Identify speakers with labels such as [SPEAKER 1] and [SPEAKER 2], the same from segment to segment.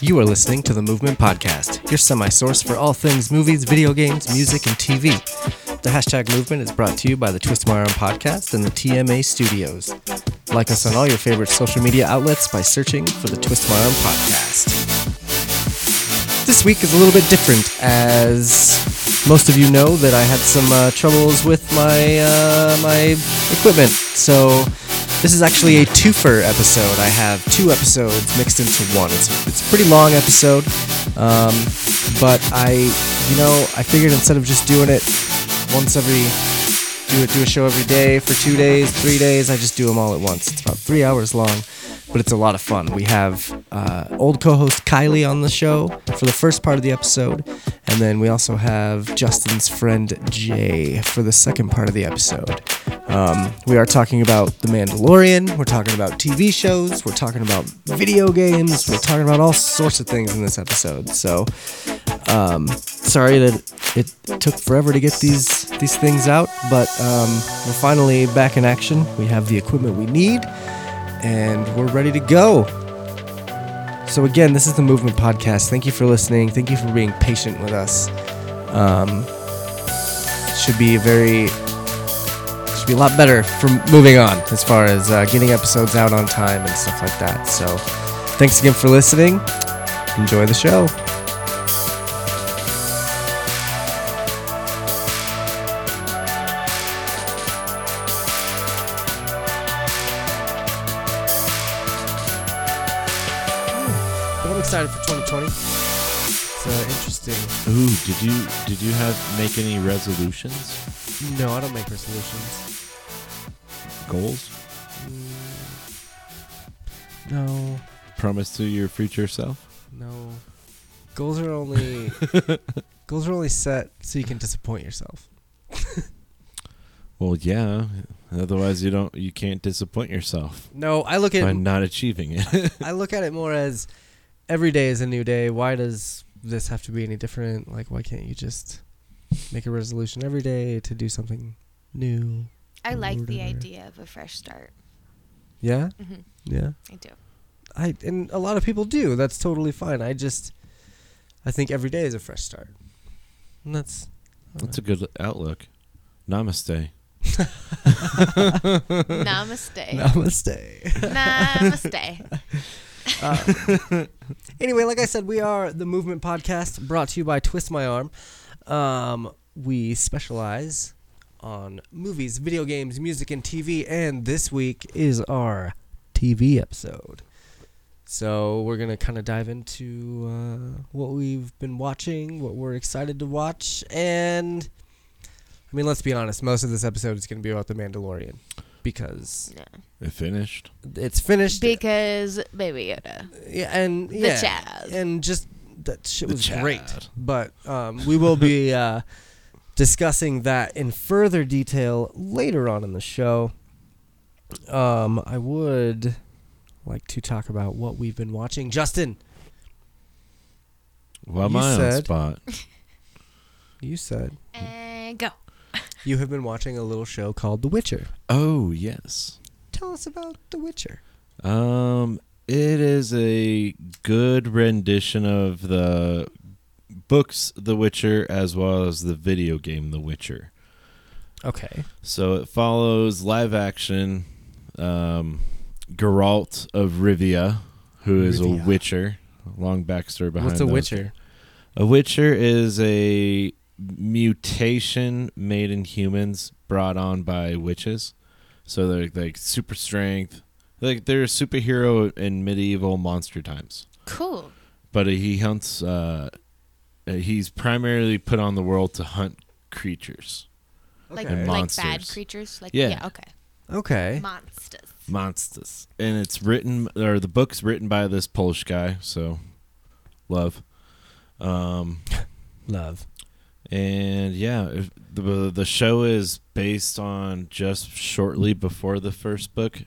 [SPEAKER 1] You are listening to the Movement Podcast, your semi source for all things movies, video games, music, and TV. The hashtag movement is brought to you by the Twist My Arm Podcast and the TMA Studios. Like us on all your favorite social media outlets by searching for the Twist My Arm Podcast. This week is a little bit different, as most of you know that I had some uh, troubles with my uh, my equipment. So this is actually a twofer episode. I have two episodes mixed into one. It's it's a pretty long episode, um, but I you know I figured instead of just doing it once every do a, do a show every day for two days, three days. I just do them all at once. It's about three hours long, but it's a lot of fun. We have uh, old co host Kylie on the show for the first part of the episode, and then we also have Justin's friend Jay for the second part of the episode. Um, we are talking about The Mandalorian, we're talking about TV shows, we're talking about video games, we're talking about all sorts of things in this episode. So, um, sorry that it took forever to get these these things out, but um, we're finally back in action. We have the equipment we need, and we're ready to go. So again, this is the Movement Podcast. Thank you for listening. Thank you for being patient with us. Um, should be a very should be a lot better for moving on as far as uh, getting episodes out on time and stuff like that. So thanks again for listening. Enjoy the show. But I'm excited for 2020. It's uh, interesting.
[SPEAKER 2] Ooh, did you did you have make any resolutions,
[SPEAKER 1] No, I don't make resolutions.
[SPEAKER 2] goals,
[SPEAKER 1] No,
[SPEAKER 2] promise to your future self?
[SPEAKER 1] no. Goals are only goals are only set so you can disappoint yourself.
[SPEAKER 2] Well, yeah. Otherwise, you don't you can't disappoint yourself
[SPEAKER 1] No, I look
[SPEAKER 2] by
[SPEAKER 1] at
[SPEAKER 2] not achieving it.
[SPEAKER 1] I look at it more as every day is a new day. Why does this have to be any different? Like, why can't you just make a resolution every day to do something new?
[SPEAKER 3] I like the
[SPEAKER 1] Order.
[SPEAKER 3] idea of a fresh start.
[SPEAKER 1] Yeah,
[SPEAKER 3] hmm
[SPEAKER 1] yeah.
[SPEAKER 3] I do.
[SPEAKER 1] I and a lot of people do. That's totally fine. I just I think every day is a fresh start. And that's
[SPEAKER 2] That's a good outlook. Namaste.
[SPEAKER 3] Namaste.
[SPEAKER 1] namaste.
[SPEAKER 3] Namaste.
[SPEAKER 1] Uh, anyway, like I said, we are the Movement Podcast, brought to you by Twist My Arm. Um, we specialize on movies, video games, music, and TV. And this week is our TV episode. So we're gonna kind of dive into uh, what we've been watching, what we're excited to watch, and I mean, let's be honest. Most of this episode is gonna be about the Mandalorian because
[SPEAKER 3] No.
[SPEAKER 2] It finished.
[SPEAKER 1] it's finished.
[SPEAKER 3] Because Baby Yoda.
[SPEAKER 1] yeah, and
[SPEAKER 3] The
[SPEAKER 1] yeah,
[SPEAKER 3] Chaz.
[SPEAKER 1] and just that shit
[SPEAKER 2] The
[SPEAKER 1] was
[SPEAKER 2] Chad.
[SPEAKER 1] great. But um, we will be uh, discussing that in further detail later on in the show. Um, I would like to talk about what we've been watching. Justin,
[SPEAKER 2] Well, am
[SPEAKER 1] You
[SPEAKER 2] I on the
[SPEAKER 1] said-
[SPEAKER 2] spot?
[SPEAKER 1] you said
[SPEAKER 3] and go.
[SPEAKER 1] you have been watching a little show called The Witcher.
[SPEAKER 2] Oh yes.
[SPEAKER 1] Tell us about The Witcher.
[SPEAKER 2] Um, it is a good rendition of the books The Witcher as well as the video game The Witcher.
[SPEAKER 1] Okay.
[SPEAKER 2] So it follows live action um, Geralt of Rivia, who is
[SPEAKER 1] Rivia.
[SPEAKER 2] a witcher. Long backstory behind
[SPEAKER 1] What's a
[SPEAKER 2] those.
[SPEAKER 1] Witcher?
[SPEAKER 2] A witcher is a mutation made in humans brought on by witches. So they're like super strength. Like they're a superhero in medieval monster times
[SPEAKER 3] Cool.
[SPEAKER 2] but he hunts. Uh, uh, he's primarily put on the world to hunt creatures,
[SPEAKER 3] Like
[SPEAKER 1] Okay.
[SPEAKER 2] And
[SPEAKER 3] like bad
[SPEAKER 2] monsters.
[SPEAKER 3] creatures. Like
[SPEAKER 2] Yeah.
[SPEAKER 3] yeah, okay.
[SPEAKER 1] Okay.
[SPEAKER 3] Monsters.
[SPEAKER 2] monsters, and it's written or the book's written by this Polish guy. So, love. Um,
[SPEAKER 1] Love.
[SPEAKER 2] and yeah, if- the the show is based on just shortly before the first book,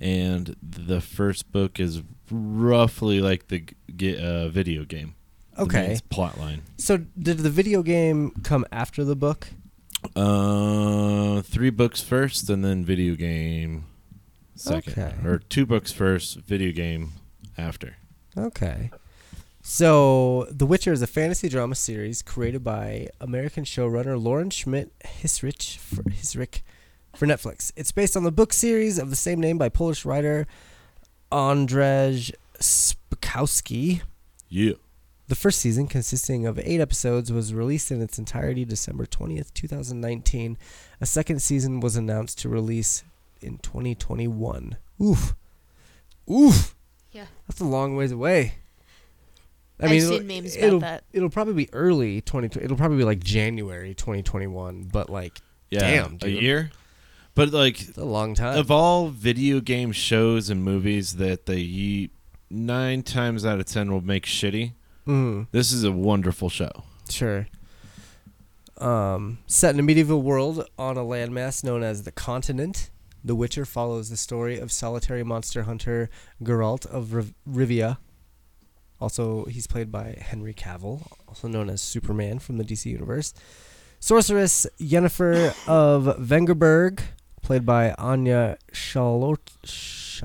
[SPEAKER 2] and the first book is roughly like the g- ge- uh, video game. the main
[SPEAKER 1] Okay.
[SPEAKER 2] plot line.
[SPEAKER 1] So did the video game come after the book?
[SPEAKER 2] Uh, three books first, and then video game second,
[SPEAKER 1] Okay.
[SPEAKER 2] or two books first, video game after.
[SPEAKER 1] Okay. So, The Witcher is a fantasy drama series created by American showrunner Lauren Schmidt Hisrich for, Hisrich for Netflix. It's based on the book series of the same name by Polish writer Andrzej Spakowski.
[SPEAKER 2] Yeah.
[SPEAKER 1] The first season, consisting of eight episodes, was released in its entirety December 20th, 2019. A second season was announced to release in 2021. Oof. Oof.
[SPEAKER 3] Yeah.
[SPEAKER 1] That's a long ways away.
[SPEAKER 3] I've
[SPEAKER 1] it'll-
[SPEAKER 3] seen memes about
[SPEAKER 1] it'll,
[SPEAKER 3] that.
[SPEAKER 1] It'll probably be early 2020. It'll probably be like January 2021, but like,
[SPEAKER 2] Yeah.
[SPEAKER 1] Damn,
[SPEAKER 2] a
[SPEAKER 1] dude.
[SPEAKER 2] year. But like
[SPEAKER 1] it's a long time.
[SPEAKER 2] of all video game shows and movies that they ye- nine times out of ten will make shitty,
[SPEAKER 1] Mm,
[SPEAKER 2] this is a wonderful show.
[SPEAKER 1] sure. Um, set in a medieval world on a landmass known as the Continent, The Witcher follows the story of solitary monster hunter Geralt of Riv- Rivia. Also, he's played by Henry Cavill, also known as Superman from the DC Universe. Sorceress Yennefer of Vengerberg, played by Anya Shalot. Sh-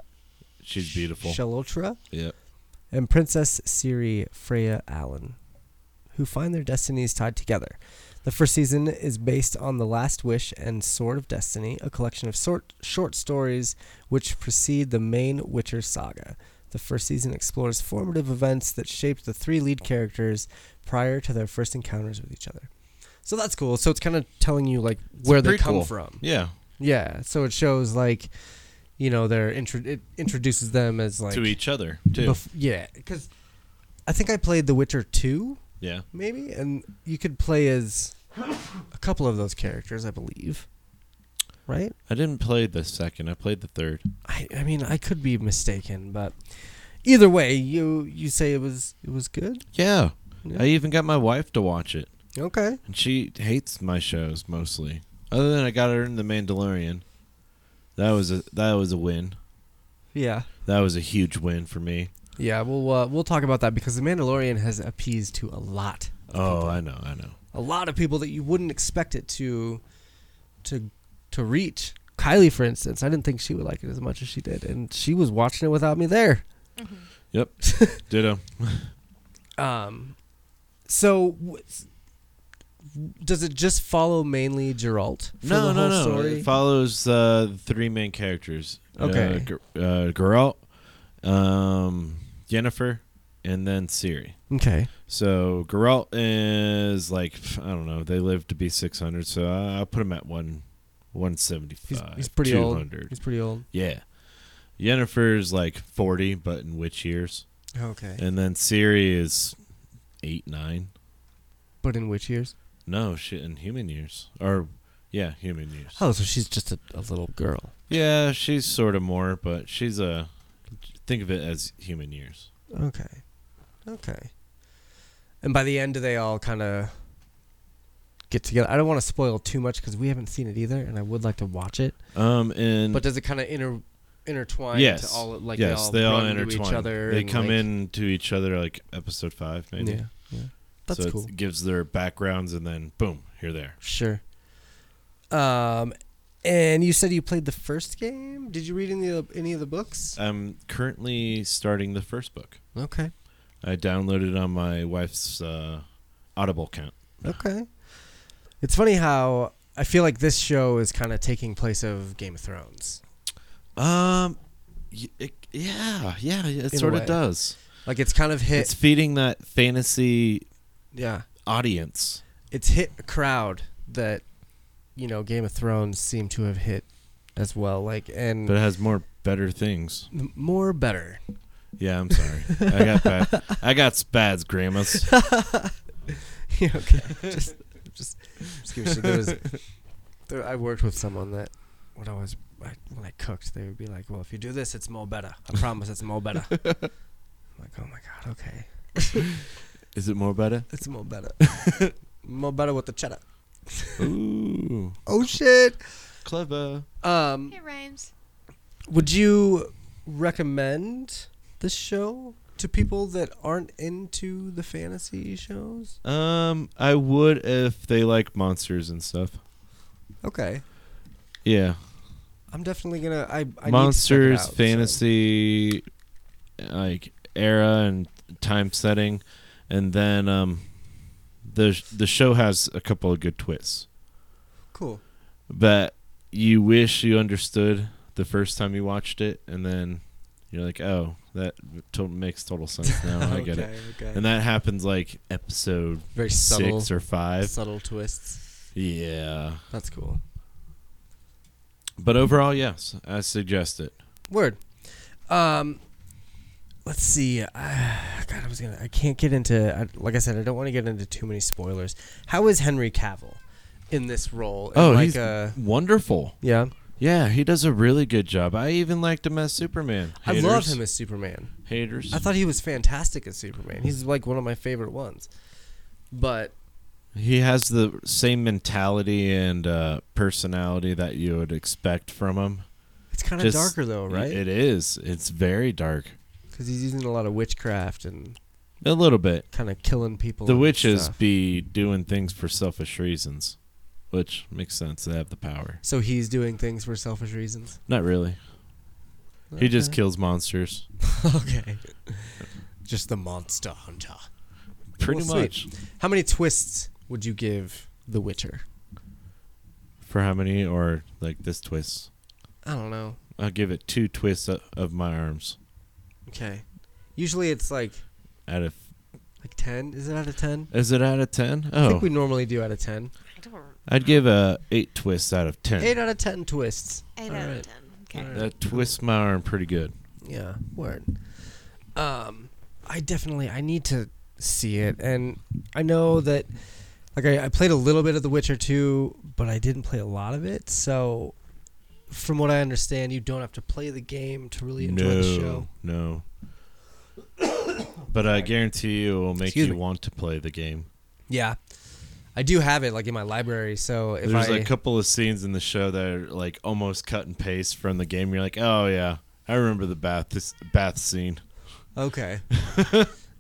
[SPEAKER 2] She's beautiful.
[SPEAKER 1] Shalotra
[SPEAKER 2] Yep.
[SPEAKER 1] and Princess Siri Freya Allen, who find their destinies tied together. The first season is based on The Last Wish and Sword of Destiny, a collection of short, short stories which precede the main Witcher saga. The first season explores formative events that shaped the three lead characters prior to their first encounters with each other. So that's cool. So it's kind of telling you like where they come
[SPEAKER 2] prequel.
[SPEAKER 1] from.
[SPEAKER 2] Yeah.
[SPEAKER 1] Yeah. So it shows like, you know, they're intro- it introduces them as like
[SPEAKER 2] to each other too.
[SPEAKER 1] Bef- yeah, because I think I played The Witcher 2,
[SPEAKER 2] yeah.
[SPEAKER 1] maybe, and you could play as a couple of those characters, I believe. Right?
[SPEAKER 2] I didn't play the second. I played the third.
[SPEAKER 1] I, I mean, I could be mistaken, but either way, you you say it was it was good.
[SPEAKER 2] Yeah.
[SPEAKER 1] Yeah.
[SPEAKER 2] I even got my wife to watch it,
[SPEAKER 1] Okay.
[SPEAKER 2] and she hates my shows mostly. Other than I got her in The Mandalorian. That was a that was a win.
[SPEAKER 1] Yeah.
[SPEAKER 2] That was a huge win for me.
[SPEAKER 1] Yeah. We'll uh, we'll talk about that because The Mandalorian has appeased to a lot. Of
[SPEAKER 2] Oh,
[SPEAKER 1] people.
[SPEAKER 2] I know, I know.
[SPEAKER 1] a lot of people that you wouldn't expect it to to to reach. Kylie, for instance, I didn't think she would like it as much as she did, and she was watching it without me there.
[SPEAKER 3] Mm-hmm.
[SPEAKER 2] Ditto.
[SPEAKER 1] Um, so w- does it just follow mainly Geralt for
[SPEAKER 2] no,
[SPEAKER 1] the
[SPEAKER 2] no,
[SPEAKER 1] whole
[SPEAKER 2] no.
[SPEAKER 1] story?
[SPEAKER 2] It follows uh, the three main characters.
[SPEAKER 1] Okay.
[SPEAKER 2] Uh, Ger- uh, Geralt, um, Yennefer, and then Ciri.
[SPEAKER 1] okay,
[SPEAKER 2] So Geralt is like pff, I don't know. They live to be six hundred, so I- I'll put him at one, one seventy five.
[SPEAKER 1] He's- he's pretty old.
[SPEAKER 2] 200.
[SPEAKER 1] he's pretty old.
[SPEAKER 2] Yeah. Yennefer is like forty, but in witch years,
[SPEAKER 1] Okay,
[SPEAKER 2] and then Ciri is eight nine.
[SPEAKER 1] but in which years?
[SPEAKER 2] No shit, in human years or yeah, human years.
[SPEAKER 1] Oh, so she's just a, a little girl.
[SPEAKER 2] Yeah, she's sort of more, but she's a. Think of it as human years.
[SPEAKER 1] Okay, okay. And by the end, do they all kind of get together? I don't want to spoil too much because we haven't seen it either, and I would like to watch it.
[SPEAKER 2] Um, and
[SPEAKER 1] But does it kind of inter intertwine?
[SPEAKER 2] yes,
[SPEAKER 1] to all like
[SPEAKER 2] yes,
[SPEAKER 1] they all, run into
[SPEAKER 2] intertwine.
[SPEAKER 1] each other.
[SPEAKER 2] they
[SPEAKER 1] and,
[SPEAKER 2] come
[SPEAKER 1] like-
[SPEAKER 2] in to each other like episode five, maybe.
[SPEAKER 1] Yeah, yeah. That's
[SPEAKER 2] so
[SPEAKER 1] cool.
[SPEAKER 2] It gives their backgrounds, and then boom, here they are.
[SPEAKER 1] Sure. Um, and you said you played the first game. Did you read any of any of the books?
[SPEAKER 2] I'm currently starting the first book.
[SPEAKER 1] Okay.
[SPEAKER 2] I downloaded it on my wife's uh, Audible account.
[SPEAKER 1] Okay. It's funny how I feel like this show is kind of taking place of Game of Thrones.
[SPEAKER 2] Um, y- it, yeah, yeah, yeah, it
[SPEAKER 1] In a
[SPEAKER 2] sort
[SPEAKER 1] way.
[SPEAKER 2] of does.
[SPEAKER 1] Like it's kind of hit.
[SPEAKER 2] It's feeding that fantasy
[SPEAKER 1] yeah.
[SPEAKER 2] audience.
[SPEAKER 1] It's hit a crowd that you know Game of Thrones seemed to have hit as well. Like and
[SPEAKER 2] But it has more better things.
[SPEAKER 1] m- more better.
[SPEAKER 2] Yeah, I'm sorry. I got bad. I got spads, grandmas.
[SPEAKER 1] Yeah, okay. just, just, just give a shit. There was, there, I worked with someone that when I was I, when I cooked, they would be like, "Well, if you do this, it's more better. I promise, it's more better." I'm like, "Oh my god, okay,
[SPEAKER 2] Is it more better?
[SPEAKER 1] it's more better, more better with the cheddar."
[SPEAKER 2] Ooh,
[SPEAKER 1] Oh shit.
[SPEAKER 2] clever.
[SPEAKER 1] Um,
[SPEAKER 3] It rhymes.
[SPEAKER 1] would you recommend this show to people that aren't into the fantasy shows?
[SPEAKER 2] Um, I would if they like monsters and stuff.
[SPEAKER 1] Okay,
[SPEAKER 2] Yeah,
[SPEAKER 1] I'm definitely gonna. I, I
[SPEAKER 2] monsters,
[SPEAKER 1] need to check it out, so-
[SPEAKER 2] fantasy, like era and time setting. and then um, the the show has a couple of good twists
[SPEAKER 1] Cool.
[SPEAKER 2] that you wish you understood the first time you watched it, and then you're like, oh, that to- makes total sense now. I get it.
[SPEAKER 1] Okay.
[SPEAKER 2] And that happens like episode
[SPEAKER 1] Very subtle,
[SPEAKER 2] six or five.
[SPEAKER 1] subtle twists.
[SPEAKER 2] Yeah.
[SPEAKER 1] That's cool.
[SPEAKER 2] But overall, yes, I suggest it.
[SPEAKER 1] Word. Um, let's see. I, God, I was gonna. I can't get into. I, like I said, I don't want to get into too many spoilers. How is Henry Cavill in this role? In
[SPEAKER 2] Oh,
[SPEAKER 1] like
[SPEAKER 2] he's
[SPEAKER 1] a,
[SPEAKER 2] wonderful.
[SPEAKER 1] yeah.
[SPEAKER 2] Yeah, he does a really good job. I even liked him as Superman.
[SPEAKER 1] I love
[SPEAKER 2] Haters.
[SPEAKER 1] him as Superman.
[SPEAKER 2] Haters.
[SPEAKER 1] I thought he was fantastic as Superman. He's like one of my favorite ones. But
[SPEAKER 2] He has the same mentality and uh, personality that you would expect from him.
[SPEAKER 1] it's kind of
[SPEAKER 2] Just-
[SPEAKER 1] darker though, Oh, right?
[SPEAKER 2] It is. It's very dark.
[SPEAKER 1] Because he's using a lot of witchcraft and
[SPEAKER 2] A little bit.
[SPEAKER 1] kind of killing people.
[SPEAKER 2] The
[SPEAKER 1] and
[SPEAKER 2] witches
[SPEAKER 1] stuff.
[SPEAKER 2] be doing things for selfish reasons, which makes sense. They have the power.
[SPEAKER 1] So he's doing things for selfish reasons.
[SPEAKER 2] Not really. He just
[SPEAKER 1] Okay.
[SPEAKER 2] kills monsters.
[SPEAKER 1] okay. Just the monster hunter.
[SPEAKER 2] Pretty
[SPEAKER 1] Well,
[SPEAKER 2] much.
[SPEAKER 1] How many twists would you give The Witcher?
[SPEAKER 2] For how many or like this twist?
[SPEAKER 1] I don't know.
[SPEAKER 2] I'll give it two twists o- of my arms
[SPEAKER 1] Okay. Usually it's like
[SPEAKER 2] out of.
[SPEAKER 1] like 10. Is it out of 10?
[SPEAKER 2] Is it out of ten?
[SPEAKER 1] I
[SPEAKER 2] Oh,
[SPEAKER 1] think we normally do out of 10.
[SPEAKER 3] I don't.
[SPEAKER 2] I'd give a eight twists out of ten.
[SPEAKER 1] 8 out of 10 twists.
[SPEAKER 3] Eight
[SPEAKER 1] All
[SPEAKER 3] out
[SPEAKER 1] right.
[SPEAKER 3] of ten. Okay.
[SPEAKER 1] All right.
[SPEAKER 2] That twists my arm pretty good.
[SPEAKER 1] Yeah, word. Um I definitely I need to see it and I know that like I, I played a little bit of The Witcher 2, but I didn't play a lot of it. So from what I understand, you don't have to play the game to really enjoy
[SPEAKER 2] no,
[SPEAKER 1] the show.
[SPEAKER 2] no. but I guarantee you, it will make
[SPEAKER 1] Excuse
[SPEAKER 2] you
[SPEAKER 1] me.
[SPEAKER 2] want to play the game.
[SPEAKER 1] Yeah. I do have it like in my library, so if
[SPEAKER 2] There's
[SPEAKER 1] I
[SPEAKER 2] a couple of scenes in the show that are like almost cut and paste from the game. You're like, oh yeah, I remember the bath this bath scene.
[SPEAKER 1] Okay.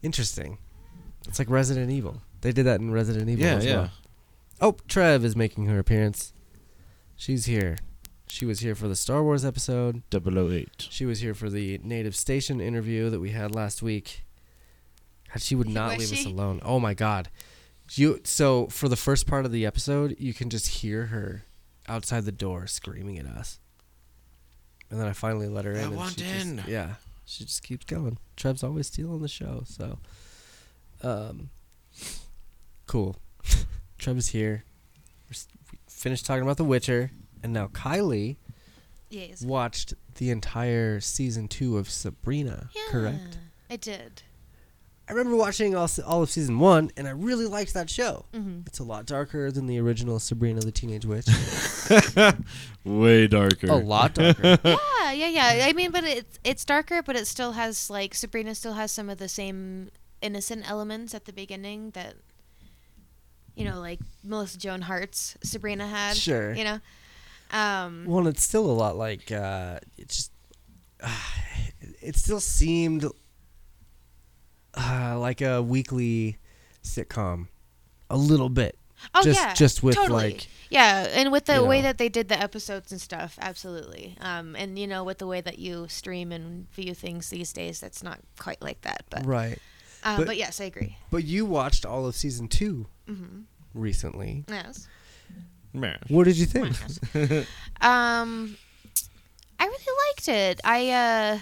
[SPEAKER 1] Interesting. It's like Resident Evil. They did that in Resident Evil
[SPEAKER 2] yeah,
[SPEAKER 1] as
[SPEAKER 2] yeah.
[SPEAKER 1] well. Oh, Trev is making her appearance. She's here. She was here for the Star Wars episode.
[SPEAKER 2] 008.
[SPEAKER 1] She was here for the Native Station interview that we had last week. God, she would not
[SPEAKER 3] Was
[SPEAKER 1] leave us
[SPEAKER 3] she?
[SPEAKER 1] alone. Oh my god. You so for the first part of the episode, you can just hear her outside the door screaming at us. And then I finally let her in.
[SPEAKER 2] I
[SPEAKER 1] and
[SPEAKER 2] want
[SPEAKER 1] she just-
[SPEAKER 2] in.
[SPEAKER 1] yeah. She just keeps going. Trev's always stealing the show, so um cool. Trev's here. We're, s- we finished talking about The Witcher, and now Kylie
[SPEAKER 3] Yes.
[SPEAKER 1] watched the entire season two of Sabrina,
[SPEAKER 3] Yeah,
[SPEAKER 1] correct?
[SPEAKER 3] I did.
[SPEAKER 1] I remember watching all, se- all of season one, and I really liked that show.
[SPEAKER 3] Mm-hmm.
[SPEAKER 1] It's a lot darker than the original Sabrina the Teenage Witch.
[SPEAKER 2] Way darker.
[SPEAKER 1] a lot darker.
[SPEAKER 3] Yeah, yeah, yeah. I mean, but it's it's darker, but it still has like Sabrina still has some of the same innocent elements at the beginning that you know, like Melissa Joan Hart's Sabrina had.
[SPEAKER 1] Sure.
[SPEAKER 3] You know. Um
[SPEAKER 1] well, and it's still a lot like uh, it just. it still seemed uh, like a weekly sitcom, a little bit.
[SPEAKER 3] oh
[SPEAKER 1] just
[SPEAKER 3] yeah.
[SPEAKER 1] just with
[SPEAKER 3] totally.
[SPEAKER 1] like
[SPEAKER 3] yeah, and with the
[SPEAKER 1] you
[SPEAKER 3] way
[SPEAKER 1] know.
[SPEAKER 3] that they did the episodes and stuff, absolutely. Um, and you know, with the way that you stream and view things these days, that's not quite like that. But,
[SPEAKER 1] right.
[SPEAKER 3] um,
[SPEAKER 1] but-
[SPEAKER 3] but yes, I agree.
[SPEAKER 1] But you watched all of season two
[SPEAKER 3] hmm
[SPEAKER 1] recently.
[SPEAKER 3] Yes.
[SPEAKER 2] Meh.
[SPEAKER 1] What did you think?
[SPEAKER 3] Um, I really liked it. I uh,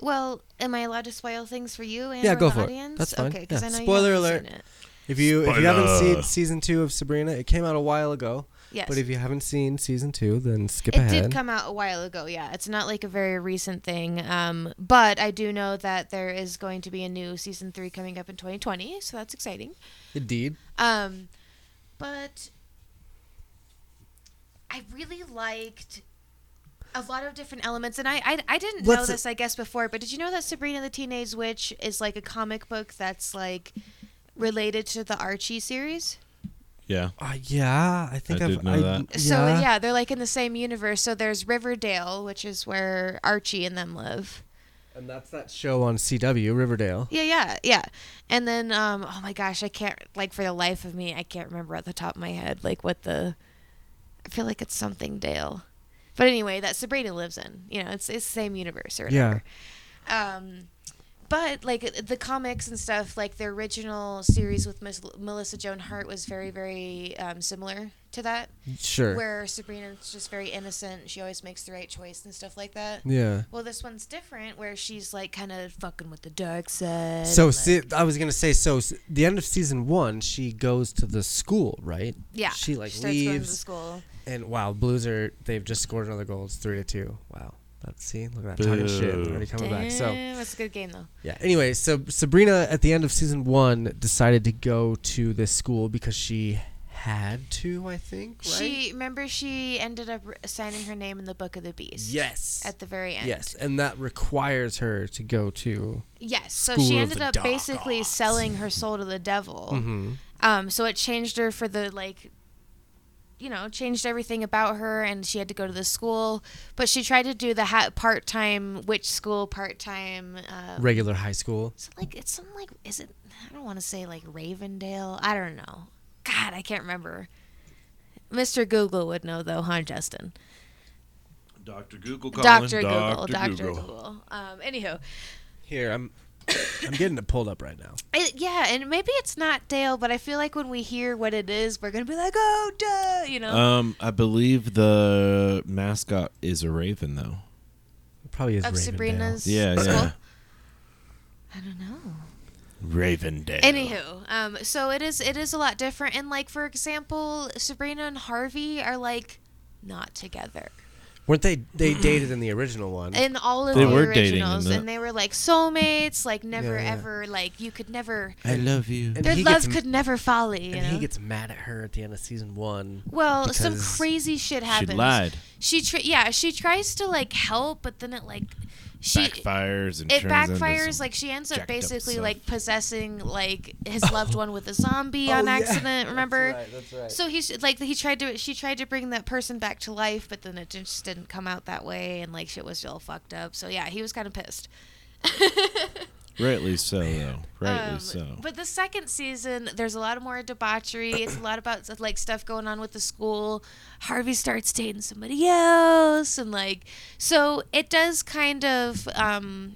[SPEAKER 3] well, am I allowed to spoil things for you and
[SPEAKER 1] Yeah,
[SPEAKER 3] or
[SPEAKER 1] go
[SPEAKER 3] the
[SPEAKER 1] for it.
[SPEAKER 3] audience?
[SPEAKER 1] That's fine.
[SPEAKER 3] Okay, because
[SPEAKER 1] Yeah.
[SPEAKER 3] I know
[SPEAKER 1] Spoiler
[SPEAKER 3] you have
[SPEAKER 1] alert.
[SPEAKER 3] Seen it.
[SPEAKER 1] If you if you haven't
[SPEAKER 2] Spoiler.
[SPEAKER 1] seen season two of Sabrina, it came out a while ago.
[SPEAKER 3] Yes,
[SPEAKER 1] But if you haven't seen season two, then skip
[SPEAKER 3] it
[SPEAKER 1] ahead.
[SPEAKER 3] did come out a while ago. Yeah, it's not like a very recent thing. Um, but I do know that there is going to be a new season three coming up in 2020, so that's exciting.
[SPEAKER 1] Indeed.
[SPEAKER 3] Um, but I really liked a lot of different elements, and I I, I didn't
[SPEAKER 1] Let's-
[SPEAKER 3] know this, I guess, before. But did you know that Sabrina the Teenage Witch is like a comic book that's like related to the Archie series?
[SPEAKER 2] Yeah.
[SPEAKER 1] Uh, yeah, I think
[SPEAKER 2] I
[SPEAKER 1] have
[SPEAKER 2] did know that.
[SPEAKER 1] Yeah.
[SPEAKER 3] So yeah, they're like in the same universe. So there's Riverdale, which is where Archie and them live.
[SPEAKER 1] And that's that show on CW, Riverdale.
[SPEAKER 3] Yeah, yeah, yeah. And then um oh my gosh, I can't like for the life of me, I can't remember at the top of my head like what the I feel like it's something Dale. But anyway, that Sabrina lives in. You know, it's it's the same universe or
[SPEAKER 1] Yeah.
[SPEAKER 3] whatever. Um but like the comics and stuff, like the original series with Miss Melissa Joan Hart was very, very um, similar to that,
[SPEAKER 1] Sure.
[SPEAKER 3] where Sabrina's just very innocent. She always makes the right choice and stuff like that.
[SPEAKER 1] yeah.
[SPEAKER 3] Well, this one's different, where she's like kind of fucking with the dark side.
[SPEAKER 1] So
[SPEAKER 3] and,
[SPEAKER 1] see,
[SPEAKER 3] like-
[SPEAKER 1] I was gonna say so. s- The end of season one, she goes to the school, right?
[SPEAKER 3] yeah,
[SPEAKER 1] She like
[SPEAKER 3] starts Going to
[SPEAKER 1] leaves,
[SPEAKER 3] school.
[SPEAKER 1] and wow, Blues are they've just scored another goal. It's three to two. Wow, that's see, look at that talking shit. They're
[SPEAKER 2] Boo.
[SPEAKER 1] already coming back. So
[SPEAKER 3] Damn, that's a good game though.
[SPEAKER 1] yeah. Anyway, so Sabrina at the end of season one decided to go to this school because she had to. I think. Right?
[SPEAKER 3] She remember she ended up r- signing her name in the Book of the Beast.
[SPEAKER 1] Yes.
[SPEAKER 3] At the very end.
[SPEAKER 1] Yes, and that requires her to go to.
[SPEAKER 3] Yes. So
[SPEAKER 1] School
[SPEAKER 3] she
[SPEAKER 1] of
[SPEAKER 3] ended
[SPEAKER 1] the
[SPEAKER 3] up
[SPEAKER 1] Dark
[SPEAKER 3] basically
[SPEAKER 1] Arts.
[SPEAKER 3] selling her soul to the devil.
[SPEAKER 1] Mm-hmm.
[SPEAKER 3] Um, so it changed her for the like, you know, changed everything about her, and she had to go to the school. But she tried to do the ha- part time witch school, part time. Um,
[SPEAKER 1] Regular high school.
[SPEAKER 3] so, like it's something like is it? I don't want to say like Ravendale. I don't know. God, I can't remember. Mister Google would know though, huh, Justin?
[SPEAKER 2] Dr. Google
[SPEAKER 3] Doctor Google, Doctor Google. Um, anywho,
[SPEAKER 1] Here, I'm. I'm getting it pulled up right now.
[SPEAKER 3] It, yeah, and maybe it's not Dale, but I feel like when we hear what it is, we're gonna be like, "Oh, duh," you know.
[SPEAKER 2] Um, I believe the mascot is a raven, though.
[SPEAKER 1] It probably is
[SPEAKER 3] of
[SPEAKER 1] Ravendale.
[SPEAKER 3] Sabrina's
[SPEAKER 2] Yeah,
[SPEAKER 3] school.
[SPEAKER 2] yeah.
[SPEAKER 3] I don't know.
[SPEAKER 2] Ravendale.
[SPEAKER 3] Anywho, um, so it is it is a lot different, and like for example, Sabrina and Harvey are like not together
[SPEAKER 1] Weren't they? They dated in the original one.
[SPEAKER 3] in all of
[SPEAKER 2] They
[SPEAKER 3] the
[SPEAKER 2] were dating in
[SPEAKER 3] originals,
[SPEAKER 2] that.
[SPEAKER 3] and they were like soulmates, like never
[SPEAKER 1] Yeah, yeah.
[SPEAKER 3] ever like you could never
[SPEAKER 2] I love you.
[SPEAKER 1] And
[SPEAKER 3] their
[SPEAKER 1] he
[SPEAKER 3] love
[SPEAKER 1] gets-
[SPEAKER 3] could never folly. You
[SPEAKER 1] and
[SPEAKER 3] know?
[SPEAKER 1] he gets mad at her at the end of season one.
[SPEAKER 3] well, some
[SPEAKER 1] because
[SPEAKER 3] crazy shit happens.
[SPEAKER 2] She lied.
[SPEAKER 3] She tr- yeah, she tries to like help, but then it like she
[SPEAKER 2] backfires and
[SPEAKER 3] it
[SPEAKER 2] turns into
[SPEAKER 3] backfires
[SPEAKER 2] some-
[SPEAKER 3] like she ends up
[SPEAKER 2] jacked up
[SPEAKER 3] basically
[SPEAKER 2] stuff.
[SPEAKER 3] like possessing like his loved one with a zombie
[SPEAKER 1] Oh,
[SPEAKER 3] on accident remember so he's like he tried to she tried to bring that person back to life but then it just didn't come out that way and like shit was all fucked up so yeah he was kind of pissed
[SPEAKER 2] rightly so, though. Rightly
[SPEAKER 3] Um,
[SPEAKER 2] so.
[SPEAKER 3] But the second season, there's a lot more debauchery. It's a lot about like stuff going on with the school. Harvey starts dating somebody else, and like so it does kind of um,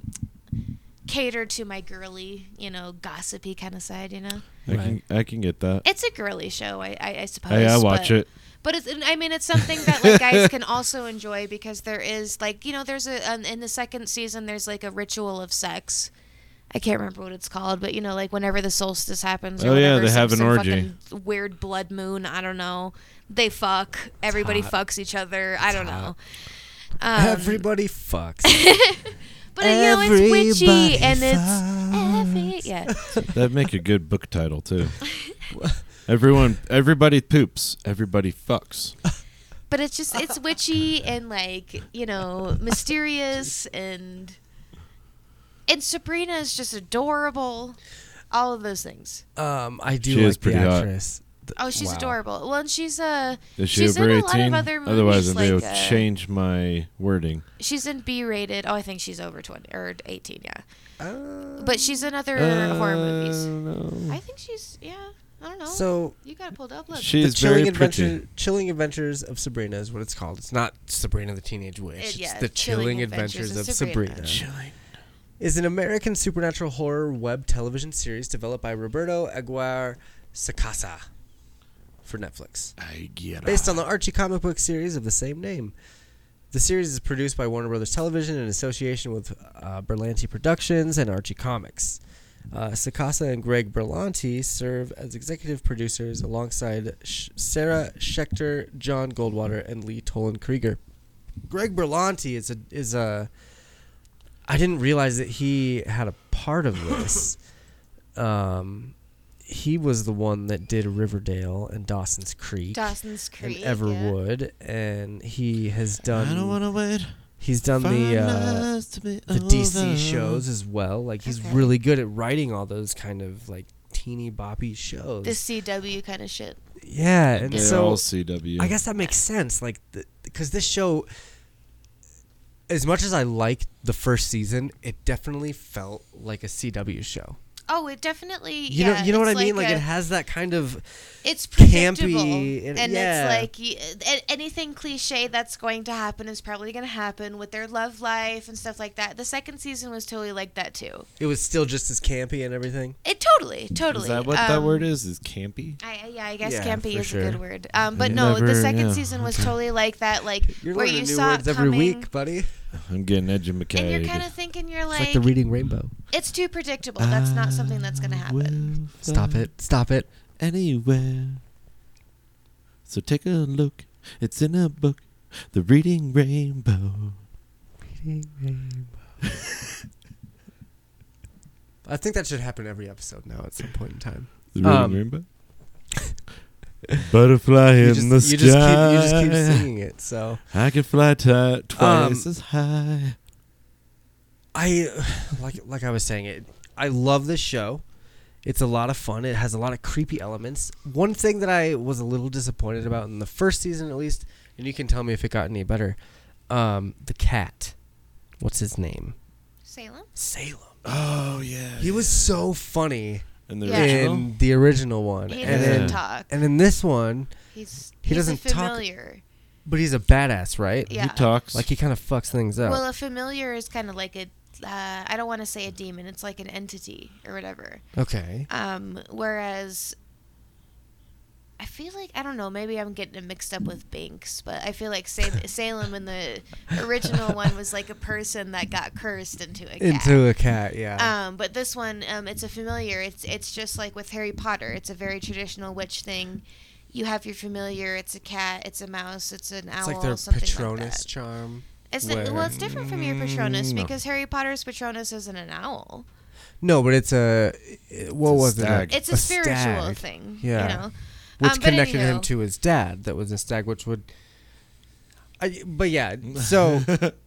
[SPEAKER 3] cater to my girly, you know, gossipy kind of side. You know,
[SPEAKER 2] I can I can get that.
[SPEAKER 3] it's a girly show, I I, I suppose.
[SPEAKER 2] Hey, I watch
[SPEAKER 3] but-
[SPEAKER 2] it.
[SPEAKER 3] but it's, and I mean, it's something that like guys can also enjoy because there is like you know, there's a an, in the second season there's like a ritual of sex. I can't remember what it's called, but you know, like whenever the solstice happens. Or
[SPEAKER 2] Oh, yeah,
[SPEAKER 3] whenever
[SPEAKER 2] they
[SPEAKER 3] some-
[SPEAKER 2] have an
[SPEAKER 3] some
[SPEAKER 2] orgy.
[SPEAKER 3] fucking Weird blood moon. I don't know. They fuck. Everybody
[SPEAKER 1] hot.
[SPEAKER 3] fucks each other. I don't know. Um,
[SPEAKER 1] Everybody fucks.
[SPEAKER 3] but you know it's
[SPEAKER 1] Everybody
[SPEAKER 3] witchy and
[SPEAKER 1] fucks.
[SPEAKER 3] it's every yeah.
[SPEAKER 2] That'd make a good book title too. Everyone, everybody poops. Everybody fucks.
[SPEAKER 3] But it's just it's witchy and like you know mysterious and and Sabrina is just adorable. All of those things.
[SPEAKER 1] um, I do
[SPEAKER 2] She is
[SPEAKER 1] like the
[SPEAKER 2] pretty hot.
[SPEAKER 1] actress. Th-
[SPEAKER 3] Oh, she's
[SPEAKER 1] wow.
[SPEAKER 3] adorable. Well, and she's uh
[SPEAKER 2] Is she
[SPEAKER 3] She's in
[SPEAKER 2] over
[SPEAKER 3] a
[SPEAKER 2] eighteen?
[SPEAKER 3] lot of other movies,
[SPEAKER 2] Otherwise, they
[SPEAKER 3] like,
[SPEAKER 2] would
[SPEAKER 3] uh,
[SPEAKER 2] change my wording.
[SPEAKER 3] she's in B rated. Oh, I think she's over twenty or eighteen. Yeah,
[SPEAKER 1] Uh,
[SPEAKER 3] but she's in other
[SPEAKER 2] Uh,
[SPEAKER 3] horror movies. I think she's yeah. I don't know.
[SPEAKER 1] so
[SPEAKER 3] you got it pulled up. Look.
[SPEAKER 1] the
[SPEAKER 2] She's
[SPEAKER 1] chilling
[SPEAKER 2] very
[SPEAKER 1] adventure,
[SPEAKER 2] pretty.
[SPEAKER 1] chilling adventures of Sabrina is what it's called. It's not Sabrina the Teenage Witch.
[SPEAKER 3] It-
[SPEAKER 1] it's
[SPEAKER 3] yeah,
[SPEAKER 1] the
[SPEAKER 3] Chilling
[SPEAKER 1] chilling
[SPEAKER 3] Adventures
[SPEAKER 1] adventures
[SPEAKER 3] of
[SPEAKER 1] of
[SPEAKER 3] Sabrina.
[SPEAKER 1] Sabrina. is an American supernatural horror web television series developed by Roberto Aguirre Sacasa for Netflix. Based on the Archie comic book series of the same name. The series is produced by Warner Brothers Television in association with uh, Berlanti Productions and Archie Comics. Uh, Sacasa and Greg Berlanti serve as executive producers alongside Sh- Sarah Schechter, John Goldwater, and Lee Tolan Krieger. Greg Berlanti is a is a. I didn't realize that he had a part of this. um, he was the one that did Riverdale and Dawson's Creek
[SPEAKER 3] Dawson's
[SPEAKER 1] and
[SPEAKER 3] Creek. yeah.
[SPEAKER 1] Everwood, and he has done.
[SPEAKER 2] to wait.
[SPEAKER 1] he's done the uh, the DC shows as well. Like he's
[SPEAKER 3] Okay.
[SPEAKER 1] really good at writing all those kind of like teeny boppy shows.
[SPEAKER 3] The CW kind of shit.
[SPEAKER 1] yeah, and
[SPEAKER 2] They're
[SPEAKER 1] so
[SPEAKER 2] all CW.
[SPEAKER 1] I guess that makes sense. Like because this show, as much as I liked the first season, it definitely felt like a CW show.
[SPEAKER 3] Oh, it definitely.
[SPEAKER 1] You
[SPEAKER 3] yeah,
[SPEAKER 1] know, you know what I
[SPEAKER 3] it's
[SPEAKER 1] mean. Like,
[SPEAKER 3] a-
[SPEAKER 1] it has that kind of
[SPEAKER 3] it's
[SPEAKER 1] campy
[SPEAKER 3] predictable,
[SPEAKER 1] and-
[SPEAKER 3] and,
[SPEAKER 1] yeah.
[SPEAKER 3] it's like y- a- anything cliche that's going to happen is probably going to happen with their love life and stuff like that. The second season was totally like that too.
[SPEAKER 1] it was still just as campy and everything.
[SPEAKER 3] It totally, totally.
[SPEAKER 2] Is that what that
[SPEAKER 3] um,
[SPEAKER 2] word is? Is campy?
[SPEAKER 3] I, I- yeah, I guess
[SPEAKER 1] Yeah,
[SPEAKER 3] campy
[SPEAKER 2] for
[SPEAKER 3] is a
[SPEAKER 2] sure.
[SPEAKER 3] good word. Um, but
[SPEAKER 2] I've
[SPEAKER 3] no, the
[SPEAKER 2] never-
[SPEAKER 3] second
[SPEAKER 2] yeah,
[SPEAKER 3] season was
[SPEAKER 2] okay.
[SPEAKER 3] totally like that, like
[SPEAKER 1] You're
[SPEAKER 3] where
[SPEAKER 1] learning
[SPEAKER 3] you
[SPEAKER 1] new
[SPEAKER 3] saw
[SPEAKER 1] words
[SPEAKER 3] it
[SPEAKER 1] every
[SPEAKER 3] coming,
[SPEAKER 1] week, buddy.
[SPEAKER 2] I'm getting educated.
[SPEAKER 3] and you're kind of thinking you're
[SPEAKER 1] It's
[SPEAKER 3] like,
[SPEAKER 1] like the reading rainbow.
[SPEAKER 3] it's too predictable. That's not something that's
[SPEAKER 2] Ah,
[SPEAKER 3] going to happen.
[SPEAKER 1] Stop it! Stop it!
[SPEAKER 2] anywhere. So take a look. It's in a book, The Reading Rainbow.
[SPEAKER 1] I think that should happen every episode now at some point in time.
[SPEAKER 2] The
[SPEAKER 1] Um,
[SPEAKER 2] Rainbow. Butterfly in
[SPEAKER 1] You just,
[SPEAKER 2] the
[SPEAKER 1] you
[SPEAKER 2] sky.
[SPEAKER 1] just keep you just keep singing it. So
[SPEAKER 2] I can fly ti- twice
[SPEAKER 1] Um,
[SPEAKER 2] as high.
[SPEAKER 1] I like like I was saying it. I love this show. It's a lot of fun. It has a lot of creepy elements. One thing that I was a little disappointed about in the first season, at least, and you can tell me if it got any better. Um, the cat. What's his name?
[SPEAKER 3] Salem?
[SPEAKER 1] Salem.
[SPEAKER 2] Oh yeah.
[SPEAKER 1] He was so funny
[SPEAKER 2] in the
[SPEAKER 3] Yeah.
[SPEAKER 2] original.
[SPEAKER 1] in the original one,
[SPEAKER 3] He
[SPEAKER 1] and
[SPEAKER 3] doesn't
[SPEAKER 1] in,
[SPEAKER 3] talk.
[SPEAKER 1] and in this one,
[SPEAKER 3] He's,
[SPEAKER 1] he
[SPEAKER 3] he's
[SPEAKER 1] doesn't
[SPEAKER 3] a
[SPEAKER 1] talk-
[SPEAKER 3] familiar.
[SPEAKER 1] but he's a badass, right?
[SPEAKER 3] Yeah.
[SPEAKER 2] He talks
[SPEAKER 1] Like he kind of fucks things up.
[SPEAKER 3] Well, a familiar is kind of like a. Uh, I don't want to say a demon. It's like an entity or whatever.
[SPEAKER 1] okay.
[SPEAKER 3] Um, whereas I feel like I don't know. Maybe I'm getting it mixed up with Binks, but I feel like Salem, Salem in the original one was like a person that got cursed into a cat.
[SPEAKER 1] Into a cat, yeah.
[SPEAKER 3] um, but this one, um, it's a familiar. It's it's just like with Harry Potter. It's a very traditional witch thing. You have your familiar. It's a cat. It's a mouse. It's an owl.
[SPEAKER 1] it's like their
[SPEAKER 3] something
[SPEAKER 1] Patronus
[SPEAKER 3] Like that.
[SPEAKER 1] charm.
[SPEAKER 3] It's the, well,
[SPEAKER 1] where-
[SPEAKER 3] it's different from your Patronus
[SPEAKER 2] Mm, no.
[SPEAKER 3] because Harry Potter's Patronus isn't an owl.
[SPEAKER 1] No, but it's a it- what
[SPEAKER 2] It's a
[SPEAKER 1] was
[SPEAKER 2] stag.
[SPEAKER 1] it?
[SPEAKER 3] It's a, spiritual
[SPEAKER 1] stag,
[SPEAKER 3] thing.
[SPEAKER 1] Yeah.
[SPEAKER 3] You know?
[SPEAKER 1] which
[SPEAKER 3] Um, but
[SPEAKER 1] connected him
[SPEAKER 3] anywho.
[SPEAKER 1] to his dad. That was a stag, which would. I, but yeah, so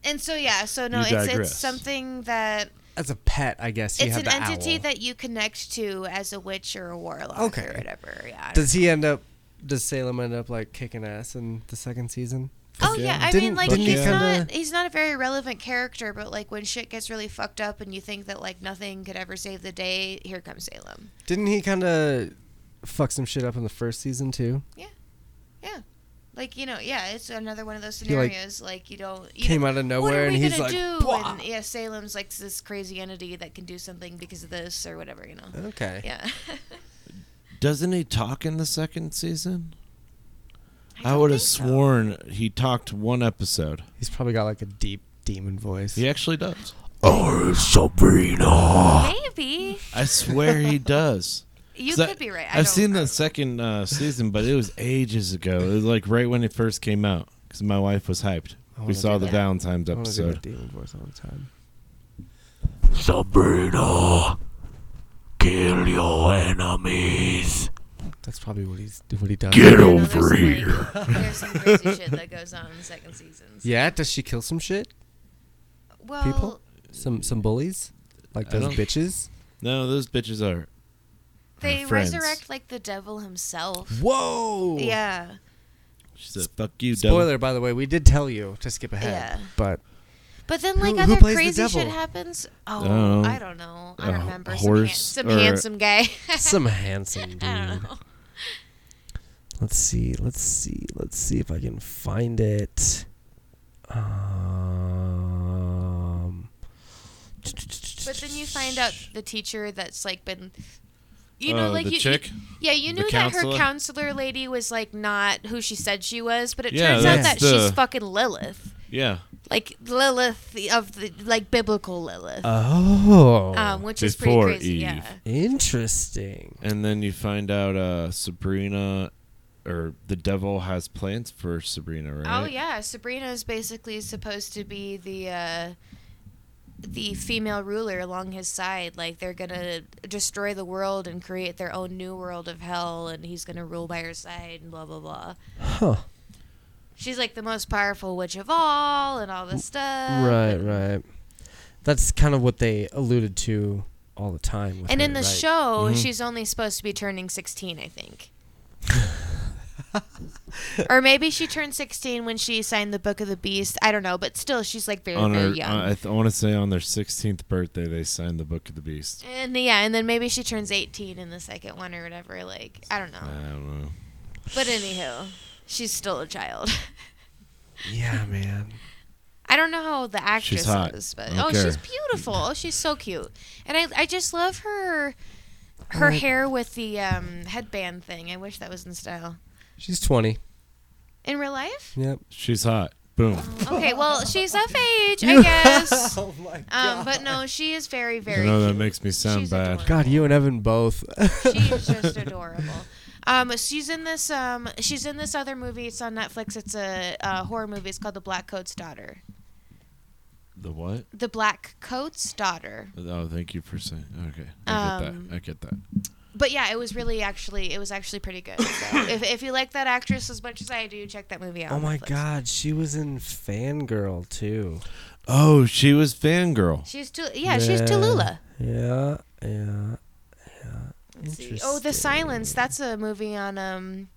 [SPEAKER 3] And so yeah, so no,
[SPEAKER 2] You
[SPEAKER 3] it's it's
[SPEAKER 2] digress.
[SPEAKER 3] something that
[SPEAKER 1] as a pet, I guess you
[SPEAKER 3] it's
[SPEAKER 1] have
[SPEAKER 3] an
[SPEAKER 1] the
[SPEAKER 3] entity
[SPEAKER 1] owl.
[SPEAKER 3] that you connect to as a witch or a warlock
[SPEAKER 1] Okay.
[SPEAKER 3] or whatever. Yeah.
[SPEAKER 1] does he end up? Does Salem end up like kicking ass in the second season?
[SPEAKER 3] Oh yeah, I
[SPEAKER 1] Didn't-
[SPEAKER 3] mean, like
[SPEAKER 1] didn't he
[SPEAKER 3] he's
[SPEAKER 1] kinda-
[SPEAKER 3] not he's not a very relevant character, but like when shit gets really fucked up and you think that like nothing could ever save the day, here comes Salem.
[SPEAKER 1] Didn't he kind of fuck some shit up in the first season too?
[SPEAKER 3] Yeah, like you know, yeah, it's another one of those
[SPEAKER 1] He, like,
[SPEAKER 3] scenarios. Like, you don't you
[SPEAKER 1] Came out of
[SPEAKER 3] don't- what
[SPEAKER 1] nowhere
[SPEAKER 3] are
[SPEAKER 1] and
[SPEAKER 3] we
[SPEAKER 1] he's
[SPEAKER 3] gonna
[SPEAKER 1] like,
[SPEAKER 3] do?
[SPEAKER 1] "Bwah."
[SPEAKER 3] And yeah, Salem's like this crazy entity that can do something because of this or whatever, you know.
[SPEAKER 1] Uh, okay,
[SPEAKER 3] Yeah.
[SPEAKER 2] Doesn't he talk in the second season? I,
[SPEAKER 3] don't
[SPEAKER 2] would have
[SPEAKER 3] think so.
[SPEAKER 2] sworn he talked one episode.
[SPEAKER 1] he's probably got like a deep demon voice.
[SPEAKER 2] He actually does.
[SPEAKER 1] Oh, Sabrina.
[SPEAKER 3] Maybe
[SPEAKER 2] I swear he does.
[SPEAKER 3] you
[SPEAKER 2] 'Cause I-
[SPEAKER 3] could be right. I
[SPEAKER 2] I've
[SPEAKER 3] don't-
[SPEAKER 2] seen
[SPEAKER 3] I
[SPEAKER 2] the
[SPEAKER 3] don't-
[SPEAKER 2] second uh, season, but it was ages ago. It was like right when it first came out because my wife was hyped.
[SPEAKER 1] I
[SPEAKER 2] We
[SPEAKER 1] wanna
[SPEAKER 2] saw
[SPEAKER 1] do
[SPEAKER 2] the
[SPEAKER 3] that.
[SPEAKER 2] Valentine's
[SPEAKER 1] I wanna do that
[SPEAKER 2] episode.
[SPEAKER 1] demon voice all the time.
[SPEAKER 4] Sabrina, kill your enemies.
[SPEAKER 1] That's probably what he's what he does.
[SPEAKER 4] Get
[SPEAKER 3] I know
[SPEAKER 4] over
[SPEAKER 3] there's some, like-
[SPEAKER 4] here.
[SPEAKER 3] There's some crazy shit that goes on in the second seasons.
[SPEAKER 1] Yeah, does she kill some shit?
[SPEAKER 3] Well,
[SPEAKER 1] People? Some some bullies? Like
[SPEAKER 2] I
[SPEAKER 1] those
[SPEAKER 2] don't-
[SPEAKER 1] bitches?
[SPEAKER 2] No, those bitches are.
[SPEAKER 3] they
[SPEAKER 2] friends.
[SPEAKER 3] resurrect like the devil himself.
[SPEAKER 1] Whoa.
[SPEAKER 3] Yeah.
[SPEAKER 2] She said, "Fuck you, devil." Uh,
[SPEAKER 1] Spoiler by the way, we did tell you to skip ahead.
[SPEAKER 3] Yeah.
[SPEAKER 1] But
[SPEAKER 3] But then, like,
[SPEAKER 1] Who- who
[SPEAKER 3] other
[SPEAKER 1] plays the
[SPEAKER 3] crazy shit
[SPEAKER 1] devil?
[SPEAKER 3] happens. Oh,
[SPEAKER 2] dunno.
[SPEAKER 3] I don't know. I
[SPEAKER 2] A
[SPEAKER 3] don't remember.
[SPEAKER 2] horse
[SPEAKER 3] some,
[SPEAKER 2] or-
[SPEAKER 3] han- some handsome guy.
[SPEAKER 1] some handsome dude.
[SPEAKER 3] I don't know.
[SPEAKER 1] Let's see. Let's see. Let's see if I can find it. Um
[SPEAKER 3] But then you find out the teacher that's like been, you know,
[SPEAKER 2] Oh,
[SPEAKER 3] like
[SPEAKER 2] the
[SPEAKER 3] you,
[SPEAKER 2] chick.
[SPEAKER 3] you- yeah, you
[SPEAKER 2] The
[SPEAKER 3] knew that her
[SPEAKER 2] counselor?
[SPEAKER 3] counselor lady was like not who she said she was, but it
[SPEAKER 2] Yeah,
[SPEAKER 3] turns out that
[SPEAKER 1] that's
[SPEAKER 2] the-
[SPEAKER 3] she's fucking Lilith,
[SPEAKER 2] yeah,
[SPEAKER 3] like Lilith the- of the like biblical Lilith,
[SPEAKER 1] Oh.
[SPEAKER 3] um, which is
[SPEAKER 2] Before
[SPEAKER 3] pretty crazy.
[SPEAKER 2] Eve.
[SPEAKER 3] Yeah.
[SPEAKER 1] interesting.
[SPEAKER 2] and then you find out uh, Sabrina, or the devil has plans for Sabrina, right?
[SPEAKER 3] Oh yeah, Sabrina is basically supposed to be the uh, the female ruler along his side. Like they're gonna destroy the world and create their own new world of hell, and he's gonna rule by her side and blah blah blah.
[SPEAKER 1] Huh.
[SPEAKER 3] She's like the most powerful witch of all, and all this stuff.
[SPEAKER 1] Right, right. That's kind of what they alluded to all the time. With
[SPEAKER 3] And
[SPEAKER 1] her,
[SPEAKER 2] Mm-hmm.
[SPEAKER 3] in the
[SPEAKER 1] right?
[SPEAKER 3] show, she's only supposed to be turning sixteen, I think. or maybe she turned 16 when she signed the Book of the Beast. I don't know, but still, she's like very,
[SPEAKER 2] on
[SPEAKER 3] very
[SPEAKER 2] her, uh,
[SPEAKER 3] young.
[SPEAKER 2] I, I th- I want to say on their 16th birthday, they signed the Book of the Beast.
[SPEAKER 3] and yeah, and then maybe she turns 18 in the second one or whatever. Like, I don't
[SPEAKER 2] I
[SPEAKER 3] know.
[SPEAKER 2] don't know.
[SPEAKER 3] But anywho, she's still a child.
[SPEAKER 1] Yeah, man.
[SPEAKER 3] I don't know how the actress
[SPEAKER 2] She's hot.
[SPEAKER 3] is, but
[SPEAKER 2] I don't
[SPEAKER 3] oh,
[SPEAKER 2] care.
[SPEAKER 3] she's beautiful. Oh, she's so cute, and I I just love her her
[SPEAKER 1] Alright.
[SPEAKER 3] hair with the um, headband thing. I wish that was in style
[SPEAKER 1] She's 20.
[SPEAKER 3] in real life.
[SPEAKER 1] Yep.
[SPEAKER 2] She's hot. Boom.
[SPEAKER 3] Okay, well she's of age, I guess.
[SPEAKER 1] oh my
[SPEAKER 3] Um, but no, she is very very.
[SPEAKER 2] you know that
[SPEAKER 3] cute.
[SPEAKER 2] makes me sound
[SPEAKER 3] She's
[SPEAKER 2] bad.
[SPEAKER 3] adorable.
[SPEAKER 1] God, you and Evan both.
[SPEAKER 3] She's just adorable. Um, she's in this um, she's in this other movie. It's on Netflix. It's a, uh horror movie. It's called The Black Coat's Daughter.
[SPEAKER 2] The what?
[SPEAKER 3] The Black Coat's Daughter.
[SPEAKER 2] Oh, thank you for saying. Okay, I
[SPEAKER 3] Um,
[SPEAKER 2] get that. I get that.
[SPEAKER 3] But yeah, it was really actually it was actually pretty good. So if if you like that actress as much as I do, check that movie out.
[SPEAKER 1] oh
[SPEAKER 3] on
[SPEAKER 1] my
[SPEAKER 3] Netflix.
[SPEAKER 1] God, she was in Fangirl too.
[SPEAKER 2] Oh, she was fangirl.
[SPEAKER 3] She's Tul- yeah, she's
[SPEAKER 1] Yeah.
[SPEAKER 3] Tallulah.
[SPEAKER 1] Yeah, yeah.
[SPEAKER 3] Let's see. Oh, The Silence. That's a movie on um.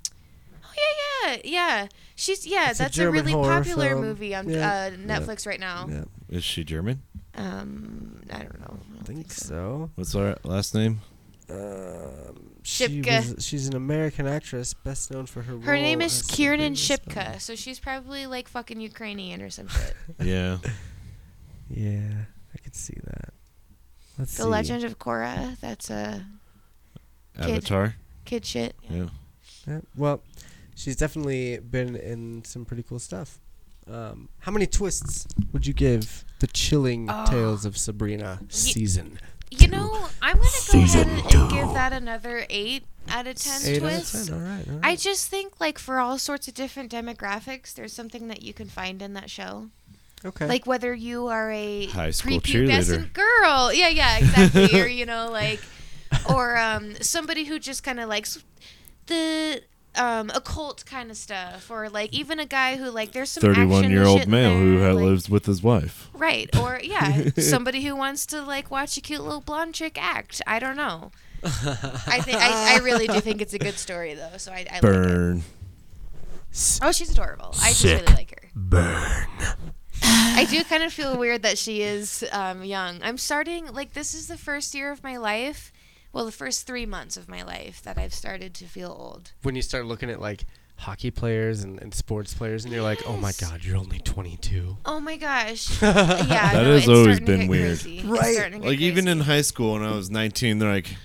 [SPEAKER 3] Oh yeah, yeah, yeah. She's yeah.
[SPEAKER 1] It's a
[SPEAKER 3] that's a,
[SPEAKER 1] German
[SPEAKER 3] really
[SPEAKER 1] horror
[SPEAKER 3] popular
[SPEAKER 1] film.
[SPEAKER 3] movie on
[SPEAKER 1] Yeah.
[SPEAKER 3] uh, Netflix right now.
[SPEAKER 1] Yeah,
[SPEAKER 2] Is she German?
[SPEAKER 3] Um, I don't know.
[SPEAKER 1] I
[SPEAKER 3] I don't
[SPEAKER 1] think so.
[SPEAKER 2] What's her last name?
[SPEAKER 1] Um, she
[SPEAKER 3] Shipka.
[SPEAKER 1] was, she's an American actress, best known for her.
[SPEAKER 3] Her
[SPEAKER 1] role
[SPEAKER 3] name is
[SPEAKER 1] as the
[SPEAKER 3] Kiernan
[SPEAKER 1] biggest-
[SPEAKER 3] Shipka, so she's probably like fucking Ukrainian or some shit.
[SPEAKER 2] Yeah.
[SPEAKER 1] Yeah, I could see that. Let's
[SPEAKER 3] the
[SPEAKER 1] see.
[SPEAKER 3] Legend of Korra. That's a Kid.
[SPEAKER 2] Avatar.
[SPEAKER 3] kid shit.
[SPEAKER 2] Yeah.
[SPEAKER 1] Yeah, well, she's definitely been in some pretty cool stuff. Um, how many twists would you give the chilling
[SPEAKER 3] Oh.
[SPEAKER 1] tales of Sabrina season?
[SPEAKER 3] You know, I'm gonna go ahead
[SPEAKER 4] Season
[SPEAKER 3] and
[SPEAKER 4] two.
[SPEAKER 3] give that another eight out of ten
[SPEAKER 1] Eight
[SPEAKER 3] twists.
[SPEAKER 1] out of ten. All right. All right.
[SPEAKER 3] I just think like for all sorts of different demographics, there's something that you can find in that show.
[SPEAKER 1] okay.
[SPEAKER 3] Like whether you are a
[SPEAKER 2] High school
[SPEAKER 3] prepubescent girl, yeah, yeah, exactly, or you know, like, or um, somebody who just kind of likes the um, occult kind of stuff, or like even a guy who like there's some action
[SPEAKER 2] Thirty-one-year-old
[SPEAKER 3] shit in
[SPEAKER 2] male who
[SPEAKER 3] there,
[SPEAKER 2] ha-
[SPEAKER 3] like-
[SPEAKER 2] lives with his wife.
[SPEAKER 3] Right. Or yeah, somebody who wants to like watch a cute little blonde chick act. I don't know. I think I, I really do think it's a good story though. So I, I like it.
[SPEAKER 2] Burn.
[SPEAKER 3] Oh, she's adorable. I just really
[SPEAKER 4] Sick.
[SPEAKER 3] like her.
[SPEAKER 4] Burn.
[SPEAKER 3] I do kind of feel weird that she is um, young. I'm starting like this is the first year of my life. Well, the first three months of my life that I've started to feel old.
[SPEAKER 1] when you start looking at like hockey players and, and sports players, and you're like, oh my
[SPEAKER 3] Yes.
[SPEAKER 1] god, you're only 22.
[SPEAKER 3] Oh my gosh! Yeah, that
[SPEAKER 2] That has always been weird.
[SPEAKER 1] Right.
[SPEAKER 2] Like even in high school when I was nineteen, they're like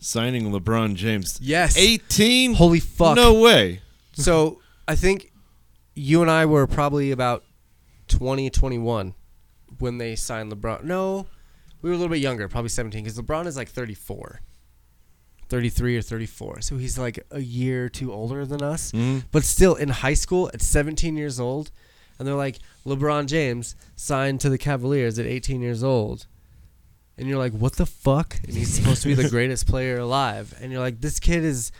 [SPEAKER 2] signing LeBron James.
[SPEAKER 1] Yes.
[SPEAKER 2] Eighteen.
[SPEAKER 1] Holy fuck.
[SPEAKER 2] No way.
[SPEAKER 1] So I think you and I were probably about 20, 21 when they signed LeBron. No, we were a little bit younger, probably 17, because LeBron is like 34, 33 or 34. So he's like a year or two older than us.
[SPEAKER 2] Mhm.
[SPEAKER 1] But still in high school at 17 years old, and they're like, LeBron James signed to the Cavaliers at 18 years old. And you're like, what the fuck? And he's supposed to be the greatest player alive. And you're like, this kid is,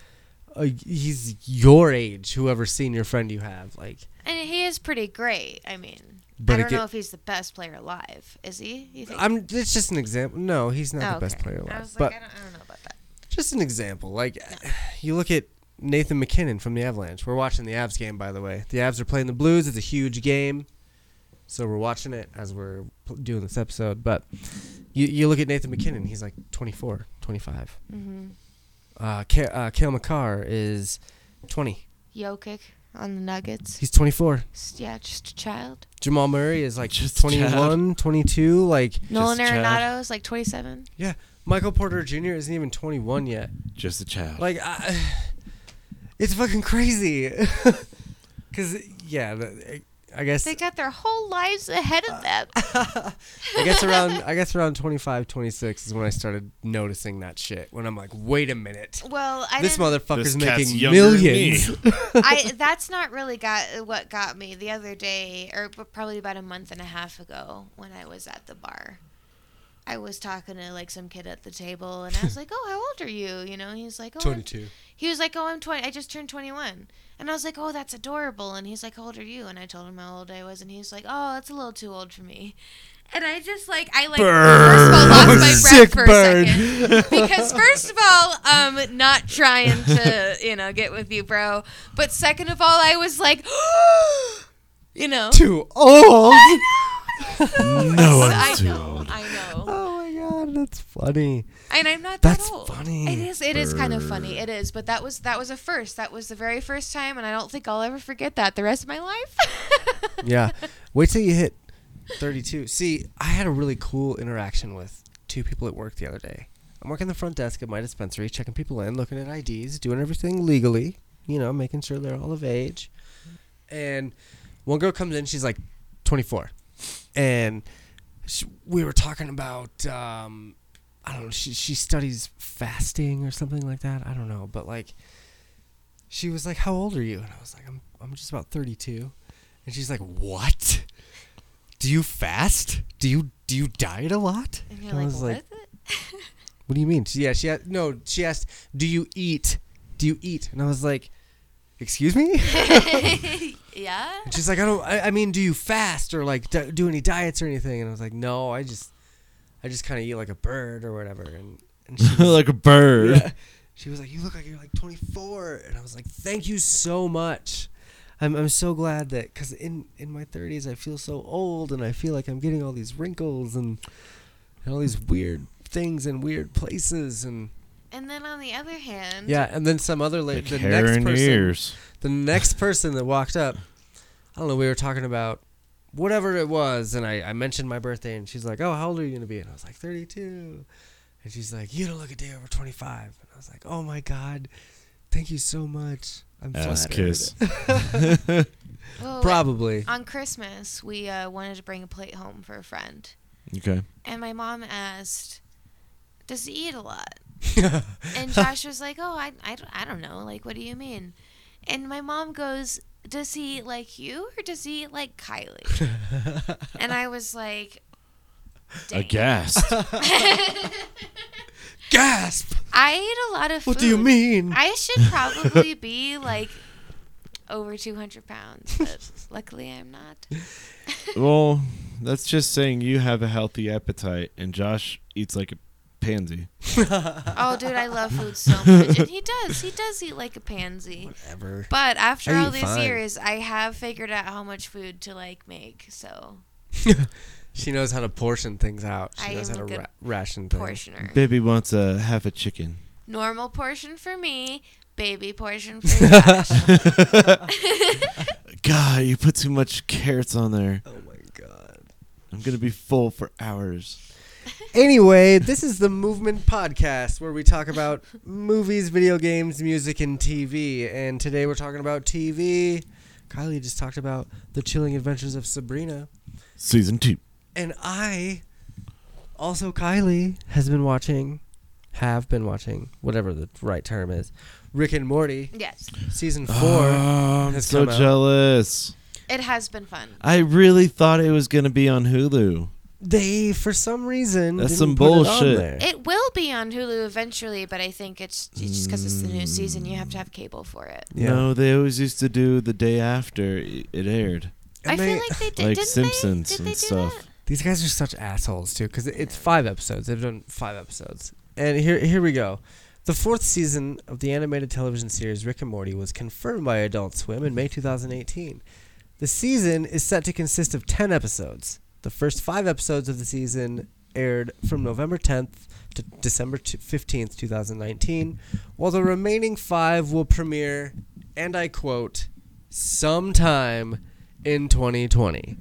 [SPEAKER 1] uh, he's your age, whoever senior friend you have. Like,
[SPEAKER 3] and he is pretty great. I mean,
[SPEAKER 1] But
[SPEAKER 3] I
[SPEAKER 1] it
[SPEAKER 3] don't
[SPEAKER 1] get-
[SPEAKER 3] know if he's the best player alive. Is he? You think?
[SPEAKER 1] I'm, it's just an example. No, he's not
[SPEAKER 3] Oh,
[SPEAKER 1] the best
[SPEAKER 3] okay.
[SPEAKER 1] player
[SPEAKER 3] I
[SPEAKER 1] alive.
[SPEAKER 3] was
[SPEAKER 1] But
[SPEAKER 3] like, I don't, I don't know about that.
[SPEAKER 1] just an example. Like, uh, you look at Nathan McKinnon from the Avalanche. We're watching the Avs game, by the way. The Avs are playing the Blues. It's a huge game, so we're watching it as we're pl- doing this episode. But you you look at Nathan McKinnon. He's like 24, 25.
[SPEAKER 3] Mm-hmm.
[SPEAKER 1] Uh, Ka- uh, Kale McCarr is 20.
[SPEAKER 3] Jokic on the Nuggets.
[SPEAKER 1] He's 24.
[SPEAKER 3] S- Yeah, just a child.
[SPEAKER 1] Jamal Murray is like
[SPEAKER 2] Just
[SPEAKER 1] 21, 22. Like
[SPEAKER 3] Nolan
[SPEAKER 2] a child.
[SPEAKER 3] Arenado is like 27.
[SPEAKER 1] Michael Porter Jr. isn't even 21 yet.
[SPEAKER 2] Just a child.
[SPEAKER 1] Like, I, it's fucking crazy. Cause yeah, the, I guess
[SPEAKER 3] They got their whole lives ahead
[SPEAKER 1] Uh,
[SPEAKER 3] of them.
[SPEAKER 1] I guess around I guess around 25, 26 is when I started noticing that shit. When I'm like, wait a minute,
[SPEAKER 3] Well, I
[SPEAKER 1] this
[SPEAKER 3] didn't,
[SPEAKER 1] motherfucker's
[SPEAKER 2] This cat's
[SPEAKER 1] making
[SPEAKER 2] younger than me.
[SPEAKER 1] millions.
[SPEAKER 3] I that's not really got what got me the other day, or p- probably about a month and a half ago when I was at the bar. I was talking to like some kid at the table, and I was like, "Oh, how old are you?" You know, he's like, "Oh, I'm
[SPEAKER 1] Twenty-two.
[SPEAKER 3] He was like, "Oh, I'm 20. I just turned 21." And I was like, "Oh, that's adorable." And he's like, "How old are you?" And I told him how old I was, and he's like, "Oh, that's a little too old for me." And I just like I like first
[SPEAKER 2] Burn.
[SPEAKER 3] of all lost my breath
[SPEAKER 1] Sick
[SPEAKER 3] for
[SPEAKER 1] burn.
[SPEAKER 3] a second because first of all, um, not trying to you know get with you, bro. But second of all, I was like, you know,
[SPEAKER 1] Too old.
[SPEAKER 2] No
[SPEAKER 3] I
[SPEAKER 2] one's too
[SPEAKER 3] know,
[SPEAKER 2] old.
[SPEAKER 3] I know,
[SPEAKER 1] Oh my god, that's funny.
[SPEAKER 3] and I'm not
[SPEAKER 1] That's
[SPEAKER 3] that old.
[SPEAKER 1] funny.
[SPEAKER 3] It is. It is kind of funny. It is. But that was that was a first. That was the very first time, and I don't think I'll ever forget that the rest of my life.
[SPEAKER 1] Yeah. Wait till you hit 32. See, I had a really cool interaction with two people at work the other day. I'm working the front desk at my dispensary, checking people in, looking at IDs, doing everything legally, you know, making sure they're all of age. And one girl comes in, she's like 24. And sh we were talking about, um, I don't know, she, she studies fasting or something like that. I don't know. But like, she was like, How old are you? And I was like, I'm, I'm just about 32. And she's like, "What? Do you fast? Do you do you diet a lot?"
[SPEAKER 3] and you're
[SPEAKER 1] I
[SPEAKER 3] like,
[SPEAKER 1] was
[SPEAKER 3] what?
[SPEAKER 1] like, "What do you mean?" She, yeah, she asked, no, she asked, "Do you eat? Do you eat?" And I was like, "Excuse me?"
[SPEAKER 3] yeah.
[SPEAKER 1] And she's like, "I don't. I, I mean, do you fast or like d- do any diets or anything?" And I was like, "No, I just, I just kind of eat like a bird or whatever." And, and she was
[SPEAKER 2] like a bird.
[SPEAKER 1] Yeah. She was like, "You look like you're like 24," and I was like, "Thank you so much. I'm I'm so glad that because in in my 30s I feel so old and I feel like I'm getting all these wrinkles and, and all these weird things and weird places and
[SPEAKER 3] And then on the other hand,
[SPEAKER 1] yeah. And then some other lady,
[SPEAKER 2] Like
[SPEAKER 1] the
[SPEAKER 2] hair
[SPEAKER 1] next
[SPEAKER 2] in your
[SPEAKER 1] person,
[SPEAKER 2] ears.
[SPEAKER 1] the next person that walked up, I don't know. We were talking about whatever it was, and I I mentioned my birthday, and she's like, "Oh, how old are you gonna be?" And I was like, "32." And she's like, "You don't look a day over 25." And I was like, "Oh my god, thank you so much." I'm
[SPEAKER 2] Ass
[SPEAKER 1] flattered."
[SPEAKER 2] kiss.
[SPEAKER 3] well,
[SPEAKER 1] Probably.
[SPEAKER 3] on Christmas, we uh, wanted to bring a plate home for a friend.
[SPEAKER 2] Okay.
[SPEAKER 3] And my mom asked, Does he eat a lot? and Josh was like, Oh, I, I, don't- I don't know. Like, what do you mean? And my mom goes, Does he eat like you or does he eat like Kylie? and I was like, Dang.
[SPEAKER 2] Aghast.
[SPEAKER 1] Gasp!
[SPEAKER 3] I eat a lot of food.
[SPEAKER 1] What do you mean?
[SPEAKER 3] I should probably be like over 200 pounds, but luckily I'm not.
[SPEAKER 2] well, that's just saying you have a healthy appetite, and Josh eats like a pansy.
[SPEAKER 3] Oh, dude, I love food so much. And he does. He does eat like a pansy.
[SPEAKER 1] Whatever.
[SPEAKER 3] But after
[SPEAKER 1] I
[SPEAKER 3] all
[SPEAKER 1] eat
[SPEAKER 3] these
[SPEAKER 1] fine.
[SPEAKER 3] years, I have figured out how much food to like make. So
[SPEAKER 1] She knows how to portion things out. She
[SPEAKER 3] I
[SPEAKER 1] knows
[SPEAKER 3] am
[SPEAKER 1] how to
[SPEAKER 3] a good
[SPEAKER 1] ra- ration things.
[SPEAKER 3] portioner,
[SPEAKER 2] Baby wants a half a chicken.
[SPEAKER 3] normal portion for me, baby portion for Josh.
[SPEAKER 2] God, you put too much carrots on there.
[SPEAKER 1] Oh my god.
[SPEAKER 2] I'm gonna be full for hours.
[SPEAKER 1] Anyway, this is the Movement Podcast where we talk about movies, video games, music, and TV. And today we're talking about TV. Kylie just talked about the chilling adventures of Sabrina.
[SPEAKER 2] Season two.
[SPEAKER 1] And I, also Kylie, has been watching, have been watching, whatever the right term is, Rick and Morty,
[SPEAKER 3] yes,
[SPEAKER 1] season four.
[SPEAKER 2] Oh, I'm
[SPEAKER 1] Um, has
[SPEAKER 2] so
[SPEAKER 1] come out.
[SPEAKER 2] jealous.
[SPEAKER 3] it has been fun.
[SPEAKER 2] I really thought it was gonna be on Hulu.
[SPEAKER 1] They, for some reason,
[SPEAKER 2] That's
[SPEAKER 1] didn't
[SPEAKER 2] some
[SPEAKER 1] put it on
[SPEAKER 2] bullshit.
[SPEAKER 1] there.
[SPEAKER 3] It will be on Hulu eventually, but I think it's, it's just because it's the new season. You have to have cable for it.
[SPEAKER 1] Yeah.
[SPEAKER 2] No, they always used to do the day after it it aired,
[SPEAKER 1] And
[SPEAKER 3] I
[SPEAKER 1] they-
[SPEAKER 3] feel like they did.
[SPEAKER 2] like
[SPEAKER 3] didn't
[SPEAKER 2] Simpsons
[SPEAKER 3] they? Did
[SPEAKER 2] and
[SPEAKER 3] they do
[SPEAKER 2] stuff.
[SPEAKER 3] That?
[SPEAKER 1] These guys are such assholes too, because it's five episodes. They've done five episodes, and here here we go. The fourth season of the animated television series Rick and Morty was confirmed by Adult Swim in May 2018. The season is set to consist of 10 episodes. The first five episodes of the season aired from November 10th to December t- 15th, 2019, while the remaining five will premiere, and I quote, sometime in 2020.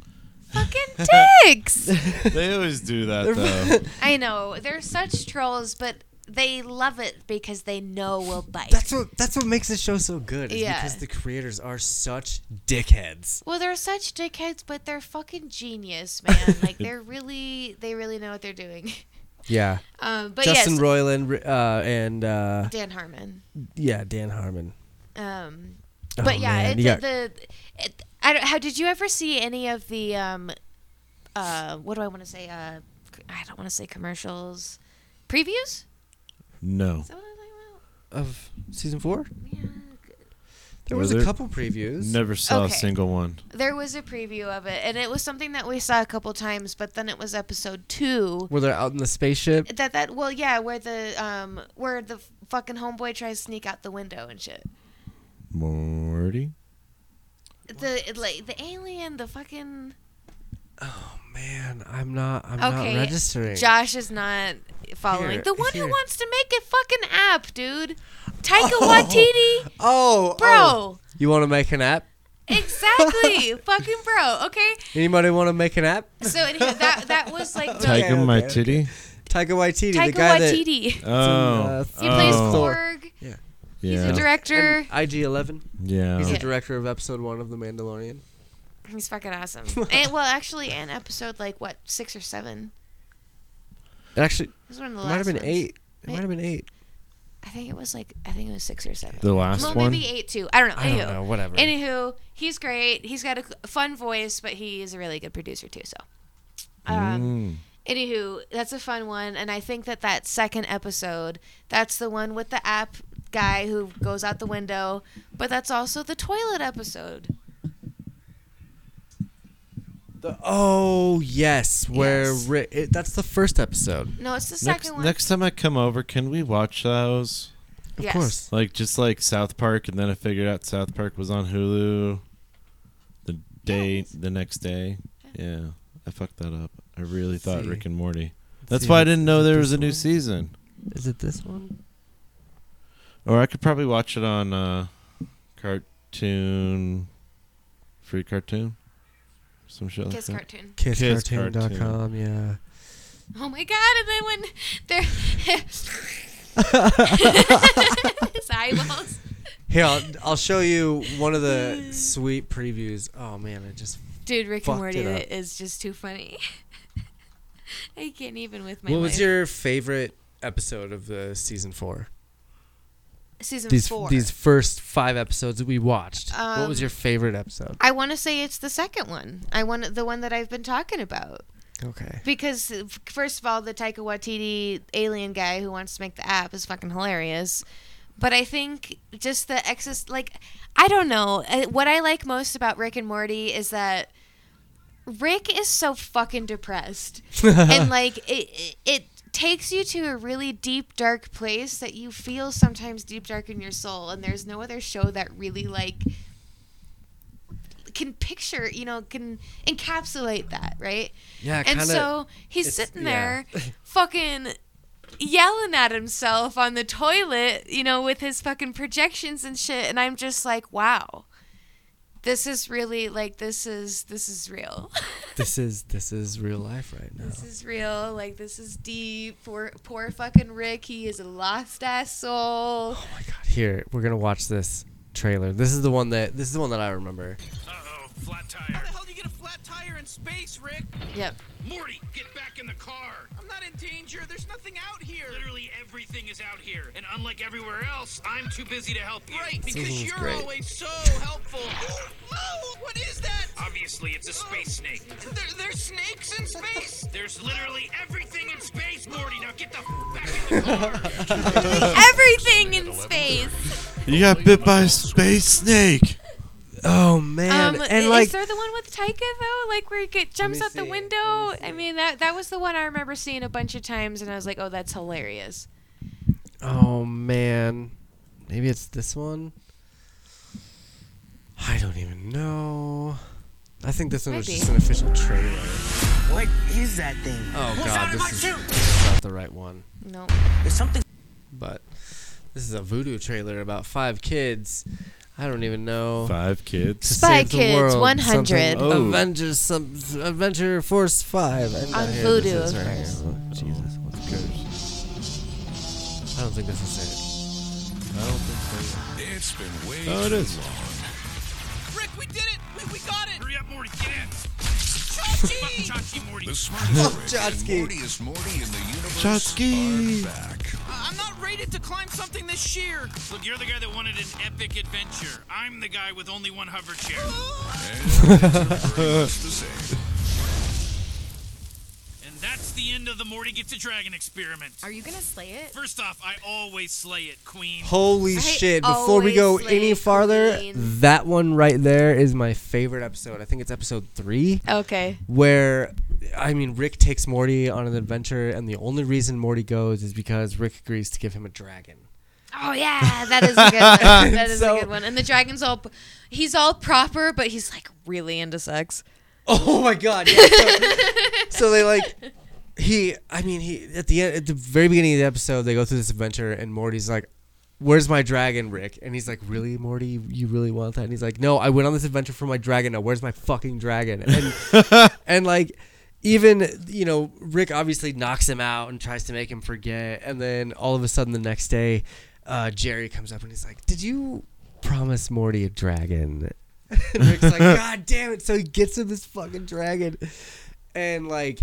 [SPEAKER 3] Fucking dicks!
[SPEAKER 2] they always do that though.
[SPEAKER 3] I know they're such trolls, but they love it because they know we'll bite.
[SPEAKER 1] That's what that's what makes the show so good. Is
[SPEAKER 3] Yeah.
[SPEAKER 1] because the creators are such dickheads.
[SPEAKER 3] Well, they're such dickheads, but they're fucking genius, man. like they're really, they really know what they're doing.
[SPEAKER 1] Yeah,
[SPEAKER 3] Um, but
[SPEAKER 1] Justin
[SPEAKER 3] yes,
[SPEAKER 1] Roiland uh, and uh,
[SPEAKER 3] Dan Harmon.
[SPEAKER 1] yeah Dan Harmon.
[SPEAKER 3] Um,
[SPEAKER 1] Oh,
[SPEAKER 3] but yeah,
[SPEAKER 1] man,
[SPEAKER 3] it,
[SPEAKER 1] you got-
[SPEAKER 3] the it, I don't, how did you ever see any of the um, uh, what do I want to say? Uh, c- I don't want to say commercials, previews.
[SPEAKER 2] no.
[SPEAKER 3] Is that what I'm talking about?
[SPEAKER 1] of season four.
[SPEAKER 3] Yeah.
[SPEAKER 1] There was,
[SPEAKER 2] Was
[SPEAKER 1] a
[SPEAKER 2] there?
[SPEAKER 1] couple previews.
[SPEAKER 2] Never saw
[SPEAKER 3] Okay.
[SPEAKER 2] a single one.
[SPEAKER 3] There was a preview of it, and it was something that we saw a couple times, but then it was episode two.
[SPEAKER 1] Were they out in the spaceship?
[SPEAKER 3] That that well yeah where the um where the fucking homeboy tries to sneak out the window and shit
[SPEAKER 2] Morty.
[SPEAKER 3] the like the alien the fucking
[SPEAKER 1] Oh man, I'm not. I'm
[SPEAKER 3] Okay,
[SPEAKER 1] not registering.
[SPEAKER 3] Josh is not following
[SPEAKER 1] Here,
[SPEAKER 3] the one
[SPEAKER 1] here.
[SPEAKER 3] who wants to make a fucking app dude Taika
[SPEAKER 1] Oh.
[SPEAKER 3] Waititi
[SPEAKER 1] oh, oh.
[SPEAKER 3] bro
[SPEAKER 1] you want to make an app?
[SPEAKER 3] exactly fucking bro okay
[SPEAKER 1] Anybody want to make an app?
[SPEAKER 3] so anyhow that that was like the
[SPEAKER 1] Okay,
[SPEAKER 2] Tiger my
[SPEAKER 1] okay, okay.
[SPEAKER 2] titty.
[SPEAKER 1] Taika Waititi, the
[SPEAKER 3] Taika
[SPEAKER 1] guy
[SPEAKER 3] Waititi
[SPEAKER 2] Oh,
[SPEAKER 1] uh,
[SPEAKER 2] oh,
[SPEAKER 3] he plays
[SPEAKER 1] Oh.
[SPEAKER 3] Korg he's
[SPEAKER 2] yeah,
[SPEAKER 3] a director
[SPEAKER 1] that IG Eleven.
[SPEAKER 2] yeah.
[SPEAKER 1] He's the
[SPEAKER 3] Yeah.
[SPEAKER 1] director of Episode One of The Mandalorian.
[SPEAKER 3] he's fucking awesome and, well actually an episode like what six or seven
[SPEAKER 1] It actually
[SPEAKER 3] This is one of the
[SPEAKER 1] it
[SPEAKER 3] last
[SPEAKER 1] might have been
[SPEAKER 3] ones.
[SPEAKER 1] eight. It might have been eight.
[SPEAKER 3] I think it was like I think it was six or seven.
[SPEAKER 2] The last
[SPEAKER 3] well,
[SPEAKER 2] one.
[SPEAKER 3] maybe eight too. I don't know.
[SPEAKER 1] I
[SPEAKER 3] Anywho,
[SPEAKER 1] don't know. Whatever.
[SPEAKER 3] anywho, he's great. He's got a c- fun voice, but he is a really good producer too. So, um,
[SPEAKER 2] Mm.
[SPEAKER 3] anywho, that's a fun one, and I think that that second episode, that's the one with the app guy who goes out the window, but that's also the toilet episode.
[SPEAKER 1] The- oh yes, where
[SPEAKER 3] Yes.
[SPEAKER 1] Ri- it, that's the first episode.
[SPEAKER 3] No, it's the second
[SPEAKER 2] Next,
[SPEAKER 3] one.
[SPEAKER 2] next time I come over, can we watch those?
[SPEAKER 1] Of
[SPEAKER 3] Yes.
[SPEAKER 1] course.
[SPEAKER 2] Like just like South Park, and then I figured out South Park was on Hulu. The day, the next day. Yeah, I fucked that up. I really thought
[SPEAKER 1] see.
[SPEAKER 2] Rick and Morty. That's
[SPEAKER 1] see.
[SPEAKER 2] why I didn't know there
[SPEAKER 1] This
[SPEAKER 2] was a new
[SPEAKER 1] one?
[SPEAKER 2] season.
[SPEAKER 1] Is it this one?
[SPEAKER 2] Or I could probably watch it on uh, cartoon, free cartoon, some shit like
[SPEAKER 3] Kiss
[SPEAKER 2] that.
[SPEAKER 3] cartoon.
[SPEAKER 2] Kidscartoon.com,
[SPEAKER 1] Kidscartoon.com, Yeah.
[SPEAKER 3] Oh my god! And then when they're his eyeballs.
[SPEAKER 1] Here, I'll, I'll show you one of the sweet previews. Oh man, I just
[SPEAKER 3] Dude, Rick
[SPEAKER 1] Fucked
[SPEAKER 3] and Morty
[SPEAKER 1] it up.
[SPEAKER 3] is just too funny. I can't even with my.
[SPEAKER 1] What was
[SPEAKER 3] life.
[SPEAKER 1] your favorite episode of the season four?
[SPEAKER 3] season
[SPEAKER 1] These
[SPEAKER 3] four?
[SPEAKER 1] these first five episodes that we watched. what was
[SPEAKER 3] Um,
[SPEAKER 1] your favorite episode?
[SPEAKER 3] I want to say it's the second one. I want the one that I've been talking about
[SPEAKER 1] Okay.
[SPEAKER 3] because uh, f- first of all, the Taika Waititi alien guy who wants to make the app is fucking hilarious. But I think just the excess, like I don't know. Uh, What I like most about Rick and Morty is that Rick is so fucking depressed.
[SPEAKER 1] Uh-huh.
[SPEAKER 3] and like it, it it takes you to a really deep dark place that you feel sometimes deep dark in your soul and there's no other show that really like can picture you know can encapsulate that right
[SPEAKER 1] yeah,
[SPEAKER 3] and
[SPEAKER 1] kind of.
[SPEAKER 3] so he's
[SPEAKER 1] it's-
[SPEAKER 3] sitting
[SPEAKER 1] yeah.
[SPEAKER 3] there fucking yelling at himself on the toilet you know with his fucking projections and shit and i'm just like wow this is really like this is this is real
[SPEAKER 1] this is this is real life right now.
[SPEAKER 3] This is real. Like this is deep. Poor, poor fucking Rick. He is a lost ass soul.
[SPEAKER 1] Oh my god! Here, we're gonna watch this trailer. This is the one that this is the one that I remember.
[SPEAKER 5] Uh-oh, flat tire.
[SPEAKER 6] How the hell do you get a flat tire in space, Rick?
[SPEAKER 3] Yep.
[SPEAKER 5] Morty, get back in the car.
[SPEAKER 6] I'm not in danger. There's nothing out here.
[SPEAKER 5] Literally everything is out here, and unlike everywhere else, I'm too busy to help you.
[SPEAKER 6] Right, because
[SPEAKER 1] Season's
[SPEAKER 6] you're
[SPEAKER 1] great.
[SPEAKER 6] always so helpful. Oh, no! What is that? Oh.
[SPEAKER 5] Obviously, it's a space snake.
[SPEAKER 6] There, there's snakes in space.
[SPEAKER 5] There's literally everything in space, Morty. Now get the f- back in the car.
[SPEAKER 1] Oh.
[SPEAKER 3] Everything in space.
[SPEAKER 2] You got bit by a space snake.
[SPEAKER 1] Oh man!
[SPEAKER 3] um,
[SPEAKER 1] and
[SPEAKER 3] is
[SPEAKER 1] like
[SPEAKER 3] there the one with Taika though? Like where he get, jumps
[SPEAKER 1] me
[SPEAKER 3] out the
[SPEAKER 1] see, let
[SPEAKER 3] window?
[SPEAKER 1] me see.
[SPEAKER 3] I mean that that was the one I remember seeing a bunch of times, and I was like, oh, that's hilarious.
[SPEAKER 1] Oh man, maybe it's this one. I don't even know. I think this one was
[SPEAKER 3] Might
[SPEAKER 1] just
[SPEAKER 3] be.
[SPEAKER 1] an official trailer.
[SPEAKER 7] What is that thing?
[SPEAKER 1] Oh god, this is this is not the right one.
[SPEAKER 3] No.
[SPEAKER 7] There's something
[SPEAKER 1] But this is a voodoo trailer about five kids. I don't even know.
[SPEAKER 2] Five kids.
[SPEAKER 1] To
[SPEAKER 3] Spy
[SPEAKER 1] save the
[SPEAKER 3] Kids
[SPEAKER 1] world,
[SPEAKER 3] 100.
[SPEAKER 1] something-
[SPEAKER 2] Oh.
[SPEAKER 1] Avengers, some Avenger Force Five. And
[SPEAKER 3] On
[SPEAKER 1] here,
[SPEAKER 3] Voodoo,
[SPEAKER 1] this is right
[SPEAKER 3] of
[SPEAKER 1] here.
[SPEAKER 3] course.
[SPEAKER 1] Look, Jesus, what's good? I don't think this is
[SPEAKER 2] I don't think so.
[SPEAKER 8] It's been way
[SPEAKER 1] Uh,
[SPEAKER 2] Oh, it
[SPEAKER 8] too
[SPEAKER 2] is.
[SPEAKER 8] long.
[SPEAKER 6] Rick, we did it. We, we got it.
[SPEAKER 5] Hurry up, Morty. Get in.
[SPEAKER 6] Chachi!
[SPEAKER 5] Chachi, Morty.
[SPEAKER 8] The smartest Rick
[SPEAKER 1] Chotsky.
[SPEAKER 8] and Mortiest Morty in the universe
[SPEAKER 2] Chotsky.
[SPEAKER 8] are back.
[SPEAKER 6] I'm not rated to climb something this sheer.
[SPEAKER 5] Look, you're the guy that wanted an epic adventure. I'm the guy with only one hover chair.
[SPEAKER 8] And it's pretty much the same.
[SPEAKER 5] And that That's the end of the Morty Gets a Dragon experiment.
[SPEAKER 3] Are you gonna slay it?
[SPEAKER 5] First off, I always slay it, Queen.
[SPEAKER 1] Holy
[SPEAKER 3] I
[SPEAKER 1] shit. Before we go
[SPEAKER 3] always slay
[SPEAKER 1] any farther,
[SPEAKER 3] Queen.
[SPEAKER 1] that one right there is my favorite episode. I think it's episode three,
[SPEAKER 3] Okay.
[SPEAKER 1] where, I mean, Rick takes Morty on an adventure, and the only reason Morty goes is because Rick agrees to give him a dragon.
[SPEAKER 3] Oh yeah, that is a good one. That is
[SPEAKER 1] So-
[SPEAKER 3] a good one. And the dragon's all he's all proper, but he's like really into sex.
[SPEAKER 1] Oh my god! Yeah, so, so they like he. I mean, he at the end, at the very beginning of the episode, they go through this adventure, and Morty's like, "Where's my dragon, Rick?" And he's like, "Really, Morty? You, you really want that?" And he's like, "No, I went on this adventure for my dragon. Now, where's my fucking dragon?" And and like. Even you know Rick obviously knocks him out and tries to make him forget, and then all of a sudden the next day, uh, Jerry comes up and he's like, "Did you promise Morty a dragon?" And Rick's like, God damn it. So he gets him this fucking dragon. And like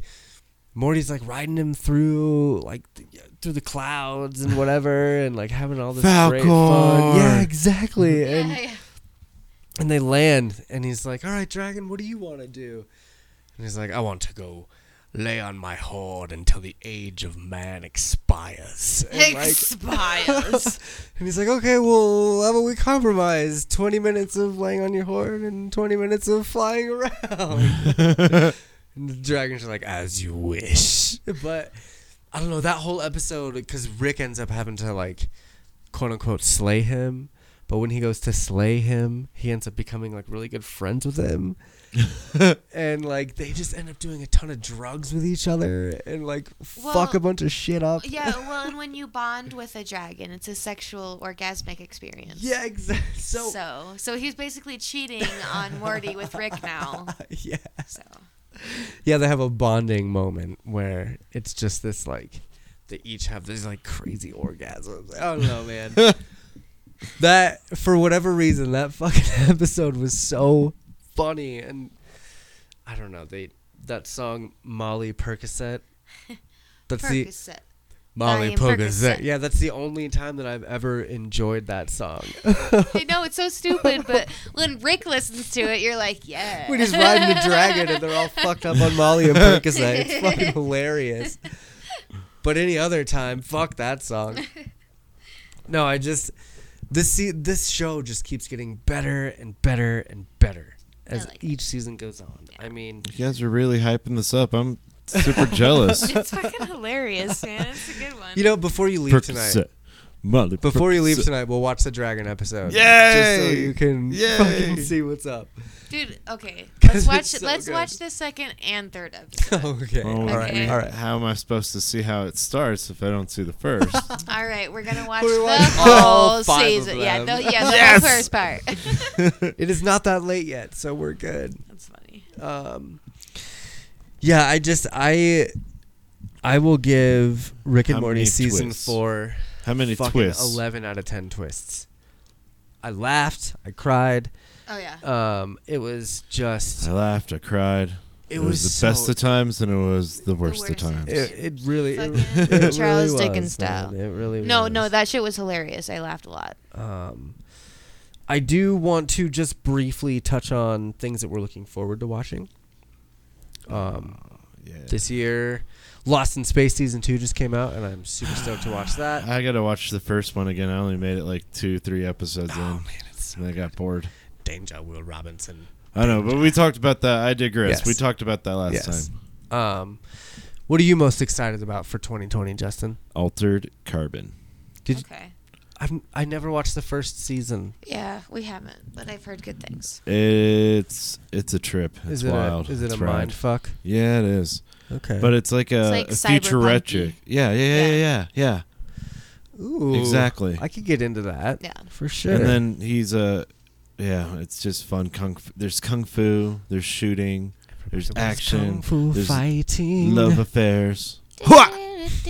[SPEAKER 1] Morty's like riding him through like th- through the clouds and whatever and like having all this great fun.
[SPEAKER 2] Falcor.
[SPEAKER 1] Yeah, exactly. And
[SPEAKER 3] Yeah, yeah.
[SPEAKER 1] and they land and he's like, All right, dragon, what do you want to do? And he's like, I want to go lay on my hoard until the age of man expires. And, like,
[SPEAKER 3] Expires.
[SPEAKER 1] and he's like, okay, well, how about we compromise? 20 minutes of laying on your horn and 20 minutes of flying around. and the dragons are like, as you wish. But I don't know, that whole episode, because Rick ends up having to, like, quote unquote, slay him. But when he goes to slay him, he ends up becoming, like, really good friends with him. and, like, they just end up doing a ton of drugs with each other and, like, fuck
[SPEAKER 3] Well,
[SPEAKER 1] a bunch of shit up.
[SPEAKER 3] yeah, well, and when you bond with a dragon, it's a sexual orgasmic experience.
[SPEAKER 1] Yeah, exactly.
[SPEAKER 3] So, so, he's basically cheating on Morty with Rick now.
[SPEAKER 1] yeah.
[SPEAKER 3] So,
[SPEAKER 1] Yeah, they have a bonding moment where it's just this like they each have these like crazy orgasms. I don't know, man. that for whatever reason, that fucking episode was so funny and I don't know, they that song Molly Percocet. That's the
[SPEAKER 3] Percocet.
[SPEAKER 1] Molly
[SPEAKER 3] Molly Percocet.
[SPEAKER 1] Percocet. Yeah, that's the only time that I've ever enjoyed that song.
[SPEAKER 3] I know it's so stupid, but when Rick listens to it, you're like, yeah.
[SPEAKER 1] We're just riding the dragon and they're all fucked up on Molly and Percocet. It's fucking hilarious. But any other time, fuck that song. No, I just this se- this show just keeps getting better and better and better as
[SPEAKER 3] I like it.
[SPEAKER 1] each season goes on. I mean,
[SPEAKER 2] You guys are really hyping this up. I'm super jealous.
[SPEAKER 3] It's fucking hilarious, man. It's a good one.
[SPEAKER 1] you know, before you leave tonight,
[SPEAKER 2] Percocet. Molly
[SPEAKER 1] before you leave
[SPEAKER 2] Percocet.
[SPEAKER 1] tonight, we'll watch the dragon episode. Just so
[SPEAKER 2] Yay!
[SPEAKER 1] you can
[SPEAKER 2] Yay!
[SPEAKER 1] fucking see what's up.
[SPEAKER 3] Dude, okay.
[SPEAKER 1] 'Cause it's
[SPEAKER 3] Let's watch
[SPEAKER 1] so
[SPEAKER 3] let's
[SPEAKER 1] good.
[SPEAKER 3] watch the second and third episode.
[SPEAKER 1] okay.
[SPEAKER 2] Oh,
[SPEAKER 1] All right.
[SPEAKER 3] Okay.
[SPEAKER 1] All right.
[SPEAKER 2] How am I supposed to see how it starts if I don't see the first?
[SPEAKER 3] All right, we're gonna watch
[SPEAKER 1] We're
[SPEAKER 3] the
[SPEAKER 1] watching all
[SPEAKER 3] whole
[SPEAKER 1] five of
[SPEAKER 3] season. Yeah,
[SPEAKER 1] them.
[SPEAKER 3] the, yeah, the
[SPEAKER 2] Yes!
[SPEAKER 3] whole first part.
[SPEAKER 1] It is not that late yet, so we're good.
[SPEAKER 3] That's funny.
[SPEAKER 1] Um, yeah, I just I I will give Rick and
[SPEAKER 2] How
[SPEAKER 1] Morty
[SPEAKER 2] many
[SPEAKER 1] season
[SPEAKER 2] twists?
[SPEAKER 1] four
[SPEAKER 2] How many
[SPEAKER 1] fucking
[SPEAKER 2] twists?
[SPEAKER 1] eleven out of ten twists. I laughed, I cried.
[SPEAKER 3] Oh yeah.
[SPEAKER 1] Um, it was just
[SPEAKER 2] I laughed. I cried.
[SPEAKER 1] it,
[SPEAKER 2] It,
[SPEAKER 1] was,
[SPEAKER 2] was, the best
[SPEAKER 1] so-
[SPEAKER 2] of times, and it was the worst,
[SPEAKER 3] worst.
[SPEAKER 2] of times.
[SPEAKER 1] It, it really, it,
[SPEAKER 3] Fucking
[SPEAKER 1] it really
[SPEAKER 3] Charles
[SPEAKER 1] was,
[SPEAKER 3] Dickens style.
[SPEAKER 1] man. It really
[SPEAKER 3] No,
[SPEAKER 1] was.
[SPEAKER 3] no, that shit was hilarious. I laughed a lot.
[SPEAKER 1] Um, I do want to just briefly touch on things that we're looking forward to watching. Um,
[SPEAKER 2] yeah.
[SPEAKER 1] this year, Lost in Space season two just came out, and I'm super stoked to watch that.
[SPEAKER 2] I gotta watch the first one again. I only made it like two, three episodes
[SPEAKER 1] Oh,
[SPEAKER 2] in, and I got bored.
[SPEAKER 1] Danger Will Robinson.
[SPEAKER 2] I know, but we talked about that. I digress.
[SPEAKER 1] Yes.
[SPEAKER 2] We talked about that last
[SPEAKER 1] Yes.
[SPEAKER 2] time.
[SPEAKER 1] Um, what are you most excited about for 2020, Justin?
[SPEAKER 2] Altered carbon.
[SPEAKER 1] Did
[SPEAKER 3] Okay.
[SPEAKER 1] I've, I never watched the first season.
[SPEAKER 3] Yeah, we haven't, but I've heard good things.
[SPEAKER 2] It's it's a trip. It's
[SPEAKER 1] is it
[SPEAKER 2] wild.
[SPEAKER 1] a, is it
[SPEAKER 2] It's
[SPEAKER 1] a
[SPEAKER 2] rad.
[SPEAKER 1] mind fuck?
[SPEAKER 2] Yeah, it is.
[SPEAKER 1] Okay,
[SPEAKER 2] But it's like a,
[SPEAKER 3] like
[SPEAKER 2] a futuristic.
[SPEAKER 3] cyberpunk-y.
[SPEAKER 2] Yeah, yeah, yeah,
[SPEAKER 3] Yeah.
[SPEAKER 2] yeah, yeah. yeah.
[SPEAKER 1] Ooh,
[SPEAKER 2] exactly.
[SPEAKER 1] I could get into that.
[SPEAKER 3] Yeah.
[SPEAKER 1] for sure.
[SPEAKER 2] And then he's a, yeah, it's just fun. Kung fu. There's kung fu. There's shooting.
[SPEAKER 1] There's
[SPEAKER 2] There's
[SPEAKER 1] kung
[SPEAKER 2] action.
[SPEAKER 1] fu
[SPEAKER 2] there's
[SPEAKER 1] fighting.
[SPEAKER 2] Love affairs.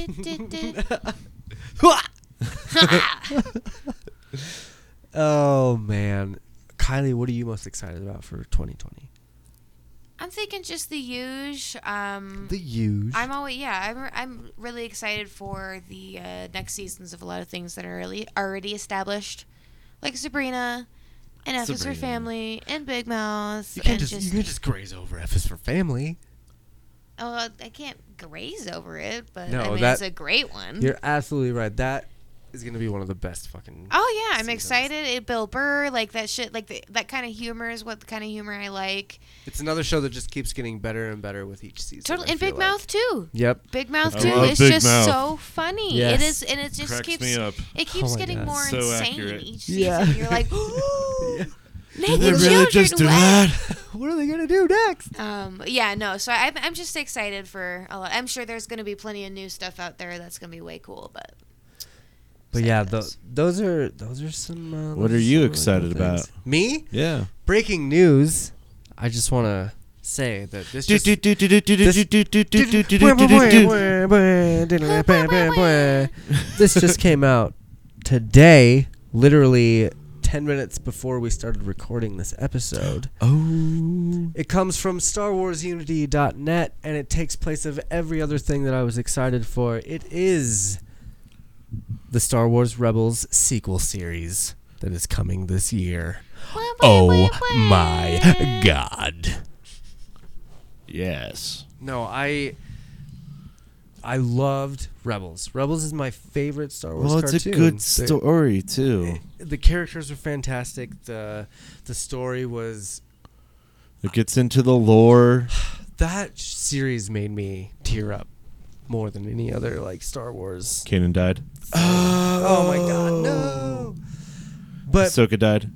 [SPEAKER 1] oh man, Kylie, what are you most excited about for 2020?
[SPEAKER 3] I'm thinking just the huge. Um,
[SPEAKER 1] The huge.
[SPEAKER 3] I'm always yeah. I'm I'm really excited for the uh, next seasons of a lot of things that are really already established, like Sabrina, and F is for
[SPEAKER 2] Sabrina.
[SPEAKER 3] Family, and Big Mouth.
[SPEAKER 1] you can't
[SPEAKER 3] and
[SPEAKER 1] just, you can't just graze over F is for family.
[SPEAKER 3] Oh, I can't graze over it, but
[SPEAKER 1] No,
[SPEAKER 3] I mean,
[SPEAKER 1] that-
[SPEAKER 3] it's a great one.
[SPEAKER 1] You're absolutely right. That is going to be one of the best fucking.
[SPEAKER 3] Oh yeah, I'm
[SPEAKER 1] Seasons.
[SPEAKER 3] excited. It, Bill Burr, like that shit, like the, that kind of humor is what the kind of humor I like.
[SPEAKER 1] It's another show that just keeps getting better and better with each season.
[SPEAKER 3] Totally,
[SPEAKER 1] I
[SPEAKER 3] and
[SPEAKER 1] feel
[SPEAKER 3] Big
[SPEAKER 1] like.
[SPEAKER 3] Mouth too.
[SPEAKER 1] Yep.
[SPEAKER 3] Big Mouth
[SPEAKER 2] I
[SPEAKER 3] too.
[SPEAKER 2] love
[SPEAKER 3] It's
[SPEAKER 2] Big
[SPEAKER 3] just
[SPEAKER 2] Mouth.
[SPEAKER 3] so funny.
[SPEAKER 1] Yes.
[SPEAKER 3] It is, and it just
[SPEAKER 2] Cracks
[SPEAKER 3] keeps
[SPEAKER 2] me up.
[SPEAKER 3] It
[SPEAKER 1] Oh
[SPEAKER 3] keeps
[SPEAKER 1] my
[SPEAKER 3] getting
[SPEAKER 1] God.
[SPEAKER 3] more
[SPEAKER 2] So
[SPEAKER 3] insane
[SPEAKER 2] accurate.
[SPEAKER 3] each season.
[SPEAKER 1] Yeah.
[SPEAKER 3] You're like, ooh, naked
[SPEAKER 2] they really
[SPEAKER 3] children.
[SPEAKER 2] just do
[SPEAKER 3] what?
[SPEAKER 2] that?
[SPEAKER 1] What are they going to do next?
[SPEAKER 3] Um, yeah, no. So I'm, I'm just excited for a lot. I'm sure there's going to be plenty of new stuff out there that's going to be way cool. But
[SPEAKER 1] But yeah,
[SPEAKER 3] Same
[SPEAKER 1] tho-
[SPEAKER 3] goes.
[SPEAKER 1] those are those are some. Uh,
[SPEAKER 2] What
[SPEAKER 1] those
[SPEAKER 2] are you
[SPEAKER 1] some really
[SPEAKER 2] excited
[SPEAKER 1] cool things. Me?
[SPEAKER 2] Yeah.
[SPEAKER 1] Breaking news. I just want to say that this. Just this just came out today, literally 10 minutes before we started recording this episode.
[SPEAKER 2] Oh.
[SPEAKER 1] It comes from StarWarsUnity.net and it takes place of every other thing that I was excited for. It is the Star Wars Rebels sequel series that is coming this year. Oh my god.
[SPEAKER 2] Yes.
[SPEAKER 1] No, I I loved Rebels. Rebels is my favorite Star Wars
[SPEAKER 2] Well, it's a
[SPEAKER 1] cartoon.
[SPEAKER 2] good
[SPEAKER 1] They-
[SPEAKER 2] story too.
[SPEAKER 1] The characters were fantastic. The the story was
[SPEAKER 2] It gets into the lore.
[SPEAKER 1] that series made me tear up more than any other like Star Wars.
[SPEAKER 2] Kanan died.
[SPEAKER 1] Oh my god, no. But
[SPEAKER 2] Ahsoka died.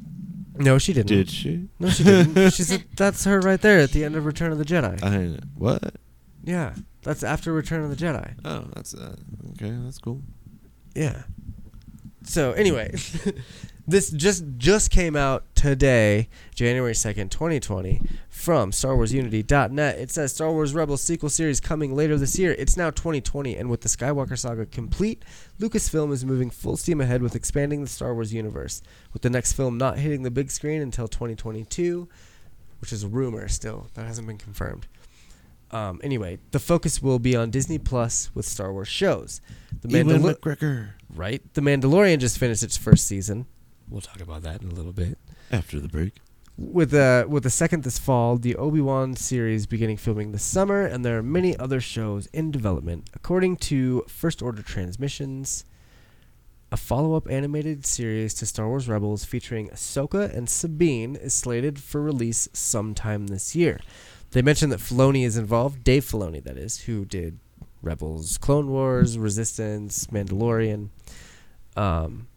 [SPEAKER 1] no, she didn't.
[SPEAKER 2] Did she?
[SPEAKER 1] No, she didn't. She's a, that's her right there at the end of Return of the Jedi.
[SPEAKER 2] I what?
[SPEAKER 1] yeah, that's after Return of the Jedi.
[SPEAKER 2] Oh, that's uh, okay. That's cool.
[SPEAKER 1] Yeah. So anyway, this just just came out today, January second, twenty twenty, from StarWarsUnity.net. It says Star Wars Rebels sequel series coming later this year. It's now twenty twenty, and with the Skywalker saga complete, Lucasfilm is moving full steam ahead with expanding the Star Wars universe. With the next film not hitting the big screen until twenty twenty two, which is a rumor still that hasn't been confirmed. Um, anyway, the focus will be on Disney Plus with Star Wars shows. The
[SPEAKER 2] Ewan
[SPEAKER 1] Mandalor-
[SPEAKER 2] McGregor.
[SPEAKER 1] Right? The Mandalorian just finished its first season. We'll talk about that in a little bit.
[SPEAKER 2] After the break.
[SPEAKER 1] With a with a second this fall, the Obi Wan series beginning filming this summer, and there are many other shows in development. According to First Order Transmissions, a follow up animated series to Star Wars Rebels featuring Ahsoka and Sabine is slated for release sometime this year. They mentioned that Filoni is involved, Dave Filoni, that is, who did Rebels, Clone Wars, Resistance, Mandalorian. Um,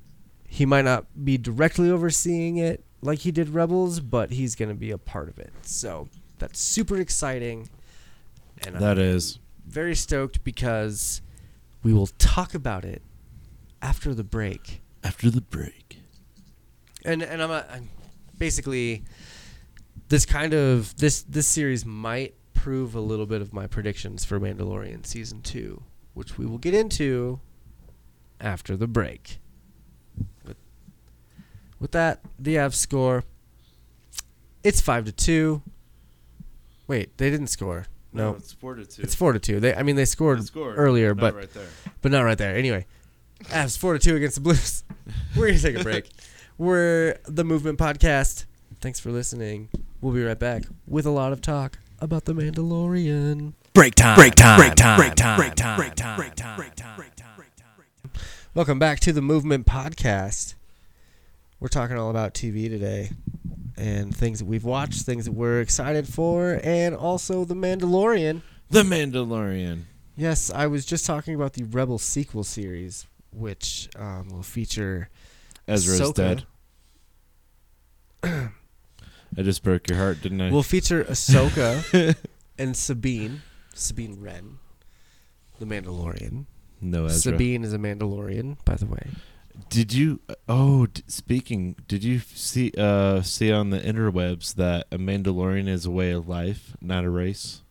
[SPEAKER 1] he might not be directly overseeing it like he did Rebels, but he's going to be a part of it. So that's super exciting. And
[SPEAKER 2] That is.
[SPEAKER 1] very stoked because we will talk about it after the break.
[SPEAKER 2] After the break.
[SPEAKER 1] And and I'm, a, I'm basically this kind of this this series might prove a little bit of my predictions for Mandalorian season 2, which we will get into after the break. With, with that, the Avs score it's 5 to 2. Wait, they didn't score. No.
[SPEAKER 2] it's four to two.
[SPEAKER 1] It's four to two. They, I mean, they scored, earlier, but
[SPEAKER 2] right there.
[SPEAKER 1] but not right there. Anyway, Avs four to two against the Blues. We're gonna take a break. We're the Movement Podcast. Thanks for listening. We'll be right back with a lot of talk about the Mandalorian.
[SPEAKER 4] Break time. Break time. Break time. Break time. Break time. Break time. Break time. Break time. Break time.
[SPEAKER 1] Welcome back to the Movement Podcast. We're talking all about TV today and things that we've watched, things that we're excited for, and also the Mandalorian.
[SPEAKER 2] The Mandalorian.
[SPEAKER 1] Yes, I was just talking about the Rebel sequel series, which um, will feature
[SPEAKER 2] Ezra's
[SPEAKER 1] Ahsoka.
[SPEAKER 2] dead. I just broke your heart, didn't I?
[SPEAKER 1] will feature Ahsoka and Sabine, Sabine Wren, the Mandalorian.
[SPEAKER 2] no, Ezra.
[SPEAKER 1] Sabine is a Mandalorian, by the way.
[SPEAKER 2] Did you? Oh, d- speaking. Did you see? Uh, see on the interwebs that a Mandalorian is a way of life, not a race.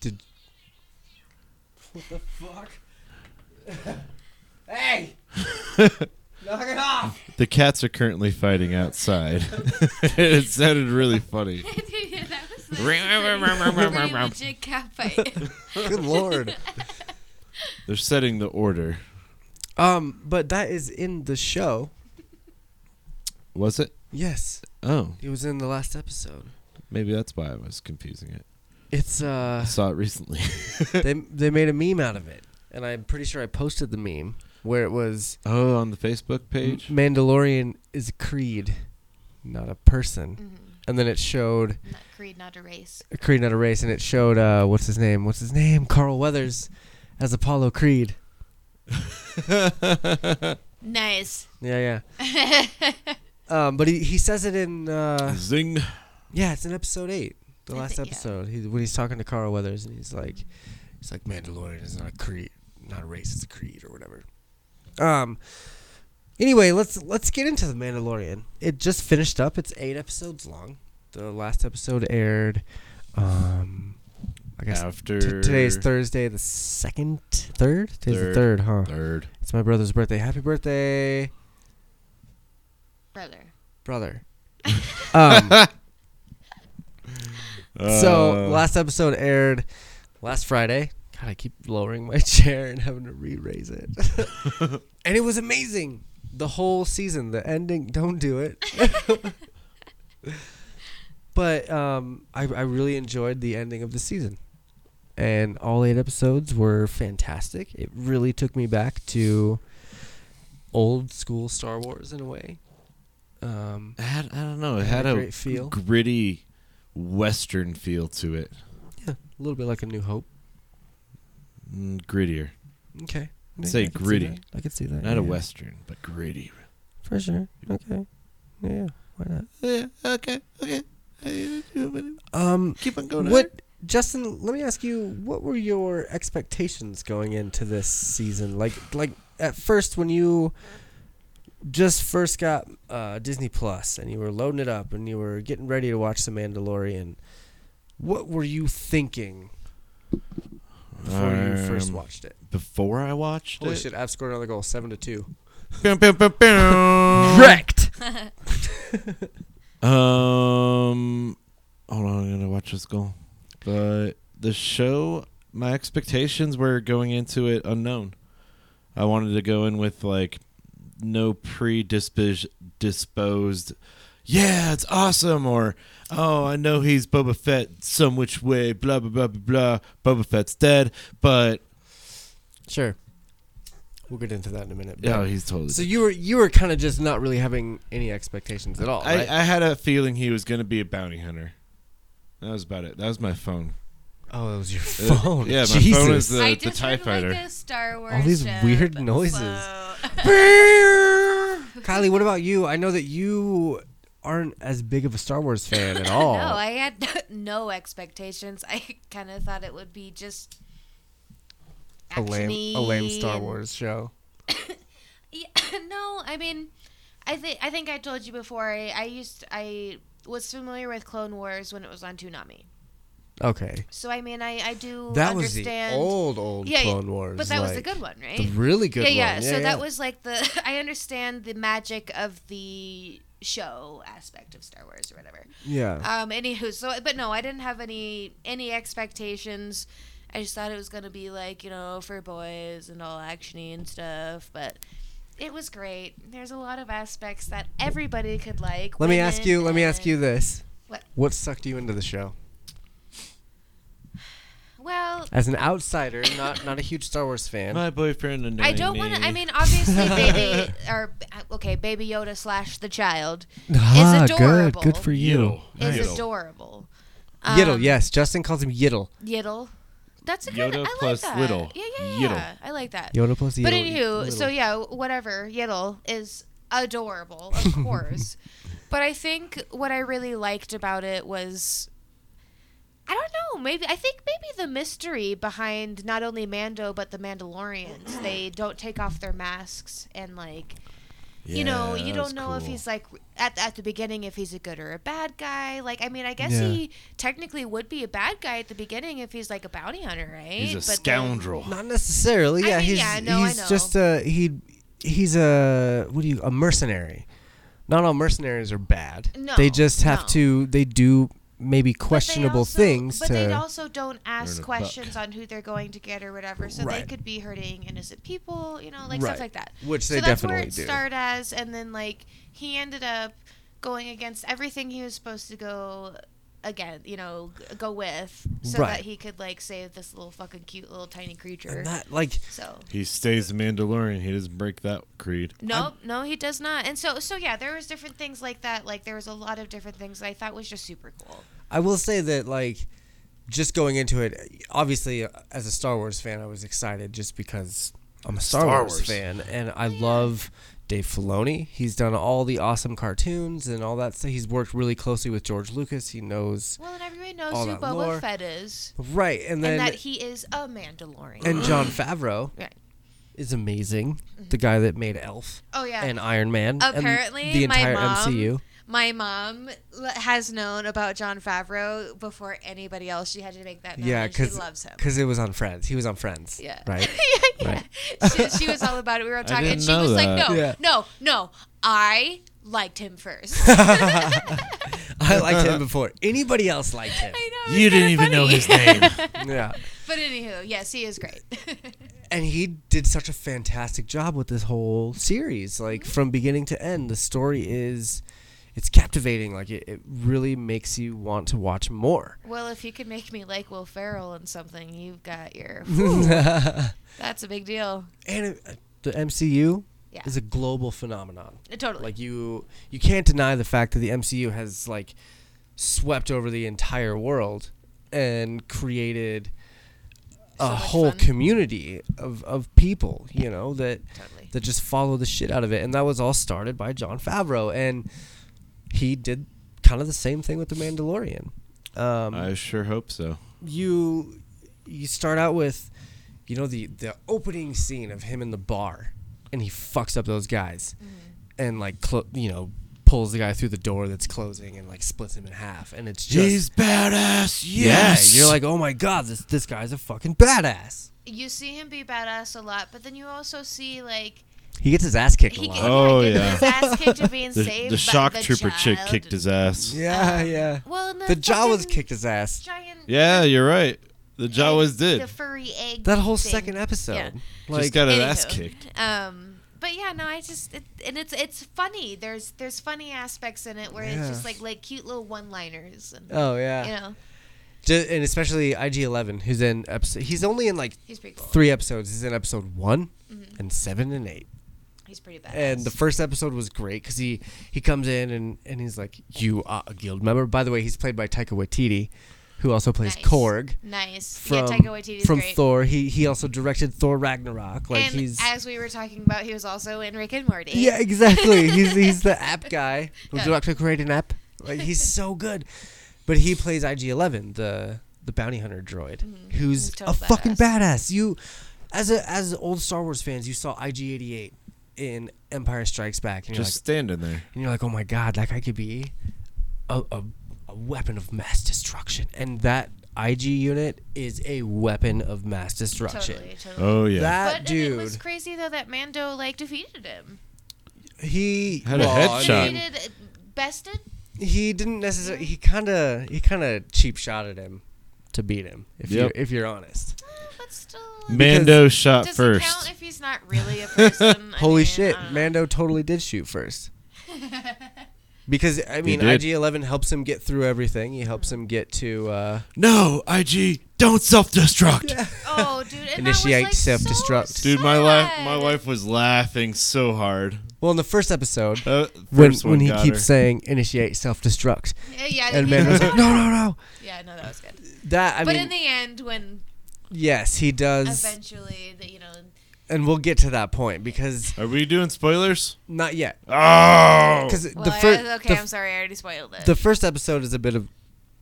[SPEAKER 1] Did what the fuck? hey, knock it off!
[SPEAKER 2] The cats are currently fighting outside. it sounded really funny.
[SPEAKER 9] yeah, that was that was a pretty legit cat fight.
[SPEAKER 1] Good lord.
[SPEAKER 2] They're setting the order.
[SPEAKER 1] Um, but that is in the show.
[SPEAKER 2] Was it?
[SPEAKER 1] Yes,
[SPEAKER 2] Oh,
[SPEAKER 1] it was in the last episode.
[SPEAKER 2] maybe that's why I was confusing it.
[SPEAKER 1] It's uh,
[SPEAKER 2] I saw it recently.
[SPEAKER 1] they they made a meme out of it, and I'm pretty sure I posted the meme where it was
[SPEAKER 2] oh, on the Facebook page.
[SPEAKER 1] Mandalorian is a creed, not a person, and then it showed
[SPEAKER 3] Mm-hmm. Not creed, not a race.
[SPEAKER 1] a Creed, not a race, and it showed uh, what's his name? What's his name? Carl Weathers as Apollo Creed.
[SPEAKER 3] Nice.
[SPEAKER 1] Yeah, yeah. um, but he he says it in uh,
[SPEAKER 2] Zing.
[SPEAKER 1] Yeah, it's in episode eight, the
[SPEAKER 3] I
[SPEAKER 1] last
[SPEAKER 3] think- yeah.
[SPEAKER 1] episode. He, when he's talking to Carl Weathers, and he's like, he's like, Mandalorian is not a creed, not a race, it's a creed or whatever. Um. Anyway, let's let's get into the Mandalorian. It just finished up. It's eight episodes long. The last episode aired. Um, I guess
[SPEAKER 2] After
[SPEAKER 1] t- today's Thursday, the second, third. Today's the
[SPEAKER 2] Third.
[SPEAKER 1] third, huh?
[SPEAKER 2] Third.
[SPEAKER 1] It's my brother's birthday. Happy birthday,
[SPEAKER 3] Brother.
[SPEAKER 1] brother. um, So
[SPEAKER 2] Uh,
[SPEAKER 1] last episode aired last Friday. God, I keep lowering my chair and having to re-raise it. and it was amazing. The whole season, the ending. Don't do it. but um, I, I really enjoyed the ending of the season, and all eight episodes were fantastic. It really took me back to old school Star Wars in a way. Um,
[SPEAKER 2] it had, I don't know. It
[SPEAKER 1] Had
[SPEAKER 2] had
[SPEAKER 1] a
[SPEAKER 2] a
[SPEAKER 1] great feel.
[SPEAKER 2] gritty Western feel to it.
[SPEAKER 1] yeah, a little bit like a New Hope.
[SPEAKER 2] Mm, grittier.
[SPEAKER 1] Okay.
[SPEAKER 2] I'd say
[SPEAKER 1] I could see
[SPEAKER 2] gritty.
[SPEAKER 1] that. I could see that.
[SPEAKER 2] Not a
[SPEAKER 1] yeah.
[SPEAKER 2] Western, but gritty.
[SPEAKER 1] For sure. Okay. Yeah. Why not?
[SPEAKER 2] Yeah, okay, okay.
[SPEAKER 1] Um,
[SPEAKER 2] Keep on going.
[SPEAKER 1] what, Justin? Let me ask you. What were your expectations going into this season? Like, like at first when you just first got uh, Disney Plus and you were loading it up and you were getting ready to watch The Mandalorian, what were you thinking before you first
[SPEAKER 2] Um,
[SPEAKER 1] watched it?
[SPEAKER 2] Before I watched
[SPEAKER 1] Holy
[SPEAKER 2] it.
[SPEAKER 1] shit! I've scored another goal, seven to two.
[SPEAKER 2] Bam, bam, bam, bam.
[SPEAKER 1] Wrecked.
[SPEAKER 2] Um, hold on, I'm gonna watch this goal. But the show, my expectations were going into it unknown. I wanted to go in with like no predisposed disposed. Yeah, it's awesome. Or oh, I know he's Boba Fett some which way. Blah blah blah blah blah. Boba Fett's dead, but
[SPEAKER 1] Sure. We'll get into that in a minute. but-
[SPEAKER 2] yeah, oh, he's totally.
[SPEAKER 1] So
[SPEAKER 2] dead.
[SPEAKER 1] you were you were kind of just not really having any expectations at all, right?
[SPEAKER 2] I, I had a feeling he was gonna be a bounty hunter. That was about it. That was my phone.
[SPEAKER 1] oh, it was your
[SPEAKER 2] Uh,
[SPEAKER 1] phone.
[SPEAKER 2] yeah, my phone
[SPEAKER 1] Jesus.
[SPEAKER 2] is the-
[SPEAKER 3] I
[SPEAKER 2] the
[SPEAKER 3] just
[SPEAKER 2] TIE
[SPEAKER 3] heard,
[SPEAKER 2] fighter.
[SPEAKER 3] Like a Star Wars
[SPEAKER 1] these
[SPEAKER 3] joke,
[SPEAKER 1] weird
[SPEAKER 3] so-
[SPEAKER 1] noises. Kylie, what about you? I know that you aren't as big of a Star Wars fan at all.
[SPEAKER 3] No, Oh, I had no expectations. I kind of thought it would be just
[SPEAKER 1] a lame, a lame Star
[SPEAKER 3] action-y
[SPEAKER 1] Wars show.
[SPEAKER 3] Yeah, no, I mean, I think I think I told you before. I, I used I was familiar with Clone Wars when it was on Toonami.
[SPEAKER 1] Okay,
[SPEAKER 3] So I mean, I I do
[SPEAKER 1] that was the
[SPEAKER 3] understand.
[SPEAKER 1] old old
[SPEAKER 3] Yeah, yeah,
[SPEAKER 1] Clone Wars,
[SPEAKER 3] but that was the
[SPEAKER 1] like,
[SPEAKER 3] good one, right?
[SPEAKER 1] the really good
[SPEAKER 3] yeah, yeah,
[SPEAKER 1] one.
[SPEAKER 3] So that was like the I understand the magic of the show aspect of Star Wars or whatever.
[SPEAKER 1] yeah.
[SPEAKER 3] Um, anywho, so but no, I didn't have any any expectations. I just thought it was gonna be like you know for boys and all actiony and stuff, but it was great. There's a lot of aspects that everybody could like.
[SPEAKER 1] Let me ask
[SPEAKER 3] women
[SPEAKER 1] you. Let me ask
[SPEAKER 3] and-
[SPEAKER 1] you this.
[SPEAKER 3] What?
[SPEAKER 1] What sucked you into the show?
[SPEAKER 3] Well,
[SPEAKER 1] As an outsider, not not a huge Star Wars fan.
[SPEAKER 2] My boyfriend and
[SPEAKER 3] I don't want to. I mean, obviously, baby or uh, okay, Baby Yoda slash the child
[SPEAKER 1] ah,
[SPEAKER 3] adorable. Um,
[SPEAKER 1] good. Good for you.
[SPEAKER 3] is
[SPEAKER 2] Nice.
[SPEAKER 3] adorable.
[SPEAKER 1] Yiddle, yes. Justin calls him Yiddle.
[SPEAKER 3] Yiddle. That's a good.
[SPEAKER 2] Yoda
[SPEAKER 3] I
[SPEAKER 2] plus
[SPEAKER 3] like that.
[SPEAKER 2] little.
[SPEAKER 3] Yeah, yeah,
[SPEAKER 2] Yiddle.
[SPEAKER 3] yeah. I like that.
[SPEAKER 1] Yoda plus Yiddle.
[SPEAKER 3] But anywho, so yeah, whatever. Yiddle is adorable, of course. but I think what I really liked about it was. I don't know. Maybe I think maybe the mystery behind not only Mando but the Mandalorians. they don't take off their masks and like you know, you don't know if he's like at at the beginning if he's a good or a bad guy. Like, I mean, I guess
[SPEAKER 1] Yeah.
[SPEAKER 3] he technically would be a bad guy at the beginning if he's like a bounty hunter, right?
[SPEAKER 2] He's a
[SPEAKER 3] then-
[SPEAKER 2] scoundrel.
[SPEAKER 1] Not necessarily.
[SPEAKER 3] I
[SPEAKER 1] Yeah,
[SPEAKER 3] mean,
[SPEAKER 1] he's
[SPEAKER 3] yeah, no, I
[SPEAKER 1] he's
[SPEAKER 3] know.
[SPEAKER 1] just a he. He's a what do you a mercenary? Not all mercenaries are bad.
[SPEAKER 3] No,
[SPEAKER 1] they just have
[SPEAKER 3] no.
[SPEAKER 1] to. They do maybe
[SPEAKER 3] But they
[SPEAKER 1] questionable
[SPEAKER 3] also-
[SPEAKER 1] things
[SPEAKER 3] But
[SPEAKER 1] to.
[SPEAKER 3] they also don't ask
[SPEAKER 2] Earn a
[SPEAKER 3] questions on who they're going to get or whatever, so
[SPEAKER 1] Right.
[SPEAKER 3] they could be hurting innocent people, you know, like
[SPEAKER 1] Right.
[SPEAKER 3] stuff like that.
[SPEAKER 1] Which
[SPEAKER 3] so
[SPEAKER 1] they
[SPEAKER 3] that's where
[SPEAKER 1] definitely
[SPEAKER 3] it
[SPEAKER 1] do.
[SPEAKER 3] started as, and then like he ended up going against everything he was supposed to go again, you know, g- go with so
[SPEAKER 1] Right.
[SPEAKER 3] that he could like save this little fucking cute little tiny creature.
[SPEAKER 1] And that, like,
[SPEAKER 3] so
[SPEAKER 2] He stays the Mandalorian. He doesn't break that creed.
[SPEAKER 3] Nope, no, he does not. And so, so yeah, there was different things like that. Like there was a lot of different things that I thought was just super cool.
[SPEAKER 1] I will say that, like, just going into it, obviously, uh, as a Star Wars fan, I was excited just because I'm a Star,
[SPEAKER 2] Star
[SPEAKER 1] Wars,
[SPEAKER 2] Wars.
[SPEAKER 1] fan, and I love Dave Filoni. He's done all the awesome cartoons and all that stuff. He's worked really closely with George Lucas. He knows
[SPEAKER 3] Well, and everybody knows
[SPEAKER 1] All
[SPEAKER 3] who
[SPEAKER 1] that
[SPEAKER 3] Boba
[SPEAKER 1] lore.
[SPEAKER 3] Fett is,
[SPEAKER 1] right, and then
[SPEAKER 3] and that he is a Mandalorian.
[SPEAKER 1] and John Favreau
[SPEAKER 3] Right.
[SPEAKER 1] is amazing. The guy that made Elf
[SPEAKER 3] Mm-hmm. oh yeah.
[SPEAKER 1] and Iron Man and
[SPEAKER 3] Apparently,
[SPEAKER 1] the entire
[SPEAKER 3] my mom,
[SPEAKER 1] MCU.
[SPEAKER 3] my mom l- has known about John Favreau before anybody else. She had to make that. Known
[SPEAKER 1] Yeah,
[SPEAKER 3] and she
[SPEAKER 1] because
[SPEAKER 3] loves him.
[SPEAKER 1] it was on Friends. He was on Friends.
[SPEAKER 3] Yeah.
[SPEAKER 1] Right.
[SPEAKER 3] yeah, yeah. She, she was all about it. We were all talking,
[SPEAKER 2] didn't
[SPEAKER 3] and she
[SPEAKER 2] know
[SPEAKER 3] was like,
[SPEAKER 2] that.
[SPEAKER 3] "No,
[SPEAKER 1] Yeah.
[SPEAKER 3] no, no, I liked him first.
[SPEAKER 1] I liked him before anybody else liked him.
[SPEAKER 3] I know,
[SPEAKER 2] You
[SPEAKER 3] it's
[SPEAKER 2] didn't
[SPEAKER 3] kinda
[SPEAKER 2] even know
[SPEAKER 3] funny.
[SPEAKER 2] his name.
[SPEAKER 1] Yeah.
[SPEAKER 3] But anywho, yes, he is great.
[SPEAKER 1] and he did such a fantastic job with this whole series like from beginning to end the story is it's captivating like it, it really makes you want to watch more
[SPEAKER 3] well, if you could make me like Will Ferrell in something, you've got your.
[SPEAKER 1] and
[SPEAKER 3] That's a big deal.
[SPEAKER 1] it, the mcu
[SPEAKER 3] uh, Yeah. Uh,
[SPEAKER 1] is a global phenomenon
[SPEAKER 3] Totally.
[SPEAKER 1] like you you can't deny the fact that the mcu has like swept over the entire world and created a
[SPEAKER 3] much
[SPEAKER 1] whole
[SPEAKER 3] fun.
[SPEAKER 1] community of, of people you know that
[SPEAKER 3] totally.
[SPEAKER 1] that just follow the shit out of it. And that was all started by John Favreau. And he did kind of the same thing with The Mandalorian. Um,
[SPEAKER 2] I sure hope so.
[SPEAKER 1] you you start out with you know the the opening scene of him in the bar and he fucks up those guys
[SPEAKER 3] Mm-hmm.
[SPEAKER 1] and like clo- you know pulls the guy through the door that's closing and like splits him in half and it's just
[SPEAKER 2] He's badass. Yes.
[SPEAKER 1] yeah you're like oh my god this this guy's a fucking badass
[SPEAKER 3] You see him be badass a lot, but then you also see like
[SPEAKER 1] he gets his ass kicked
[SPEAKER 3] he
[SPEAKER 1] a
[SPEAKER 3] gets
[SPEAKER 1] lot
[SPEAKER 2] Oh, yeah.
[SPEAKER 3] his ass kicked to being
[SPEAKER 2] the,
[SPEAKER 3] saved.
[SPEAKER 2] the
[SPEAKER 3] by
[SPEAKER 2] shock
[SPEAKER 3] the
[SPEAKER 2] trooper chick
[SPEAKER 3] child.
[SPEAKER 2] kicked his ass.
[SPEAKER 1] yeah yeah
[SPEAKER 3] uh, Well, and the,
[SPEAKER 1] the Jawas
[SPEAKER 3] fucking
[SPEAKER 1] kicked his ass
[SPEAKER 3] Giant.
[SPEAKER 2] Yeah, you're right. The Jawas
[SPEAKER 3] The
[SPEAKER 2] did.
[SPEAKER 3] furry egg.
[SPEAKER 1] that whole
[SPEAKER 3] thing.
[SPEAKER 1] second episode
[SPEAKER 3] Yeah.
[SPEAKER 2] Just
[SPEAKER 1] like
[SPEAKER 2] got his
[SPEAKER 3] Anywho.
[SPEAKER 2] ass kicked.
[SPEAKER 3] Um, but yeah, no, I just it, and it's it's funny. There's there's funny aspects in it where it's just
[SPEAKER 1] Yeah.
[SPEAKER 3] like like cute little one liners and
[SPEAKER 1] Oh yeah,
[SPEAKER 3] you know
[SPEAKER 1] Ju- and especially IG Eleven, who's in episode. He's only in like
[SPEAKER 3] he's pretty cool.
[SPEAKER 1] three episodes. He's in episode one
[SPEAKER 3] Mm-hmm.
[SPEAKER 1] and seven and eight.
[SPEAKER 3] He's pretty bad.
[SPEAKER 1] And the first episode was great because he he comes in and and he's like, "You are a guild member." By the way, he's played by Taika Waititi, who also plays
[SPEAKER 3] Nice.
[SPEAKER 1] Korg
[SPEAKER 3] nice yeah,
[SPEAKER 1] from
[SPEAKER 3] Taika Waititi's
[SPEAKER 1] from
[SPEAKER 3] great.
[SPEAKER 1] Thor. He he also directed Thor Ragnarok. Like
[SPEAKER 3] and
[SPEAKER 1] he's
[SPEAKER 3] as we were talking about, he was also in Rick and Morty.
[SPEAKER 1] Yeah, exactly. he's he's the app guy. Would you like to create an app? Like he's so good. But he plays IG-11, the the bounty hunter droid, who's
[SPEAKER 3] Mm-hmm. He's
[SPEAKER 1] a
[SPEAKER 3] total
[SPEAKER 1] fucking badass. You, as a as old Star Wars fans, you saw IG-88 in Empire Strikes Back, and you're
[SPEAKER 2] Just standing there.
[SPEAKER 1] like, and you're like, oh my god, that guy could be a, a a weapon of mass destruction, and that IG unit is a weapon of mass destruction.
[SPEAKER 3] totally, totally.
[SPEAKER 2] Oh yeah.
[SPEAKER 1] That
[SPEAKER 3] but and
[SPEAKER 1] dude,
[SPEAKER 3] it was crazy though that Mando like defeated him.
[SPEAKER 1] he
[SPEAKER 2] Had a
[SPEAKER 1] well, I
[SPEAKER 2] headshot.
[SPEAKER 1] mean,
[SPEAKER 3] Defeated, bested.
[SPEAKER 1] he didn't necessarily. He kind of he kind of cheap shot at him to beat him. If
[SPEAKER 2] Yep.
[SPEAKER 1] you if you're honest,
[SPEAKER 3] Uh, but still,
[SPEAKER 2] Mando shot
[SPEAKER 3] does
[SPEAKER 2] first.
[SPEAKER 3] it count if he's not really a person? I
[SPEAKER 1] holy
[SPEAKER 3] mean,
[SPEAKER 1] shit,
[SPEAKER 3] I don't know.
[SPEAKER 1] Mando totally did shoot first. because I mean,
[SPEAKER 2] did.
[SPEAKER 1] IG Eleven helps him get through everything. He helps him get to uh,
[SPEAKER 2] No, IG, don't self-destruct.
[SPEAKER 3] Oh, dude, and
[SPEAKER 1] Initiate
[SPEAKER 3] that was, like,
[SPEAKER 1] self-destruct.
[SPEAKER 3] So
[SPEAKER 2] Dude, my wife,
[SPEAKER 3] sad.
[SPEAKER 2] my wife was laughing so hard.
[SPEAKER 1] well in the first episode
[SPEAKER 2] Uh,
[SPEAKER 1] when
[SPEAKER 2] first one
[SPEAKER 1] when he
[SPEAKER 2] got
[SPEAKER 1] keeps
[SPEAKER 2] her.
[SPEAKER 1] saying initiate self destruct,
[SPEAKER 3] Yeah, yeah,
[SPEAKER 1] and
[SPEAKER 3] he-
[SPEAKER 1] Mando's like, no no no.
[SPEAKER 3] yeah, no, that was good.
[SPEAKER 1] That I
[SPEAKER 3] but
[SPEAKER 1] mean,
[SPEAKER 3] in the end, when
[SPEAKER 1] yes, he does,
[SPEAKER 3] eventually, the, you know,
[SPEAKER 1] and we'll get to that point because
[SPEAKER 2] "Are we doing spoilers?"
[SPEAKER 1] not yet.
[SPEAKER 2] Oh,
[SPEAKER 1] Because
[SPEAKER 3] well,
[SPEAKER 1] the
[SPEAKER 3] I-
[SPEAKER 1] first
[SPEAKER 3] okay, I'm sorry, I already spoiled it.
[SPEAKER 1] the first episode is a bit of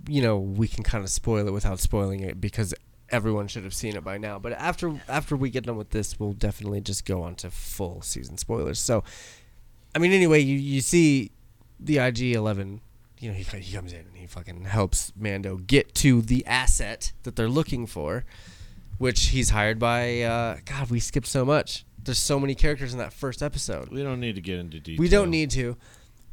[SPEAKER 1] you know we can kind of spoil it without spoiling it because everyone should have seen it by now but after after we get done with this we'll definitely just go on to full season spoilers so i mean anyway you, you see the ig-11 you know he, co- he comes in and he fucking helps mando get to the asset that they're looking for which he's hired by uh, god we skipped so much there's so many characters in that first episode
[SPEAKER 2] we don't need to get into detail.
[SPEAKER 1] we don't need to,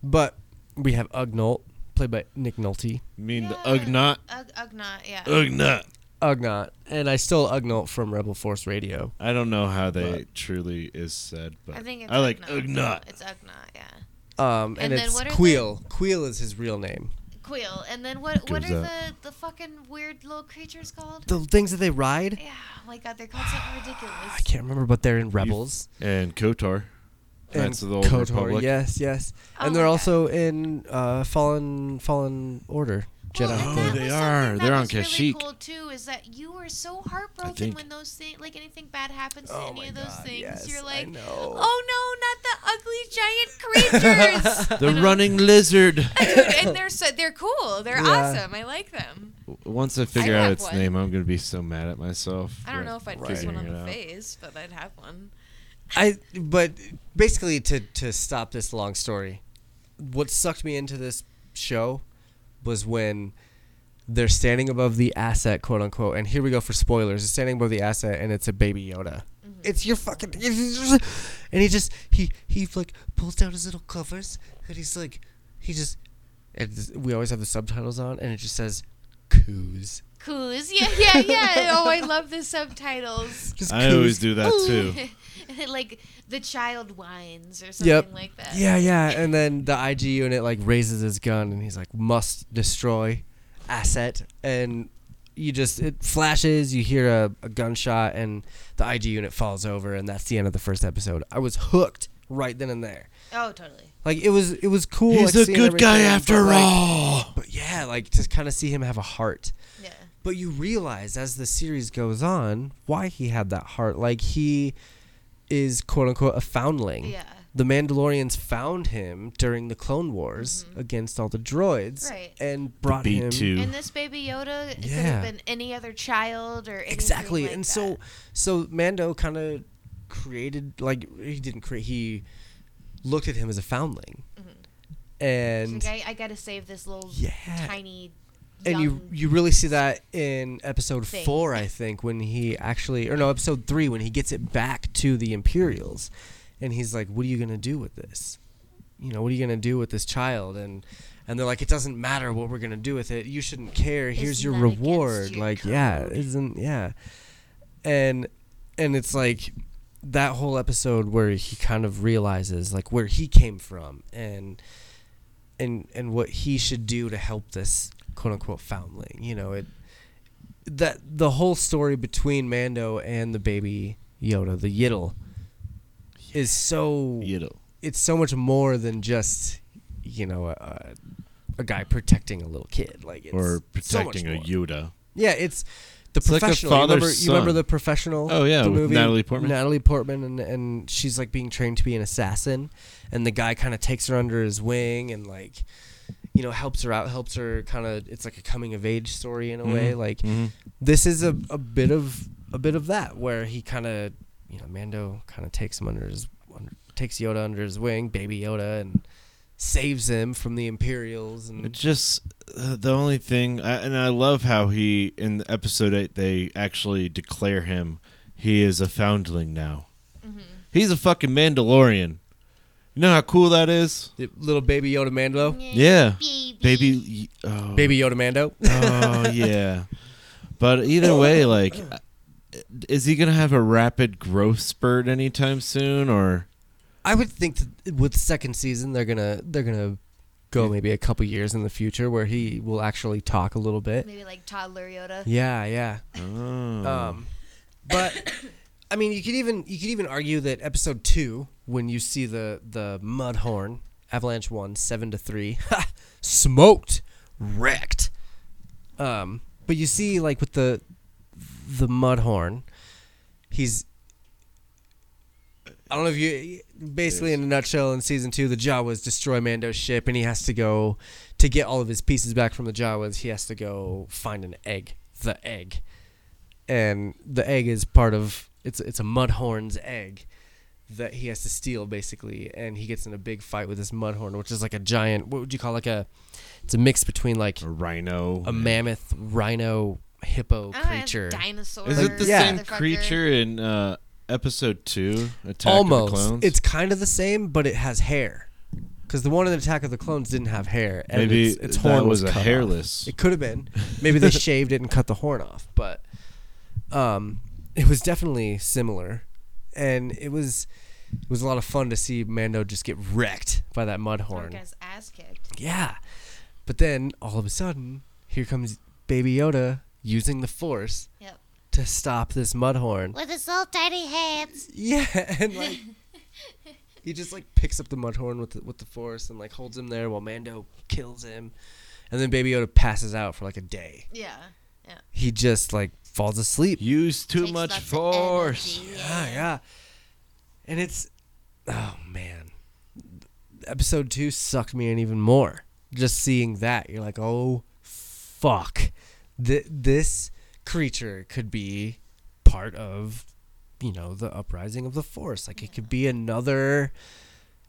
[SPEAKER 1] but we have Ugnaught, played by Nick Nolte.
[SPEAKER 2] I mean the
[SPEAKER 3] Yeah.
[SPEAKER 2] Ugnot,
[SPEAKER 3] Ug- Ugnaught, yeah.
[SPEAKER 2] Ugnot.
[SPEAKER 1] Ugnaught, and I stole Ugnaught from Rebel Force Radio.
[SPEAKER 2] I don't know how they truly is said, but
[SPEAKER 3] I think it's
[SPEAKER 2] I like
[SPEAKER 3] Ugnaught.
[SPEAKER 2] Ugnot.
[SPEAKER 3] It's Ugnaught, yeah.
[SPEAKER 1] Um, and,
[SPEAKER 3] And then
[SPEAKER 1] it's
[SPEAKER 3] what are
[SPEAKER 1] Queel. Queel is his real name.
[SPEAKER 9] Quill, and then what? What
[SPEAKER 2] Gives
[SPEAKER 9] are
[SPEAKER 2] out.
[SPEAKER 9] the the fucking weird little creatures called?
[SPEAKER 1] The things that they ride,
[SPEAKER 9] Yeah, oh my god, they're called something ridiculous.
[SPEAKER 1] I can't remember, but they're in Rebels.
[SPEAKER 2] and Kotar. Knights of
[SPEAKER 1] and
[SPEAKER 2] the Old
[SPEAKER 1] KOTOR,
[SPEAKER 2] Republic.
[SPEAKER 1] Yes, yes,
[SPEAKER 9] Oh
[SPEAKER 1] and they're
[SPEAKER 9] my God.
[SPEAKER 1] also in uh, Fallen Fallen Order Jedi.
[SPEAKER 9] Well, and
[SPEAKER 2] Oh,
[SPEAKER 9] that
[SPEAKER 2] they
[SPEAKER 9] was something
[SPEAKER 2] are.
[SPEAKER 9] that
[SPEAKER 2] They're on
[SPEAKER 9] was Really
[SPEAKER 2] Kashyyyk.
[SPEAKER 9] cool too is that you were so heartbroken
[SPEAKER 2] think.
[SPEAKER 9] when those things, like anything bad happens to
[SPEAKER 1] Oh
[SPEAKER 9] any
[SPEAKER 1] my
[SPEAKER 9] of those
[SPEAKER 1] God,
[SPEAKER 9] things,
[SPEAKER 1] yes, I
[SPEAKER 9] you're like,
[SPEAKER 1] know.
[SPEAKER 9] oh no, not the ugly giant creatures.
[SPEAKER 2] The running lizard.
[SPEAKER 9] Dude, and they're so they're cool. They're
[SPEAKER 1] Yeah.
[SPEAKER 9] awesome. I like them.
[SPEAKER 2] Once I figure out
[SPEAKER 9] have
[SPEAKER 2] its
[SPEAKER 9] one.
[SPEAKER 2] name, I'm gonna be so mad at myself.
[SPEAKER 9] I don't
[SPEAKER 2] for
[SPEAKER 9] know if I'd kiss
[SPEAKER 2] figuring
[SPEAKER 9] one on
[SPEAKER 2] it
[SPEAKER 9] the
[SPEAKER 2] out.
[SPEAKER 9] face, but I'd have one.
[SPEAKER 1] I but basically to to stop this long story, what sucked me into this show was when they're standing above the asset, quote unquote. And here we go for spoilers. They're standing above the asset, and it's a baby Yoda. It's your fucking. And he just he he like pulls down his little covers, and he's like, he just. And we always have the subtitles on, and it just says, "Coos."
[SPEAKER 9] Coos. Yeah, yeah, yeah. Oh, I love the subtitles.
[SPEAKER 1] Just
[SPEAKER 2] I always do that too.
[SPEAKER 9] like the child whines or something
[SPEAKER 1] Yep.
[SPEAKER 9] like that.
[SPEAKER 1] Yeah, yeah. And then the IG unit like raises his gun and he's like, must destroy asset. And you just, it flashes, you hear a, a gunshot, and the IG unit falls over, and that's the end of the first episode. I was hooked right then and there.
[SPEAKER 9] Oh, totally.
[SPEAKER 1] Like it was, it was cool.
[SPEAKER 2] He's
[SPEAKER 1] like,
[SPEAKER 2] a
[SPEAKER 1] seeing
[SPEAKER 2] good guy
[SPEAKER 1] everything,
[SPEAKER 2] after
[SPEAKER 1] but, like-
[SPEAKER 2] all.
[SPEAKER 1] But yeah, like to kind of see him have a heart.
[SPEAKER 9] Yeah.
[SPEAKER 1] But you realize as the series goes on why he had that heart. Like he is quote unquote a foundling.
[SPEAKER 9] Yeah.
[SPEAKER 1] The Mandalorians found him during the Clone Wars against all the droids
[SPEAKER 9] Mm-hmm. Right.
[SPEAKER 1] and brought him
[SPEAKER 9] And
[SPEAKER 2] B2.
[SPEAKER 9] this baby Yoda could
[SPEAKER 1] Mm-hmm. Yeah.
[SPEAKER 9] have been any other child or anything
[SPEAKER 1] exactly.
[SPEAKER 9] like
[SPEAKER 1] and
[SPEAKER 9] that.
[SPEAKER 1] so so Mando kind of created like he didn't create he looked at him as a foundling.
[SPEAKER 9] Mm-hmm. It's
[SPEAKER 1] And
[SPEAKER 9] like, I, I gotta save this little
[SPEAKER 1] um, Yeah.
[SPEAKER 9] tiny.
[SPEAKER 1] and you
[SPEAKER 9] young-
[SPEAKER 1] you really see that in episode
[SPEAKER 9] thing.
[SPEAKER 1] four, I think, when he actually or no, episode three when he gets it back to the Imperials, and he's like, "What are you gonna do with this? You know, what are you gonna do with this child?" and and they're like, "It doesn't matter what we're gonna do with it. You shouldn't care. Here's
[SPEAKER 9] It's
[SPEAKER 1] your
[SPEAKER 9] not against
[SPEAKER 1] reward."
[SPEAKER 9] your
[SPEAKER 1] like, yeah,
[SPEAKER 9] code.
[SPEAKER 1] isn't yeah, and and it's like that whole episode where he kind of realizes like where he came from and and and what he should do to help this quote unquote foundling. You know, it that the whole story between Mando and the baby Yoda, the Yiddle, is so
[SPEAKER 2] You know.
[SPEAKER 1] it's so much more than just you know a, a guy protecting a little kid like it's
[SPEAKER 2] Or
[SPEAKER 1] so much
[SPEAKER 2] protecting a
[SPEAKER 1] more.
[SPEAKER 2] Yoda.
[SPEAKER 1] Yeah, it's the
[SPEAKER 2] like a
[SPEAKER 1] professional. you, remember,
[SPEAKER 2] father's
[SPEAKER 1] you remember
[SPEAKER 2] son.
[SPEAKER 1] the professional?
[SPEAKER 2] Oh, yeah,
[SPEAKER 1] the
[SPEAKER 2] with Natalie Portman.
[SPEAKER 1] Natalie Portman, and and she's like being trained to be an assassin, and the guy kind of takes her under his wing and like, you know, helps her out, helps her kind of. It's like a coming of age story in a way. Like
[SPEAKER 2] Mhm.
[SPEAKER 1] this is a, a bit of a bit of that where he kind of, you know, Mando kind of takes him under his under, takes Yoda under his wing, baby Yoda, and saves him from the Imperials
[SPEAKER 2] It
[SPEAKER 1] and.
[SPEAKER 2] just uh, the only thing, I, and I love how he in episode eight they actually declare him he is a foundling now.
[SPEAKER 1] Mm-hmm.
[SPEAKER 2] He's a fucking Mandalorian. You know how cool that is?
[SPEAKER 1] Little baby Yoda Mando,
[SPEAKER 2] Yeah,
[SPEAKER 9] Baby.
[SPEAKER 2] baby. y- Oh,
[SPEAKER 1] baby Yoda Mando.
[SPEAKER 2] oh yeah. But either way, like, is he gonna have a rapid growth spurt anytime soon, or
[SPEAKER 1] I would think that with second season they're gonna they're gonna go maybe a couple years in the future where he will actually talk a little bit.
[SPEAKER 9] Maybe like toddler Yoda.
[SPEAKER 1] Yeah, yeah.
[SPEAKER 2] oh,
[SPEAKER 1] Um, but I mean, you could even you could even argue that episode two, when you see the the Mudhorn Avalanche one seven to three, smoked, wrecked. Um, but you see, like with the the Mudhorn, he's I don't know if you basically in a nutshell in season two, the Jawas destroy Mando's ship, and he has to go to get all of his pieces back from the Jawas. He has to go find an egg, the egg, and the egg is part of it's it's a mudhorn's egg that he has to steal basically and he gets in a big fight with this mudhorn which is like a giant what would you call like a it's a mix between like
[SPEAKER 2] a rhino?
[SPEAKER 1] a mammoth rhino hippo
[SPEAKER 3] Ah,
[SPEAKER 9] I don't know, it's
[SPEAKER 1] creature
[SPEAKER 9] Dinosaur.
[SPEAKER 2] Is it the
[SPEAKER 1] Yeah.
[SPEAKER 2] same
[SPEAKER 9] motherfucker.
[SPEAKER 2] creature in uh, episode two? Attack Of the
[SPEAKER 1] almost
[SPEAKER 2] clones?
[SPEAKER 1] it's kind of the same but it has hair because the one in attack of the clones didn't have hair and
[SPEAKER 2] Maybe
[SPEAKER 1] its, its
[SPEAKER 2] that
[SPEAKER 1] horn
[SPEAKER 2] was a
[SPEAKER 1] cut off.
[SPEAKER 2] hairless.
[SPEAKER 1] it could have been maybe they shaved it and cut the horn off but um it was definitely similar and it was it was a lot of fun to see mando just get wrecked by that mud horn
[SPEAKER 9] Guy's ass kicked.
[SPEAKER 1] yeah But then all of a sudden, here comes Baby Yoda using the Force
[SPEAKER 3] Yep.
[SPEAKER 1] to stop this mudhorn.
[SPEAKER 9] With his little tiny hands.
[SPEAKER 1] Yeah, and like he just like picks up the mudhorn with the, with the force and like holds him there while Mando kills him, and then Baby Yoda passes out for like a day.
[SPEAKER 3] Yeah.
[SPEAKER 1] He just like falls asleep.
[SPEAKER 2] Use too
[SPEAKER 9] Takes
[SPEAKER 2] much
[SPEAKER 9] lots of
[SPEAKER 2] force.
[SPEAKER 9] energy.
[SPEAKER 1] Yeah, yeah, and it's oh man, episode two sucked me in even more. Just seeing that, you're like, oh fuck, Th- this creature could be part of you know the uprising of the force like it could be another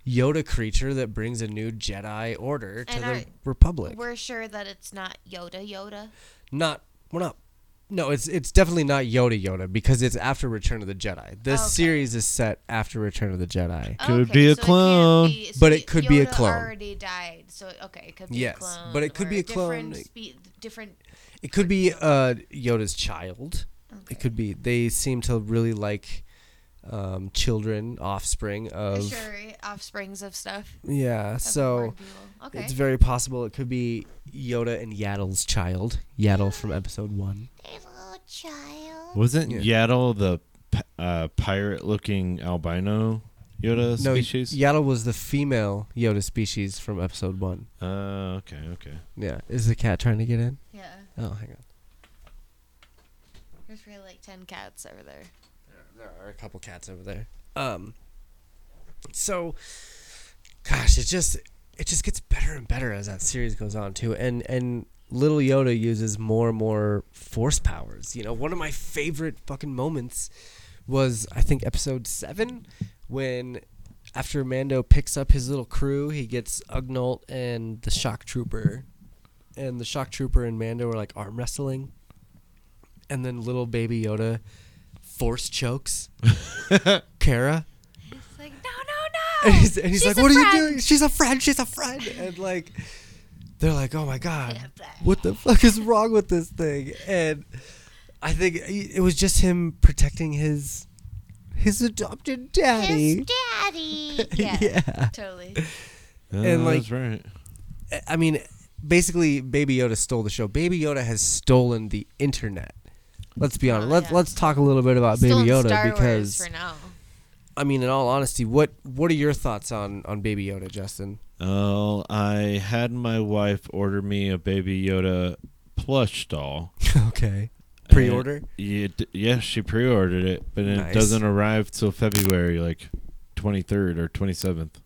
[SPEAKER 1] yoda creature that brings a new jedi order to
[SPEAKER 3] And
[SPEAKER 1] the
[SPEAKER 3] are-
[SPEAKER 1] republic we're
[SPEAKER 3] We're sure that it's not Yoda Yoda.
[SPEAKER 1] not we're not no it's it's definitely not yoda yoda because it's after return of the jedi this
[SPEAKER 3] Oh, Okay.
[SPEAKER 1] series is set after return of the jedi
[SPEAKER 2] Could be a
[SPEAKER 3] so it can't
[SPEAKER 2] clone.
[SPEAKER 3] be- so
[SPEAKER 1] But
[SPEAKER 3] y-
[SPEAKER 1] it could be a
[SPEAKER 3] Yoda
[SPEAKER 1] clone.
[SPEAKER 3] already died. So okay, it could be
[SPEAKER 1] Yes,
[SPEAKER 3] a clone.
[SPEAKER 1] but it could
[SPEAKER 3] or
[SPEAKER 1] be a clone.
[SPEAKER 3] Different, spe- different
[SPEAKER 1] it could be uh yoda's child it could be they seem to really like um children offspring of
[SPEAKER 3] sure offsprings of stuff.
[SPEAKER 1] yeah
[SPEAKER 3] of
[SPEAKER 1] so
[SPEAKER 3] foreign people. okay.
[SPEAKER 1] It's very possible it could be Yoda and Yaddle's child. Yaddle from episode one.
[SPEAKER 9] His little child.
[SPEAKER 2] Wasn't
[SPEAKER 1] Yeah.
[SPEAKER 2] Yaddle the p- uh, pirate-looking albino Yoda
[SPEAKER 1] No,
[SPEAKER 2] species?
[SPEAKER 1] Yaddle was the female Yoda species from episode one.
[SPEAKER 2] Uh, okay, okay.
[SPEAKER 1] Yeah. Is the cat trying to get in?
[SPEAKER 3] yeah.
[SPEAKER 1] Oh, hang on.
[SPEAKER 3] There's really like ten cats over there.
[SPEAKER 1] There are a couple cats over there. Um. So, gosh, it just it just gets better and better as that series goes on too, and and little Yoda uses more and more force powers. You know, one of my favorite fucking moments was I think episode seven when after Mando picks up his little crew, he gets Ugnaught and the shock trooper, and the shock trooper and Mando are like arm wrestling, and then little baby Yoda force chokes Kara.
[SPEAKER 3] It's like no, no,
[SPEAKER 1] And
[SPEAKER 3] no.
[SPEAKER 1] he's, and he's
[SPEAKER 3] Oh, She's
[SPEAKER 1] like,
[SPEAKER 3] a
[SPEAKER 1] "What are you
[SPEAKER 3] friend."
[SPEAKER 1] doing? She's a friend. She's a friend." And like, they're like, "Oh my god,
[SPEAKER 3] Yeah, blah.
[SPEAKER 1] what the fuck is wrong with this thing?" And I think it was just him protecting his his adopted daddy.
[SPEAKER 9] His daddy.
[SPEAKER 3] Yeah.
[SPEAKER 1] yeah.
[SPEAKER 3] Totally.
[SPEAKER 2] Uh,
[SPEAKER 1] And, like-
[SPEAKER 2] that's right.
[SPEAKER 1] I mean, basically, Baby Yoda stole the show. Baby Yoda has stolen the internet. Let's be honest.
[SPEAKER 3] Oh,
[SPEAKER 1] Let's
[SPEAKER 3] yeah.
[SPEAKER 1] let's talk a little bit about
[SPEAKER 3] Still in
[SPEAKER 1] Baby Yoda
[SPEAKER 3] Star
[SPEAKER 1] because
[SPEAKER 3] Wars for now.
[SPEAKER 1] I mean, in all honesty, what what are your thoughts on on Baby Yoda, Justin?
[SPEAKER 2] Oh, I had my wife order me a Baby Yoda plush doll.
[SPEAKER 1] okay.
[SPEAKER 2] Uh,
[SPEAKER 1] Pre-order.
[SPEAKER 2] Yeah, d- yeah, she pre-ordered it, but
[SPEAKER 1] Nice.
[SPEAKER 2] it doesn't arrive till February, like twenty third or twenty seventh.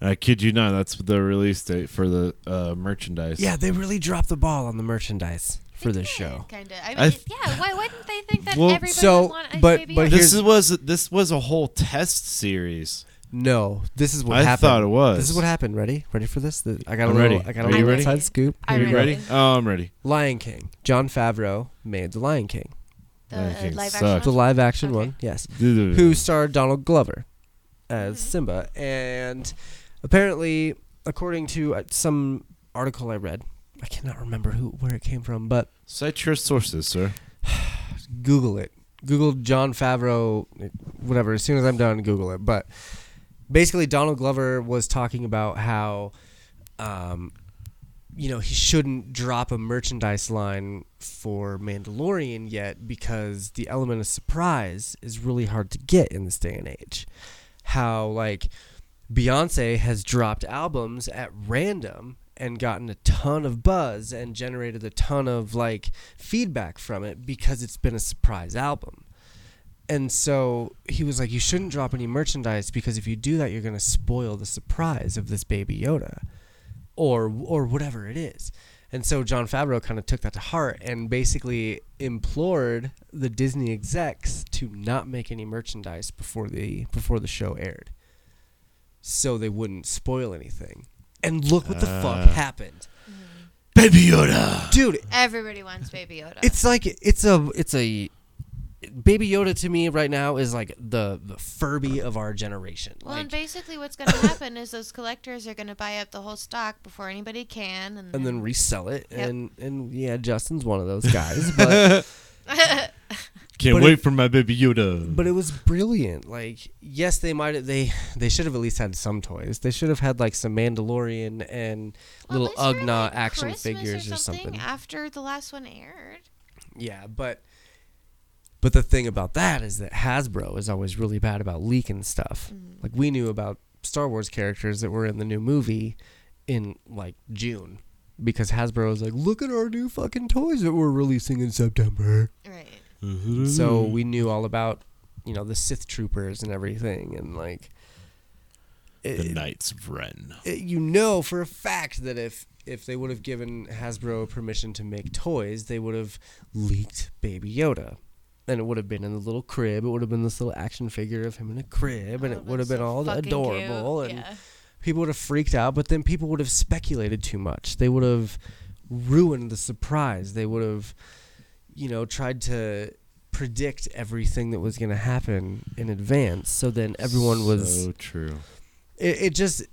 [SPEAKER 2] I kid you not, that's the release date for the uh, merchandise.
[SPEAKER 1] Yeah, they really dropped the ball on the merchandise for this show.
[SPEAKER 3] Kind of. I mean,
[SPEAKER 2] I th-
[SPEAKER 3] yeah. Why wouldn't they think that
[SPEAKER 2] Well,
[SPEAKER 3] everybody
[SPEAKER 1] so,
[SPEAKER 3] would want a
[SPEAKER 1] but-
[SPEAKER 3] baby
[SPEAKER 1] but
[SPEAKER 3] Yoda?
[SPEAKER 1] here's-
[SPEAKER 2] this is, was this was a whole test series.
[SPEAKER 1] No, this is what
[SPEAKER 2] I
[SPEAKER 1] happened.
[SPEAKER 2] thought it was.
[SPEAKER 1] This is what happened. Ready? Ready for this? The- I got a
[SPEAKER 2] I'm
[SPEAKER 1] little.
[SPEAKER 2] ready.
[SPEAKER 1] I got a
[SPEAKER 2] Are you
[SPEAKER 1] little
[SPEAKER 2] ready?
[SPEAKER 1] inside scoop. Here
[SPEAKER 3] I'm
[SPEAKER 1] we
[SPEAKER 2] you
[SPEAKER 1] go.
[SPEAKER 2] ready? Oh, I'm ready.
[SPEAKER 1] Lion King. John Favreau made the Lion King,
[SPEAKER 3] the uh,
[SPEAKER 2] I think it
[SPEAKER 3] live
[SPEAKER 2] sucked.
[SPEAKER 3] action.
[SPEAKER 1] the live action
[SPEAKER 3] Okay.
[SPEAKER 1] one. Yes. who
[SPEAKER 2] Who's
[SPEAKER 1] starred Donald Glover as
[SPEAKER 3] Mm-hmm.
[SPEAKER 1] Simba. And apparently, according to uh, some article I read, I cannot remember who where it came from, but
[SPEAKER 2] Cite your sources, sir.
[SPEAKER 1] Google it. Google John Favreau, whatever. As soon as I'm done, Google it. But basically, Donald Glover was talking about how, um, you know, he shouldn't drop a merchandise line for Mandalorian yet because the element of surprise is really hard to get in this day and age. How, like, Beyonce has dropped albums at random and gotten a ton of buzz and generated a ton of like feedback from it because it's been a surprise album. And so he was like, You shouldn't drop any merchandise because if you do that, you're going to spoil the surprise of this baby Yoda or, or whatever it is. And so John Favreau kind of took that to heart and basically implored the Disney execs to not make any merchandise before the, before the show aired so they wouldn't spoil anything. And look what the fuck happened.
[SPEAKER 2] Baby Yoda.
[SPEAKER 1] Dude,
[SPEAKER 3] Everybody wants baby Yoda.
[SPEAKER 1] it's like it's a it's a Baby Yoda to me right now is like the the Furby of our generation.
[SPEAKER 3] Well,
[SPEAKER 1] Like-
[SPEAKER 3] and basically, what's going to happen is those collectors are going to buy up the whole stock before anybody can, and,
[SPEAKER 1] and then resell it
[SPEAKER 3] Yep.
[SPEAKER 1] and and yeah, Justin's one of those guys, but
[SPEAKER 2] Can't
[SPEAKER 1] But
[SPEAKER 2] wait
[SPEAKER 1] it-
[SPEAKER 2] for my baby Yoda.
[SPEAKER 1] But it was brilliant. Like, yes, they might have, they they should have at least had some toys. They should have had like some Mandalorian and
[SPEAKER 9] Well,
[SPEAKER 1] little
[SPEAKER 9] at least they're,
[SPEAKER 1] Ugna
[SPEAKER 9] like,
[SPEAKER 1] action
[SPEAKER 9] Christmas
[SPEAKER 1] figures or something.
[SPEAKER 9] after the last one aired.
[SPEAKER 1] Yeah, but but the thing about that is that Hasbro is always really bad about leaking stuff. Like we knew about Star Wars characters that were in the new movie in like June because Hasbro was like, "Look at our new fucking toys that we're releasing in September."
[SPEAKER 9] Right.
[SPEAKER 1] So we knew all about, you know, the Sith troopers and everything and like
[SPEAKER 2] the
[SPEAKER 1] it-
[SPEAKER 2] Knights of Ren.
[SPEAKER 1] it- uh, you know for a fact that if if they would have given Hasbro permission to make toys, they would have leaked Baby Yoda. And it would have been in the little crib. It would have been this little action figure of him in a crib,
[SPEAKER 3] Oh,
[SPEAKER 1] and it
[SPEAKER 9] Oh,
[SPEAKER 1] would have been all adorable. And people would have freaked out, but then people would have speculated too much. They would have ruined the surprise. They would have, you know, tried to predict everything that was going to happen in advance. So then everyone was
[SPEAKER 2] so true.
[SPEAKER 1] it, it just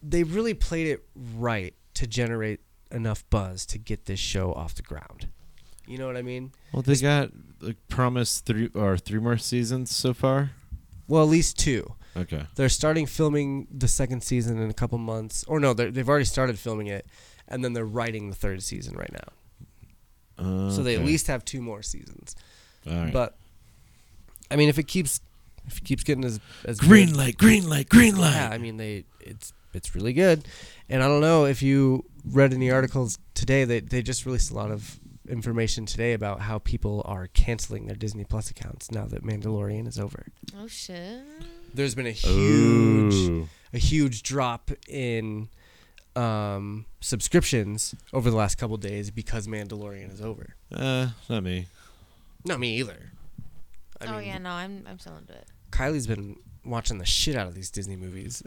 [SPEAKER 1] they really played it right to generate enough buzz to get this show off the ground. You know what I mean?
[SPEAKER 2] Well, they got like promised three or three more seasons so far.
[SPEAKER 1] Well, at least two.
[SPEAKER 2] Okay.
[SPEAKER 1] They're starting filming the second season in a couple months, or no, they're- they've already started filming it, and then they're writing the third season right now. So they at
[SPEAKER 2] Okay.
[SPEAKER 1] least have two more seasons.
[SPEAKER 2] All Uh, right.
[SPEAKER 1] But I mean, if it keeps if it keeps getting as as good-
[SPEAKER 2] green light, green light, green light.
[SPEAKER 1] Yeah, I mean they it's it's really good. And I don't know if you read any articles today they they just released a lot of information today about how people are canceling their Disney Plus accounts now that Mandalorian is over.
[SPEAKER 9] Oh shit.
[SPEAKER 1] There's been a huge a huge drop in um, subscriptions over the last couple days because Mandalorian is over.
[SPEAKER 2] Uh, not me.
[SPEAKER 1] Not me either. I
[SPEAKER 9] oh
[SPEAKER 1] mean,
[SPEAKER 9] yeah, no, I'm I'm still into it.
[SPEAKER 1] Kylie's been watching the shit out of these Disney movies.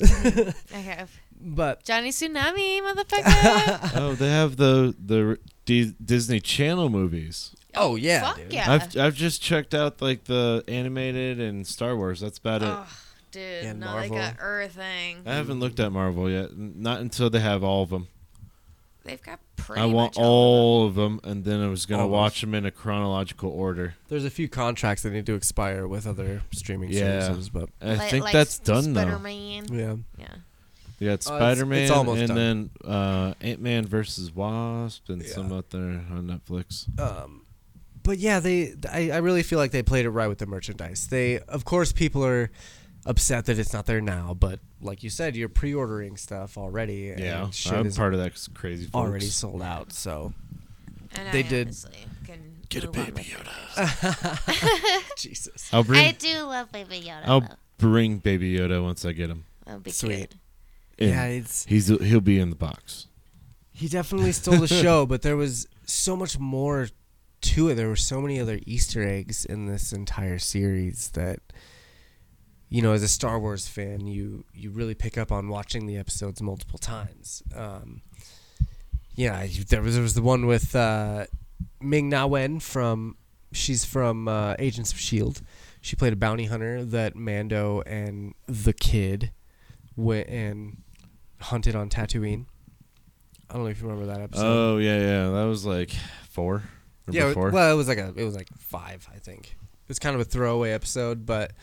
[SPEAKER 9] I have
[SPEAKER 1] but
[SPEAKER 9] Johnny Tsunami, motherfucker.
[SPEAKER 2] oh, they have the the D- Disney Channel movies.
[SPEAKER 1] oh yeah,
[SPEAKER 9] Fuck
[SPEAKER 1] dude.
[SPEAKER 9] yeah,
[SPEAKER 2] I've I've just checked out like the animated and Star Wars. That's about
[SPEAKER 9] Oh.
[SPEAKER 2] it.
[SPEAKER 9] dude.
[SPEAKER 1] And
[SPEAKER 9] no, they got
[SPEAKER 1] Marvel.
[SPEAKER 9] everything.
[SPEAKER 2] I haven't looked at Marvel yet. N- Not until they have all of them.
[SPEAKER 9] They've got pretty.
[SPEAKER 2] I want
[SPEAKER 9] much all.
[SPEAKER 2] all of them, and then I was gonna
[SPEAKER 1] All of 'em.
[SPEAKER 2] watch them in a chronological order.
[SPEAKER 1] There's a few contracts that need to expire with other streaming
[SPEAKER 2] Yeah.
[SPEAKER 1] services, but
[SPEAKER 2] I
[SPEAKER 9] Like-
[SPEAKER 2] think
[SPEAKER 9] like
[SPEAKER 2] that's
[SPEAKER 9] Sp-
[SPEAKER 2] done though.
[SPEAKER 9] Spider-Man.
[SPEAKER 1] yeah,
[SPEAKER 9] Yeah.
[SPEAKER 2] They got Spider Man,
[SPEAKER 1] Oh, it's almost
[SPEAKER 2] and
[SPEAKER 1] done.
[SPEAKER 2] then uh, Ant Man versus Wasp, and
[SPEAKER 1] Yeah.
[SPEAKER 2] some out there on Netflix.
[SPEAKER 1] um, but yeah, they I, I really feel like they played it right with the merchandise. They of course people are upset that it's not there now, but like you said, you're pre-ordering stuff already, and
[SPEAKER 2] yeah,
[SPEAKER 1] shit
[SPEAKER 2] I'm
[SPEAKER 1] is
[SPEAKER 2] part of that c- crazy. Folks.
[SPEAKER 1] already sold out. So
[SPEAKER 9] And
[SPEAKER 1] They
[SPEAKER 9] I
[SPEAKER 1] did-
[SPEAKER 9] honestly Can Get a baby Yoda.
[SPEAKER 1] Jesus,
[SPEAKER 2] I'll bring. Oh,
[SPEAKER 9] I do love baby Yoda.
[SPEAKER 2] I'll
[SPEAKER 1] Uh,
[SPEAKER 9] though.
[SPEAKER 2] bring Baby Yoda once I get him.
[SPEAKER 9] That'll be
[SPEAKER 1] Sweet.
[SPEAKER 9] cute.
[SPEAKER 2] In.
[SPEAKER 1] yeah, it's
[SPEAKER 2] He's he'll be in the box.
[SPEAKER 1] he definitely stole the show, but there was so much more to it. There were so many other Easter eggs in this entire series that you know, as a Star Wars fan, you you really pick up on watching the episodes multiple times. Um, yeah, you- there was there was the one with uh, Ming Na Wen from she's from uh, Agents of Shield. She played a bounty hunter that Mando and the kid went and hunted on Tatooine. I don't know if you remember that episode.
[SPEAKER 2] oh yeah, yeah. That was like four. Or
[SPEAKER 1] Yeah,
[SPEAKER 2] before.
[SPEAKER 1] well, it was like a, it was like five, I think. It's kind of a throwaway episode, but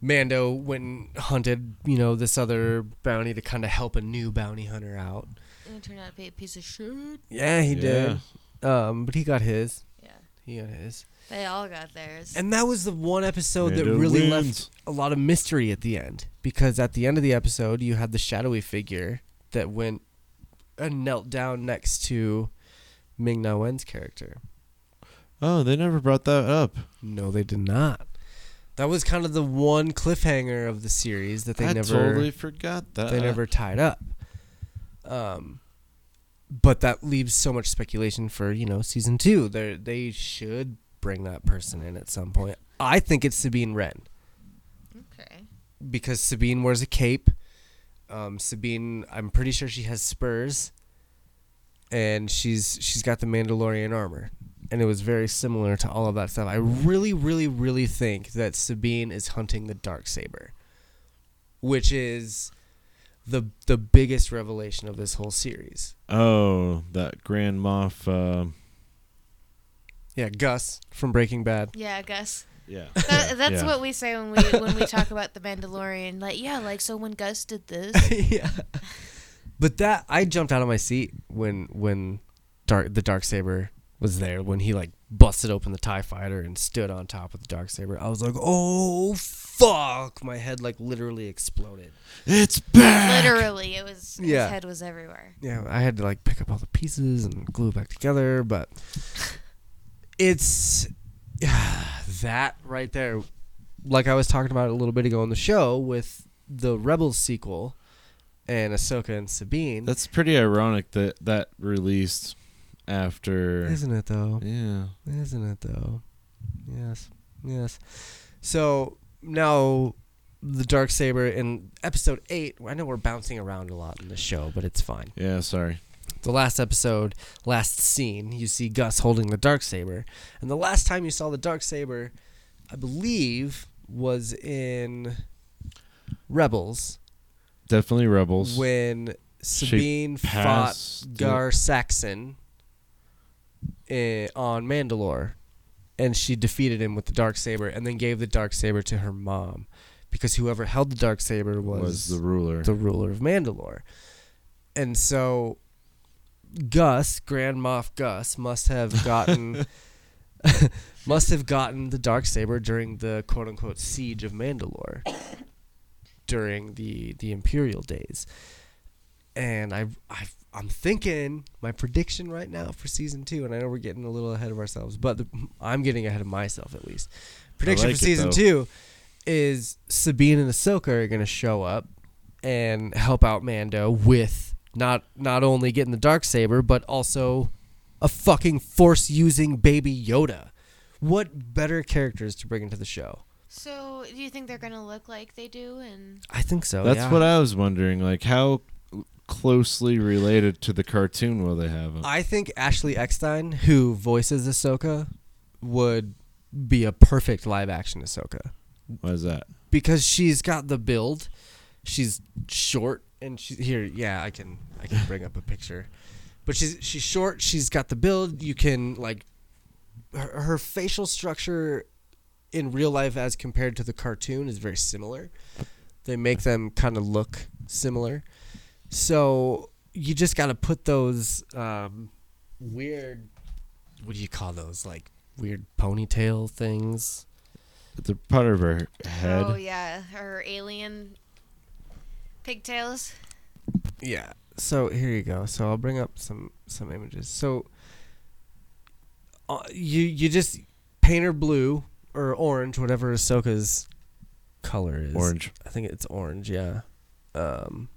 [SPEAKER 1] Mando went and hunted, you know, this other bounty to kind of help a new bounty hunter out.
[SPEAKER 9] It turned out to be a piece of shit.
[SPEAKER 1] Yeah, he
[SPEAKER 2] Yeah.
[SPEAKER 1] did. Um, but he got his.
[SPEAKER 9] Yeah.
[SPEAKER 1] He got his.
[SPEAKER 9] They all got theirs.
[SPEAKER 1] And that was the one episode that
[SPEAKER 2] Mando
[SPEAKER 1] really
[SPEAKER 2] wins.
[SPEAKER 1] left a lot of mystery at the end because at the end of the episode you had the shadowy figure that went and knelt down next to Ming Na Wen's character.
[SPEAKER 2] oh, they never brought that up.
[SPEAKER 1] No, they did not. That was kind of the one cliffhanger of the series that they
[SPEAKER 2] I
[SPEAKER 1] never
[SPEAKER 2] totally forgot that.
[SPEAKER 1] they never tied up. Um, but that leaves so much speculation for you know season two. They they should bring that person in at some point. I think it's Sabine Wren
[SPEAKER 9] okay.
[SPEAKER 1] because Sabine wears a cape. Um, Sabine, I'm pretty sure she has spurs, and she's she's got the Mandalorian armor, and it was very similar to all of that stuff. I really, really, really think that Sabine is hunting the dark saber, which is the the biggest revelation of this whole series.
[SPEAKER 2] Oh, that Grand Moff. um
[SPEAKER 1] Yeah, Gus from Breaking Bad.
[SPEAKER 9] Yeah, Gus.
[SPEAKER 2] Yeah.
[SPEAKER 3] That, that's
[SPEAKER 2] Yeah.
[SPEAKER 3] what we say when we when we talk about the Mandalorian. Like, yeah, like so when Gus did this,
[SPEAKER 1] yeah. But that I jumped out of my seat when when dark the dark saber was there when he like busted open the tie fighter and stood on top of the dark saber. I was like, "Oh fuck." My head like literally exploded.
[SPEAKER 2] It's back.
[SPEAKER 3] literally, it was
[SPEAKER 1] Yeah.
[SPEAKER 3] his head was everywhere.
[SPEAKER 1] Yeah, I had to like pick up all the pieces and glue it back together, but it's that right there. Like I was talking about a little bit ago on the show with the Rebels sequel and Ahsoka and Sabine.
[SPEAKER 2] That's pretty ironic that that released after.
[SPEAKER 1] Isn't it though?
[SPEAKER 2] yeah.
[SPEAKER 1] Isn't it though? Yes. Yes. So now the dark saber in episode 8, I know we're bouncing around a lot in the show, but it's fine.
[SPEAKER 2] Yeah. Sorry.
[SPEAKER 1] The last episode, last scene, you see Gus holding the dark saber. And the last time you saw the dark saber, I believe was in Rebels
[SPEAKER 2] Definitely rebels.
[SPEAKER 1] when Sabine fought
[SPEAKER 2] passed it.
[SPEAKER 1] Gar Saxon eh, on Mandalore, and she defeated him with the dark saber, and then gave the dark saber to her mom, because whoever held the dark saber was,
[SPEAKER 2] was, the ruler.
[SPEAKER 1] the ruler of Mandalore, and so Gus, Grand Moff Gus, must have gotten. must have gotten the dark saber during the quote unquote siege of Mandalore during the the imperial days and I, I i'm thinking my prediction right now for season two and i know we're getting a little ahead of ourselves but the, i'm getting ahead of myself at least prediction
[SPEAKER 2] like
[SPEAKER 1] for
[SPEAKER 2] it,
[SPEAKER 1] season
[SPEAKER 2] though.
[SPEAKER 1] two is sabine and ahsoka are going to show up and help out mando with not not only getting the dark saber but also a fucking force using baby yoda what better characters to bring into the show
[SPEAKER 3] So, do you think they're gonna look like they do? And
[SPEAKER 1] i think so
[SPEAKER 2] That's
[SPEAKER 1] yeah.
[SPEAKER 2] what I was wondering. Like, how closely related to the cartoon will they have? 'em?
[SPEAKER 1] I think Ashley Eckstein, who voices Ahsoka, would be a perfect live action Ahsoka
[SPEAKER 2] Why is that?
[SPEAKER 1] because she's got the build. She's short and she here. Yeah, I can I can bring up a picture, but she's she's short. She's got the build. You can like her, her facial structure in real life as compared to the cartoon is very similar. They make them kind of look similar. So you just got to put those um, weird. What do you call those? Like weird ponytail things.
[SPEAKER 2] They're part of her head.
[SPEAKER 3] oh yeah, her alien pigtails.
[SPEAKER 1] Yeah. So here you go. So I'll bring up some some images. So uh, you you just paint her blue or orange, whatever Ahsoka's color is.
[SPEAKER 2] Orange.
[SPEAKER 1] I think it's orange. Yeah. Um,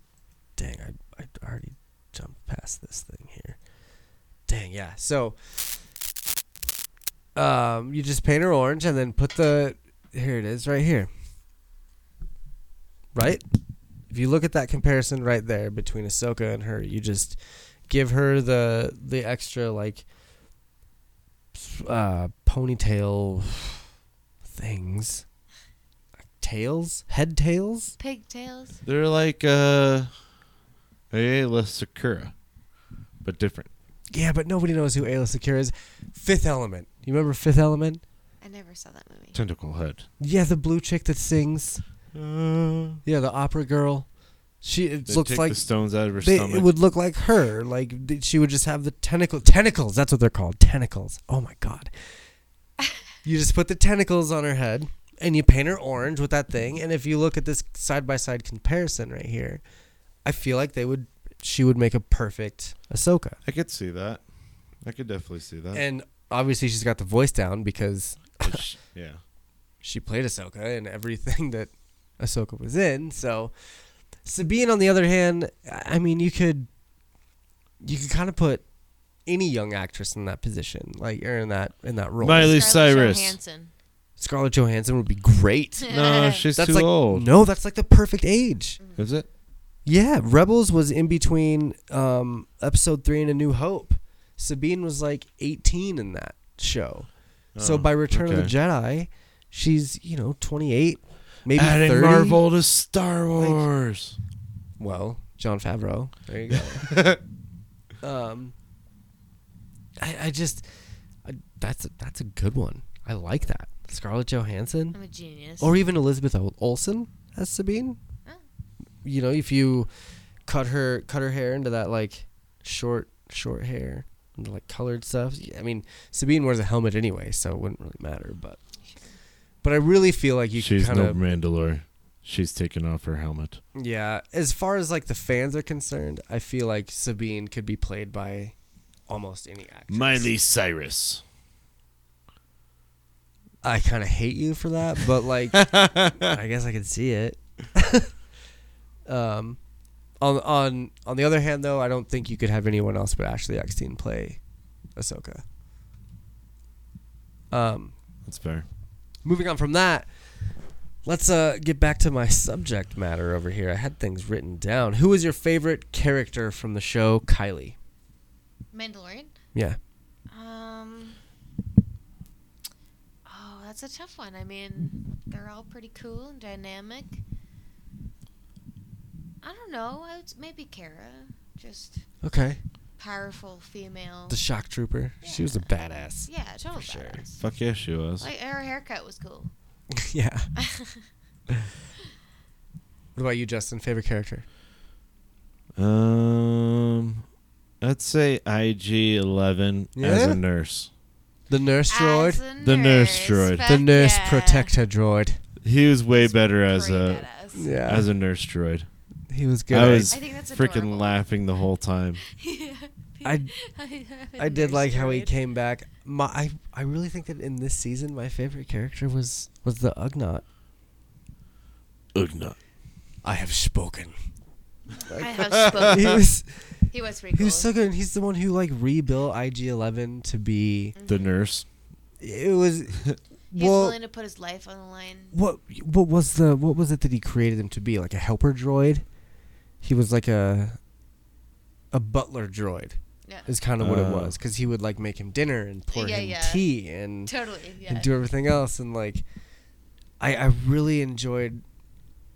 [SPEAKER 1] dang, I I already jumped past this thing here. Dang, yeah. So um, you just paint her orange and then put the here it is right here. Right? If you look at that comparison right there between Ahsoka and her, you just give her the the extra like uh, ponytail things, tails, head tails.
[SPEAKER 3] Pigtails.
[SPEAKER 2] They're like uh, Ayla Sakura, but different.
[SPEAKER 1] Yeah, but nobody knows who Ayla Secure is. Fifth Element. You remember Fifth Element?
[SPEAKER 3] I never saw that movie.
[SPEAKER 2] Tentacle head.
[SPEAKER 1] Yeah, the blue chick that sings.
[SPEAKER 2] Uh,
[SPEAKER 1] Yeah, the opera girl. She it
[SPEAKER 2] they
[SPEAKER 1] looks
[SPEAKER 2] take
[SPEAKER 1] like
[SPEAKER 2] the stones out of her
[SPEAKER 1] they,
[SPEAKER 2] stomach.
[SPEAKER 1] it would look like her. Like th- she would just have the tentacle tentacles. That's what they're called. Tentacles. Oh my god. you just put the tentacles on her head and you paint her orange with that thing. And if you look at this side by side comparison right here, I feel like they would. She would make a perfect Ahsoka.
[SPEAKER 2] I could see that. I could definitely see that.
[SPEAKER 1] And obviously, she's got the voice down because
[SPEAKER 2] Which- yeah.
[SPEAKER 1] she played Ahsoka in everything that Ahsoka was in. So Sabine, on the other hand, I I mean, you could you could kind of put any young actress in that position, like or in that in that role.
[SPEAKER 2] Miley
[SPEAKER 3] Scarlett
[SPEAKER 2] Cyrus.
[SPEAKER 3] Johansson.
[SPEAKER 1] Scarlett Johansson would be great.
[SPEAKER 2] No, she's
[SPEAKER 1] That's
[SPEAKER 2] too
[SPEAKER 1] like
[SPEAKER 2] old.
[SPEAKER 1] no, that's like the perfect age.
[SPEAKER 2] Is it?
[SPEAKER 1] Yeah, Rebels was in between um, episode three and A New Hope. Sabine was like 18 in that show. so
[SPEAKER 2] Oh,
[SPEAKER 1] by Return of
[SPEAKER 2] okay.
[SPEAKER 1] the Jedi, she's, you know, 28, maybe
[SPEAKER 2] Adding
[SPEAKER 1] 30.
[SPEAKER 2] Marvel to Star Wars.
[SPEAKER 1] Well, John Favreau. There you go. um, I, I just I, that's a, that's a good one. I like that. Scarlett Johansson
[SPEAKER 9] I'm a
[SPEAKER 3] Mm.
[SPEAKER 9] genius.
[SPEAKER 1] or even Elizabeth Ol- Olsen as Sabine.
[SPEAKER 9] Oh.
[SPEAKER 1] You know, if you cut her cut her hair into that like short short hair and like colored stuff. y- I mean, Sabine wears a helmet anyway, so it wouldn't really matter. But but I really feel like you
[SPEAKER 2] She's
[SPEAKER 1] can kind
[SPEAKER 2] no
[SPEAKER 1] of
[SPEAKER 2] Mandalore. She's taken off her helmet.
[SPEAKER 1] yeah. As far as like the fans are concerned, I feel like Sabine could be played by almost any actor.
[SPEAKER 2] Miley Cyrus.
[SPEAKER 1] I kind of hate you for that, but like, I guess I can see it. um, on on on the other hand, though, I don't think you could have anyone else but Ashley Eckstein play Ahsoka. Um,
[SPEAKER 2] That's fair.
[SPEAKER 1] moving on from that, let's uh get back to my subject matter over here. I had things written down. Who is your favorite character from the show, Kylie?
[SPEAKER 9] Mandalorian.
[SPEAKER 1] Yeah,
[SPEAKER 9] Um. Oh, that's a tough one. I mean, they're all pretty cool and dynamic. I don't know. I would, maybe Kara, just
[SPEAKER 1] okay.
[SPEAKER 9] powerful female.
[SPEAKER 1] The shock trooper. She was a badass.
[SPEAKER 9] yeah, total
[SPEAKER 1] sure.
[SPEAKER 9] badass.
[SPEAKER 2] Fuck yeah, she was.
[SPEAKER 9] Like her haircut was cool.
[SPEAKER 1] yeah. What about you, Justin? Favorite character?
[SPEAKER 2] Um, I'd say IG Eleven as
[SPEAKER 1] Yeah?
[SPEAKER 2] a nurse.
[SPEAKER 1] The nurse droid.
[SPEAKER 9] As a
[SPEAKER 2] The nurse droid.
[SPEAKER 1] the
[SPEAKER 9] fuck
[SPEAKER 1] nurse
[SPEAKER 9] yeah.
[SPEAKER 1] protector droid.
[SPEAKER 2] He was way better
[SPEAKER 9] Pretty
[SPEAKER 2] as a
[SPEAKER 9] badass.
[SPEAKER 1] Yeah.
[SPEAKER 2] as a nurse droid.
[SPEAKER 1] he was good.
[SPEAKER 2] I was
[SPEAKER 9] I think that's
[SPEAKER 2] freaking
[SPEAKER 9] adorable.
[SPEAKER 2] laughing the whole time.
[SPEAKER 1] I,
[SPEAKER 9] I,
[SPEAKER 1] I did like how he came back. My I, I really think that in this season my favorite character was was the Ugnaught.
[SPEAKER 2] Ugnut.
[SPEAKER 1] I have spoken.
[SPEAKER 9] I have spoken.
[SPEAKER 1] he was
[SPEAKER 9] He was pretty
[SPEAKER 1] he
[SPEAKER 9] cool.
[SPEAKER 1] was so good and he's the one who like rebuilt IG eleven to be
[SPEAKER 2] The nurse.
[SPEAKER 1] it was
[SPEAKER 9] He's
[SPEAKER 1] well
[SPEAKER 9] willing to put his life on the line.
[SPEAKER 1] what what was the what was it that he created him to be? Like a helper droid? He was like a a butler droid.
[SPEAKER 9] Yeah.
[SPEAKER 1] Is kind of what it
[SPEAKER 2] Oh.
[SPEAKER 1] was cuz he would like make him dinner and pour
[SPEAKER 9] Yeah,
[SPEAKER 1] him
[SPEAKER 9] yeah.
[SPEAKER 1] tea and
[SPEAKER 9] Totally. Yeah.
[SPEAKER 1] and do everything else and like I I really enjoyed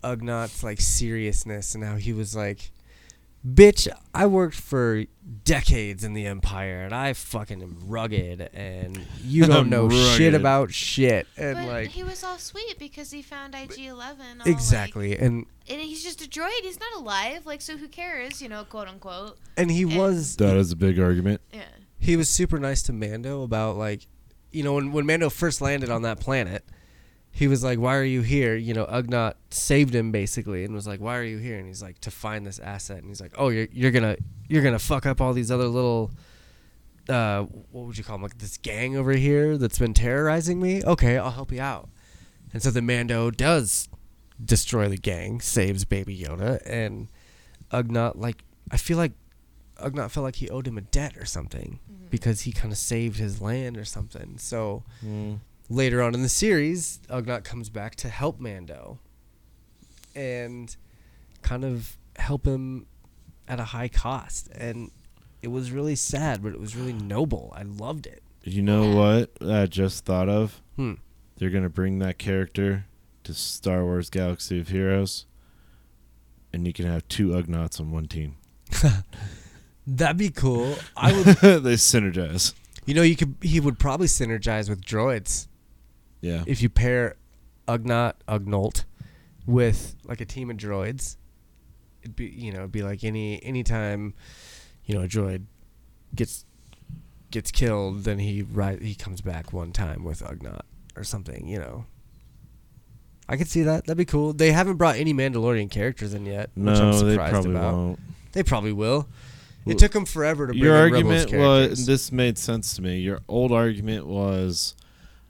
[SPEAKER 1] Ugnaught's like seriousness and how he was like bitch I worked for decades in the empire and I fucking am rugged and you don't
[SPEAKER 2] I'm
[SPEAKER 1] know shit
[SPEAKER 2] rugged.
[SPEAKER 1] about shit and
[SPEAKER 9] but
[SPEAKER 1] like
[SPEAKER 9] he was all sweet because he found IG-11. All
[SPEAKER 1] exactly and
[SPEAKER 9] Like, and he's just a droid. He's not alive. Like, so who cares? You know, quote unquote.
[SPEAKER 1] and he was
[SPEAKER 2] That is a big argument.
[SPEAKER 9] Yeah.
[SPEAKER 1] he was super nice to Mando about like, you know, when when Mando first landed on that planet, he was like, "Why are you here?" You know, Ugnaught saved him basically and was like, "Why are you here?" And he's like, "To find this asset." And he's like, "Oh, you're you're gonna you're gonna fuck up all these other little." Uh, what would you call them? Like this gang over here that's been terrorizing me. Okay, I'll help you out. And so the Mando does destroy the gang, saves Baby Yoda, and Ugnaught like I feel like Ugnaught felt like he owed him a debt or something because he kind of saved his land or something. So later on in the series, Ugnaught comes back to help Mando and kind of help him at a high cost. And it was really sad, but it was really noble. I loved it.
[SPEAKER 2] You know what I just thought of?
[SPEAKER 1] Hmm.
[SPEAKER 2] They're gonna bring that character to Star Wars Galaxy of Heroes, and you can have two Ugnaughts on one team.
[SPEAKER 1] That'd be cool. I would.
[SPEAKER 2] they synergize.
[SPEAKER 1] you know, you could. He would probably synergize with droids.
[SPEAKER 2] Yeah.
[SPEAKER 1] if you pair Ugnaught, Ugnolt with like a team of droids, it'd be you know, it'd be like any anytime, you know, a droid gets gets killed, then he ri he comes back one time with Ugnaught or something, you know. I could see that. That'd be cool. They haven't brought any Mandalorian characters in yet, which I'm
[SPEAKER 2] no, they
[SPEAKER 1] surprised
[SPEAKER 2] probably
[SPEAKER 1] about.
[SPEAKER 2] won't.
[SPEAKER 1] They probably will.
[SPEAKER 2] Well,
[SPEAKER 1] It took them forever to bring
[SPEAKER 2] Your
[SPEAKER 1] in Rebels
[SPEAKER 2] argument was
[SPEAKER 1] characters.
[SPEAKER 2] this made sense to me. Your old argument was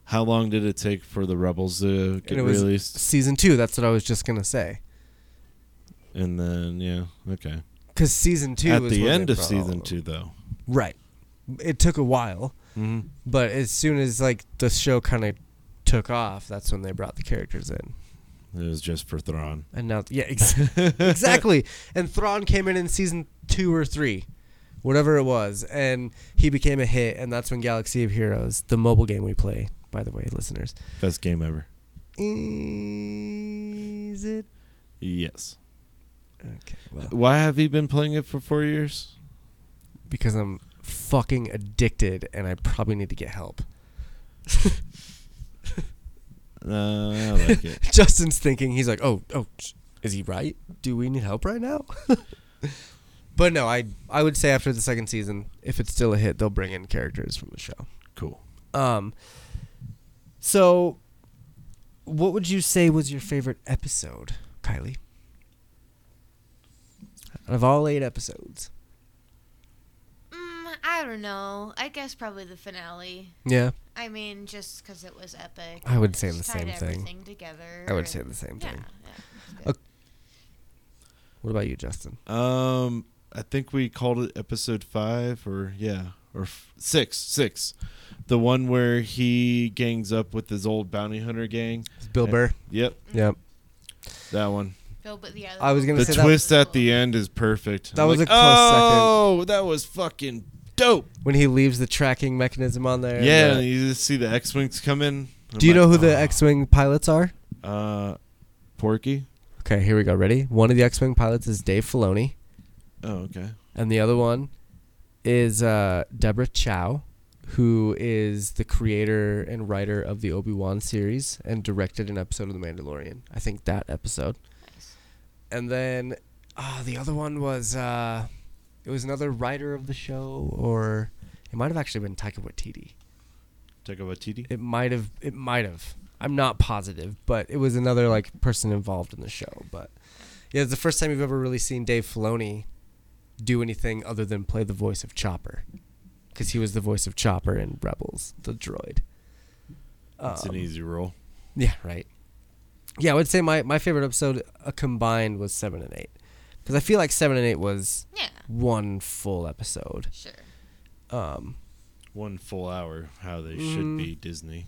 [SPEAKER 2] how long did it take for the rebels to get
[SPEAKER 1] And it was
[SPEAKER 2] released?
[SPEAKER 1] season two. That's what I was just gonna say.
[SPEAKER 2] And then yeah, okay.
[SPEAKER 1] Because season two
[SPEAKER 2] At
[SPEAKER 1] was
[SPEAKER 2] the
[SPEAKER 1] when they
[SPEAKER 2] end of
[SPEAKER 1] brought all
[SPEAKER 2] season
[SPEAKER 1] them.
[SPEAKER 2] two, though,
[SPEAKER 1] Right. It took a while,
[SPEAKER 2] Mhm.
[SPEAKER 1] but as soon as like the show kind of took off, that's when they brought the characters in.
[SPEAKER 2] it was just for Thrawn.
[SPEAKER 1] And now, yeah, ex- exactly. And Thrawn came in in season two or three, whatever it was, and he became a hit. And that's when Galaxy of Heroes, the mobile game we play, by the way, listeners,
[SPEAKER 2] Best game ever.
[SPEAKER 1] is it?
[SPEAKER 2] Yes.
[SPEAKER 1] Okay, well,
[SPEAKER 2] Why have you been playing it for four years?
[SPEAKER 1] because I'm fucking addicted, and I probably need to get help.
[SPEAKER 2] No, I like it.
[SPEAKER 1] Justin's thinking he's like, oh, oh, sh- is he right? Do we need help right now? but no, I I would say after the second season, if it's still a hit, they'll bring in characters from the show.
[SPEAKER 2] Cool.
[SPEAKER 1] Um, so what would you say was your favorite episode, Kylie? Out of all eight episodes.
[SPEAKER 9] Mm, I don't know. I guess probably the finale.
[SPEAKER 1] Yeah,
[SPEAKER 9] I mean, just because it was epic.
[SPEAKER 1] I would say
[SPEAKER 9] Just
[SPEAKER 1] the same
[SPEAKER 9] tied
[SPEAKER 1] thing.
[SPEAKER 9] everything Together.
[SPEAKER 1] I would
[SPEAKER 9] and-
[SPEAKER 1] say the same
[SPEAKER 9] yeah,
[SPEAKER 1] thing.
[SPEAKER 9] yeah, it's good.
[SPEAKER 1] Okay. What about you, Justin?
[SPEAKER 2] Um, I think we called it episode five, or yeah, or f- six, six, the one where he gangs up with his old bounty hunter gang.
[SPEAKER 1] Bill Burr.
[SPEAKER 2] Yep,
[SPEAKER 1] Yep.
[SPEAKER 2] that one.
[SPEAKER 9] Bill, but yeah,
[SPEAKER 1] I was gonna
[SPEAKER 2] The
[SPEAKER 1] say
[SPEAKER 2] twist
[SPEAKER 9] that-
[SPEAKER 2] at the end is perfect.
[SPEAKER 1] That was a close
[SPEAKER 2] oh, that was fucking dope.
[SPEAKER 1] that when he leaves the tracking mechanism on there.
[SPEAKER 2] Yeah,
[SPEAKER 1] the-
[SPEAKER 2] and you just see the X wings come in. I'm
[SPEAKER 1] Do you
[SPEAKER 2] like,
[SPEAKER 1] know who the
[SPEAKER 2] "Oh."
[SPEAKER 1] X-wing pilots are?
[SPEAKER 2] Uh, Porky.
[SPEAKER 1] Okay, here we go. Ready? One of the X-wing pilots is Dave Filoni,
[SPEAKER 2] Oh, okay.
[SPEAKER 1] and the other one is uh, Deborah Chow, who is the creator and writer of the Obi-Wan series and directed an episode of The Mandalorian. I think that episode. And then ah, the other one was uh, it was another writer of the show, or it might have actually been Taika Waititi.
[SPEAKER 2] Take a Waititi.
[SPEAKER 1] It might have. It might have. I'm not positive, but it was another like person involved in the show. But yeah, it's the first time you've ever really seen Dave Filoni do anything other than play the voice of Chopper, because he was the voice of Chopper in Rebels, the droid.
[SPEAKER 2] It's
[SPEAKER 1] um,
[SPEAKER 2] an easy roll.
[SPEAKER 1] Yeah, right. Yeah, I would say my my favorite episode uh, combined was seven and eight, because I feel like seven and eight was
[SPEAKER 9] yeah,
[SPEAKER 1] one full episode.
[SPEAKER 9] sure.
[SPEAKER 1] Um,
[SPEAKER 2] One full hour. How they
[SPEAKER 1] Mm.
[SPEAKER 2] should be Disney.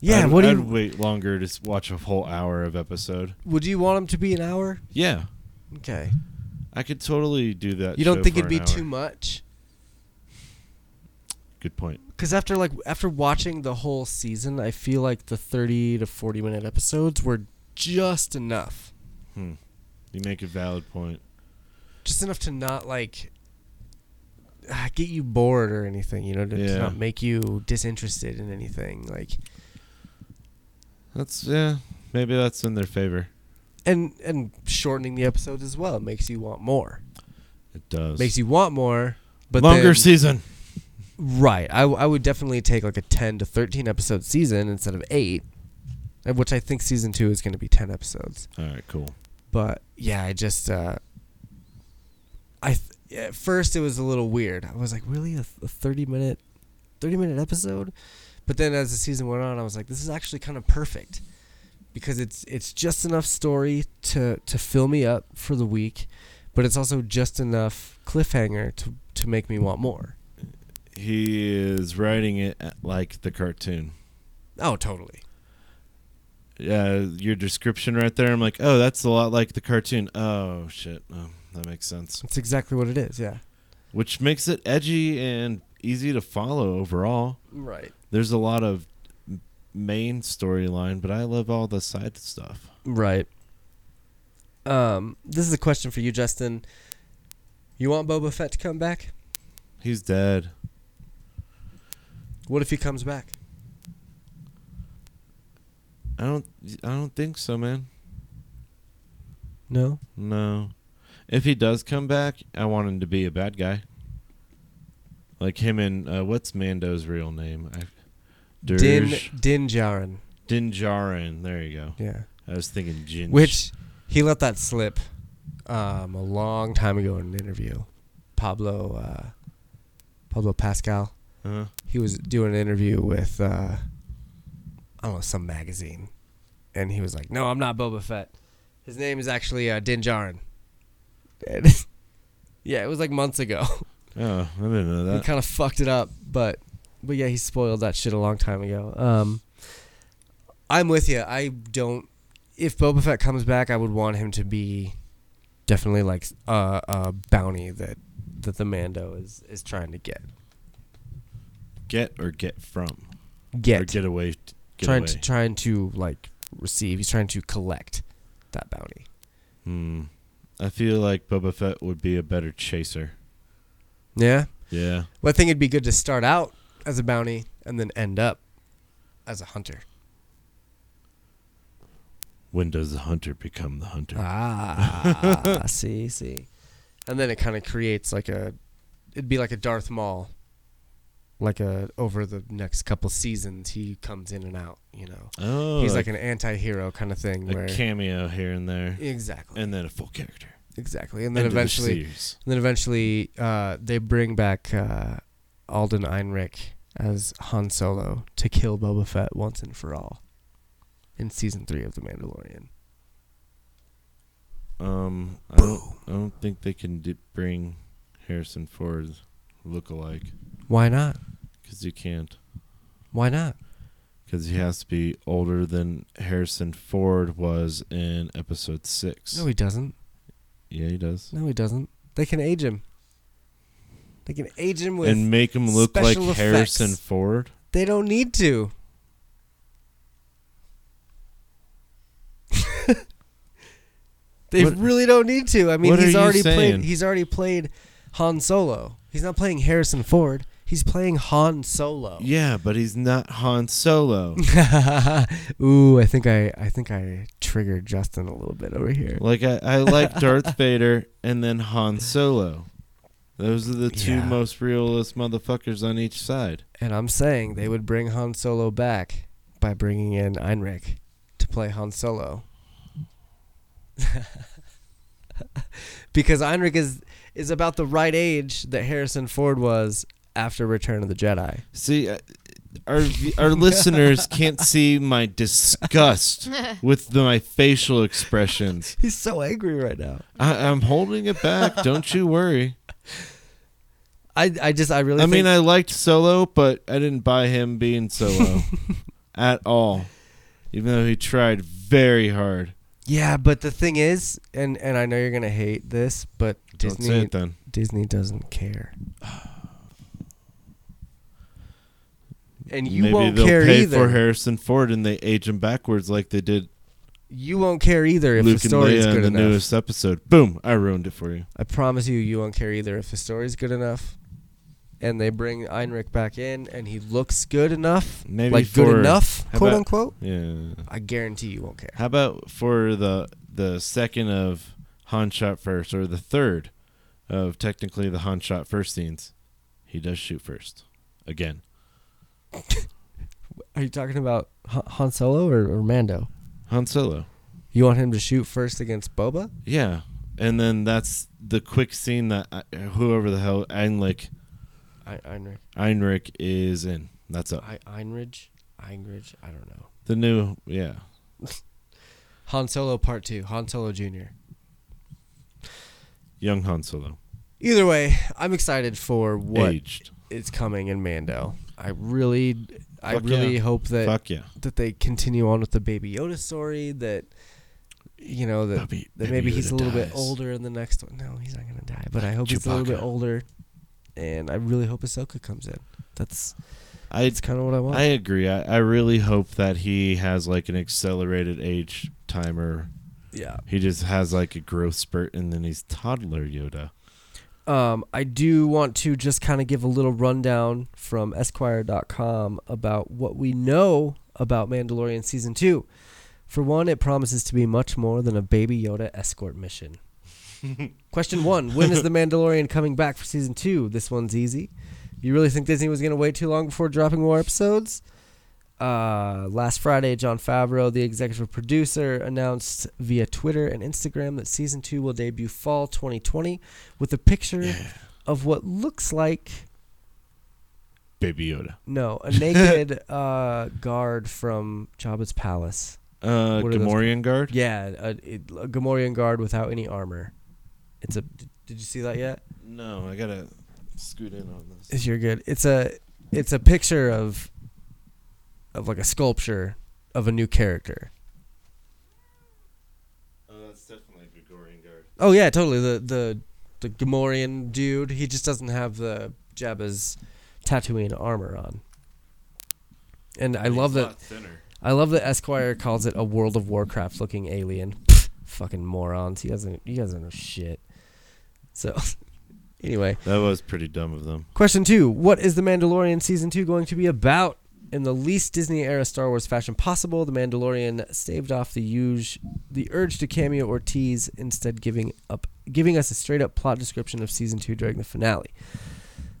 [SPEAKER 1] yeah,
[SPEAKER 2] I'd,
[SPEAKER 1] what do
[SPEAKER 2] I'd
[SPEAKER 1] you
[SPEAKER 2] wait longer to s- watch a whole hour of episode.
[SPEAKER 1] would you want them to be an hour?
[SPEAKER 2] Yeah,
[SPEAKER 1] Okay,
[SPEAKER 2] I could totally do that.
[SPEAKER 1] you don't
[SPEAKER 2] show
[SPEAKER 1] think
[SPEAKER 2] for
[SPEAKER 1] it'd be
[SPEAKER 2] an hour.
[SPEAKER 1] too much?
[SPEAKER 2] Good point.
[SPEAKER 1] because after like after watching the whole season, I feel like the thirty to forty minute episodes were just enough,
[SPEAKER 2] You make a valid point.
[SPEAKER 1] just enough to not like ah, get you bored or anything. You know, to, to
[SPEAKER 2] Yeah.
[SPEAKER 1] not make you disinterested in anything. Like,
[SPEAKER 2] That's yeah. Maybe that's in their favor.
[SPEAKER 1] and and shortening the episodes as well makes you want more.
[SPEAKER 2] It does.
[SPEAKER 1] Makes you want more, but
[SPEAKER 2] longer
[SPEAKER 1] then-
[SPEAKER 2] season.
[SPEAKER 1] Right. I, w- I would definitely take like a 10 to 13 episode season instead of 8, and which I think season 2 is going to be 10 episodes.
[SPEAKER 2] All right, cool.
[SPEAKER 1] but yeah, I just uh, I th- at first it was a little weird. I was like, really a, a thirty minute, thirty minute episode, but then as the season went on, I was like, this is actually kind of perfect because it's it's just enough story to to fill me up for the week, but it's also just enough cliffhanger to to make me want more.
[SPEAKER 2] He is writing it at- like the cartoon.
[SPEAKER 1] Oh, totally.
[SPEAKER 2] Yeah, your description right there. I'm like, oh, that's a lot like the cartoon. Oh shit, oh, that makes sense.
[SPEAKER 1] That's exactly what it is. Yeah.
[SPEAKER 2] Which makes it edgy and easy to follow overall.
[SPEAKER 1] Right.
[SPEAKER 2] There's a lot of m- main storyline, but I love all the side stuff.
[SPEAKER 1] Right. Um, this is a question for you, Justin. You want Boba Fett to come back?
[SPEAKER 2] He's dead.
[SPEAKER 1] What if he comes back?
[SPEAKER 2] I don't. I don't think so, man.
[SPEAKER 1] No.
[SPEAKER 2] No. If he does come back, I want him to be a bad guy. Like him and uh, what's Mando's real name? I, Dirge.
[SPEAKER 1] Din Din Djarin.
[SPEAKER 2] Din Djarin. There you go.
[SPEAKER 1] Yeah.
[SPEAKER 2] I was thinking Ginge.
[SPEAKER 1] Which he let that slip um, a long time ago in an interview. Pablo uh, Pablo Pascal.
[SPEAKER 2] Uh,
[SPEAKER 1] He was doing an interview with uh, I don't know some magazine, and he was like, "No, I'm not Boba Fett. His name is actually uh, Din Djarin." And- yeah, it was like months ago.
[SPEAKER 2] oh, I didn't know
[SPEAKER 1] He
[SPEAKER 2] that.
[SPEAKER 1] kind of fucked it up, but but yeah, he spoiled that shit a long time ago. Um, I'm with you. I don't. If Boba Fett comes back, I would want him to be definitely like a, a bounty that that the Mando is is trying to get
[SPEAKER 2] Get or get from. Or
[SPEAKER 1] get,
[SPEAKER 2] get away. t- Get
[SPEAKER 1] trying
[SPEAKER 2] away.
[SPEAKER 1] to trying to like receive. He's trying to collect that bounty.
[SPEAKER 2] Hmm. I feel like Boba Fett would be a better chaser.
[SPEAKER 1] Yeah.
[SPEAKER 2] Yeah.
[SPEAKER 1] Well, I think it'd be good to start out as a bounty and then end up as a hunter.
[SPEAKER 2] When does the hunter become the hunter?
[SPEAKER 1] Ah, see, see. And then it kind of creates like a, it'd be like a Darth Maul. Like a over the next couple seasons, he comes in and out. You know,
[SPEAKER 2] oh,
[SPEAKER 1] he's like an anti-hero kind of thing.
[SPEAKER 2] a
[SPEAKER 1] where
[SPEAKER 2] cameo here and there,
[SPEAKER 1] exactly,
[SPEAKER 2] and then a full character.
[SPEAKER 1] exactly, and then
[SPEAKER 2] End of the
[SPEAKER 1] eventually,
[SPEAKER 2] series.
[SPEAKER 1] and then eventually, uh, they bring back uh, Alden Einrich as Han Solo to kill Boba Fett once and for all. In season three of The Mandalorian,
[SPEAKER 2] Um, I don't, I don't think they can do, bring Harrison Ford look-alike
[SPEAKER 1] why not?
[SPEAKER 2] because you can't
[SPEAKER 1] Why not?
[SPEAKER 2] because he has to be older than Harrison Ford was in Episode Six.
[SPEAKER 1] No, he doesn't.
[SPEAKER 2] yeah, he does,
[SPEAKER 1] No, he doesn't. They can age him. They can age him with.
[SPEAKER 2] and make him look like
[SPEAKER 1] special effects.
[SPEAKER 2] Harrison Ford.
[SPEAKER 1] they don't need to. they
[SPEAKER 2] What-
[SPEAKER 1] really don't need to. I mean,
[SPEAKER 2] what are
[SPEAKER 1] he's
[SPEAKER 2] you
[SPEAKER 1] already played.
[SPEAKER 2] saying?
[SPEAKER 1] He's already played Han Solo. He's not playing Harrison Ford. He's playing Han Solo.
[SPEAKER 2] Yeah, but he's not Han Solo.
[SPEAKER 1] Ooh, I think I, I think I triggered Justin a little bit over here.
[SPEAKER 2] Like I, I like Darth Vader and then Han Solo. Those are the two
[SPEAKER 1] Yeah.
[SPEAKER 2] most realist motherfuckers on each side.
[SPEAKER 1] And I'm saying they would bring Han Solo back by bringing in Einrich to play Han Solo. because Einrich is is about the right age that Harrison Ford was after Return of the Jedi.
[SPEAKER 2] See, uh, our our listeners can't see my disgust with the, my facial expressions.
[SPEAKER 1] He's so angry right now.
[SPEAKER 2] I, I'm holding it back. Don't you worry.
[SPEAKER 1] I, I just I really
[SPEAKER 2] I mean,
[SPEAKER 1] think-
[SPEAKER 2] I liked Solo, but I didn't buy him being Solo at all. Even though he tried very hard.
[SPEAKER 1] yeah, but the thing is, and and I know you're gonna hate this, but
[SPEAKER 2] Don't say
[SPEAKER 1] Disney
[SPEAKER 2] it then.
[SPEAKER 1] Disney doesn't care. And you
[SPEAKER 2] Maybe
[SPEAKER 1] won't
[SPEAKER 2] they'll
[SPEAKER 1] care
[SPEAKER 2] pay
[SPEAKER 1] either.
[SPEAKER 2] for Harrison Ford and they age him backwards like they did
[SPEAKER 1] You won't care either if
[SPEAKER 2] Luke
[SPEAKER 1] the
[SPEAKER 2] and
[SPEAKER 1] story is
[SPEAKER 2] Leia in
[SPEAKER 1] good
[SPEAKER 2] the
[SPEAKER 1] enough.
[SPEAKER 2] newest episode. Boom! I ruined it for you.
[SPEAKER 1] I promise you, you won't care either if the story's good enough. And they bring Einrich back in, and he looks good enough,
[SPEAKER 2] Maybe
[SPEAKER 1] like good
[SPEAKER 2] for-
[SPEAKER 1] enough,
[SPEAKER 2] how
[SPEAKER 1] quote
[SPEAKER 2] about-
[SPEAKER 1] unquote.
[SPEAKER 2] Yeah.
[SPEAKER 1] I guarantee you won't care.
[SPEAKER 2] How about for the the second of Han shot first, or the third of technically the Han shot first scenes? He does shoot first again.
[SPEAKER 1] Are you talking about Han Han Solo or, or Mando?
[SPEAKER 2] Han Solo.
[SPEAKER 1] You want him to shoot first against Boba?
[SPEAKER 2] Yeah, and then that's the quick scene that I, whoever the hell Einrich
[SPEAKER 1] I, Einrich,
[SPEAKER 2] Einrich is in. That's up.
[SPEAKER 1] I, Einrich, Einrich. I don't know.
[SPEAKER 2] The new yeah.
[SPEAKER 1] Han Solo Part Two, Han Solo Junior.
[SPEAKER 2] Young Han Solo.
[SPEAKER 1] Either way, I'm excited for what is
[SPEAKER 2] Aged.
[SPEAKER 1] coming in Mando. I really, I
[SPEAKER 2] Fuck
[SPEAKER 1] really
[SPEAKER 2] yeah.
[SPEAKER 1] hope that
[SPEAKER 2] Fuck yeah.
[SPEAKER 1] that they continue on with the Baby Yoda story. That you know that
[SPEAKER 2] Baby-
[SPEAKER 1] that
[SPEAKER 2] Baby
[SPEAKER 1] maybe he's
[SPEAKER 2] Yoda
[SPEAKER 1] a little bit
[SPEAKER 2] dies.
[SPEAKER 1] older in the next one. No, he's not gonna die, but I hope he's a little bit
[SPEAKER 2] Chewbacca.
[SPEAKER 1] older. And I really hope Ahsoka comes in. That's
[SPEAKER 2] I
[SPEAKER 1] it's kind of what I want.
[SPEAKER 2] I agree. I, I really hope that he has like an accelerated age timer.
[SPEAKER 1] yeah.
[SPEAKER 2] He just has like a growth spurt and then he's toddler Yoda.
[SPEAKER 1] Um, I do want to just kind of give a little rundown from Esquire.com about what we know about Mandalorian season two. For one, it promises to be much more than a Baby Yoda escort mission. Question one When is The Mandalorian coming back for season two? This one's easy. You really think Disney was going to wait too long before dropping more episodes? Uh, last Friday, John Favreau, the executive producer, announced via Twitter and Instagram that season two will debut fall 2020 with a picture of what looks like
[SPEAKER 2] Baby Yoda.
[SPEAKER 1] no a naked uh, guard from Jabba's palace.
[SPEAKER 2] Uh,
[SPEAKER 1] What are those
[SPEAKER 2] Gamorrean guard.
[SPEAKER 1] Yeah, a, it- a Gamorrean guard without any armor. It's a. Did, did you see that yet?
[SPEAKER 2] No, I gotta scoot in on this.
[SPEAKER 1] Is you're good. It's a. It's a picture of. Of like a sculpture of a new character.
[SPEAKER 2] Oh, that's definitely a Gregorian guard.
[SPEAKER 1] Oh yeah, totally. The the the Gamorrean dude. He just doesn't have the Jabba's Tatooine armor on. And I love that.
[SPEAKER 2] Thinner.
[SPEAKER 1] I love that Esquire calls it a World of Warcraft looking alien. Fucking morons. He doesn't. He doesn't know shit. So, anyway,
[SPEAKER 2] That was pretty dumb of them.
[SPEAKER 1] question two: What is the Mandalorian season two going to be about? In the least Disney era Star Wars fashion possible, The Mandalorian staved off the huge, the urge to cameo or tease, instead giving up giving us a straight up plot description of season two during the finale.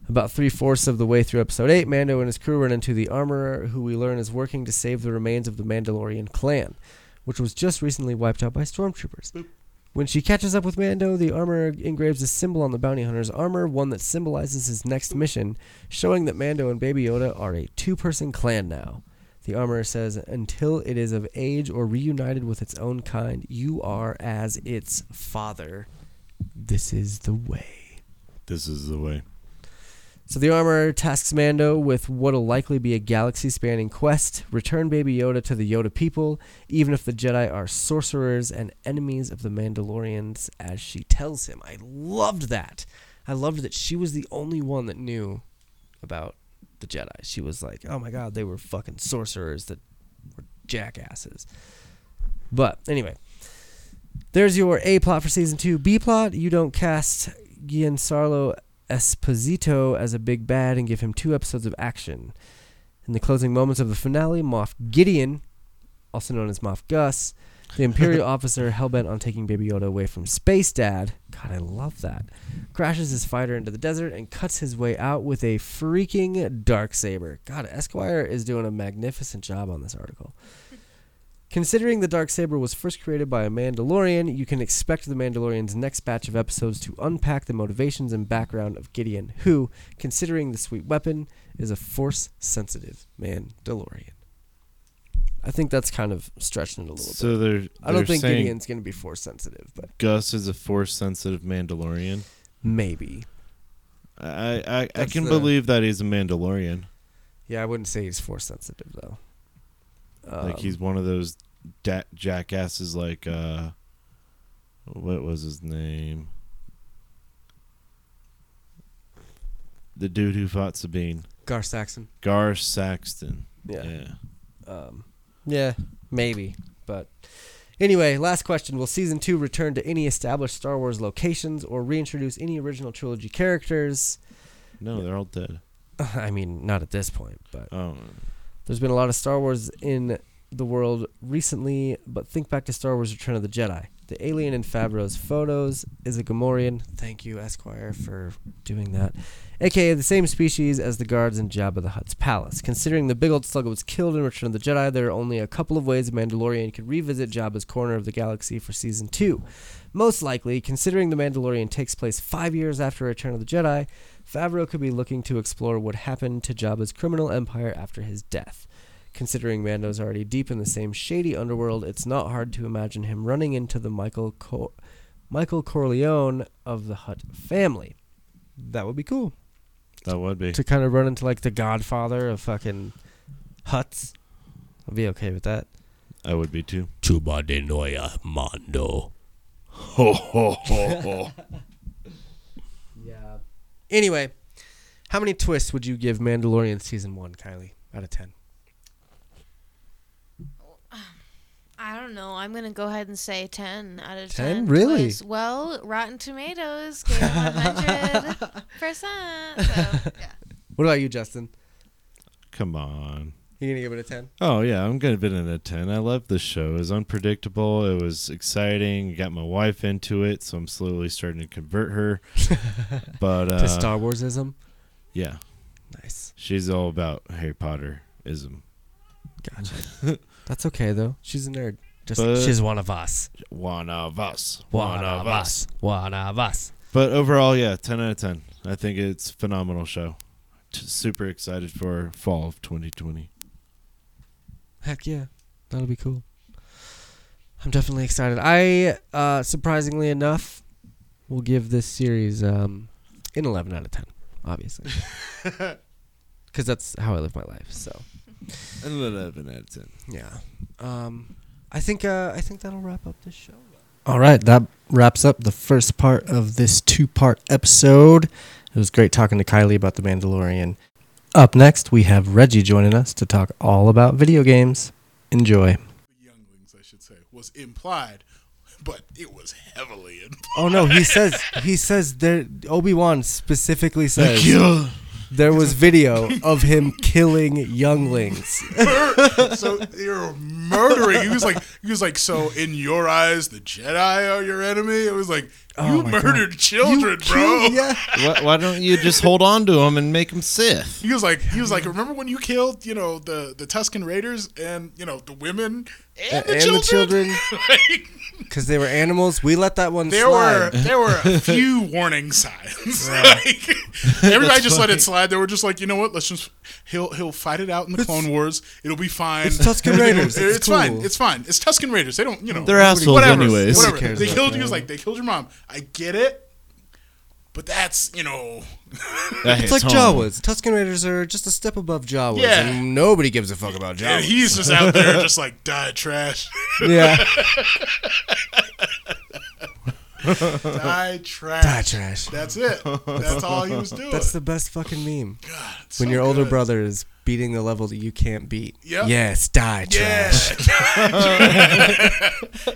[SPEAKER 1] About three fourths of the way through episode eight, Mando and his crew run into the armorer, who we learn is working to save the remains of the Mandalorian clan, which was just recently wiped out by stormtroopers. When she catches up with Mando, the armorer engraves a symbol on the bounty hunter's armor, one that symbolizes his next mission, showing that Mando and Baby Yoda are a two person clan now. The armorer says, until it is of age or reunited with its own kind, you are as its father. This is the way.
[SPEAKER 2] This is the way.
[SPEAKER 1] So the armorer tasks Mando with what'll likely be a galaxy spanning quest return Baby Yoda to the Yoda people, even if the Jedi are sorcerers and enemies of the Mandalorians, as she tells him. I loved that. I loved that she was the only one that knew about the Jedi. She was like, oh my god, they were fucking sorcerers that were jackasses. But anyway, there's your A plot for season two. B plot, you don't cast Giancarlo Esposito as a big bad and give him two episodes of action. In the closing moments of the finale, Moff Gideon, also known as Moff Gus, the Imperial officer hellbent on taking Baby Yoda away from Space Dad, God, I love that, crashes his fighter into the desert and cuts his way out with a freaking dark saber. God, Esquire is doing a magnificent job on this article. Considering the dark saber was first created by a Mandalorian, you can expect the Mandalorian's next batch of episodes to unpack the motivations and background of Gideon, who, considering the sweet weapon, is a force-sensitive Mandalorian. I think that's kind of stretching it a little bit.
[SPEAKER 2] So they're,
[SPEAKER 1] I don't
[SPEAKER 2] they're
[SPEAKER 1] think
[SPEAKER 2] saying
[SPEAKER 1] Gideon's going to be force sensitive, but
[SPEAKER 2] Gus is a force sensitive Mandalorian.
[SPEAKER 1] maybe.
[SPEAKER 2] I I, I
[SPEAKER 1] That's
[SPEAKER 2] can
[SPEAKER 1] the-
[SPEAKER 2] believe that he's a Mandalorian.
[SPEAKER 1] Yeah, I wouldn't say he's force sensitive though.
[SPEAKER 2] like he's one of those da- jackasses like uh what was his name the dude who fought sabine
[SPEAKER 1] Gar Saxon.
[SPEAKER 2] gar saxton
[SPEAKER 1] Yeah.
[SPEAKER 2] yeah
[SPEAKER 1] Yeah, maybe. But anyway, last question. Will season two return to any established Star Wars locations or reintroduce any original trilogy characters?
[SPEAKER 2] no they're all dead
[SPEAKER 1] I mean, not at this point, but
[SPEAKER 2] oh
[SPEAKER 1] there's been a lot of Star Wars in the world recently, but think back to Star Wars Return of the Jedi. The alien in Favreau's photos is a Gamorrean. Thank you, Esquire, for doing that. AKA the same species as the guards in Jabba the Hutt's palace. Considering the big old slug was killed in Return of the Jedi, there are only a couple of ways a Mandalorian could revisit Jabba's corner of the galaxy for season two. Most likely, considering The Mandalorian takes place five years after Return of the Jedi, Favreau could be looking to explore what happened to Jabba's criminal empire after his death. Considering Mando's already deep in the same shady underworld, it's not hard to imagine him running into the Michael Co- Michael Corleone of the Hutt family. That would be cool
[SPEAKER 2] that would be
[SPEAKER 1] to kind of run into like the Godfather of fucking huts. I'll be okay with that.
[SPEAKER 2] i would be too
[SPEAKER 4] Tuba de Noia Mondo.
[SPEAKER 1] Yeah. Anyway, how many twists would you give Mandalorian season one, Kylie, out of ten?
[SPEAKER 9] I don't know. I'm gonna go ahead and say ten out of
[SPEAKER 1] 10?
[SPEAKER 9] ten.
[SPEAKER 1] Really?
[SPEAKER 9] twists. Well, Rotten Tomatoes gave one hundred percent. So yeah.
[SPEAKER 1] What about you, Justin?
[SPEAKER 2] come on
[SPEAKER 1] You gonna give it a ten?
[SPEAKER 2] Oh yeah, I'm gonna give it a ten. I love this show. It was unpredictable. It was exciting. Got my wife into it, so I'm slowly starting to convert her. but uh,
[SPEAKER 1] to Star Warsism.
[SPEAKER 2] yeah,
[SPEAKER 1] Nice.
[SPEAKER 2] she's all about Harry Potter ism.
[SPEAKER 1] Gotcha. That's okay though. She's a nerd. Just
[SPEAKER 2] But-
[SPEAKER 1] she's one of us.
[SPEAKER 2] One of us.
[SPEAKER 1] One of us. One of us.
[SPEAKER 2] But overall, yeah, ten out of ten. I think it's a phenomenal show. T- super excited for fall of 2020.
[SPEAKER 1] Heck yeah. That'll be cool. I'm definitely excited. I uh surprisingly enough will give this series um an 11 out of 10, obviously. Cuz that's how I live my life. So,
[SPEAKER 2] An eleven out of ten.
[SPEAKER 1] yeah. Um I think uh I think that'll wrap up this show. All right, that wraps up the first part of this two-part episode. It was great talking to Kylie about The Mandalorian. Up next, we have Reggie joining us to talk all about video games. Enjoy.
[SPEAKER 8] younglings, I should say, was implied, but it was heavily implied.
[SPEAKER 1] Oh no, he says he says there Obi Wan specifically says there was video of him killing younglings.
[SPEAKER 8] so you're murdering. He was like, he was like, so in your eyes, the Jedi are your enemy. It was like you
[SPEAKER 1] Oh my
[SPEAKER 8] murdered children, bro.
[SPEAKER 1] Killed- yeah.
[SPEAKER 2] why, why don't you just hold on to him and make him Sith?
[SPEAKER 8] He was like, he was like, remember when you killed, you know, the the Tuscan Raiders and you know the women and, the,
[SPEAKER 1] and the
[SPEAKER 8] children?
[SPEAKER 1] children.
[SPEAKER 8] Like,
[SPEAKER 1] Because they were animals. We let that one
[SPEAKER 8] there
[SPEAKER 1] slide.
[SPEAKER 8] were there were a few warning signs. Like, everybody just let it slide. They were just like, you know what? Let's just he'll he'll fight it out in the Clone Wars. It'll be fine.
[SPEAKER 1] it's Tusken Raiders.
[SPEAKER 8] It's,
[SPEAKER 1] It's
[SPEAKER 8] fine.
[SPEAKER 1] cool.
[SPEAKER 8] It's fine. It's Tuscan Raiders. They don't, you know,
[SPEAKER 2] They're assholes
[SPEAKER 8] whatever,
[SPEAKER 2] anyways.
[SPEAKER 8] Whatever.
[SPEAKER 1] Nobody cares
[SPEAKER 8] They
[SPEAKER 1] about
[SPEAKER 8] killed
[SPEAKER 1] that.
[SPEAKER 8] you. It's like they killed your mom. I get it, but that's you know,
[SPEAKER 2] That
[SPEAKER 1] It's
[SPEAKER 2] hits
[SPEAKER 1] like
[SPEAKER 2] home.
[SPEAKER 1] Jawas. Tusken Raiders are just a step above Jawas.
[SPEAKER 8] Yeah.
[SPEAKER 1] And nobody gives a fuck about
[SPEAKER 8] and
[SPEAKER 1] Jawas.
[SPEAKER 8] he's just out there just like die trash,
[SPEAKER 1] yeah.
[SPEAKER 8] die trash,
[SPEAKER 1] Die trash.
[SPEAKER 8] That's it. That's all he was doing.
[SPEAKER 1] That's the best fucking meme.
[SPEAKER 8] God, it's
[SPEAKER 1] when
[SPEAKER 8] so
[SPEAKER 1] your older
[SPEAKER 8] good.
[SPEAKER 1] brother is beating the level that you can't beat.
[SPEAKER 8] Yep.
[SPEAKER 1] Yes, die
[SPEAKER 8] Yeah.
[SPEAKER 1] trash.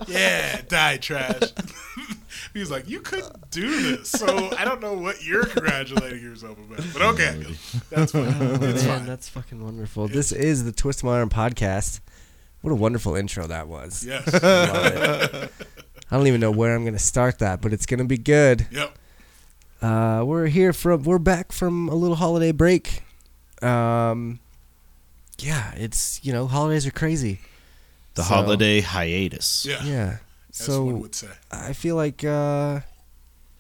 [SPEAKER 8] yeah, die trash. He's like, you could do this. So I don't know what you're congratulating yourself about, but okay, that's fine. It's
[SPEAKER 1] Man,
[SPEAKER 8] fine.
[SPEAKER 1] that's fucking wonderful. This is the Twist My Arm podcast. What a wonderful intro that was.
[SPEAKER 8] Yes.
[SPEAKER 1] Love it. I don't even know where I'm gonna start that, but it's gonna be good.
[SPEAKER 8] Yep.
[SPEAKER 1] Uh, we're here from we're back from a little holiday break. Um, yeah, it's you know holidays are crazy.
[SPEAKER 2] The
[SPEAKER 1] So-
[SPEAKER 2] holiday hiatus.
[SPEAKER 8] Yeah.
[SPEAKER 1] Yeah.
[SPEAKER 8] As one
[SPEAKER 1] so
[SPEAKER 8] would say.
[SPEAKER 1] I feel like uh,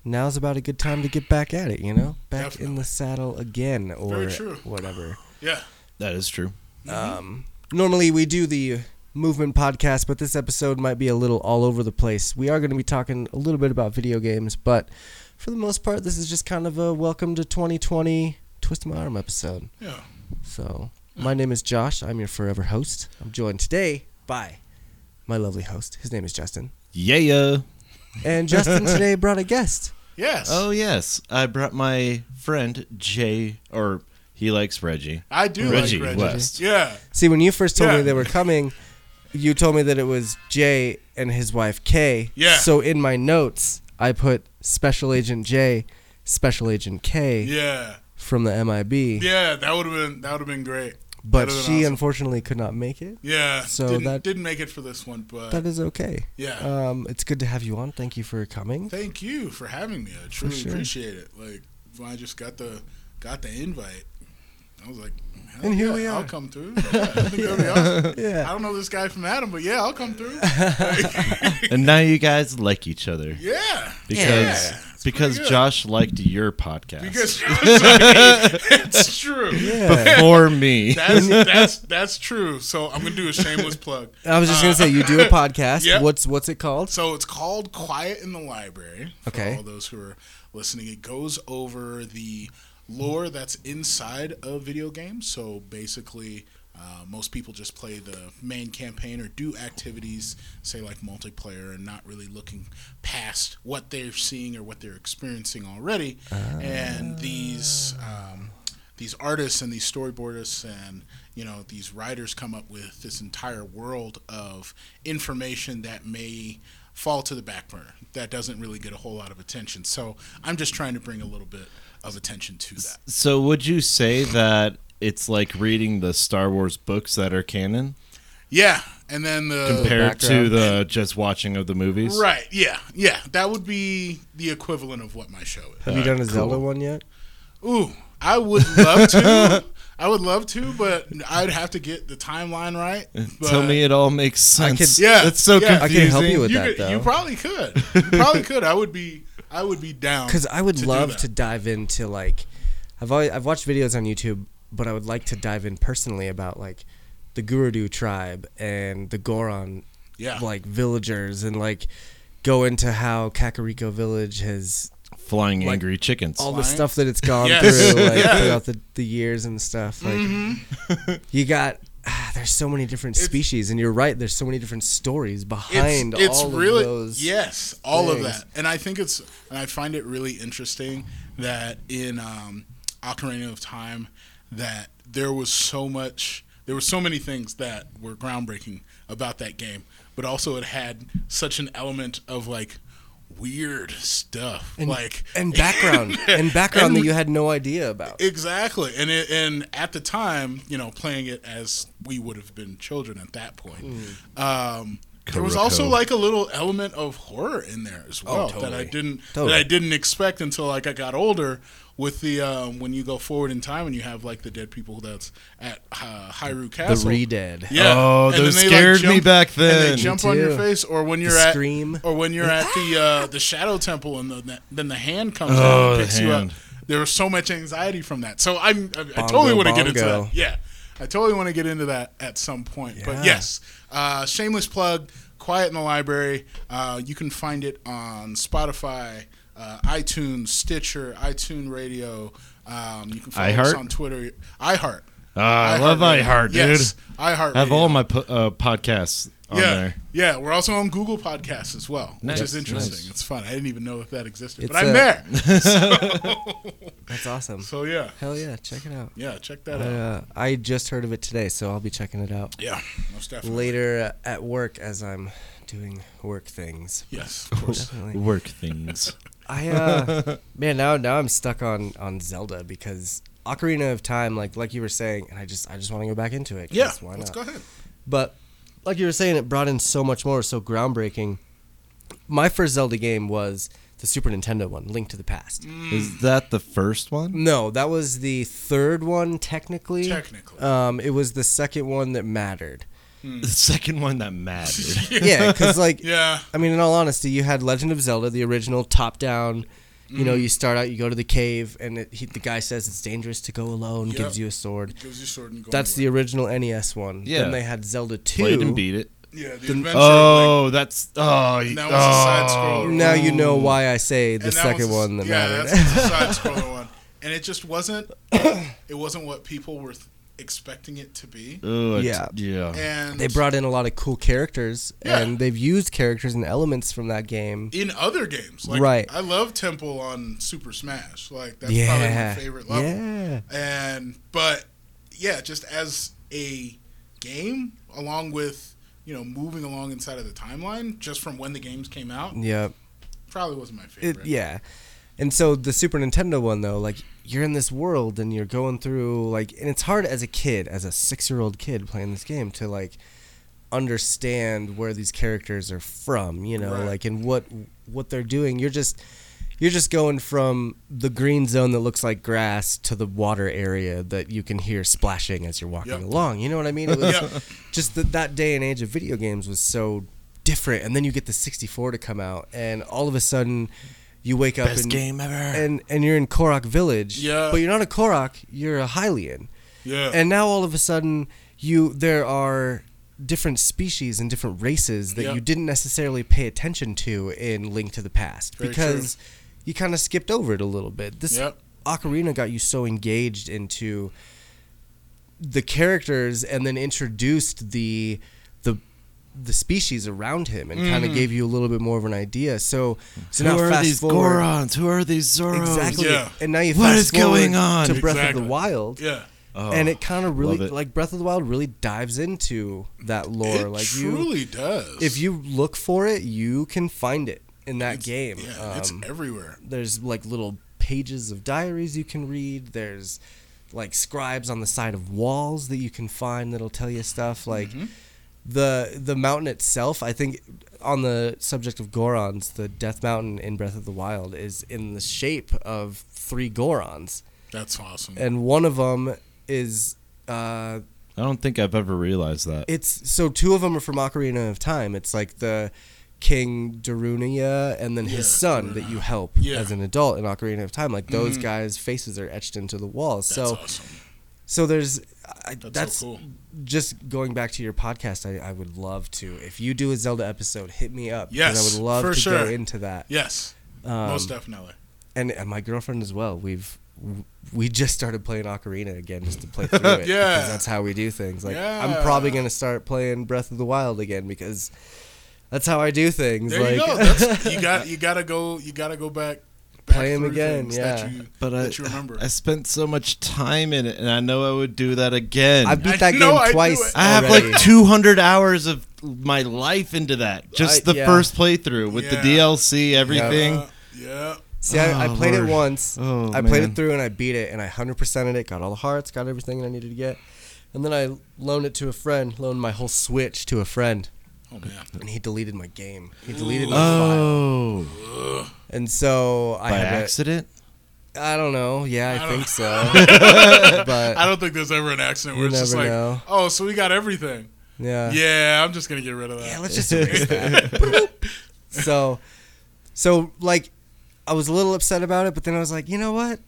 [SPEAKER 1] now's about a good time to get back at it. You know, back in
[SPEAKER 8] Definitely.
[SPEAKER 1] the saddle again or
[SPEAKER 8] Very true.
[SPEAKER 1] whatever.
[SPEAKER 8] Yeah.
[SPEAKER 2] That is true.
[SPEAKER 1] Um, normally we do the movement podcast, but this episode might be a little all over the place. We are going to be talking a little bit about video games, but for the most part, this is just kind of a welcome to 2020 twist my arm episode.
[SPEAKER 8] Yeah.
[SPEAKER 1] So my name is Josh. I'm your forever host. I'm joined today by my lovely host. His name is Justin,
[SPEAKER 2] Yeah.
[SPEAKER 1] and Justin today brought a guest.
[SPEAKER 8] Yes.
[SPEAKER 2] Oh yes, I brought my friend Jay, or he likes Reggie.
[SPEAKER 8] I do
[SPEAKER 2] Reggie
[SPEAKER 8] like Reggie.
[SPEAKER 2] West.
[SPEAKER 8] Yeah.
[SPEAKER 1] See, when you first told me
[SPEAKER 8] Yeah.
[SPEAKER 1] they were coming, you told me that it was Jay and his wife Kay.
[SPEAKER 8] Yeah.
[SPEAKER 1] So in my notes, I put Special Agent J, Special Agent K
[SPEAKER 8] Yeah.
[SPEAKER 1] from the MIB.
[SPEAKER 8] Yeah. That would have been that would have been great.
[SPEAKER 1] But
[SPEAKER 8] That'd have
[SPEAKER 1] she
[SPEAKER 8] been awesome.
[SPEAKER 1] unfortunately could not make it.
[SPEAKER 8] Yeah.
[SPEAKER 1] So
[SPEAKER 8] didn't,
[SPEAKER 1] that-
[SPEAKER 8] didn't make it for this one, but
[SPEAKER 1] That is okay.
[SPEAKER 8] Yeah.
[SPEAKER 1] Um, it's good to have you on. Thank you for coming.
[SPEAKER 8] thank you for having me. I truly
[SPEAKER 1] sure.
[SPEAKER 8] appreciate it. Like when I just got the got the invite, I was like, Hell
[SPEAKER 1] And here
[SPEAKER 8] yeah,
[SPEAKER 1] we are.
[SPEAKER 8] I'll come through. Yeah, I think that'll be awesome. I
[SPEAKER 1] Yeah.
[SPEAKER 8] don't know this guy from Adam, but yeah, I'll come through.
[SPEAKER 2] And now you guys like each other
[SPEAKER 8] yeah.
[SPEAKER 2] because
[SPEAKER 8] Yeah.
[SPEAKER 2] because
[SPEAKER 8] pretty good.
[SPEAKER 2] Josh liked your podcast
[SPEAKER 8] Because it's true.
[SPEAKER 1] Yeah.
[SPEAKER 2] before me.
[SPEAKER 8] That's that's that's true. So I'm gonna do a shameless plug.
[SPEAKER 1] I was just gonna say you do a podcast.
[SPEAKER 8] Yep.
[SPEAKER 1] What's what's it called?
[SPEAKER 8] So it's called Quiet in the Library. For
[SPEAKER 1] Okay.
[SPEAKER 8] all those who are listening, it goes over the lore that's inside of video games. So basically, uh, most people just play the main campaign or do activities, say like multiplayer, and not really looking past what they're seeing or what they're experiencing already. And these. Um, these artists and these storyboardists and you know these writers come up with this entire world of information that may fall to the back burner that doesn't really get a whole lot of attention so i'm just trying to bring a little bit of attention to that
[SPEAKER 2] So would you say that it's like reading the Star Wars books that are canon
[SPEAKER 8] yeah and then the
[SPEAKER 2] compared to
[SPEAKER 1] background.
[SPEAKER 2] the just watching of the movies?
[SPEAKER 8] right yeah yeah that would be the equivalent of what my show is
[SPEAKER 1] have you done a Zelda one yet?
[SPEAKER 8] Ooh, I would love to. I would love to, but I'd have to get the timeline right. But
[SPEAKER 2] Tell me it all makes sense.
[SPEAKER 1] could-
[SPEAKER 8] Yeah,
[SPEAKER 2] that's so
[SPEAKER 8] yeah.
[SPEAKER 1] I
[SPEAKER 2] confusing.
[SPEAKER 1] can help you with
[SPEAKER 8] you,
[SPEAKER 1] that
[SPEAKER 8] could,
[SPEAKER 1] though.
[SPEAKER 8] you probably could. You probably could. I would be. I would be down.
[SPEAKER 1] because I would
[SPEAKER 8] to do
[SPEAKER 1] love
[SPEAKER 8] that.
[SPEAKER 1] to dive into like I've always, I've watched videos on YouTube, but I would like to dive in personally about like the Gurudu tribe and the Goron
[SPEAKER 8] Yeah.
[SPEAKER 1] like villagers and like go into how Kakariko village has
[SPEAKER 2] Flying
[SPEAKER 1] Like,
[SPEAKER 2] angry chickens.
[SPEAKER 1] all the
[SPEAKER 8] Science?
[SPEAKER 1] stuff that it's gone
[SPEAKER 8] Yes.
[SPEAKER 1] through like,
[SPEAKER 8] Yeah. Mm-hmm.
[SPEAKER 1] throughout the, the years and stuff like you got ah, there's so many different species and you're right there's so many different stories behind all of those
[SPEAKER 8] yes all of
[SPEAKER 1] things.
[SPEAKER 8] that and i think it's and i find it really interesting that in um ocarina of time that there was so much there were so many things that were groundbreaking about that game but also it had such an element of like weird stuff.
[SPEAKER 1] And,
[SPEAKER 8] like
[SPEAKER 1] and background and background that you had no idea about.
[SPEAKER 8] Exactly, and it, and at the time, you know, playing it as we would have been children at that point.
[SPEAKER 1] Mm.
[SPEAKER 8] Um, there was
[SPEAKER 2] Kuroko.
[SPEAKER 8] also like a little element of horror in there as well that I
[SPEAKER 1] Oh, totally.
[SPEAKER 8] didn't
[SPEAKER 1] Totally.
[SPEAKER 8] that I didn't expect until like I got older. With the um, when you go forward in time and you have like the dead people that's at uh, Hyrule
[SPEAKER 1] The
[SPEAKER 8] Castle,
[SPEAKER 1] re-dead.
[SPEAKER 8] yeah.
[SPEAKER 2] Oh,
[SPEAKER 8] And
[SPEAKER 2] those
[SPEAKER 8] then they,
[SPEAKER 2] scared me
[SPEAKER 8] jump-
[SPEAKER 2] back
[SPEAKER 8] And
[SPEAKER 2] then.
[SPEAKER 8] they
[SPEAKER 2] Me
[SPEAKER 8] jump on your
[SPEAKER 1] too.
[SPEAKER 8] face, or when you're
[SPEAKER 1] The
[SPEAKER 8] at
[SPEAKER 1] scream.
[SPEAKER 8] or when you're at the uh, the Shadow Temple, and the, then the hand comes
[SPEAKER 2] Oh,
[SPEAKER 8] out and
[SPEAKER 2] the
[SPEAKER 8] picks you up.
[SPEAKER 2] hand.
[SPEAKER 8] There was so much anxiety from that. So I'm, I, I
[SPEAKER 1] Bongo,
[SPEAKER 8] totally want to get into
[SPEAKER 1] bongo.
[SPEAKER 8] that. Yeah, I totally want to get into that at some point.
[SPEAKER 1] Yeah.
[SPEAKER 8] But yes, uh, shameless plug. Quiet in the Library. Uh, you can find it on Spotify, uh, iTunes, Stitcher, iTunes Radio. Um, you can follow us
[SPEAKER 2] iHeart?
[SPEAKER 8] on Twitter. iHeart.
[SPEAKER 2] Ah, I love
[SPEAKER 8] iHeartRadio.
[SPEAKER 2] iHeart, dude.
[SPEAKER 8] Yes, iHeart.
[SPEAKER 2] I have
[SPEAKER 8] Radio
[SPEAKER 2] all my po- uh, podcasts on
[SPEAKER 8] yeah,
[SPEAKER 2] there.
[SPEAKER 8] Yeah, we're also on Google Podcasts as well,
[SPEAKER 2] Nice,
[SPEAKER 8] which is interesting.
[SPEAKER 2] nice.
[SPEAKER 8] It's fun. I didn't even know if that existed,
[SPEAKER 1] It's
[SPEAKER 8] but I'm
[SPEAKER 1] a-
[SPEAKER 8] there.
[SPEAKER 1] That's awesome.
[SPEAKER 8] So yeah,
[SPEAKER 1] Hell yeah, check it out.
[SPEAKER 8] yeah, check that out.
[SPEAKER 1] Uh, I just heard of it today, so I'll be checking it out
[SPEAKER 8] Yeah, most definitely.
[SPEAKER 1] later uh, at work as I'm doing work things.
[SPEAKER 8] Yes, of course.
[SPEAKER 1] Definitely.
[SPEAKER 2] Work things.
[SPEAKER 1] I uh, man, now now I'm stuck on on Zelda because Ocarina of Time, like like you were saying, and I just I just want to go back into it. 'cause
[SPEAKER 8] yeah,
[SPEAKER 1] why not?
[SPEAKER 8] let's go ahead.
[SPEAKER 1] But like you were saying, it brought in so much more, so groundbreaking. My first Zelda game was the Super Nintendo one, Link to the Past.
[SPEAKER 8] Mm.
[SPEAKER 2] Is that the first one?
[SPEAKER 1] No, that was the third one technically.
[SPEAKER 8] Technically.
[SPEAKER 1] um, it was the second one that mattered.
[SPEAKER 8] Mm.
[SPEAKER 2] The second one that mattered.
[SPEAKER 1] Yeah, because like
[SPEAKER 8] Yeah,
[SPEAKER 1] I mean, in all honesty, you had Legend of Zelda, the original top-down. You know,
[SPEAKER 8] Mm-hmm.
[SPEAKER 1] you start out, you go to the cave, and it, he, the guy says it's dangerous to go alone.
[SPEAKER 8] Yep.
[SPEAKER 1] Gives you a sword.
[SPEAKER 8] gives you sword and go.
[SPEAKER 1] That's the original NES one.
[SPEAKER 2] Yeah.
[SPEAKER 1] Then they had Zelda two.
[SPEAKER 2] Played and beat it.
[SPEAKER 8] yeah the adventure. like,
[SPEAKER 2] Oh, that's oh.
[SPEAKER 8] that was a side scroller.
[SPEAKER 1] Now you know why I say the
[SPEAKER 8] Mm. and that
[SPEAKER 1] second
[SPEAKER 8] was a-
[SPEAKER 1] one that
[SPEAKER 8] yeah,
[SPEAKER 1] mattered.
[SPEAKER 8] that's the side scroller one, and it just wasn't. it wasn't what people were th- expecting it to be,
[SPEAKER 2] Ugh,
[SPEAKER 1] Yeah.
[SPEAKER 2] yeah.
[SPEAKER 8] and
[SPEAKER 1] they brought in a lot of cool characters,
[SPEAKER 8] Yeah.
[SPEAKER 1] and they've used characters and elements from that game.
[SPEAKER 8] in other games. Like,
[SPEAKER 1] Right.
[SPEAKER 8] I love Temple on Super Smash. Like that's probably my
[SPEAKER 1] yeah.
[SPEAKER 8] favorite level.
[SPEAKER 1] Yeah.
[SPEAKER 8] and but yeah just as a game along with you know moving along inside of the timeline just from when the games came out
[SPEAKER 1] Yep.
[SPEAKER 8] probably wasn't my
[SPEAKER 1] It,
[SPEAKER 8] favorite
[SPEAKER 1] yeah. And so the Super Nintendo one though, like you're in this world and you're going through like and it's hard as a kid, as a 6-year-old kid playing this game to like understand where these characters are from, you know,
[SPEAKER 8] Right.
[SPEAKER 1] like and what what they're doing. You're just you're just going from the green zone that looks like grass to the water area that you can hear splashing as you're walking
[SPEAKER 8] Yep.
[SPEAKER 1] along. You know what I mean? It was
[SPEAKER 8] Yep.
[SPEAKER 1] just that that day and age of video games was so different. And then you get the 64 to come out, and all of a sudden you wake up and,
[SPEAKER 2] ever.
[SPEAKER 1] and and you're in Korok Village.
[SPEAKER 8] Yeah.
[SPEAKER 1] But you're not a Korok. You're a Hylian.
[SPEAKER 8] yeah
[SPEAKER 1] And now all of a sudden you there are different species and different races that
[SPEAKER 8] Yeah.
[SPEAKER 1] you didn't necessarily pay attention to in Link to the Past
[SPEAKER 8] Very
[SPEAKER 1] because you kind of skipped over it a little bit. This
[SPEAKER 8] Yep.
[SPEAKER 1] Ocarina got you so engaged into the characters and then introduced the the the species around him and
[SPEAKER 8] Mm-hmm.
[SPEAKER 1] kind of gave you a little bit more of an idea. So, so now
[SPEAKER 2] Who are
[SPEAKER 1] fast
[SPEAKER 2] these
[SPEAKER 1] forward,
[SPEAKER 2] Gorons? Who are these Zoros?
[SPEAKER 1] Exactly.
[SPEAKER 8] Yeah.
[SPEAKER 1] And now you
[SPEAKER 2] What
[SPEAKER 1] fast
[SPEAKER 2] is going
[SPEAKER 1] forward
[SPEAKER 2] on?
[SPEAKER 1] to Breath
[SPEAKER 8] Exactly.
[SPEAKER 1] of the Wild,
[SPEAKER 8] yeah
[SPEAKER 2] Oh,
[SPEAKER 1] and it kind of really
[SPEAKER 2] love it.
[SPEAKER 1] like Breath of the Wild really dives into that lore.
[SPEAKER 8] it
[SPEAKER 1] like you,
[SPEAKER 8] truly does
[SPEAKER 1] if you look for it, you can find it in that game.
[SPEAKER 8] yeah it's
[SPEAKER 1] Um,
[SPEAKER 8] everywhere
[SPEAKER 1] there's like little pages of diaries you can read. There's like scribes on the side of walls that you can find that'll tell you stuff. Like
[SPEAKER 8] Mm-hmm.
[SPEAKER 1] the the mountain itself, I think on the subject of Gorons, the Death Mountain in Breath of the Wild is in the shape of three Gorons,
[SPEAKER 8] that's awesome
[SPEAKER 1] and one of them is. Uh,
[SPEAKER 2] I don't think I've ever realized that.
[SPEAKER 1] it's so two of them are from Ocarina of Time. It's like the King Darunia and then
[SPEAKER 8] Yeah,
[SPEAKER 1] his son that you help
[SPEAKER 8] Yeah. Mm-hmm.
[SPEAKER 1] as an adult in Ocarina of Time. Like those guys' faces are etched into the wall.
[SPEAKER 8] that's
[SPEAKER 1] so
[SPEAKER 8] awesome
[SPEAKER 1] so there's I, that's,
[SPEAKER 8] so cool.
[SPEAKER 1] just going back to your podcast. I, I would love to if you do a Zelda episode, hit me up. 'cause
[SPEAKER 8] Yes,
[SPEAKER 1] I would love
[SPEAKER 8] for
[SPEAKER 1] to go
[SPEAKER 8] sure.
[SPEAKER 1] into that.
[SPEAKER 8] yes
[SPEAKER 1] Um,
[SPEAKER 8] most definitely
[SPEAKER 1] and, and my girlfriend as well. We've we just started playing Ocarina again just to play through it.
[SPEAKER 8] Yeah.
[SPEAKER 1] because that's how we do things. Like
[SPEAKER 8] Yeah.
[SPEAKER 1] I'm probably gonna start playing Breath of the Wild again because that's how I do things.
[SPEAKER 8] there
[SPEAKER 1] like
[SPEAKER 8] you go that's, you got you gotta go you gotta go back back
[SPEAKER 1] Play 'em
[SPEAKER 8] through
[SPEAKER 1] again,
[SPEAKER 8] things
[SPEAKER 1] yeah.
[SPEAKER 8] That you,
[SPEAKER 2] But I,
[SPEAKER 8] that you remember.
[SPEAKER 2] I spent so much time in it, and I know I would do that again.
[SPEAKER 1] I
[SPEAKER 8] I
[SPEAKER 1] beat that
[SPEAKER 8] know
[SPEAKER 1] game
[SPEAKER 8] I do
[SPEAKER 1] twice.
[SPEAKER 8] it.
[SPEAKER 2] I have
[SPEAKER 1] already.
[SPEAKER 2] like 200 hours of my life into that. Just
[SPEAKER 1] I-
[SPEAKER 2] the
[SPEAKER 1] yeah.
[SPEAKER 2] first playthrough with
[SPEAKER 8] Yeah.
[SPEAKER 2] the DLC, everything.
[SPEAKER 8] Uh, yeah.
[SPEAKER 1] See, I, I
[SPEAKER 2] Oh,
[SPEAKER 1] played
[SPEAKER 2] Lord.
[SPEAKER 1] it once.
[SPEAKER 2] Oh,
[SPEAKER 1] I played
[SPEAKER 2] man.
[SPEAKER 1] it through and I beat it and I 100%ed it, got all the hearts, got everything I needed to get. And then I loaned it to a friend, loaned my whole Switch to a friend,
[SPEAKER 8] Oh man.
[SPEAKER 1] and he deleted my game. He deleted my file.
[SPEAKER 2] Oh,
[SPEAKER 1] And so I
[SPEAKER 2] by
[SPEAKER 1] had a-
[SPEAKER 2] accident?
[SPEAKER 1] I don't know. Yeah, I,
[SPEAKER 8] I
[SPEAKER 1] think
[SPEAKER 8] don't-
[SPEAKER 1] so.
[SPEAKER 8] I
[SPEAKER 1] but
[SPEAKER 8] don't think there's ever an accident where
[SPEAKER 1] You
[SPEAKER 8] it's just
[SPEAKER 1] never
[SPEAKER 8] like,
[SPEAKER 1] know.
[SPEAKER 8] oh, so we got everything.
[SPEAKER 1] yeah.
[SPEAKER 8] yeah, I'm just gonna get rid of that.
[SPEAKER 1] Yeah, let's just erase that. Boop. so, so like, I was a little upset about it, but then I was like, you know what?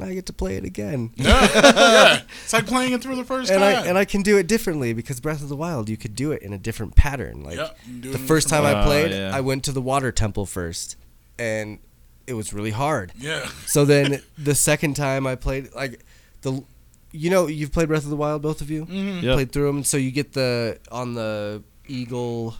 [SPEAKER 1] I get to play it again,
[SPEAKER 8] Yeah, yeah. It's like playing it through the first
[SPEAKER 1] and I
[SPEAKER 8] time.
[SPEAKER 1] and I can do it differently because Breath of the Wild, you could do it in a different pattern. Like
[SPEAKER 8] Yep, you can do
[SPEAKER 1] the
[SPEAKER 8] it in a
[SPEAKER 1] first time
[SPEAKER 8] different
[SPEAKER 1] I
[SPEAKER 2] way.
[SPEAKER 1] played,
[SPEAKER 2] Ah, yeah.
[SPEAKER 1] I went to the water temple first, and it was really hard.
[SPEAKER 8] yeah.
[SPEAKER 1] So then the second time I played, like the, you know, you've played Breath of the Wild, both of you
[SPEAKER 8] Mm-hmm.
[SPEAKER 2] Yep.
[SPEAKER 1] played through them. So you get the on the eagle,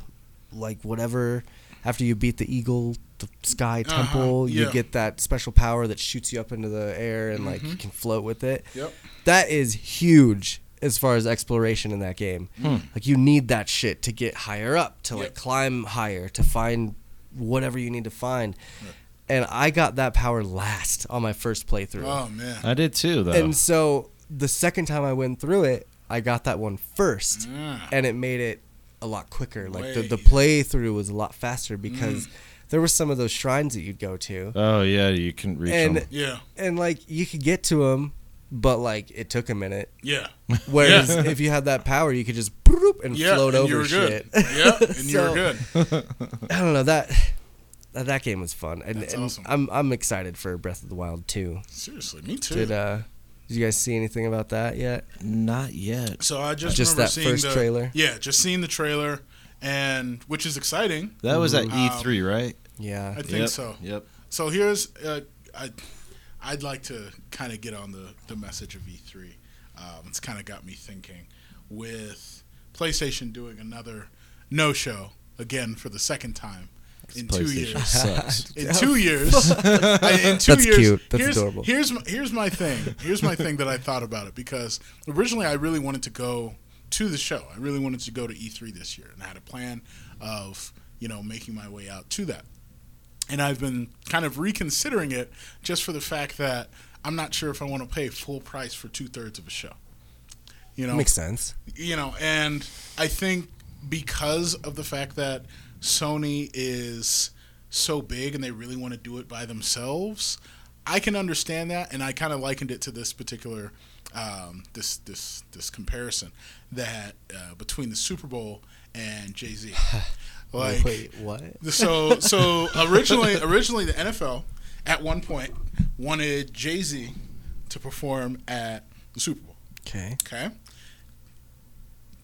[SPEAKER 1] like whatever. After you beat the eagle, the sky
[SPEAKER 8] Uh-huh,
[SPEAKER 1] temple, you
[SPEAKER 8] yeah.
[SPEAKER 1] get that special power that shoots you up into the air and like you can float with it.
[SPEAKER 8] Mm-hmm. Yep.
[SPEAKER 1] That is huge as far as exploration in that game. Like you need that shit to get higher up, to like
[SPEAKER 8] Yep.
[SPEAKER 1] climb higher, to find whatever you need to find. And I got that power last on my first playthrough.
[SPEAKER 8] Oh man.
[SPEAKER 2] I did too, though.
[SPEAKER 1] And so the second time I went through it, I got that one first,
[SPEAKER 8] Ah.
[SPEAKER 1] and it made it a lot quicker. Like the, the
[SPEAKER 8] Way. Mm.
[SPEAKER 1] playthrough was a lot faster because there were some of those shrines that you'd go to,
[SPEAKER 2] oh, yeah, you can reach
[SPEAKER 1] and
[SPEAKER 2] them.
[SPEAKER 8] Yeah.
[SPEAKER 1] and like you could get to them, but like it took a minute.
[SPEAKER 8] Yeah.
[SPEAKER 1] Whereas if you had that power, you could just bloop and
[SPEAKER 8] Yeah.
[SPEAKER 1] float
[SPEAKER 8] and
[SPEAKER 1] over
[SPEAKER 8] you were
[SPEAKER 1] shit.
[SPEAKER 8] good. Yeah. And you
[SPEAKER 1] So-
[SPEAKER 8] were good.
[SPEAKER 1] I don't know that. That, that game was fun, and,
[SPEAKER 8] That's
[SPEAKER 1] and
[SPEAKER 8] awesome.
[SPEAKER 1] I'm I'm excited for Breath of the Wild too.
[SPEAKER 8] Seriously, me too.
[SPEAKER 1] Did uh, did you guys see anything about that yet?
[SPEAKER 2] Not yet.
[SPEAKER 8] so I just
[SPEAKER 1] Just
[SPEAKER 8] remember
[SPEAKER 1] that
[SPEAKER 8] seeing
[SPEAKER 1] first
[SPEAKER 8] the,
[SPEAKER 1] trailer?
[SPEAKER 8] Yeah, just seeing the trailer, and which is exciting.
[SPEAKER 2] That was at
[SPEAKER 8] Mhm.
[SPEAKER 2] E3, right?
[SPEAKER 1] Yeah,
[SPEAKER 8] I think
[SPEAKER 2] Yep,
[SPEAKER 8] so.
[SPEAKER 2] Yep.
[SPEAKER 8] So here's uh, I, I'd like to kind of get on the the message of E3. Um, it's kind of got me thinking with PlayStation doing another no show again for the second time in two
[SPEAKER 2] PlayStation
[SPEAKER 8] years.
[SPEAKER 2] sucks.
[SPEAKER 8] In two years, I- in two
[SPEAKER 1] That's
[SPEAKER 8] years,
[SPEAKER 1] cute. That's
[SPEAKER 8] here's,
[SPEAKER 1] adorable.
[SPEAKER 8] Here's my, here's my thing. Here's my thing that I thought about it because originally I really wanted to go to the show. I really wanted to go to E3 this year, and I had a plan of you know making my way out to that and I've been kind of reconsidering it just for the fact that I'm not sure if I want to pay full price for two thirds of a show. You know,
[SPEAKER 1] makes sense.
[SPEAKER 8] you know, and I think because of the fact that Sony is so big and they really want to do it by themselves, I can understand that, and I kind of likened it to this particular um, this this this comparison that uh, between the Super Bowl and Jay Z. Like,
[SPEAKER 1] Wait, what?
[SPEAKER 8] so so originally originally the NFL at one point wanted Jay Z to perform at the Super Bowl.
[SPEAKER 1] Okay.
[SPEAKER 8] Okay.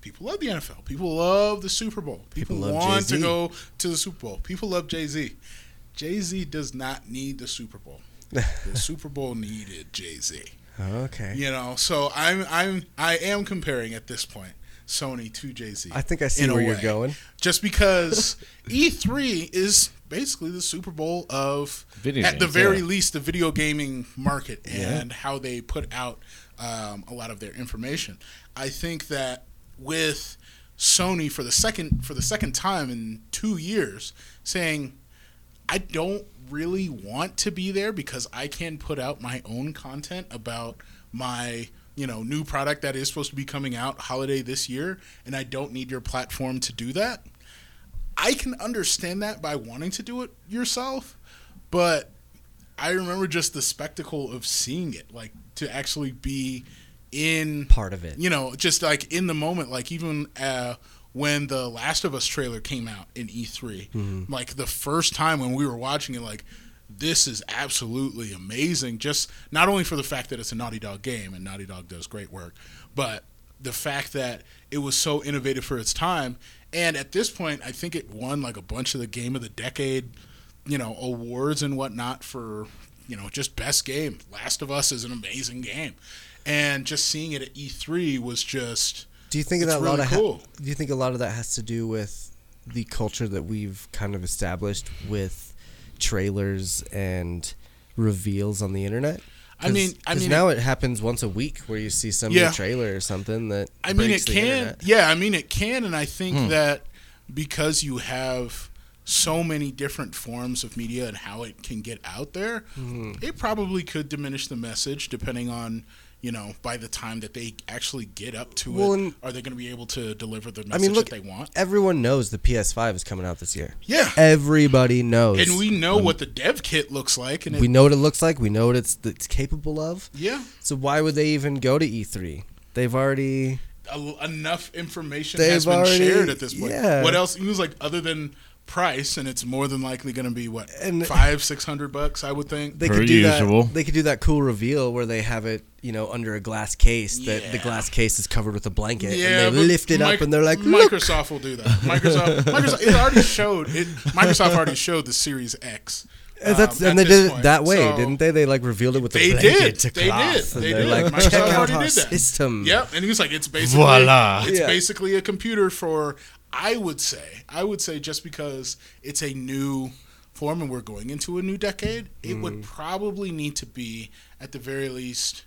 [SPEAKER 8] People love the NFL. People love the Super Bowl. People,
[SPEAKER 1] People love
[SPEAKER 8] want
[SPEAKER 1] Jay-Z.
[SPEAKER 8] to go to the Super Bowl. People love Jay Z. Jay Z does not need the Super Bowl. the Super Bowl needed Jay Z.
[SPEAKER 1] Okay.
[SPEAKER 8] You know, so I'm I'm I am comparing at this point Sony to Jay Z.
[SPEAKER 1] I think I see where you're going.
[SPEAKER 8] Just because E3 is basically the Super Bowl of
[SPEAKER 2] Video
[SPEAKER 8] at the
[SPEAKER 2] games,
[SPEAKER 8] very
[SPEAKER 2] yeah.
[SPEAKER 8] least the video gaming market and how they put out um, a lot of their information. I think that with Sony for the second for the second time in two years saying I don't really want to be there because I can put out my own content about my you know new product that is supposed to be coming out holiday this year and I don't need your platform to do that. I can understand that by wanting to do it yourself, but I remember just the spectacle of seeing it like to actually be in
[SPEAKER 1] Part of it.
[SPEAKER 8] you know, just like in the moment, like even uh, when the Last of Us trailer came out in E3, like the first time when we were watching it, like this is absolutely amazing. Just not only for the fact that it's a Naughty Dog game and Naughty Dog does great work, but the fact that it was so innovative for its time. And at this point, I think it won like a bunch of the Game of the Decade, you know, awards and whatnot for, you know, just best game. Last of Us is an amazing game and just seeing it at E3 was just
[SPEAKER 1] Do you think
[SPEAKER 8] It's
[SPEAKER 1] that a lot
[SPEAKER 8] really
[SPEAKER 1] of
[SPEAKER 8] cool.
[SPEAKER 1] do you think a lot of that has to do with the culture that we've kind of established with trailers and reveals on the internet?
[SPEAKER 8] I mean- I
[SPEAKER 1] 'cause
[SPEAKER 8] mean-
[SPEAKER 1] now it happens once a week where you see some new
[SPEAKER 8] Yeah.
[SPEAKER 1] trailer or something that.
[SPEAKER 8] I mean,
[SPEAKER 1] breaks
[SPEAKER 8] it
[SPEAKER 1] the
[SPEAKER 8] can.
[SPEAKER 1] internet. Hmm.
[SPEAKER 8] Yeah, I mean, it can, and I think that because you have so many different forms of media and how it can get out there,
[SPEAKER 1] Hmm.
[SPEAKER 8] it probably could diminish the message depending on. You know, by the time that they actually get up to
[SPEAKER 1] Well,
[SPEAKER 8] it,
[SPEAKER 1] and-
[SPEAKER 8] are they going to be able to deliver the
[SPEAKER 1] I
[SPEAKER 8] message
[SPEAKER 1] mean, look.
[SPEAKER 8] that they want?
[SPEAKER 1] Everyone knows the PS5 is coming out this year.
[SPEAKER 8] Yeah.
[SPEAKER 1] Everybody knows.
[SPEAKER 8] And we know what the dev kit looks like, and it,
[SPEAKER 1] Um, we know what it looks like. We know what it's, it's capable of.
[SPEAKER 8] yeah,
[SPEAKER 1] So why would they even go to E3? They've already.
[SPEAKER 8] a- enough information
[SPEAKER 1] They've
[SPEAKER 8] has been
[SPEAKER 1] already-
[SPEAKER 8] shared at this point.
[SPEAKER 1] yeah.
[SPEAKER 8] What else? He was like, other than price, and it's more than likely going to be what
[SPEAKER 1] And-
[SPEAKER 8] five, six hundred bucks, I would think.
[SPEAKER 1] They
[SPEAKER 2] Per
[SPEAKER 1] could do
[SPEAKER 2] usual.
[SPEAKER 1] that. They could do that cool reveal where they have it, you know, under a glass case. That the
[SPEAKER 8] Yeah.
[SPEAKER 1] glass case is covered with a blanket, and they
[SPEAKER 8] but
[SPEAKER 1] lift it
[SPEAKER 8] Mic-
[SPEAKER 1] up, and they're like, "Look,
[SPEAKER 8] Microsoft will do that. Microsoft, Microsoft, it already showed it. Microsoft already showed the Series X.
[SPEAKER 1] And that's
[SPEAKER 8] um,
[SPEAKER 1] and they
[SPEAKER 8] at this
[SPEAKER 1] did it
[SPEAKER 8] point.
[SPEAKER 1] that way,
[SPEAKER 8] So-
[SPEAKER 1] didn't they? They like revealed it with the
[SPEAKER 8] They
[SPEAKER 1] blanket
[SPEAKER 8] did.
[SPEAKER 1] to
[SPEAKER 8] They
[SPEAKER 1] cloth,
[SPEAKER 8] did.
[SPEAKER 1] and
[SPEAKER 8] They
[SPEAKER 1] they're
[SPEAKER 8] did.
[SPEAKER 1] like,
[SPEAKER 8] Microsoft
[SPEAKER 1] check out
[SPEAKER 8] already
[SPEAKER 1] our
[SPEAKER 8] did that.
[SPEAKER 1] system.
[SPEAKER 8] Yep, and he was like, "It's basically
[SPEAKER 2] Voila.
[SPEAKER 8] it's
[SPEAKER 1] Yeah.
[SPEAKER 8] basically a computer for." I would say, I would say, just because it's a new form and we're going into a new decade, it would probably need to be at the very least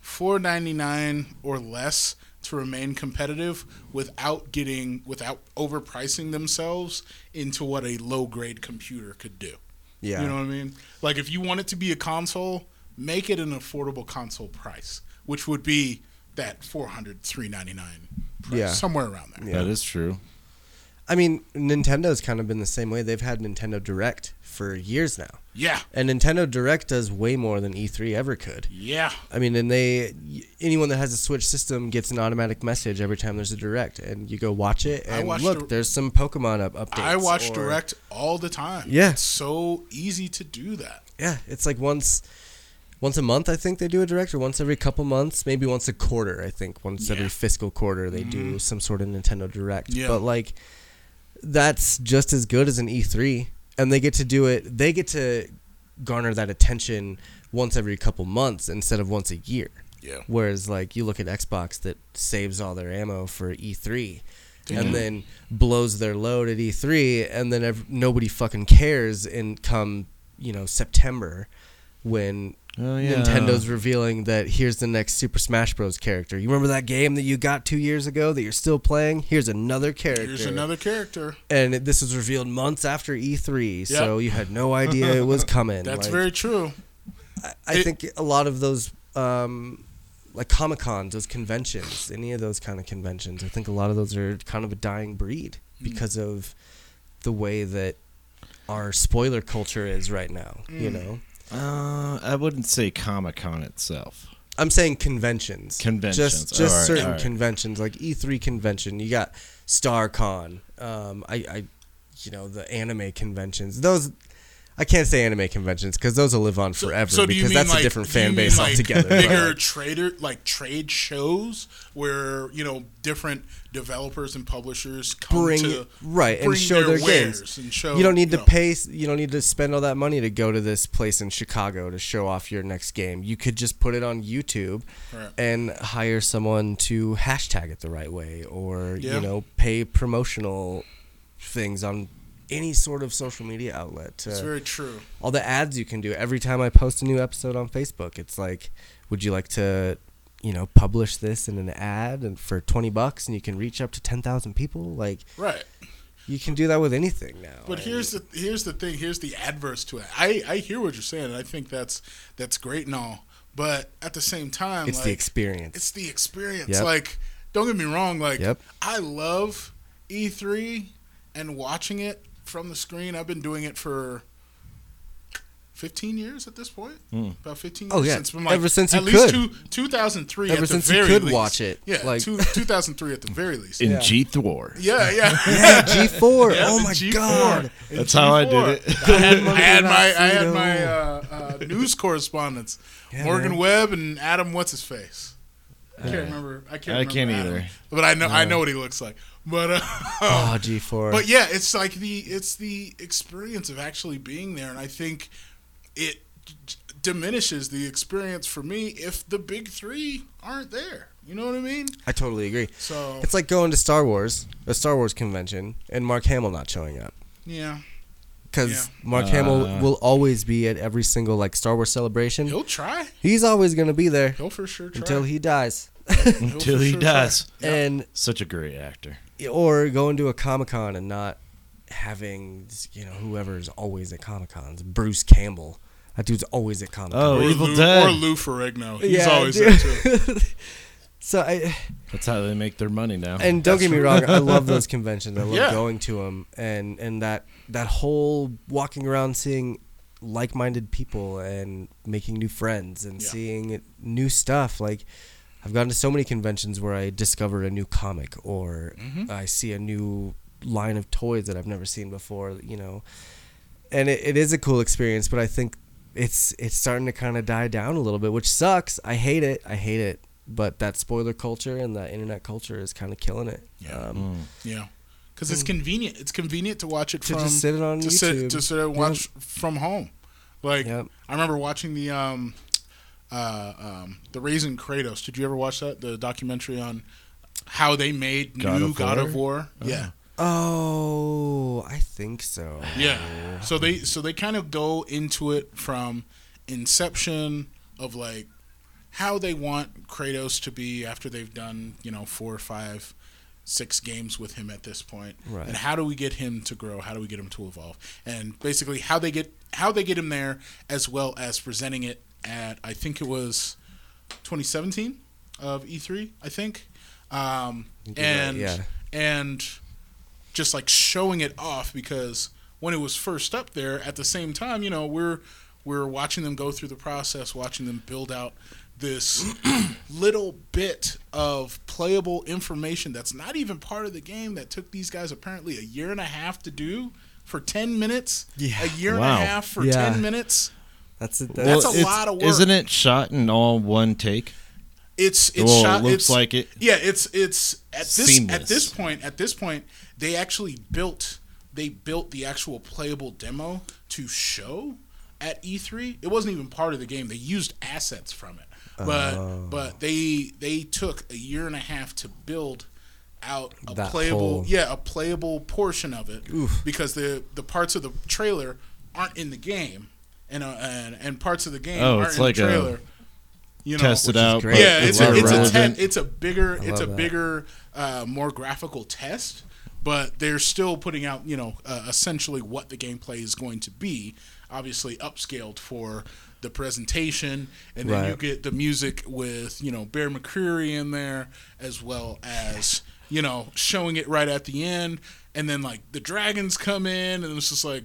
[SPEAKER 8] four ninety nine or less to remain competitive without getting without overpricing themselves into what a low grade computer could do.
[SPEAKER 1] Yeah.
[SPEAKER 8] You know what I mean? Like if you want it to be a console, make it an affordable console price, which would be that 400 399 price
[SPEAKER 1] Yeah.
[SPEAKER 8] somewhere around there.
[SPEAKER 1] Yeah.
[SPEAKER 2] That is true.
[SPEAKER 1] I mean, Nintendo's kind of been the same way. They've had Nintendo Direct for years now,
[SPEAKER 8] Yeah.
[SPEAKER 1] and Nintendo Direct does way more than E3 ever could.
[SPEAKER 8] Yeah.
[SPEAKER 1] I mean, and they anyone that has a Switch system gets an automatic message every time there's a Direct, and you go watch it,
[SPEAKER 8] I
[SPEAKER 1] and
[SPEAKER 8] watched
[SPEAKER 1] look,
[SPEAKER 8] Dir-
[SPEAKER 1] there's some Pokemon up updates.
[SPEAKER 8] I watch
[SPEAKER 1] or-
[SPEAKER 8] direct all the time.
[SPEAKER 1] Yeah.
[SPEAKER 8] It's so easy to do that.
[SPEAKER 1] Yeah, it's like once. Once a month, I think they do a direct, or once every couple months, maybe once a quarter. I think once every
[SPEAKER 8] Yeah. Mm-hmm.
[SPEAKER 1] fiscal quarter they do some sort of Nintendo Direct.
[SPEAKER 8] Yeah.
[SPEAKER 1] But like, that's just as good as an E3, and they get to do it. They get to garner that attention once every couple months instead of once a year.
[SPEAKER 8] Yeah.
[SPEAKER 1] Whereas like you look at Xbox that saves all their ammo for E3 and then blows their load at E3 and then ev- nobody fucking cares in come, you know, September when
[SPEAKER 2] Oh, yeah.
[SPEAKER 1] Nintendo's revealing that here's the next Super Smash Bros character. You remember that game that you got 2 years ago that you're still playing? Here's another character.
[SPEAKER 8] Here's another character.
[SPEAKER 1] and it, this was revealed months after E3, so you had no idea it was coming.
[SPEAKER 8] That's
[SPEAKER 1] Like,
[SPEAKER 8] very true.
[SPEAKER 1] I
[SPEAKER 8] It-
[SPEAKER 1] think a lot of those, um, like Comic Cons, those conventions, any of those kind of conventions, I think a lot of those are kind of a dying breed
[SPEAKER 8] Mm.
[SPEAKER 1] because of the way that our spoiler culture is right now.
[SPEAKER 8] Mm.
[SPEAKER 1] You know,
[SPEAKER 2] Uh, I wouldn't say Comic Con itself.
[SPEAKER 1] I'm saying conventions,
[SPEAKER 2] Conventions.
[SPEAKER 1] just just
[SPEAKER 2] Alright,
[SPEAKER 1] certain
[SPEAKER 2] alright.
[SPEAKER 1] conventions like E3 convention. You got StarCon. Um, I, I, you know, the anime conventions. Those. I can't say anime conventions because those will live on forever because that's a different
[SPEAKER 8] do
[SPEAKER 1] fan
[SPEAKER 8] you
[SPEAKER 1] base
[SPEAKER 8] mean, like,
[SPEAKER 1] altogether. but,
[SPEAKER 8] Bigger
[SPEAKER 1] like-
[SPEAKER 8] trader like trade shows where you know different developers and publishers come
[SPEAKER 1] bring
[SPEAKER 8] to
[SPEAKER 1] right
[SPEAKER 8] bring
[SPEAKER 1] and show their,
[SPEAKER 8] wares
[SPEAKER 1] games.
[SPEAKER 8] and show
[SPEAKER 1] you don't need to
[SPEAKER 8] know.
[SPEAKER 1] pay. s- You don't need to spend all that money to go to this place in Chicago to show off your next game. You could just put it on YouTube
[SPEAKER 8] Right.
[SPEAKER 1] and hire someone to hashtag it the right way, or
[SPEAKER 8] Yeah.
[SPEAKER 1] you know, pay promotional things on any sort of social media outlet. to-
[SPEAKER 8] It's very true.
[SPEAKER 1] all the ads you can do every time I post a new episode on Facebook. It's like, would you like to, you know, publish this in an ad and for twenty bucks, and you can reach up to ten thousand people? Like.
[SPEAKER 8] Right.
[SPEAKER 1] You can do that with anything now.
[SPEAKER 8] But here's the here's the thing. Here's the adverse to it. I I hear what you're saying. and I think that's that's great and all. But at the same time,
[SPEAKER 1] it's
[SPEAKER 8] like,
[SPEAKER 1] the experience.
[SPEAKER 8] It's the experience.
[SPEAKER 1] Yep.
[SPEAKER 8] Like, don't get me wrong. Like,
[SPEAKER 1] Yep.
[SPEAKER 8] I love E3 and watching it from the screen. I've been doing it for 15 years at this point. About 15
[SPEAKER 1] Oh,
[SPEAKER 8] years
[SPEAKER 1] yeah.
[SPEAKER 8] since
[SPEAKER 1] Ever since
[SPEAKER 8] at
[SPEAKER 1] you
[SPEAKER 8] least
[SPEAKER 1] could.
[SPEAKER 8] two, 2003.
[SPEAKER 1] Ever
[SPEAKER 8] at
[SPEAKER 1] since
[SPEAKER 8] the
[SPEAKER 1] you
[SPEAKER 8] very
[SPEAKER 1] could
[SPEAKER 8] least.
[SPEAKER 1] watch it,
[SPEAKER 8] Yeah,
[SPEAKER 1] like-
[SPEAKER 8] two, 2003 at the very least.
[SPEAKER 2] In
[SPEAKER 8] Yeah,
[SPEAKER 1] Yeah.
[SPEAKER 2] G Thor.
[SPEAKER 8] yeah.
[SPEAKER 1] Yeah, G4.
[SPEAKER 8] Yeah,
[SPEAKER 1] oh
[SPEAKER 8] the
[SPEAKER 1] my
[SPEAKER 8] G4.
[SPEAKER 1] god.
[SPEAKER 8] In
[SPEAKER 2] That's how I
[SPEAKER 8] G4.
[SPEAKER 2] did it.
[SPEAKER 8] I had, I had
[SPEAKER 1] Mother
[SPEAKER 8] my I had
[SPEAKER 1] Alfredo.
[SPEAKER 8] my uh, uh, news correspondents,
[SPEAKER 1] Yeah,
[SPEAKER 8] Morgan
[SPEAKER 1] man.
[SPEAKER 8] Webb and Adam. What's his face? I can't remember. I can't.
[SPEAKER 2] Uh, I
[SPEAKER 8] remember
[SPEAKER 2] can't
[SPEAKER 8] Adam,
[SPEAKER 2] either.
[SPEAKER 8] But I know I know what he looks like. But uh,
[SPEAKER 1] Oh, G4.
[SPEAKER 8] but yeah, it's like the it's the experience of actually being there, and I think it d- diminishes the experience for me if the big three aren't there. You know what I mean?
[SPEAKER 1] I totally agree.
[SPEAKER 8] So
[SPEAKER 1] It's like going to Star Wars, a Star Wars convention, and Mark Hamill not showing up.
[SPEAKER 8] yeah,
[SPEAKER 1] because Mark Hamill
[SPEAKER 2] Uh.
[SPEAKER 1] will always be at every single like Star Wars celebration.
[SPEAKER 8] He'll try.
[SPEAKER 1] He's always gonna be there
[SPEAKER 8] He'll for sure try.
[SPEAKER 1] until he dies,
[SPEAKER 8] He'll
[SPEAKER 2] Until
[SPEAKER 8] for
[SPEAKER 2] he
[SPEAKER 8] sure
[SPEAKER 2] does.
[SPEAKER 8] try. Yeah.
[SPEAKER 1] and
[SPEAKER 2] Such a great actor.
[SPEAKER 1] or going to a comic con and not having you know whoever's always at comic cons. Bruce Campbell, that dude's always at comic.
[SPEAKER 2] Oh,
[SPEAKER 8] Or
[SPEAKER 2] Evil
[SPEAKER 8] Lou,
[SPEAKER 2] Dead.
[SPEAKER 8] Or Lou Ferrigno. He's
[SPEAKER 1] Yeah,
[SPEAKER 8] always
[SPEAKER 1] dude.
[SPEAKER 8] there too.
[SPEAKER 1] so I.
[SPEAKER 2] That's how they make their money now.
[SPEAKER 1] and don't get me wrong, I love those conventions. I love
[SPEAKER 8] Yeah.
[SPEAKER 1] going to them, and and that that whole walking around seeing like-minded people and making new friends and
[SPEAKER 8] Yeah.
[SPEAKER 1] seeing it- new stuff. Like I've gone to so many conventions where I discover a new comic or
[SPEAKER 8] Mm-hmm.
[SPEAKER 1] I see a new line of toys that I've never seen before. You know, and it, it is a cool experience, but I think it's it's starting to kind of die down a little bit, which sucks. I hate it. I hate it. But that spoiler culture and that internet culture is kind of killing it.
[SPEAKER 8] Yeah.
[SPEAKER 1] Um,
[SPEAKER 8] Yeah, because it's convenient. It's convenient to watch it
[SPEAKER 1] Hmm. To
[SPEAKER 8] from
[SPEAKER 1] just sit it on
[SPEAKER 8] to
[SPEAKER 1] YouTube.
[SPEAKER 8] sit to sit and watch from home. Like
[SPEAKER 1] Yep.
[SPEAKER 8] I remember watching the um, uh, um, the Raising Kratos. Did you ever watch that? The documentary on how they made
[SPEAKER 2] God
[SPEAKER 8] new
[SPEAKER 2] of
[SPEAKER 8] God of
[SPEAKER 2] War?
[SPEAKER 8] War. Yeah,
[SPEAKER 1] Oh, I think so.
[SPEAKER 8] yeah. So they so they kind of go into it from inception of like how they want Kratos to be after they've done, you know, four or five, six games with him at this point.
[SPEAKER 1] Right.
[SPEAKER 8] And how do we get him to grow? How do we get him to evolve? And basically how they get how they get him there as well as presenting it at I think it was 2017 of E3, I think. Um,
[SPEAKER 1] think you're right,
[SPEAKER 8] and
[SPEAKER 1] yeah.
[SPEAKER 8] and just like showing it off because when it was first up there at the same time you know we're we're watching them go through the process watching them build out this little bit of playable information that's not even part of the game that took these guys apparently a year and a half to do for 10 minutes
[SPEAKER 1] Yeah.
[SPEAKER 8] a year
[SPEAKER 2] Wow.
[SPEAKER 8] and a half for
[SPEAKER 1] Yeah.
[SPEAKER 8] 10 minutes
[SPEAKER 1] That's it.
[SPEAKER 8] That's
[SPEAKER 1] That's
[SPEAKER 8] a
[SPEAKER 2] it's-
[SPEAKER 8] lot of work.
[SPEAKER 2] Isn't it shot in all one take?
[SPEAKER 8] it's it's
[SPEAKER 2] Well, Oh, it
[SPEAKER 8] shot
[SPEAKER 2] looks
[SPEAKER 8] it's,
[SPEAKER 2] like it.
[SPEAKER 8] yeah it's it's at this at
[SPEAKER 2] Seamless.
[SPEAKER 8] this point at this point they actually built they built the actual playable demo to show at E3 it wasn't even part of the game they used assets from it but
[SPEAKER 2] Oh.
[SPEAKER 8] but they they took a year and a half to build out a
[SPEAKER 1] That
[SPEAKER 8] playable
[SPEAKER 1] whole-
[SPEAKER 8] yeah a playable portion of it
[SPEAKER 1] Oof.
[SPEAKER 8] because the the parts of the trailer aren't in the game and uh, and, and parts of the game
[SPEAKER 2] Oh,
[SPEAKER 8] aren't
[SPEAKER 2] it's
[SPEAKER 8] in
[SPEAKER 2] like a
[SPEAKER 8] the trailer you know
[SPEAKER 2] Test it
[SPEAKER 1] which is
[SPEAKER 2] out.
[SPEAKER 1] great.
[SPEAKER 2] but
[SPEAKER 8] yeah, it's, a,
[SPEAKER 1] love
[SPEAKER 8] it's a
[SPEAKER 1] that.
[SPEAKER 8] ten,
[SPEAKER 2] relevant.
[SPEAKER 8] it's a bigger it's
[SPEAKER 1] love
[SPEAKER 8] a
[SPEAKER 1] that.
[SPEAKER 8] bigger uh, more graphical test, but they're still putting out you know uh, essentially what the gameplay is going to be, obviously upscaled for the presentation, and then you
[SPEAKER 1] Right.
[SPEAKER 8] get the music with you know Bear McCreary in there as well as you know showing it right at the end, and then like the dragons come in, and it's just like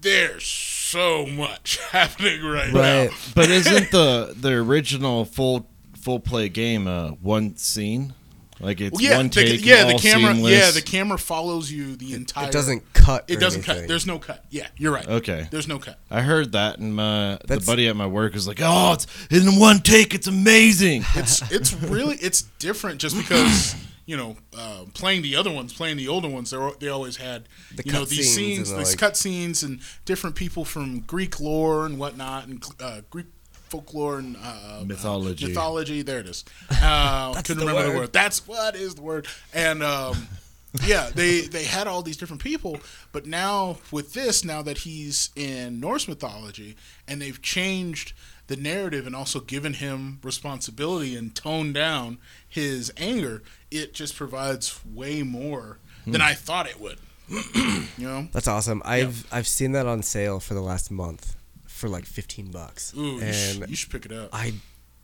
[SPEAKER 8] there's so much happening right,
[SPEAKER 1] Right.
[SPEAKER 8] now.
[SPEAKER 2] But isn't the the original full full play game uh, one scene? Like it's
[SPEAKER 8] Well, yeah,
[SPEAKER 2] one
[SPEAKER 8] the,
[SPEAKER 2] take.
[SPEAKER 8] yeah,
[SPEAKER 2] all
[SPEAKER 8] the camera.
[SPEAKER 2] Seamless.
[SPEAKER 8] Yeah, the camera follows you the entire.
[SPEAKER 1] it doesn't cut.
[SPEAKER 8] It
[SPEAKER 1] or
[SPEAKER 8] doesn't cut.
[SPEAKER 1] anything.
[SPEAKER 8] There's no cut. Yeah, you're right.
[SPEAKER 2] Okay.
[SPEAKER 8] There's no cut.
[SPEAKER 2] I heard that, and my the
[SPEAKER 1] That's-
[SPEAKER 2] buddy at my work was like, "Oh, it's in one take. It's amazing."
[SPEAKER 8] It's it's really it's different just because you know uh, playing the other ones, playing the older ones. They they always had
[SPEAKER 1] The
[SPEAKER 8] you know
[SPEAKER 1] cut
[SPEAKER 8] these
[SPEAKER 1] scenes and
[SPEAKER 8] scenes,
[SPEAKER 1] the,
[SPEAKER 8] these
[SPEAKER 1] like-
[SPEAKER 8] cut scenes, and different people from Greek lore and whatnot, and uh, Greek folklore and uh,
[SPEAKER 2] Mythology.
[SPEAKER 8] uh, mythology. There it is. Uh, couldn't
[SPEAKER 1] the
[SPEAKER 8] remember the
[SPEAKER 1] word.
[SPEAKER 8] word. That's what is the word. And um, yeah, they they had all these different people, but now with this, now that he's in Norse mythology, and they've changed the narrative and also given him responsibility and toned down his anger, it just provides way more
[SPEAKER 1] Hmm.
[SPEAKER 8] than I thought it would. you know.
[SPEAKER 1] That's awesome. I've I've seen that on sale for the last month for like fifteen bucks,
[SPEAKER 8] Ooh, you, sh-
[SPEAKER 1] and
[SPEAKER 8] you should pick it up.
[SPEAKER 1] I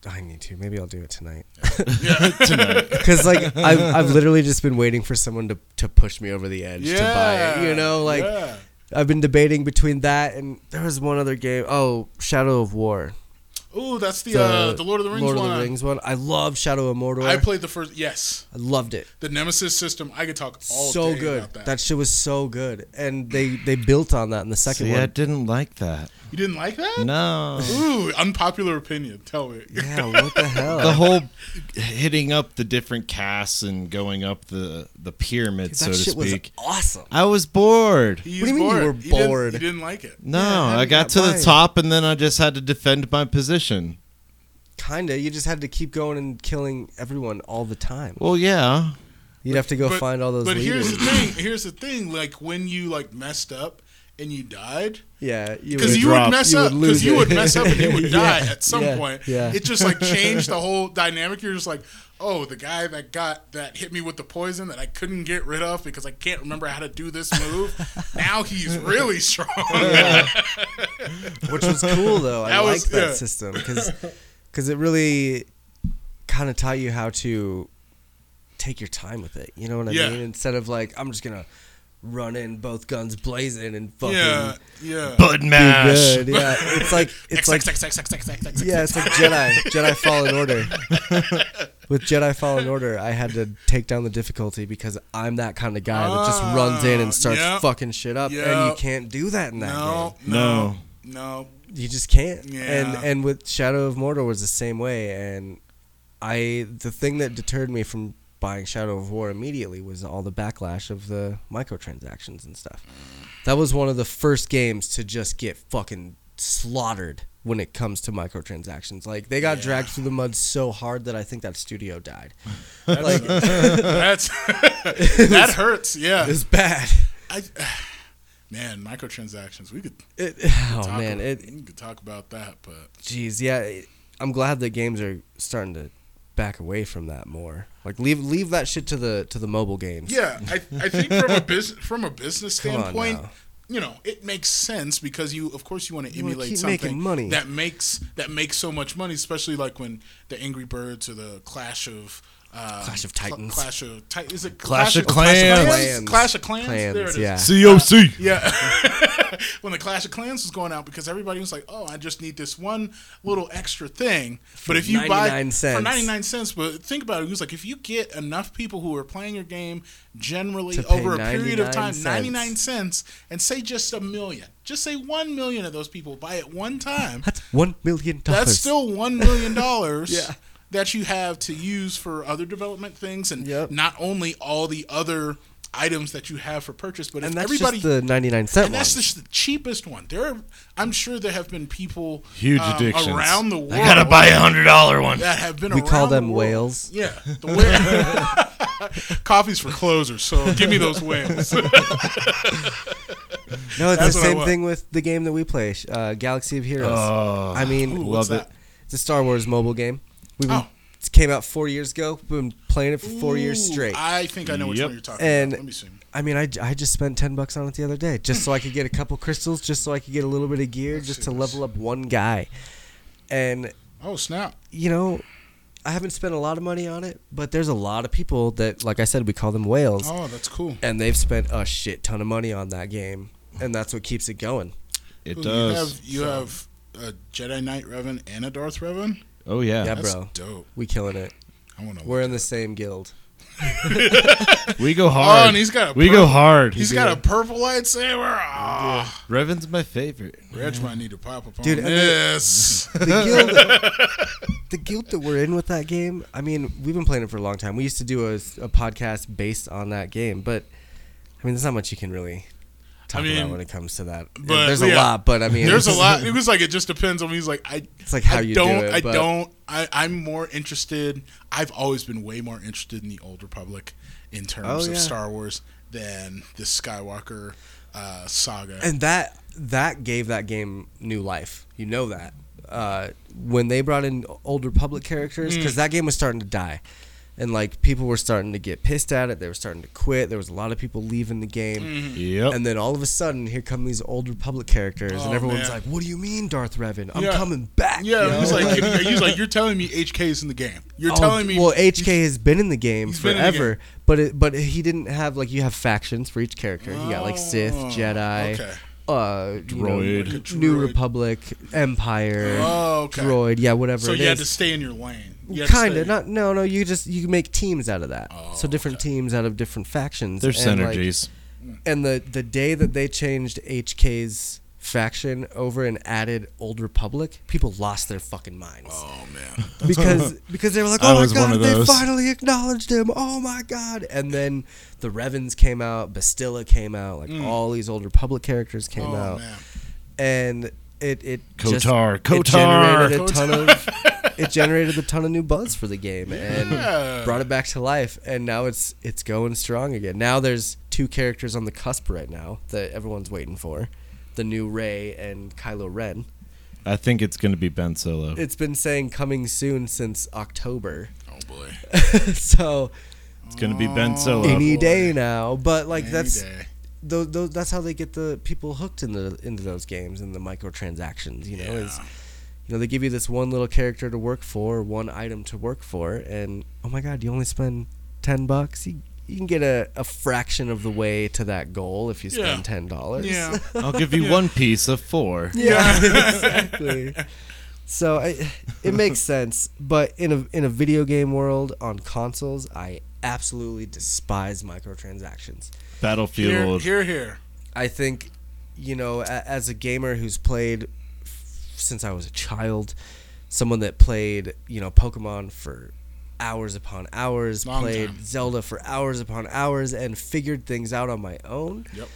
[SPEAKER 1] I need to. Maybe I'll do it tonight.
[SPEAKER 2] Tonight.
[SPEAKER 1] Because like I've, I've literally just been waiting for someone to, to push me over the edge to buy it. You know, like
[SPEAKER 8] yeah.
[SPEAKER 1] I've been debating between that and there was one other game. Oh, Shadow of War.
[SPEAKER 8] Ooh, that's the, uh, the Lord of the Rings
[SPEAKER 1] Lord
[SPEAKER 8] one.
[SPEAKER 1] of the Rings one. I love Shadow of Mordor.
[SPEAKER 8] I
[SPEAKER 1] I,
[SPEAKER 8] played the first. Yes,
[SPEAKER 1] loved it.
[SPEAKER 8] the Nemesis system. I could talk all
[SPEAKER 1] so
[SPEAKER 8] day
[SPEAKER 1] good.
[SPEAKER 8] about that.
[SPEAKER 1] That shit was so good, and they they built on that in the second
[SPEAKER 2] See, I
[SPEAKER 1] one.
[SPEAKER 2] didn't like that.
[SPEAKER 8] you didn't like that?
[SPEAKER 2] No,
[SPEAKER 8] Ooh, unpopular opinion. Tell me.
[SPEAKER 1] Yeah, what the hell?
[SPEAKER 2] the whole hitting up the different casts and going up the the pyramid,
[SPEAKER 1] that
[SPEAKER 2] so to
[SPEAKER 1] shit
[SPEAKER 2] speak.
[SPEAKER 1] was awesome.
[SPEAKER 2] I was bored.
[SPEAKER 8] He's
[SPEAKER 1] What do you mean you were
[SPEAKER 8] He didn't-
[SPEAKER 1] bored?
[SPEAKER 8] He didn't, like it.
[SPEAKER 2] No,
[SPEAKER 1] how
[SPEAKER 2] I
[SPEAKER 1] did
[SPEAKER 2] got
[SPEAKER 1] that
[SPEAKER 2] to the
[SPEAKER 1] buy?
[SPEAKER 2] top and then I just had to defend my position.
[SPEAKER 1] Kinda. You just had to keep going and killing everyone all the time.
[SPEAKER 2] Well, yeah.
[SPEAKER 1] You'd have to go
[SPEAKER 8] But-
[SPEAKER 1] find all those
[SPEAKER 8] But
[SPEAKER 1] leaders.
[SPEAKER 8] here's the thing. Here's the thing. Like when you like messed up and you died,
[SPEAKER 1] Yeah, you
[SPEAKER 8] because
[SPEAKER 1] would
[SPEAKER 8] you would
[SPEAKER 2] drop,
[SPEAKER 8] mess
[SPEAKER 1] you
[SPEAKER 8] up
[SPEAKER 1] would lose
[SPEAKER 8] because you
[SPEAKER 1] it.
[SPEAKER 8] would mess up and you would die
[SPEAKER 1] Yeah,
[SPEAKER 8] at some
[SPEAKER 1] yeah,
[SPEAKER 8] point
[SPEAKER 1] yeah.
[SPEAKER 8] it just like changed the whole dynamic you're just like oh the guy that got that hit me with the poison that i couldn't get rid of because i can't remember how to do this move now he's really strong
[SPEAKER 1] which was cool though. I
[SPEAKER 8] That
[SPEAKER 1] like
[SPEAKER 8] was-
[SPEAKER 1] that
[SPEAKER 8] yeah.
[SPEAKER 1] system because it really kind of taught you how to take your time with it. You know what I
[SPEAKER 8] Yeah.
[SPEAKER 1] mean? Instead of like I'm just gonna run in both guns blazing and fucking
[SPEAKER 8] yeah yeah
[SPEAKER 2] Bud
[SPEAKER 1] do good. Yeah, it's like it's
[SPEAKER 8] X,
[SPEAKER 1] like
[SPEAKER 8] X, X, X, X, X, X, X, X.
[SPEAKER 1] yeah, it's like Jedi Jedi Fallen Order. With Jedi Fallen Order, I had to take down the difficulty because I'm that kind of guy that just runs in
[SPEAKER 8] Ah,
[SPEAKER 1] and starts
[SPEAKER 8] yep.
[SPEAKER 1] fucking shit up, and you
[SPEAKER 8] Yep.
[SPEAKER 1] can't do that in that game
[SPEAKER 8] no no
[SPEAKER 2] No.
[SPEAKER 8] no
[SPEAKER 1] you just can't.
[SPEAKER 8] Yeah.
[SPEAKER 1] And and with Shadow of Mordor was the same way. And I the thing that deterred me from buying Shadow of War immediately was all the backlash of the microtransactions and stuff. That was one of the first games to just get fucking slaughtered when it comes to microtransactions. Like they got dragged through the mud so hard that I think that studio died. like
[SPEAKER 8] that's that hurts yeah
[SPEAKER 1] it's bad.
[SPEAKER 8] I, man microtransactions we could
[SPEAKER 1] It, oh
[SPEAKER 8] talk
[SPEAKER 1] man,
[SPEAKER 8] about,
[SPEAKER 1] it
[SPEAKER 8] we could talk about that but
[SPEAKER 1] Jeez, yeah. it- I'm glad the games are starting to back away from that more. Like leave leave that shit to the to the mobile games.
[SPEAKER 8] Yeah, I, I think from a business from a business
[SPEAKER 1] Come on
[SPEAKER 8] standpoint,
[SPEAKER 1] now.
[SPEAKER 8] you know, it makes sense because you of course you want to
[SPEAKER 1] wanna
[SPEAKER 8] emulate
[SPEAKER 1] keep
[SPEAKER 8] something
[SPEAKER 1] making money.
[SPEAKER 8] that makes that makes so much money, especially like when the Angry Birds or the Clash of um,
[SPEAKER 1] Clash of
[SPEAKER 8] Cl-
[SPEAKER 1] Titans.
[SPEAKER 8] Clash of Ti- is it
[SPEAKER 2] Clash of
[SPEAKER 1] Clans.
[SPEAKER 8] Clash of Clans.
[SPEAKER 1] Clans,
[SPEAKER 8] There it is.
[SPEAKER 1] yeah.
[SPEAKER 2] COC.
[SPEAKER 8] Yeah. when the Clash of Clans was going out because everybody was like, "Oh, I just need this one little extra thing." But if you buy
[SPEAKER 1] 99 cents.
[SPEAKER 8] for 99 cents, but think about it, it was like if you get enough people who are playing your game generally
[SPEAKER 1] To pay
[SPEAKER 8] over a period
[SPEAKER 1] 99
[SPEAKER 8] of time,
[SPEAKER 1] cents.
[SPEAKER 8] 99 cents and say just a million. Just say 1 million of those people buy it one time.
[SPEAKER 1] That's one million dollars.
[SPEAKER 8] That's still 1 million dollars.
[SPEAKER 1] Yeah.
[SPEAKER 8] That you have to use for other development things, and
[SPEAKER 1] Yep.
[SPEAKER 8] not only all the other items that you have for purchase, but
[SPEAKER 1] and
[SPEAKER 8] if
[SPEAKER 1] that's
[SPEAKER 8] everybody
[SPEAKER 1] just the 99 cent
[SPEAKER 8] and
[SPEAKER 1] one.
[SPEAKER 8] that's just the cheapest one. There, are, I'm sure there have been people
[SPEAKER 2] Huge
[SPEAKER 8] um,
[SPEAKER 2] addictions.
[SPEAKER 8] around the world
[SPEAKER 2] I gotta buy a hundred dollar one.
[SPEAKER 8] that have been.
[SPEAKER 1] we call
[SPEAKER 8] around the
[SPEAKER 1] them
[SPEAKER 8] world.
[SPEAKER 1] whales.
[SPEAKER 8] Yeah, the whale. Coffee's for closers, so give me those whales.
[SPEAKER 1] No, it's
[SPEAKER 8] That's
[SPEAKER 1] the
[SPEAKER 8] what I
[SPEAKER 1] same
[SPEAKER 8] want.
[SPEAKER 1] thing with the game that we play, sh- uh, Galaxy of Heroes.
[SPEAKER 2] Oh,
[SPEAKER 1] I mean,
[SPEAKER 8] what's
[SPEAKER 2] Love it.
[SPEAKER 8] that?
[SPEAKER 1] it's a Star Wars mobile game. We've been,
[SPEAKER 8] Oh.
[SPEAKER 1] It came out four years ago. We've been playing it for four years
[SPEAKER 8] Ooh,
[SPEAKER 1] straight.
[SPEAKER 8] I think I know which
[SPEAKER 2] Yep.
[SPEAKER 8] one you're talking
[SPEAKER 1] And-
[SPEAKER 8] about. Let me see.
[SPEAKER 1] I mean, I, I just spent 10 bucks on it the other day just so I could get a couple crystals, just so I could get a little bit of gear, just to
[SPEAKER 8] see
[SPEAKER 1] level up one guy. And,
[SPEAKER 8] Oh snap!
[SPEAKER 1] you know, I haven't spent a lot of money on it, but there's a lot of people that, like I said, we call them whales,
[SPEAKER 8] Oh, that's cool.
[SPEAKER 1] and they've spent a shit ton of money on that game. And that's what keeps it going.
[SPEAKER 2] It
[SPEAKER 8] Ooh,
[SPEAKER 2] does.
[SPEAKER 8] You have you have a Jedi Knight Revan and a Darth Revan.
[SPEAKER 2] Oh yeah.
[SPEAKER 1] Yeah,
[SPEAKER 8] That's
[SPEAKER 1] bro.
[SPEAKER 8] dope.
[SPEAKER 1] We killing it.
[SPEAKER 8] I want to.
[SPEAKER 1] We're in the same guild.
[SPEAKER 2] We go hard.
[SPEAKER 8] Oh, and he's got a
[SPEAKER 2] we
[SPEAKER 8] purple-
[SPEAKER 2] go hard.
[SPEAKER 8] He's got a purple lightsaber. Ah,
[SPEAKER 2] Revan's my favorite.
[SPEAKER 8] Reg might need to pop up on
[SPEAKER 1] Dude, and the-
[SPEAKER 8] this.
[SPEAKER 1] The guild, the guild that we're in with that game. I mean, we've been playing it for a long time. We used to do a, a podcast based on that game, but I mean, there's not much you can really talk
[SPEAKER 8] mean,
[SPEAKER 1] about when it comes to that.
[SPEAKER 8] but,
[SPEAKER 1] there's a
[SPEAKER 8] yeah.
[SPEAKER 1] lot, but I mean,
[SPEAKER 8] There's a
[SPEAKER 1] it's-
[SPEAKER 8] lot. It was like it just depends on. He's like I.
[SPEAKER 1] It's like how
[SPEAKER 8] I
[SPEAKER 1] you do
[SPEAKER 8] don't.
[SPEAKER 1] it,
[SPEAKER 8] I
[SPEAKER 1] but-
[SPEAKER 8] don't. I, I'm more interested. I've always been way more interested in the Old Republic in terms
[SPEAKER 1] Oh,
[SPEAKER 8] of
[SPEAKER 1] yeah.
[SPEAKER 8] Star Wars than the Skywalker uh, saga.
[SPEAKER 1] and that that gave that game new life. You know that uh, when they brought in old Republic
[SPEAKER 8] Mm.
[SPEAKER 1] characters, because that game was starting to die, and like people were starting to get pissed at it. They were starting to quit. There was a lot of people leaving the game.
[SPEAKER 8] Mm-hmm.
[SPEAKER 2] Yep.
[SPEAKER 1] And then all of a sudden, here come these old Republic characters,
[SPEAKER 8] Oh,
[SPEAKER 1] and everyone's
[SPEAKER 8] man.
[SPEAKER 1] like, "What do you mean, Darth Revan? I'm
[SPEAKER 8] Yeah.
[SPEAKER 1] coming back." you
[SPEAKER 8] yeah,
[SPEAKER 1] know?
[SPEAKER 8] he's like he's like you're telling me HK's in the game. You're
[SPEAKER 1] Oh,
[SPEAKER 8] telling me
[SPEAKER 1] Well, HK has been in the game
[SPEAKER 8] he's been in the
[SPEAKER 1] forever, but it, but he didn't have like you have factions for each character. You got like Sith,
[SPEAKER 8] Oh,
[SPEAKER 1] Jedi,
[SPEAKER 8] okay.
[SPEAKER 1] uh, you know,
[SPEAKER 2] Droid.
[SPEAKER 8] Like a
[SPEAKER 1] New
[SPEAKER 8] droid.
[SPEAKER 1] Republic, Empire,
[SPEAKER 8] Oh, okay.
[SPEAKER 1] Droid, yeah, whatever.
[SPEAKER 8] so
[SPEAKER 1] it
[SPEAKER 8] you had
[SPEAKER 1] is.
[SPEAKER 8] to stay in your lane. You had to
[SPEAKER 1] Kinda
[SPEAKER 8] stay- Oh,
[SPEAKER 1] not no no you just you make teams out of that so different teams out of different factions
[SPEAKER 2] There's
[SPEAKER 1] and, like,
[SPEAKER 2] synergies.
[SPEAKER 8] Mm.
[SPEAKER 1] and the the day that they changed HK's faction over and added Old Republic, people lost their fucking minds
[SPEAKER 8] Oh man,
[SPEAKER 1] because because they were like,
[SPEAKER 2] I
[SPEAKER 1] oh my
[SPEAKER 2] was one
[SPEAKER 1] god,
[SPEAKER 2] of
[SPEAKER 1] they
[SPEAKER 2] those.
[SPEAKER 1] finally acknowledged him. Oh my god! And then the Revens came out, Bastilla came out, like all these Old Republic characters came
[SPEAKER 8] Mm. oh
[SPEAKER 1] out,
[SPEAKER 8] man.
[SPEAKER 1] and it it just-
[SPEAKER 2] Kotar,
[SPEAKER 1] it
[SPEAKER 2] Kotar.
[SPEAKER 1] generated a ton of it generated a ton of new buzz for the game and
[SPEAKER 8] Yeah.
[SPEAKER 1] brought it back to life and now it's it's going strong again now there's two characters on the cusp right now that everyone's waiting for the new Ray and Kylo Ren.
[SPEAKER 2] I think it's going to be Ben Solo.
[SPEAKER 1] It's been saying coming soon since October.
[SPEAKER 8] Oh boy.
[SPEAKER 1] so
[SPEAKER 2] It's going to be Ben Solo.
[SPEAKER 1] any day now, but like
[SPEAKER 8] Any
[SPEAKER 1] that's
[SPEAKER 8] day.
[SPEAKER 1] those, those, that's how they get the people hooked into into those games and the microtransactions. You know, is
[SPEAKER 8] Yeah.
[SPEAKER 1] you know they give you this one little character to work for, one item to work for, and oh my god, you only spend ten bucks. You you can get a, a fraction of the way to that goal if you spend
[SPEAKER 8] Yeah.
[SPEAKER 1] ten dollars.
[SPEAKER 8] Yeah.
[SPEAKER 2] I'll give you one piece of four.
[SPEAKER 1] Yeah, exactly. So I, it makes sense, but in a in a video game world on consoles, I absolutely despise microtransactions.
[SPEAKER 8] Here,
[SPEAKER 2] Battlefield.
[SPEAKER 8] here, here.
[SPEAKER 1] I think, you know, a- as a gamer who's played f- since I was a child, someone that played, you know, Pokemon for hours upon hours,
[SPEAKER 8] Long
[SPEAKER 1] played
[SPEAKER 8] time.
[SPEAKER 1] Zelda for hours upon hours, and figured things out on my own.
[SPEAKER 8] Yep.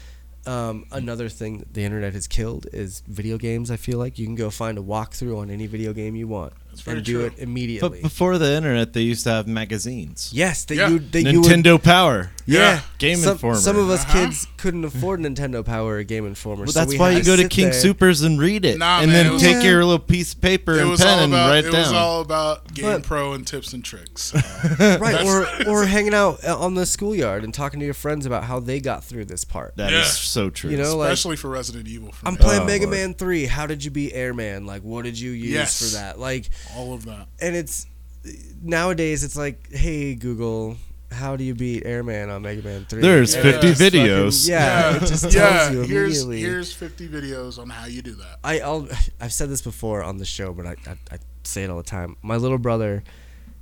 [SPEAKER 1] Um, another thing that the internet has killed is video games. I feel like you can go find a walkthrough on any video game you want
[SPEAKER 8] very
[SPEAKER 1] and do
[SPEAKER 8] true.
[SPEAKER 1] it immediately.
[SPEAKER 2] But before the internet, they used to have magazines.
[SPEAKER 1] yes, that
[SPEAKER 8] Yeah.
[SPEAKER 1] you that you would
[SPEAKER 2] Nintendo Power.
[SPEAKER 1] yeah.
[SPEAKER 8] Yeah.
[SPEAKER 2] Game
[SPEAKER 1] some,
[SPEAKER 2] Informer.
[SPEAKER 1] Some of us
[SPEAKER 8] Uh-huh.
[SPEAKER 1] kids couldn't afford Nintendo Power or Game Informer.
[SPEAKER 2] Well,
[SPEAKER 1] so
[SPEAKER 2] that's
[SPEAKER 1] we
[SPEAKER 2] why
[SPEAKER 1] had
[SPEAKER 2] you go to
[SPEAKER 1] sit
[SPEAKER 2] King
[SPEAKER 1] there.
[SPEAKER 2] Supers and read it,
[SPEAKER 8] Nah,
[SPEAKER 2] and
[SPEAKER 8] man, it
[SPEAKER 2] then
[SPEAKER 8] was-
[SPEAKER 2] take your little piece of paper
[SPEAKER 8] It
[SPEAKER 2] and
[SPEAKER 8] was all
[SPEAKER 2] pen
[SPEAKER 8] about
[SPEAKER 2] and
[SPEAKER 8] it
[SPEAKER 2] write
[SPEAKER 8] was
[SPEAKER 2] down.
[SPEAKER 8] all about Game
[SPEAKER 1] But-
[SPEAKER 8] Pro and tips and tricks. Uh,
[SPEAKER 1] right or or hanging out uh, on the schoolyard and talking to your friends about how they got through this part
[SPEAKER 2] That is
[SPEAKER 8] Yeah.
[SPEAKER 2] so true.
[SPEAKER 1] you know like
[SPEAKER 8] especially for Resident Evil. For
[SPEAKER 1] i'm
[SPEAKER 8] me.
[SPEAKER 1] playing
[SPEAKER 2] Oh,
[SPEAKER 1] mega
[SPEAKER 2] Lord.
[SPEAKER 1] man 3 how did you be airman like what did you use
[SPEAKER 8] Yes.
[SPEAKER 1] for that like
[SPEAKER 8] all of that.
[SPEAKER 1] and it's nowadays it's like hey google how do you beat airman on mega man 3
[SPEAKER 2] There's
[SPEAKER 8] Yeah.
[SPEAKER 2] 50
[SPEAKER 8] It's fucking-
[SPEAKER 2] videos.
[SPEAKER 1] yeah, it just tells
[SPEAKER 8] yeah.
[SPEAKER 1] you
[SPEAKER 8] here's
[SPEAKER 1] immediately
[SPEAKER 8] here's 50 videos on how you do that.
[SPEAKER 1] I, I'll, I've said this before on the show, but I, I, I say it all the time. My little brother,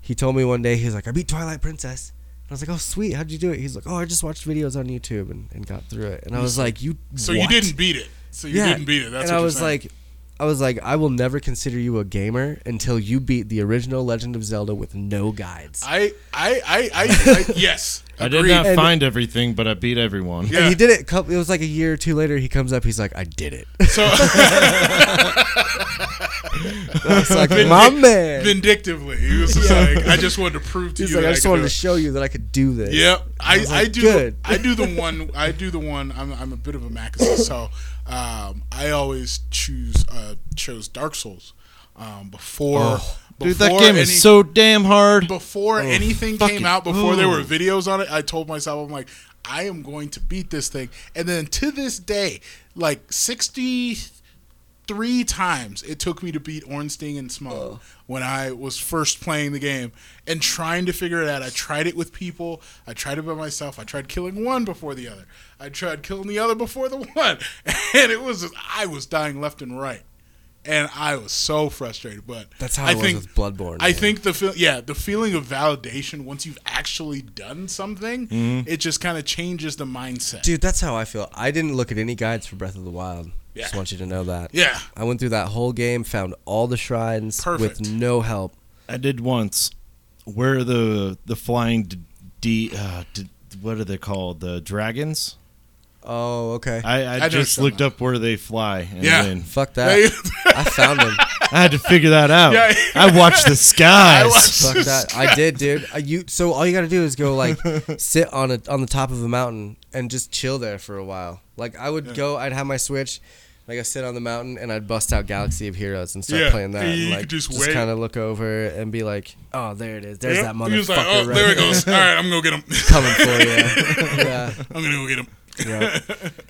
[SPEAKER 1] he told me one day, he was like, I beat Twilight Princess. And I was like, oh, sweet. How'd you do it? He's like, oh, I just watched videos on YouTube and, and got through it. And I was like, you.
[SPEAKER 8] So
[SPEAKER 1] what?"
[SPEAKER 8] you didn't beat it. So you
[SPEAKER 1] Yeah.
[SPEAKER 8] didn't beat it.
[SPEAKER 1] and
[SPEAKER 8] That's what
[SPEAKER 1] I
[SPEAKER 8] you're
[SPEAKER 1] was
[SPEAKER 8] saying.
[SPEAKER 1] like, I was like, I will never consider you a gamer until you beat the original Legend of Zelda with no guides.
[SPEAKER 8] I I I I, I yes.
[SPEAKER 2] I did
[SPEAKER 8] agreed.
[SPEAKER 2] not
[SPEAKER 1] And-
[SPEAKER 2] find everything, but I beat everyone.
[SPEAKER 8] Yeah.
[SPEAKER 1] And he did it. a Couple, it was like a year or two later. He comes up. He's like, "I did it."
[SPEAKER 8] So
[SPEAKER 1] I was like, "My man."
[SPEAKER 8] vindictively, he was just like, "I just wanted to prove to
[SPEAKER 1] He's
[SPEAKER 8] you."
[SPEAKER 1] like,
[SPEAKER 8] that
[SPEAKER 1] "I
[SPEAKER 8] I
[SPEAKER 1] just
[SPEAKER 8] could
[SPEAKER 1] wanted
[SPEAKER 8] do
[SPEAKER 1] to
[SPEAKER 8] it."
[SPEAKER 1] show you that I could do this."
[SPEAKER 8] Yep. I, I,
[SPEAKER 1] was like,
[SPEAKER 8] do
[SPEAKER 1] "Good."
[SPEAKER 8] I do the one I do the one I'm I'm a bit of a Macassar, so um, I always choose uh chose Dark Souls um before,
[SPEAKER 1] Oh.
[SPEAKER 8] before
[SPEAKER 2] Dude, that game
[SPEAKER 8] any,
[SPEAKER 2] is so damn hard.
[SPEAKER 8] before anything came
[SPEAKER 2] fucking-
[SPEAKER 8] out, before there were
[SPEAKER 2] ooh.
[SPEAKER 8] videos on it, I told myself I'm like, I am going to beat this thing. And then to this day, like sixty three times it took me to beat Ornstein and Smoke
[SPEAKER 1] Oh.
[SPEAKER 8] when I was first playing the game and trying to figure it out. I tried it with people. I tried it by myself. I tried killing one before the other. I tried killing the other before the one, and it was I was dying left and right, and I was so frustrated. But
[SPEAKER 1] That's how
[SPEAKER 8] I
[SPEAKER 1] it was
[SPEAKER 8] think
[SPEAKER 1] with Bloodborne,
[SPEAKER 8] I
[SPEAKER 1] man.
[SPEAKER 8] think the feel yeah the feeling of validation once you've actually done something, it just kind of changes the mindset.
[SPEAKER 1] Dude, that's how I feel. I didn't look at any guides for Breath of the Wild. Just
[SPEAKER 8] Yeah.
[SPEAKER 1] want you to know that.
[SPEAKER 8] Yeah.
[SPEAKER 1] I went through that whole game, found all the shrines
[SPEAKER 8] Perfect.
[SPEAKER 1] with no help.
[SPEAKER 2] I did once. Where the the flying d, d, uh, d what are they called? The dragons.
[SPEAKER 1] Oh, okay.
[SPEAKER 2] I, I,
[SPEAKER 8] I
[SPEAKER 2] just
[SPEAKER 8] understand
[SPEAKER 2] looked
[SPEAKER 8] that.
[SPEAKER 2] up where they fly. And
[SPEAKER 8] Yeah.
[SPEAKER 2] then
[SPEAKER 1] Fuck that. I found them.
[SPEAKER 2] I had to figure that out.
[SPEAKER 8] Yeah.
[SPEAKER 2] I watched the skies.
[SPEAKER 8] I watched-
[SPEAKER 1] Fuck that. I did, dude. I, you so all you gotta do is go like sit on a on the top of a mountain and just chill there for a while. Like I would go, I'd have my switch, like I sit on the mountain and I'd bust out Galaxy of Heroes and start
[SPEAKER 8] Yeah,
[SPEAKER 1] playing that.
[SPEAKER 8] and
[SPEAKER 1] and,
[SPEAKER 8] you
[SPEAKER 1] like
[SPEAKER 8] could just wait.
[SPEAKER 1] kind of look over and be like, oh, there it is. There's that
[SPEAKER 8] He
[SPEAKER 1] motherfucker
[SPEAKER 8] was like, oh,
[SPEAKER 1] right
[SPEAKER 8] there
[SPEAKER 1] there.
[SPEAKER 8] it goes. All right, I'm gonna go get him.
[SPEAKER 1] coming for you. yeah.
[SPEAKER 8] I'm gonna go get him.
[SPEAKER 1] Yeah.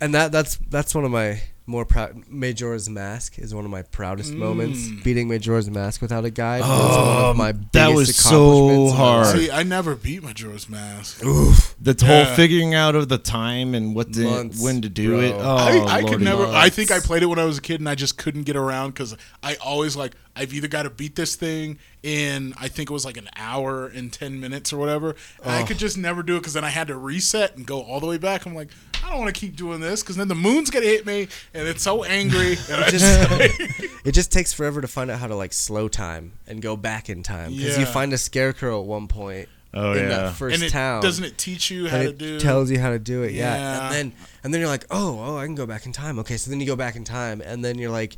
[SPEAKER 1] and that that's that's one of my more proud Majora's Mask is one of my proudest moments.
[SPEAKER 8] Mm.
[SPEAKER 1] Beating Majora's Mask without a guide was one
[SPEAKER 8] Um,
[SPEAKER 1] of my biggest
[SPEAKER 2] that was so
[SPEAKER 1] accomplishments.
[SPEAKER 2] hard.
[SPEAKER 8] See, I never beat Majora's Mask.
[SPEAKER 2] The
[SPEAKER 8] Yeah.
[SPEAKER 2] whole figuring out of the time and what to,
[SPEAKER 1] Months,
[SPEAKER 2] when to do
[SPEAKER 1] bro.
[SPEAKER 2] it. Oh,
[SPEAKER 8] I, I could
[SPEAKER 2] lordy.
[SPEAKER 8] never. I think I played it when I was a kid, and I just couldn't get around because I always like I've either got to beat this thing in I think it was like an hour and ten minutes or whatever. And I could just never do it because then I had to reset and go all the way back. I'm like, I don't want to keep doing this because then the moon's gonna hit me, and it's so angry. And I just
[SPEAKER 1] It just takes forever to find out how to like slow time and go back in time because
[SPEAKER 8] Yeah.
[SPEAKER 1] you find a scarecrow at one point
[SPEAKER 2] Oh,
[SPEAKER 1] in
[SPEAKER 2] yeah.
[SPEAKER 1] that first
[SPEAKER 8] and it,
[SPEAKER 1] town.
[SPEAKER 8] doesn't it teach you how
[SPEAKER 1] and
[SPEAKER 8] to
[SPEAKER 1] it
[SPEAKER 8] do?
[SPEAKER 1] tells you how to do it. Yeah.
[SPEAKER 8] Yeah.
[SPEAKER 1] And then and then you're like, oh, oh, I can go back in time. Okay, so then you go back in time, and then you're like,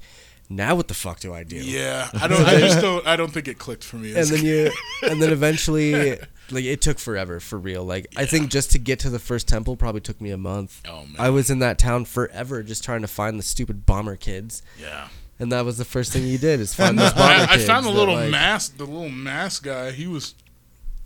[SPEAKER 1] now what the fuck do I do?
[SPEAKER 8] Yeah, I don't. I just don't. I don't think it clicked for me.
[SPEAKER 1] and then you and then eventually like it took forever for real like i think just to get to the first temple probably took me a month
[SPEAKER 8] Oh, man.
[SPEAKER 1] i was in that town forever just trying to find the stupid bomber kids
[SPEAKER 8] yeah.
[SPEAKER 1] and that was the first thing you did is find those bomber
[SPEAKER 8] I, I
[SPEAKER 1] kids
[SPEAKER 8] found the
[SPEAKER 1] that,
[SPEAKER 8] little
[SPEAKER 1] like-
[SPEAKER 8] mask, the little mask guy. He was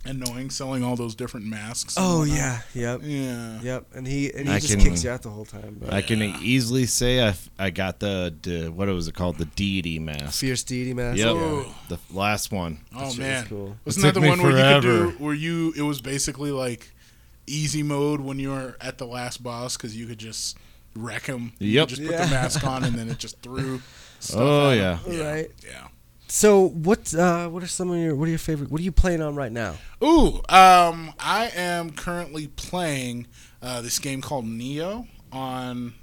[SPEAKER 8] annoying, selling all those different masks. and
[SPEAKER 1] oh
[SPEAKER 8] whatnot.
[SPEAKER 1] yeah yep
[SPEAKER 8] yeah,
[SPEAKER 1] yep and he and he
[SPEAKER 2] I
[SPEAKER 1] just
[SPEAKER 2] can-
[SPEAKER 1] kicks you out the whole time but
[SPEAKER 2] I can easily say I, f- I got the, the what was it called the deity mask.
[SPEAKER 1] fierce deity mask
[SPEAKER 2] Yep,
[SPEAKER 1] yeah.
[SPEAKER 8] Oh.
[SPEAKER 2] the last one.
[SPEAKER 8] Oh man,
[SPEAKER 1] cool.
[SPEAKER 8] wasn't
[SPEAKER 2] It took
[SPEAKER 8] that the
[SPEAKER 2] me
[SPEAKER 8] one where you
[SPEAKER 2] forever.
[SPEAKER 8] could do where you it was basically like easy mode when you were at the last boss because you could just wreck him. You
[SPEAKER 2] Yep.
[SPEAKER 8] could just put
[SPEAKER 1] Yeah.
[SPEAKER 8] the mask on and then it just threw. Stuff
[SPEAKER 2] Oh,
[SPEAKER 8] at
[SPEAKER 2] yeah.
[SPEAKER 8] him. yeah,
[SPEAKER 1] Right.
[SPEAKER 8] yeah.
[SPEAKER 1] so what uh what are some of your what are your favorite what are you playing on right now
[SPEAKER 8] Ooh, um, I am currently playing uh, this game called Neo on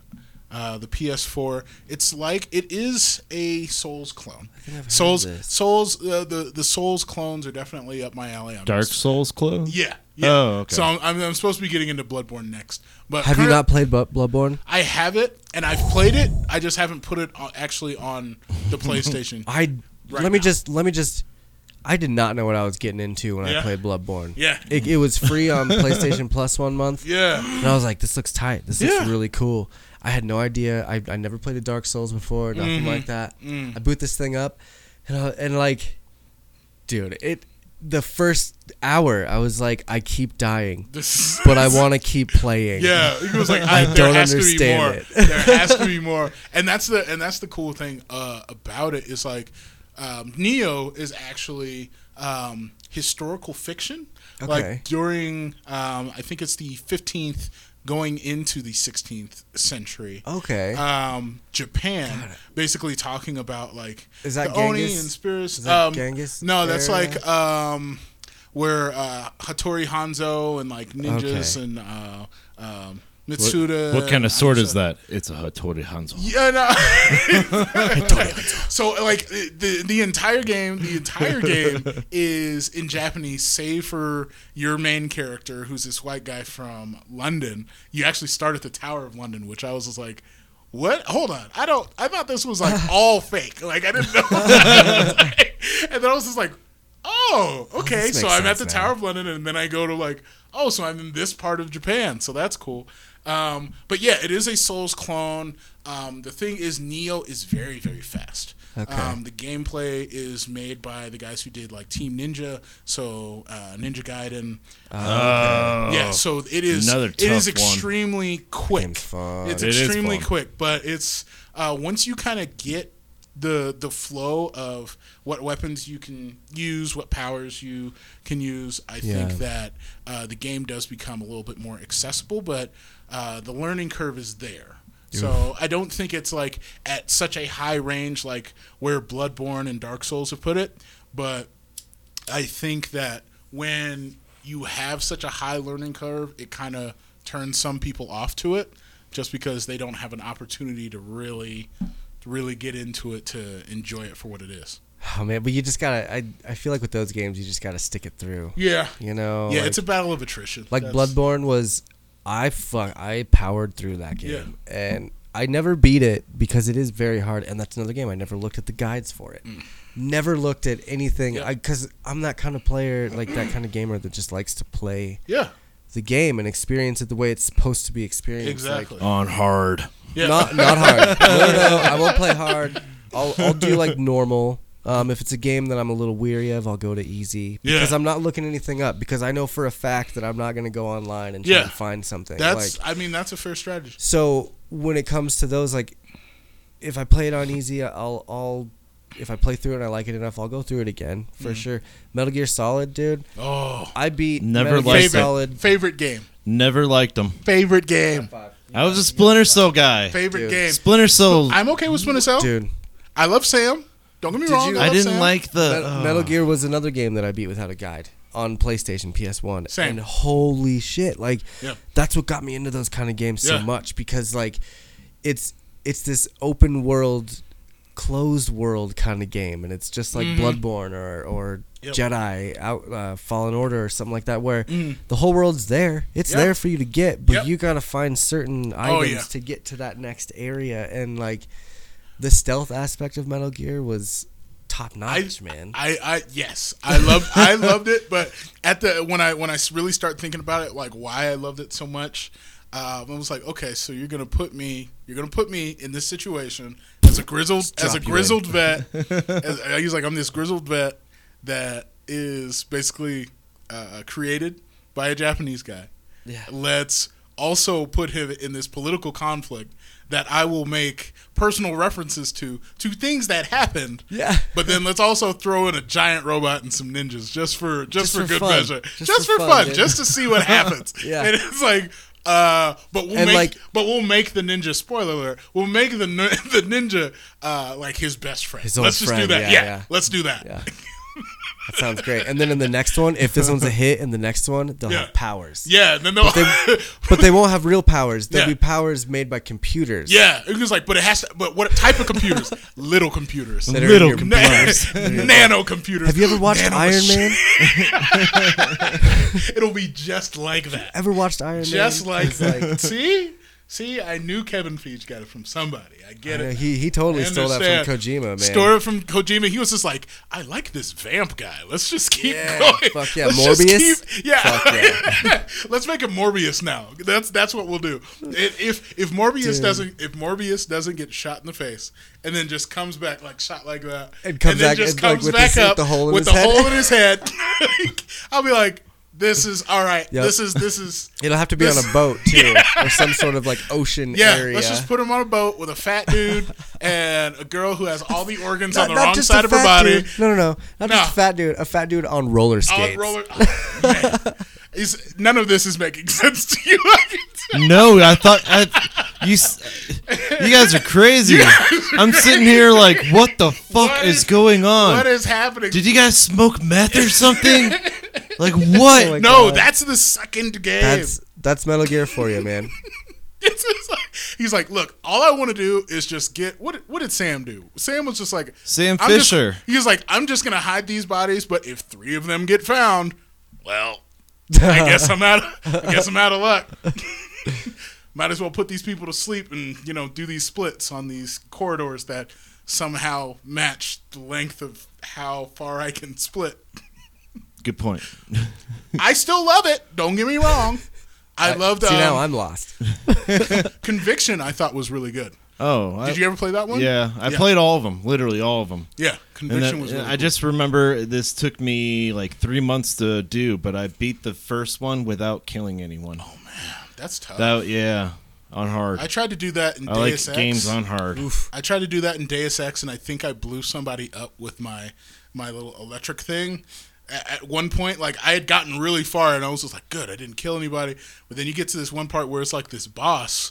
[SPEAKER 8] uh, the PS4. It's like it is a Souls clone.
[SPEAKER 1] I've heard
[SPEAKER 8] Souls,
[SPEAKER 1] of this.
[SPEAKER 8] Souls, uh, the the Souls clones are definitely up my alley. I'm
[SPEAKER 2] Dark Souls clone.
[SPEAKER 8] Yeah. yeah.
[SPEAKER 2] Oh, okay.
[SPEAKER 8] So I'm, I'm, I'm supposed to be getting into Bloodborne next, but
[SPEAKER 1] have you
[SPEAKER 8] current-
[SPEAKER 1] not played Bu- bloodborne
[SPEAKER 8] I have it, and I've played it. I just haven't put it on, actually on the PlayStation.
[SPEAKER 1] I
[SPEAKER 8] Right
[SPEAKER 1] let me
[SPEAKER 8] now.
[SPEAKER 1] just let me just I did not know what I was getting into when I
[SPEAKER 8] Yeah.
[SPEAKER 1] played Bloodborne.
[SPEAKER 8] Yeah.
[SPEAKER 1] It, it was free on PlayStation Plus one month.
[SPEAKER 8] yeah.
[SPEAKER 1] And I was like, this looks tight. This looks
[SPEAKER 8] Yeah.
[SPEAKER 1] really cool. I had no idea. I, I never played a Dark Souls before, nothing
[SPEAKER 8] Mm-hmm.
[SPEAKER 1] like that.
[SPEAKER 8] Mm.
[SPEAKER 1] I boot this thing up and I, and like dude, it the first hour I was like, I keep dying.
[SPEAKER 8] This
[SPEAKER 1] But I want to keep playing.
[SPEAKER 8] Yeah, he was like, I, there
[SPEAKER 1] don't
[SPEAKER 8] has
[SPEAKER 1] understand
[SPEAKER 8] to be more. There has to be more, and that's the and that's the cool thing uh, about it is like um, Neo is actually um, historical fiction.
[SPEAKER 1] Okay.
[SPEAKER 8] Like during, um, I think it's the fifteenth, going into the sixteenth century.
[SPEAKER 1] Oh, Okay.
[SPEAKER 8] Um, Japan, basically talking about like
[SPEAKER 1] Is that
[SPEAKER 8] the Oni
[SPEAKER 1] Genghis?
[SPEAKER 8] and spirits.
[SPEAKER 1] Is that
[SPEAKER 8] um,
[SPEAKER 1] Genghis
[SPEAKER 8] No, that's
[SPEAKER 1] area?
[SPEAKER 8] like um, where uh, Hattori Hanzo and like ninjas and uh, um, Mitsuda.
[SPEAKER 2] What kind
[SPEAKER 8] and
[SPEAKER 2] of sword is that?
[SPEAKER 8] Aisha.
[SPEAKER 2] It's a Hattori Hanzo.
[SPEAKER 8] Yeah, no. so like the the entire game, the entire game is in Japanese, save for your main character, who's this white guy from London. You actually start at the Tower of London, which I was just like. What? Hold on. I don't. I thought this was like all fake. Like I didn't know. and then I was just like, oh, okay.
[SPEAKER 1] this
[SPEAKER 8] so
[SPEAKER 1] makes
[SPEAKER 8] I'm at
[SPEAKER 1] sense
[SPEAKER 8] the
[SPEAKER 1] now.
[SPEAKER 8] Tower of London, and then I go to like, oh, so I'm in this part of Japan, so that's cool. Um, but yeah, it is a Souls clone. Um, the thing is, Neo is very, very fast.
[SPEAKER 1] Okay.
[SPEAKER 8] Um, the gameplay is made by the guys who did like Team Ninja, so uh, Ninja Gaiden.
[SPEAKER 2] Oh.
[SPEAKER 8] yeah, so it is.
[SPEAKER 2] another
[SPEAKER 8] it is
[SPEAKER 2] tough one.
[SPEAKER 8] extremely quick.
[SPEAKER 1] game's fun.
[SPEAKER 8] It's
[SPEAKER 2] It is
[SPEAKER 8] extremely
[SPEAKER 2] fun.
[SPEAKER 8] quick, but it's uh, once you kind of get the the flow of what weapons you can use, what powers you can use, I
[SPEAKER 1] Yeah.
[SPEAKER 8] think that uh, the game does become a little bit more accessible, but uh, the learning curve is there. So I don't think it's like at such a high range like where Bloodborne and Dark Souls have put it, but I think that when you have such a high learning curve, it kind of turns some people off to it just because they don't have an opportunity to really to really get into it to enjoy it for what it is.
[SPEAKER 1] Oh man, but you just gotta I, I feel like with those games you just gotta stick it through.
[SPEAKER 8] Yeah.
[SPEAKER 1] You know?
[SPEAKER 8] yeah,
[SPEAKER 1] Oh, like-
[SPEAKER 8] it's a battle of attrition.
[SPEAKER 1] Like
[SPEAKER 8] That's-
[SPEAKER 1] Bloodborne was, I fuck, I powered through that
[SPEAKER 8] Yeah.
[SPEAKER 1] game, and I never beat it because it is very hard, and that's another game I never looked at the guides for it, never looked at anything,
[SPEAKER 8] Mm. Yeah.
[SPEAKER 1] because I'm that kind of player, like that kind of gamer that just likes to play
[SPEAKER 8] Yeah.
[SPEAKER 1] the game and experience it the way it's supposed to be experienced. like,
[SPEAKER 8] Exactly.
[SPEAKER 2] On hard.
[SPEAKER 8] yeah.
[SPEAKER 1] not not hard. No, no, no, I won't play hard. I'll I'll do like normal. Um, if it's a game that I'm a little weary of, I'll go to easy because
[SPEAKER 8] Yeah.
[SPEAKER 1] I'm not looking anything up because I know for a fact that I'm not going to go online and try
[SPEAKER 8] Yeah.
[SPEAKER 1] and find something.
[SPEAKER 8] that's
[SPEAKER 1] like,
[SPEAKER 8] I mean that's a fair strategy.
[SPEAKER 1] so when it comes to those, like if I play it on easy, I'll I'll if I play through it and I like it enough, I'll go through it again
[SPEAKER 8] Mm-hmm.
[SPEAKER 1] for sure. Metal Gear Solid, dude,
[SPEAKER 8] Oh.
[SPEAKER 1] I beat
[SPEAKER 2] Never
[SPEAKER 1] Metal Gear
[SPEAKER 2] liked it.
[SPEAKER 1] Solid.
[SPEAKER 8] Favorite game.
[SPEAKER 2] Never liked them.
[SPEAKER 8] Favorite game.
[SPEAKER 2] I was a Splinter Cell guy.
[SPEAKER 8] Favorite
[SPEAKER 1] Dude.
[SPEAKER 8] game.
[SPEAKER 2] Splinter Cell.
[SPEAKER 8] I'm okay with Splinter Cell.
[SPEAKER 1] Dude,
[SPEAKER 8] I love Sam. Don't get me wrong.
[SPEAKER 1] you-
[SPEAKER 8] love
[SPEAKER 2] I didn't
[SPEAKER 8] Sam.
[SPEAKER 2] like the
[SPEAKER 1] Metal,
[SPEAKER 2] oh.
[SPEAKER 1] Metal Gear was another game that I beat without a guide on PlayStation PS1.
[SPEAKER 8] Same.
[SPEAKER 1] And holy shit, like
[SPEAKER 8] Yeah.
[SPEAKER 1] that's what got me into those kind of games so
[SPEAKER 8] Yeah.
[SPEAKER 1] much because like it's it's this open world closed world kind of game and it's just like Bloodborne or or
[SPEAKER 8] Mm-hmm. Yep.
[SPEAKER 1] Jedi out uh, Fallen Order or something like that where the whole world's there. It's
[SPEAKER 8] Mm-hmm. Yeah.
[SPEAKER 1] there for you to get, but
[SPEAKER 8] Yep. Oh,
[SPEAKER 1] you got to find certain items
[SPEAKER 8] yeah.
[SPEAKER 1] to get to that next area and like the stealth aspect of Metal Gear was top notch, man.
[SPEAKER 8] I, I yes, I loved I loved it, but at the when I when I really start thinking about it, like why I loved it so much, uh, I was like, okay, so you're gonna put me, you're gonna put me in this situation as a grizzled as a
[SPEAKER 2] drop you
[SPEAKER 8] grizzled vet. as, he's like, I'm this grizzled vet that is basically uh, created by a Japanese guy.
[SPEAKER 1] Yeah.
[SPEAKER 8] Let's also put him in this political conflict that I will make personal references to to things that happened.
[SPEAKER 1] Yeah.
[SPEAKER 8] But then let's also throw in a giant robot and some ninjas just for
[SPEAKER 1] Just
[SPEAKER 8] just, for,
[SPEAKER 1] for
[SPEAKER 8] good
[SPEAKER 1] fun.
[SPEAKER 8] measure.
[SPEAKER 1] Just
[SPEAKER 8] Just,
[SPEAKER 1] for
[SPEAKER 8] for,
[SPEAKER 1] fun,
[SPEAKER 8] fun,
[SPEAKER 1] dude.
[SPEAKER 8] just to see what happens.
[SPEAKER 1] Yeah.
[SPEAKER 8] And it's like uh, but we'll
[SPEAKER 1] And,
[SPEAKER 8] make
[SPEAKER 1] like-
[SPEAKER 8] but we'll make the ninja spoiler alert. We'll make the nin- the ninja uh, like his best friend.
[SPEAKER 1] His old
[SPEAKER 8] let's just do
[SPEAKER 1] friend,
[SPEAKER 8] that.
[SPEAKER 1] yeah,
[SPEAKER 8] Yeah,
[SPEAKER 1] yeah.
[SPEAKER 8] let's do that.
[SPEAKER 1] Yeah. That sounds great. And then in the next one, if this one's a hit, in the next one they'll
[SPEAKER 8] Yeah.
[SPEAKER 1] have powers.
[SPEAKER 8] Yeah, and then they'll
[SPEAKER 1] But they won't have real powers. They'll
[SPEAKER 8] Yeah.
[SPEAKER 1] be powers made by computers.
[SPEAKER 8] Yeah, it was like, but it has to. But what type of computers? Little computers,
[SPEAKER 1] That are in
[SPEAKER 2] Little
[SPEAKER 1] your
[SPEAKER 8] Na-
[SPEAKER 1] blood.
[SPEAKER 8] nano computers.
[SPEAKER 1] Have you ever watched
[SPEAKER 8] Nano
[SPEAKER 1] Iron
[SPEAKER 8] machine-
[SPEAKER 1] Man?
[SPEAKER 8] It'll be just like that.
[SPEAKER 1] Ever watched Iron Man?
[SPEAKER 8] Just like
[SPEAKER 1] It's
[SPEAKER 8] that. See, see, I knew Kevin Feige got it from somebody. I get
[SPEAKER 1] Yeah,
[SPEAKER 8] it.
[SPEAKER 1] he he totally
[SPEAKER 8] I
[SPEAKER 1] stole that from
[SPEAKER 8] understand.
[SPEAKER 1] Kojima, man.
[SPEAKER 8] Stole it from Kojima. He was just like, I like this vamp guy. Let's just keep going.
[SPEAKER 1] Fuck yeah,
[SPEAKER 8] Let's just
[SPEAKER 1] Morbius?
[SPEAKER 8] keep- yeah.
[SPEAKER 1] Fuck
[SPEAKER 8] Let's make a Morbius now. That's that's what we'll do. If if- if Morbius doesn't if Morbius doesn't get shot in the face and then just comes back like shot like that
[SPEAKER 1] And comes
[SPEAKER 8] then
[SPEAKER 1] back-
[SPEAKER 8] just
[SPEAKER 1] and, like,
[SPEAKER 8] comes
[SPEAKER 1] with
[SPEAKER 8] back
[SPEAKER 1] the- with
[SPEAKER 8] up
[SPEAKER 1] the hole in
[SPEAKER 8] with
[SPEAKER 1] his
[SPEAKER 8] the
[SPEAKER 1] head.
[SPEAKER 8] hole in his head, I'll be like, this is all right.
[SPEAKER 1] Yep.
[SPEAKER 8] This is this is
[SPEAKER 1] It'll have to be on
[SPEAKER 8] This-
[SPEAKER 1] a boat too, or some sort of like ocean
[SPEAKER 8] yeah,
[SPEAKER 1] area.
[SPEAKER 8] let's just put him on a boat with a fat dude and a girl who has all the organs on the
[SPEAKER 1] Not
[SPEAKER 8] wrong
[SPEAKER 1] just
[SPEAKER 8] side
[SPEAKER 1] a
[SPEAKER 8] of her
[SPEAKER 1] fat
[SPEAKER 8] body.
[SPEAKER 1] Dude. No, no, no, not just
[SPEAKER 8] No.
[SPEAKER 1] a fat dude. A fat dude on roller
[SPEAKER 8] All
[SPEAKER 1] skates.
[SPEAKER 8] roller. oh, man. It's- none of this is making sense to you.
[SPEAKER 2] No, I thought I, you. s- You guys are crazy. I'm sitting here like, what the fuck
[SPEAKER 8] What
[SPEAKER 2] is
[SPEAKER 8] is-
[SPEAKER 2] going on?
[SPEAKER 8] what is happening?
[SPEAKER 2] Did you guys smoke meth or something? like what?
[SPEAKER 1] Oh my
[SPEAKER 8] no,
[SPEAKER 1] God.
[SPEAKER 8] that's the second game.
[SPEAKER 1] That's that's Metal Gear for you, man.
[SPEAKER 8] It's just like- he's like, look, all I want to do is just get what? What did Sam do? Sam was just like
[SPEAKER 2] Sam
[SPEAKER 8] I'm just-
[SPEAKER 2] Fisher.
[SPEAKER 8] he's like, I'm just gonna hide these bodies, but if three of them get found, well, I guess I'm out. Of, I guess I'm out of luck. Might as well put these people to sleep and you know do these splits on these corridors that somehow match the length of how far I can split.
[SPEAKER 2] Good point.
[SPEAKER 8] I still love it. Don't get me wrong. I loved
[SPEAKER 1] See now
[SPEAKER 8] um,
[SPEAKER 1] I'm lost.
[SPEAKER 8] Conviction. I thought was really good.
[SPEAKER 2] Oh, I,
[SPEAKER 8] Did you ever play that one?
[SPEAKER 2] Yeah, I
[SPEAKER 8] Yeah.
[SPEAKER 2] played all of them. Literally all of them.
[SPEAKER 8] Yeah,
[SPEAKER 2] And
[SPEAKER 8] Conviction
[SPEAKER 2] that-
[SPEAKER 8] was. Really
[SPEAKER 2] I
[SPEAKER 8] cool.
[SPEAKER 2] just remember this took me like three months to do, but I beat the first one without killing anyone.
[SPEAKER 8] That's tough.
[SPEAKER 2] That yeah, on hard.
[SPEAKER 8] Oh, I
[SPEAKER 2] I,
[SPEAKER 8] tried to do that in
[SPEAKER 2] like
[SPEAKER 8] Deus Ex.
[SPEAKER 2] games on hard.
[SPEAKER 8] I tried to do that in Deus Ex, and I think I blew somebody up with my my little electric thing. At, at one point, like I had gotten really far, and I was just like, "Good, I didn't kill anybody." But then you get to this one part where it's like this boss,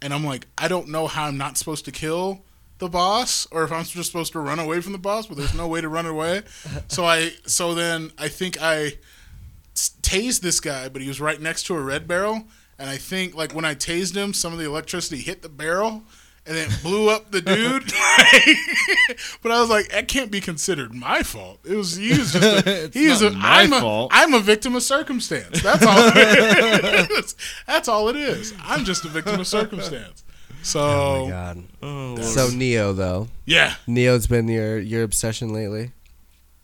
[SPEAKER 8] and I'm like, I don't know how I'm not supposed to kill the boss, or if I'm just supposed to run away from the boss, but there's no way to run away. So I so then I think I tased this guy, but he was right next to a red barrel. And I think like when I tased him, some of the electricity hit the barrel and it blew up the dude. but I was like, that can't be considered my fault. It was he was just a, he was
[SPEAKER 2] not
[SPEAKER 8] a,
[SPEAKER 2] my
[SPEAKER 8] I'm
[SPEAKER 2] fault.
[SPEAKER 8] a I'm a victim of circumstance. That's all it is. That's all it is. I'm just a victim of circumstance. So
[SPEAKER 2] Oh
[SPEAKER 1] God.
[SPEAKER 8] Oh,
[SPEAKER 1] so Neo though,
[SPEAKER 8] yeah.
[SPEAKER 1] Neo's been your your obsession lately.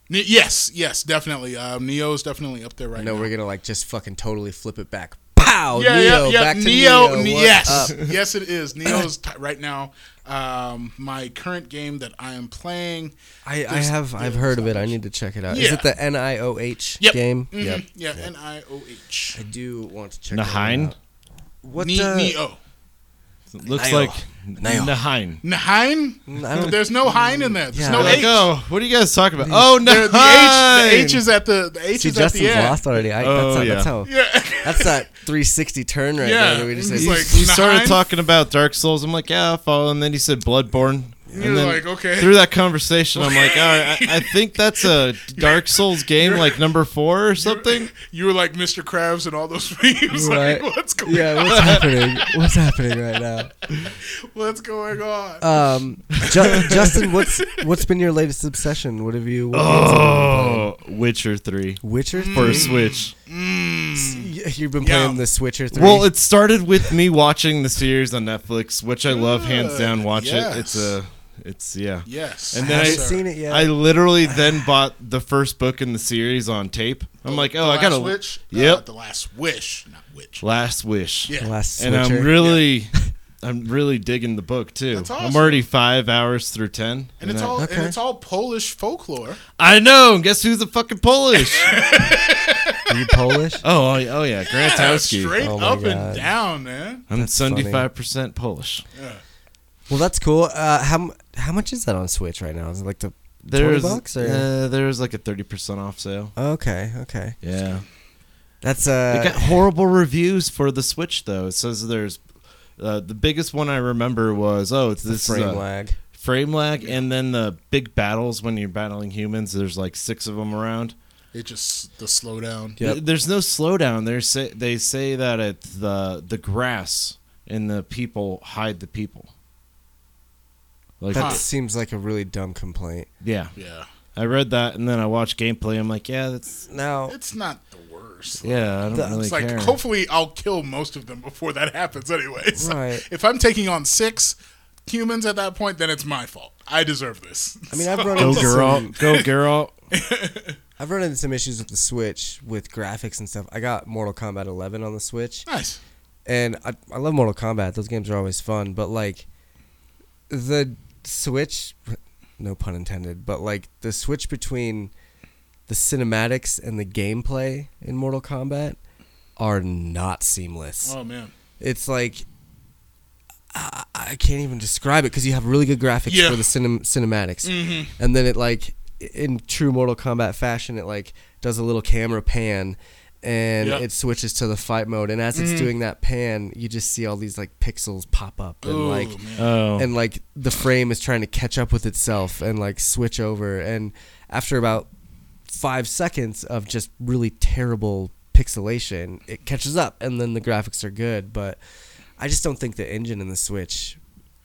[SPEAKER 8] Ne- yes, yes, definitely. Um, Neo is definitely up there right
[SPEAKER 1] I know
[SPEAKER 8] now.
[SPEAKER 1] we're gonna like just fucking totally flip it back. Pow!
[SPEAKER 8] yeah,
[SPEAKER 1] Oh, Neo,
[SPEAKER 8] yeah, yeah.
[SPEAKER 1] back to
[SPEAKER 8] Neo,
[SPEAKER 1] Neo.
[SPEAKER 8] ne-
[SPEAKER 1] What's
[SPEAKER 8] yes,
[SPEAKER 1] up?
[SPEAKER 8] yes, it is. Neo's t- right now. Um, my current game that I am playing.
[SPEAKER 1] I, I
[SPEAKER 8] There's-
[SPEAKER 1] have I've heard of it. I need to check it out. Is
[SPEAKER 8] Yeah.
[SPEAKER 1] it the N I O H
[SPEAKER 8] Yep.
[SPEAKER 1] game?
[SPEAKER 8] Mhm,
[SPEAKER 1] Yep.
[SPEAKER 8] Yeah. N I O H.
[SPEAKER 1] I do want to check that one
[SPEAKER 2] Nahine
[SPEAKER 1] out. What
[SPEAKER 8] Ne-
[SPEAKER 1] the?
[SPEAKER 8] Neo.
[SPEAKER 2] It looks
[SPEAKER 1] Nile.
[SPEAKER 2] like
[SPEAKER 1] Nile.
[SPEAKER 2] Nahine.
[SPEAKER 8] Nahine?
[SPEAKER 1] I don't-
[SPEAKER 8] There's no Hine in there. There's
[SPEAKER 1] Yeah.
[SPEAKER 8] no
[SPEAKER 2] Like,
[SPEAKER 8] H.
[SPEAKER 2] oh, what are you guys talking about? Oh,
[SPEAKER 8] There-
[SPEAKER 2] Nahine.
[SPEAKER 8] the, H the H is at the the H
[SPEAKER 1] See,
[SPEAKER 8] is at
[SPEAKER 1] Justin's
[SPEAKER 8] the end.
[SPEAKER 1] lost already. I,
[SPEAKER 2] Oh,
[SPEAKER 1] that's, how,
[SPEAKER 2] yeah.
[SPEAKER 1] that's how.
[SPEAKER 8] Yeah.
[SPEAKER 1] That's that 360 turn right
[SPEAKER 8] Yeah,
[SPEAKER 1] there that we just
[SPEAKER 8] it's
[SPEAKER 1] did.
[SPEAKER 2] you,
[SPEAKER 8] like,
[SPEAKER 2] you started
[SPEAKER 8] Nahine?
[SPEAKER 2] talking about Dark Souls. I'm like, yeah, I'll follow. And then you said Bloodborne. And
[SPEAKER 8] You're
[SPEAKER 2] then
[SPEAKER 8] like, okay.
[SPEAKER 2] Through that conversation, I'm like, all right, I, I think that's a Dark Souls game, like number four or something.
[SPEAKER 8] You were like Mr. Krabs and all those memes.
[SPEAKER 1] Right.
[SPEAKER 8] Like, what's going?
[SPEAKER 1] yeah, what's happening? What's happening right
[SPEAKER 8] What's going on?
[SPEAKER 1] now? Um, Ju- Justin, what's what's been your latest obsession? What have you? What games have you been playing?
[SPEAKER 2] Oh, Witcher three
[SPEAKER 1] Witcher
[SPEAKER 2] for
[SPEAKER 8] Mm.
[SPEAKER 1] three.
[SPEAKER 2] Switch.
[SPEAKER 1] Y- You've been
[SPEAKER 8] Yeah.
[SPEAKER 1] playing the Switcher three.
[SPEAKER 2] Well, it started with me watching the series on Netflix, which I love hands down. Watch it.
[SPEAKER 8] Yes.
[SPEAKER 2] It's a It's yeah.
[SPEAKER 8] Yes.
[SPEAKER 2] And then I,
[SPEAKER 1] Haven't seen it yet.
[SPEAKER 2] I literally then bought the first book in the series on tape. I'm like, oh,
[SPEAKER 8] the
[SPEAKER 2] I gotta.
[SPEAKER 8] last witch. No,
[SPEAKER 2] Yep.
[SPEAKER 8] the last wish, not witch.
[SPEAKER 2] Last wish.
[SPEAKER 8] Yeah.
[SPEAKER 1] Last
[SPEAKER 2] And I'm
[SPEAKER 1] switcher.
[SPEAKER 2] really, I'm really digging the book too.
[SPEAKER 8] That's
[SPEAKER 2] I'm
[SPEAKER 8] awesome.
[SPEAKER 2] already five hours through ten.
[SPEAKER 8] and it's
[SPEAKER 2] I,
[SPEAKER 8] all
[SPEAKER 1] okay.
[SPEAKER 8] and it's all Polish folklore.
[SPEAKER 2] I know. and Guess who's the fucking Polish?
[SPEAKER 1] Are you Polish?
[SPEAKER 2] oh, oh, yeah, oh yeah, Grantowski.
[SPEAKER 8] Straight
[SPEAKER 1] Oh my
[SPEAKER 8] up
[SPEAKER 1] God.
[SPEAKER 8] and down, man.
[SPEAKER 2] I'm
[SPEAKER 1] That's funny.
[SPEAKER 2] 75 percent Polish.
[SPEAKER 1] Well, that's cool. Uh, how m- how much is that on Switch right now? Is it like the
[SPEAKER 2] There's
[SPEAKER 1] bucks or-
[SPEAKER 2] uh, there's like a 30 percent off sale.
[SPEAKER 1] okay, okay?
[SPEAKER 2] Yeah.
[SPEAKER 1] That's
[SPEAKER 2] It
[SPEAKER 1] uh,
[SPEAKER 2] got horrible reviews for the Switch though. It says there's uh, the biggest one I remember was oh it's this
[SPEAKER 1] frame
[SPEAKER 2] is a
[SPEAKER 1] lag.
[SPEAKER 2] frame lag and then the big battles when you're battling humans. There's like six of them around.
[SPEAKER 8] It just the slowdown.
[SPEAKER 1] Yep.
[SPEAKER 2] Th- There's no slowdown. They say they say that it's the the grass and the people hide the people. Like
[SPEAKER 1] That seems like a really dumb complaint.
[SPEAKER 2] yeah,
[SPEAKER 8] Yeah.
[SPEAKER 2] I read that and then I watched gameplay. I'm like yeah that's
[SPEAKER 1] Now,
[SPEAKER 8] It's not the worst.
[SPEAKER 2] yeah I don't
[SPEAKER 1] The-
[SPEAKER 2] really
[SPEAKER 8] It's like
[SPEAKER 2] care.
[SPEAKER 8] hopefully I'll kill most of them before that happens anyway. So
[SPEAKER 1] Right.
[SPEAKER 8] If I'm taking on six humans at that point, then it's my fault. I deserve this.
[SPEAKER 1] I mean, I've run
[SPEAKER 2] Go
[SPEAKER 1] into
[SPEAKER 2] girl,
[SPEAKER 1] some,
[SPEAKER 2] go girl.
[SPEAKER 1] I've run into some issues with the Switch with graphics and stuff. I got Mortal Kombat 11 on the Switch,
[SPEAKER 8] nice.
[SPEAKER 1] and I, I love Mortal Kombat. Those games are always fun, but like the Switch, no pun intended, but like the switch between the cinematics and the gameplay in Mortal Kombat are not seamless.
[SPEAKER 8] Oh man.
[SPEAKER 1] It's like I, I can't even describe it because you have really good graphics
[SPEAKER 8] Yeah. Mm-hmm.
[SPEAKER 1] for the cinem- cinematics, and then it like in true Mortal Kombat fashion, it like does a little camera pan. And
[SPEAKER 8] Yeah. Mm-hmm.
[SPEAKER 1] it switches to the fight mode, and as it's doing that pan, you just see all these like pixels pop up, and
[SPEAKER 8] Ooh,
[SPEAKER 1] like
[SPEAKER 8] man.
[SPEAKER 2] Oh,
[SPEAKER 1] and like the frame is trying to catch up with itself and like switch over and after about five seconds of just really terrible pixelation it catches up and then the graphics are good but i just don't think the engine in the switch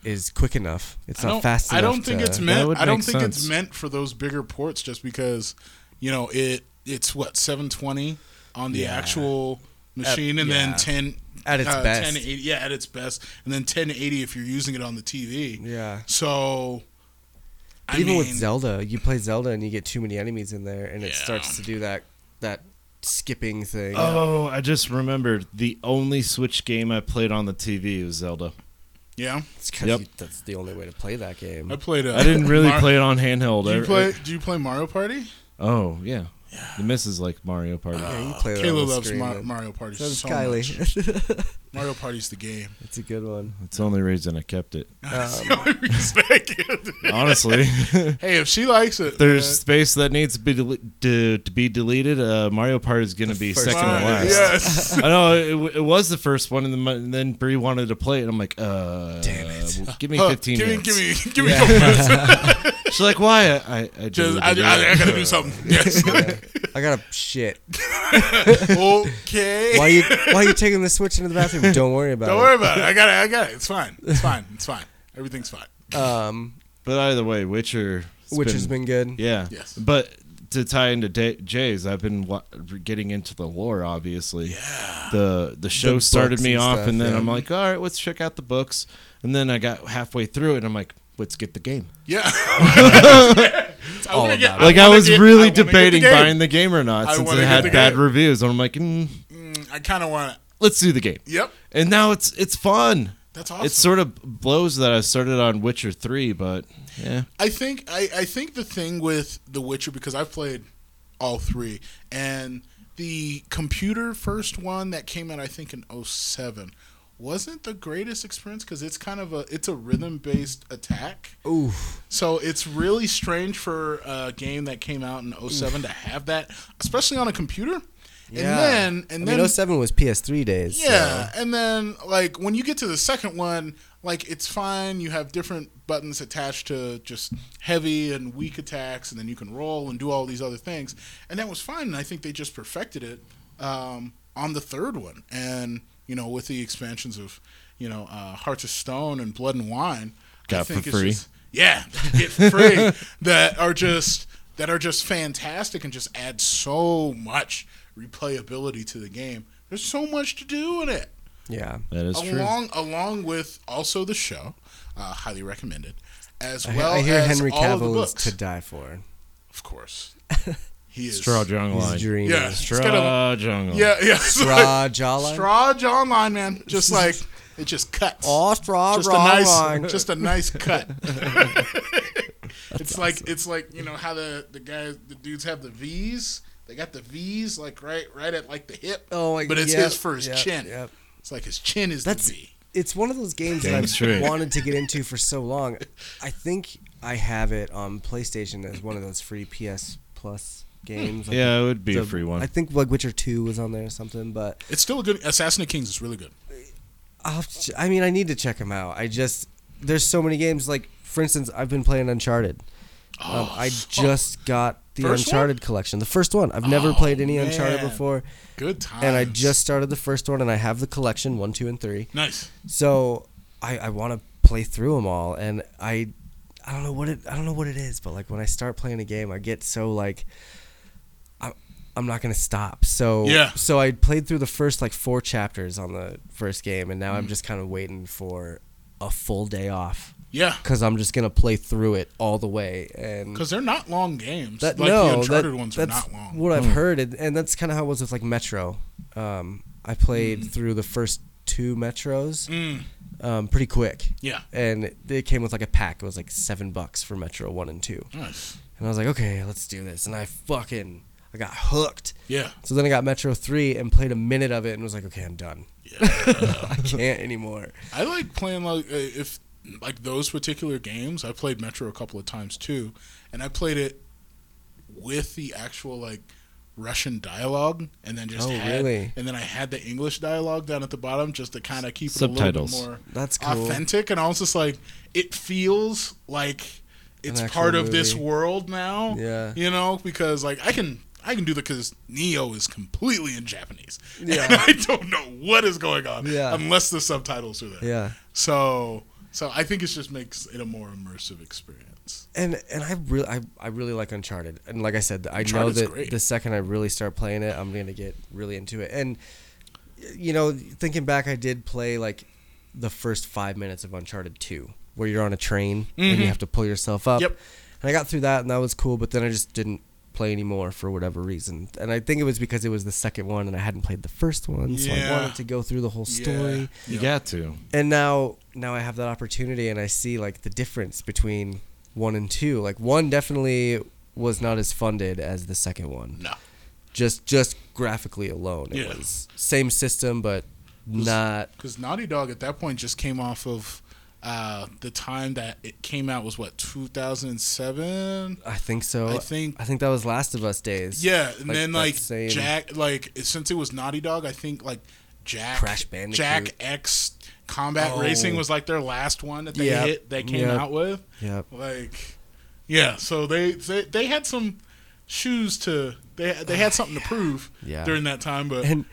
[SPEAKER 1] is quick enough it's
[SPEAKER 8] I
[SPEAKER 1] not
[SPEAKER 8] don't-
[SPEAKER 1] fast
[SPEAKER 8] I
[SPEAKER 1] enough
[SPEAKER 8] don't think
[SPEAKER 1] to-
[SPEAKER 8] it's
[SPEAKER 2] That would
[SPEAKER 8] meant. I don't
[SPEAKER 2] make
[SPEAKER 8] think it's
[SPEAKER 2] sense.
[SPEAKER 8] meant for those bigger ports, just because, you know, it it's what 720 on the
[SPEAKER 1] Yeah.
[SPEAKER 8] actual machine, and
[SPEAKER 1] yeah.
[SPEAKER 8] then 10
[SPEAKER 1] At its best.
[SPEAKER 8] 1080, yeah, at its best, and then 1080 if you're using it on the TV.
[SPEAKER 1] yeah
[SPEAKER 8] So, I
[SPEAKER 1] even with
[SPEAKER 8] mean,
[SPEAKER 1] zelda you play zelda and you get too many enemies in there and it
[SPEAKER 8] Yeah.
[SPEAKER 1] starts to do that that skipping thing
[SPEAKER 2] Oh, I just remembered the only Switch game I played on the TV was Zelda.
[SPEAKER 8] yeah,
[SPEAKER 1] it's 'cause
[SPEAKER 2] Yep.
[SPEAKER 1] you- that's the only way to play that game
[SPEAKER 8] I played. uh,
[SPEAKER 2] I didn't really
[SPEAKER 8] Mar-
[SPEAKER 2] play it on handheld.
[SPEAKER 8] Do you
[SPEAKER 2] I-
[SPEAKER 8] play? Do you play Mario Party?
[SPEAKER 2] oh yeah. the missus like Mario Party.
[SPEAKER 1] yeah, you play that on the
[SPEAKER 8] Kayla loves
[SPEAKER 1] screen,
[SPEAKER 8] Mar-
[SPEAKER 1] man.
[SPEAKER 8] Mario Party
[SPEAKER 1] So
[SPEAKER 8] so,
[SPEAKER 1] does
[SPEAKER 8] much.
[SPEAKER 1] Kylie.
[SPEAKER 8] Mario Party's the game.
[SPEAKER 1] It's a good one.
[SPEAKER 2] That's the only reason I kept it.
[SPEAKER 1] Um,
[SPEAKER 8] That's the only reason I can't do it.
[SPEAKER 2] Honestly,
[SPEAKER 8] Hey, if she likes it,
[SPEAKER 2] there's
[SPEAKER 8] man.
[SPEAKER 2] space that needs to be del- to, to be deleted. Uh, Mario Party is gonna be
[SPEAKER 1] first
[SPEAKER 2] second to
[SPEAKER 1] one.
[SPEAKER 2] last.
[SPEAKER 8] Yes.
[SPEAKER 2] I know it, w- it was the first one, and then, my- and then Bree wanted to play it. And I'm like, uh, damn it, give me
[SPEAKER 8] Huh,
[SPEAKER 2] 15
[SPEAKER 8] give
[SPEAKER 2] minutes.
[SPEAKER 8] Me, give me, give me a couple minutes.
[SPEAKER 2] She's like, why? I, I, I
[SPEAKER 8] Just,
[SPEAKER 2] deleted
[SPEAKER 8] I, I, I
[SPEAKER 2] it.
[SPEAKER 8] gotta do something. Yes.
[SPEAKER 1] I got a shit.
[SPEAKER 8] okay.
[SPEAKER 1] Why you why you taking the switch into the bathroom? Don't worry about
[SPEAKER 8] Don't worry about it. I got it. I got it. It's fine. It's fine. It's fine. Everything's fine.
[SPEAKER 1] it. Um,
[SPEAKER 2] But either way, Witcher.
[SPEAKER 1] which has been good.
[SPEAKER 2] Yeah.
[SPEAKER 8] Yes.
[SPEAKER 2] But to tie into da- Jay's, I've been wa- getting into the lore. Obviously, yeah. the the show
[SPEAKER 1] books
[SPEAKER 2] started me
[SPEAKER 1] and
[SPEAKER 2] off,
[SPEAKER 1] stuff,
[SPEAKER 2] and then
[SPEAKER 1] yeah.
[SPEAKER 2] I'm like, all right, let's check out the books. And then I got halfway through it, and I'm like, let's get the game.
[SPEAKER 8] Yeah. I
[SPEAKER 1] all
[SPEAKER 8] wanna get-
[SPEAKER 1] about
[SPEAKER 2] Like I,
[SPEAKER 8] wanna
[SPEAKER 2] was
[SPEAKER 8] get-
[SPEAKER 2] really
[SPEAKER 8] I wanna get the
[SPEAKER 2] debating
[SPEAKER 8] game.
[SPEAKER 2] buying the game or not
[SPEAKER 8] I
[SPEAKER 2] since
[SPEAKER 8] wanna
[SPEAKER 2] it
[SPEAKER 8] get
[SPEAKER 2] had
[SPEAKER 8] the
[SPEAKER 2] bad
[SPEAKER 8] game.
[SPEAKER 2] reviews, and I'm like, mm,
[SPEAKER 8] I kind of want to.
[SPEAKER 2] let's do the game.
[SPEAKER 8] Yep.
[SPEAKER 2] And now it's it's fun.
[SPEAKER 8] That's awesome.
[SPEAKER 2] It sort of blows that I started on Witcher three, but yeah,
[SPEAKER 8] I think I, I think the thing with The Witcher because I've played all three and the computer first one that came out I think in 07 wasn't the greatest experience because it's kind of a it's a rhythm based attack.
[SPEAKER 1] Oof.
[SPEAKER 8] So it's really strange for a game that came out in 07 to have that, especially on a computer.
[SPEAKER 1] Yeah.
[SPEAKER 8] And then and
[SPEAKER 1] I
[SPEAKER 8] then
[SPEAKER 1] mean, 07 was PS3 days. so-
[SPEAKER 8] yeah, and then like when you get to the second one, like it's fine. You have different buttons attached to just heavy and weak attacks, and then you can roll and do all these other things, and that was fine. And I think they just perfected it um, on the third one, and you know with the expansions of you know uh, Hearts of Stone and Blood and Wine, I
[SPEAKER 2] Got for
[SPEAKER 8] think it's
[SPEAKER 2] free.
[SPEAKER 8] just- yeah, get free that are just that are just fantastic and just add so much replayability to the game. There's so much to do in it.
[SPEAKER 1] yeah.
[SPEAKER 2] that is true.
[SPEAKER 8] along along with also the show, uh, highly recommended. as
[SPEAKER 1] I-
[SPEAKER 8] well
[SPEAKER 1] I, hear
[SPEAKER 8] as
[SPEAKER 1] Henry
[SPEAKER 8] all of the
[SPEAKER 1] Cavill is
[SPEAKER 8] books.
[SPEAKER 1] to die for.
[SPEAKER 8] Of course, he is.
[SPEAKER 2] Straw Jungle
[SPEAKER 1] He's
[SPEAKER 2] Line.
[SPEAKER 1] dreaming.
[SPEAKER 8] Yeah, it's got a-
[SPEAKER 2] Straw Jungle.
[SPEAKER 8] yeah, yeah. it's like-
[SPEAKER 1] Straw jawline.
[SPEAKER 8] Straw John line, man. Just like it just cuts.
[SPEAKER 1] Oh, straw
[SPEAKER 8] just a
[SPEAKER 1] raw
[SPEAKER 8] nice,
[SPEAKER 1] line.
[SPEAKER 8] just a nice cut. it's like it's like you know how the the guys the dudes have the V's. They got the V's like right right at like the hip.
[SPEAKER 1] Oh, I-
[SPEAKER 8] but it's
[SPEAKER 1] yep,
[SPEAKER 8] his for his
[SPEAKER 1] yep,
[SPEAKER 8] chin.
[SPEAKER 1] yep.
[SPEAKER 8] It's like his chin is
[SPEAKER 1] That's-
[SPEAKER 8] the V.
[SPEAKER 1] It's one of those games that
[SPEAKER 2] Dang
[SPEAKER 1] I've
[SPEAKER 2] straight.
[SPEAKER 1] wanted to get into for so long. I think I have it on PlayStation as one of those free PS Plus games. Like,
[SPEAKER 2] Yeah, it would be a
[SPEAKER 1] the-
[SPEAKER 2] free one.
[SPEAKER 1] I think like Witcher Two was on there or something, but
[SPEAKER 8] It's still a good Assassin of Kings is really good.
[SPEAKER 1] I'll have to ch- I mean, I need to check them out. I just there's so many games. Like for instance, I've been playing Uncharted. Um, I just got the
[SPEAKER 8] Oh, First one? Oh,
[SPEAKER 1] Uncharted collection, the first one. I've never played any Uncharted
[SPEAKER 8] man.
[SPEAKER 1] before,
[SPEAKER 8] Good time.
[SPEAKER 1] and I just started the first one, and I have the collection one, two, and three.
[SPEAKER 8] nice.
[SPEAKER 1] So I, I want to play through them all, and I I don't know what it I don't know what it is, but like when I start playing a game, I get so like I'm I'm not gonna stop. So
[SPEAKER 8] Yeah.
[SPEAKER 1] So I played through the first like four chapters on the first game, and now I'm just kind of waiting for a full day off
[SPEAKER 8] Yeah,
[SPEAKER 1] because I'm just gonna play through it all the way and.
[SPEAKER 8] because they're not long games.
[SPEAKER 1] That,
[SPEAKER 8] like
[SPEAKER 1] no,
[SPEAKER 8] the Uncharted
[SPEAKER 1] that-
[SPEAKER 8] ones are
[SPEAKER 1] that's
[SPEAKER 8] not long.
[SPEAKER 1] what I've heard, and, and that's kind of how it was with like Metro. Um, I played
[SPEAKER 8] Hmm.
[SPEAKER 1] through the first two Metros
[SPEAKER 8] Mm,
[SPEAKER 1] um, pretty quick,
[SPEAKER 8] yeah.
[SPEAKER 1] and it- it came with like a pack. It was like seven bucks for Metro One and Two,
[SPEAKER 8] Nice.
[SPEAKER 1] and I was like, okay, let's do this. And I fucking I got hooked.
[SPEAKER 8] Yeah.
[SPEAKER 1] So then I got Metro Three and played a minute of it and was like, okay, I'm done. I can't anymore.
[SPEAKER 8] I like playing like uh, if like those particular games. I played Metro a couple of times too, and I played it with the actual like Russian dialogue, and then just
[SPEAKER 1] Oh,
[SPEAKER 8] had,
[SPEAKER 1] really?
[SPEAKER 8] and then I had the English dialogue down at the bottom just to kind of keep
[SPEAKER 2] Subtitles.
[SPEAKER 8] it a little bit more
[SPEAKER 1] That's cool.
[SPEAKER 8] authentic. And I was just like, it feels like it's
[SPEAKER 1] actual
[SPEAKER 8] part of this
[SPEAKER 1] movie.
[SPEAKER 8] world now.
[SPEAKER 1] Yeah.
[SPEAKER 8] you know, because like I can. I can do that because Neo is completely in Japanese.
[SPEAKER 1] Yeah.
[SPEAKER 8] And I don't know what is going on
[SPEAKER 1] Yeah.
[SPEAKER 8] unless the subtitles are there.
[SPEAKER 1] Yeah.
[SPEAKER 8] So so I think it just makes it a more immersive experience.
[SPEAKER 1] And and I really I, I really like Uncharted. And like I said, I know
[SPEAKER 8] Uncharted's
[SPEAKER 1] that
[SPEAKER 8] great.
[SPEAKER 1] the second I really start playing it, I'm gonna get really into it. And you know, thinking back, I did play like the first five minutes of Uncharted Two, where you're on a train and you have to pull yourself up.
[SPEAKER 8] Mm-hmm. Yep.
[SPEAKER 1] And I got through that, and that was cool. But then I just didn't play anymore for whatever reason. And I think it was because it was the second one, and I hadn't played the first one, so I
[SPEAKER 8] Yeah.
[SPEAKER 1] wanted to go through the whole story
[SPEAKER 2] You got to.
[SPEAKER 1] and now now I have that opportunity and I see like the difference between one and two. Like one definitely was not as funded as the second one.
[SPEAKER 8] No.
[SPEAKER 1] Just just graphically alone, it
[SPEAKER 8] Yeah.
[SPEAKER 1] was same system but not
[SPEAKER 8] Because Naughty Dog at that point just came off of uh, the time that it came out was what 2007.
[SPEAKER 1] I think so.
[SPEAKER 8] I think-
[SPEAKER 1] I think that was Last of Us days.
[SPEAKER 8] Yeah, and then
[SPEAKER 1] that
[SPEAKER 8] like
[SPEAKER 1] same-
[SPEAKER 8] Jack, like since it was Naughty Dog, I think like Jack,
[SPEAKER 1] Crash Bandicoot.
[SPEAKER 8] Jack X Combat
[SPEAKER 1] Oh.
[SPEAKER 8] Racing was like their last one that they
[SPEAKER 1] Yep.
[SPEAKER 8] hit. They came
[SPEAKER 1] Yep.
[SPEAKER 8] out with.
[SPEAKER 1] Yep.
[SPEAKER 8] Like, yeah. So they they, they had some shoes to they they had something to prove
[SPEAKER 1] Yeah.
[SPEAKER 8] during that time, but
[SPEAKER 1] And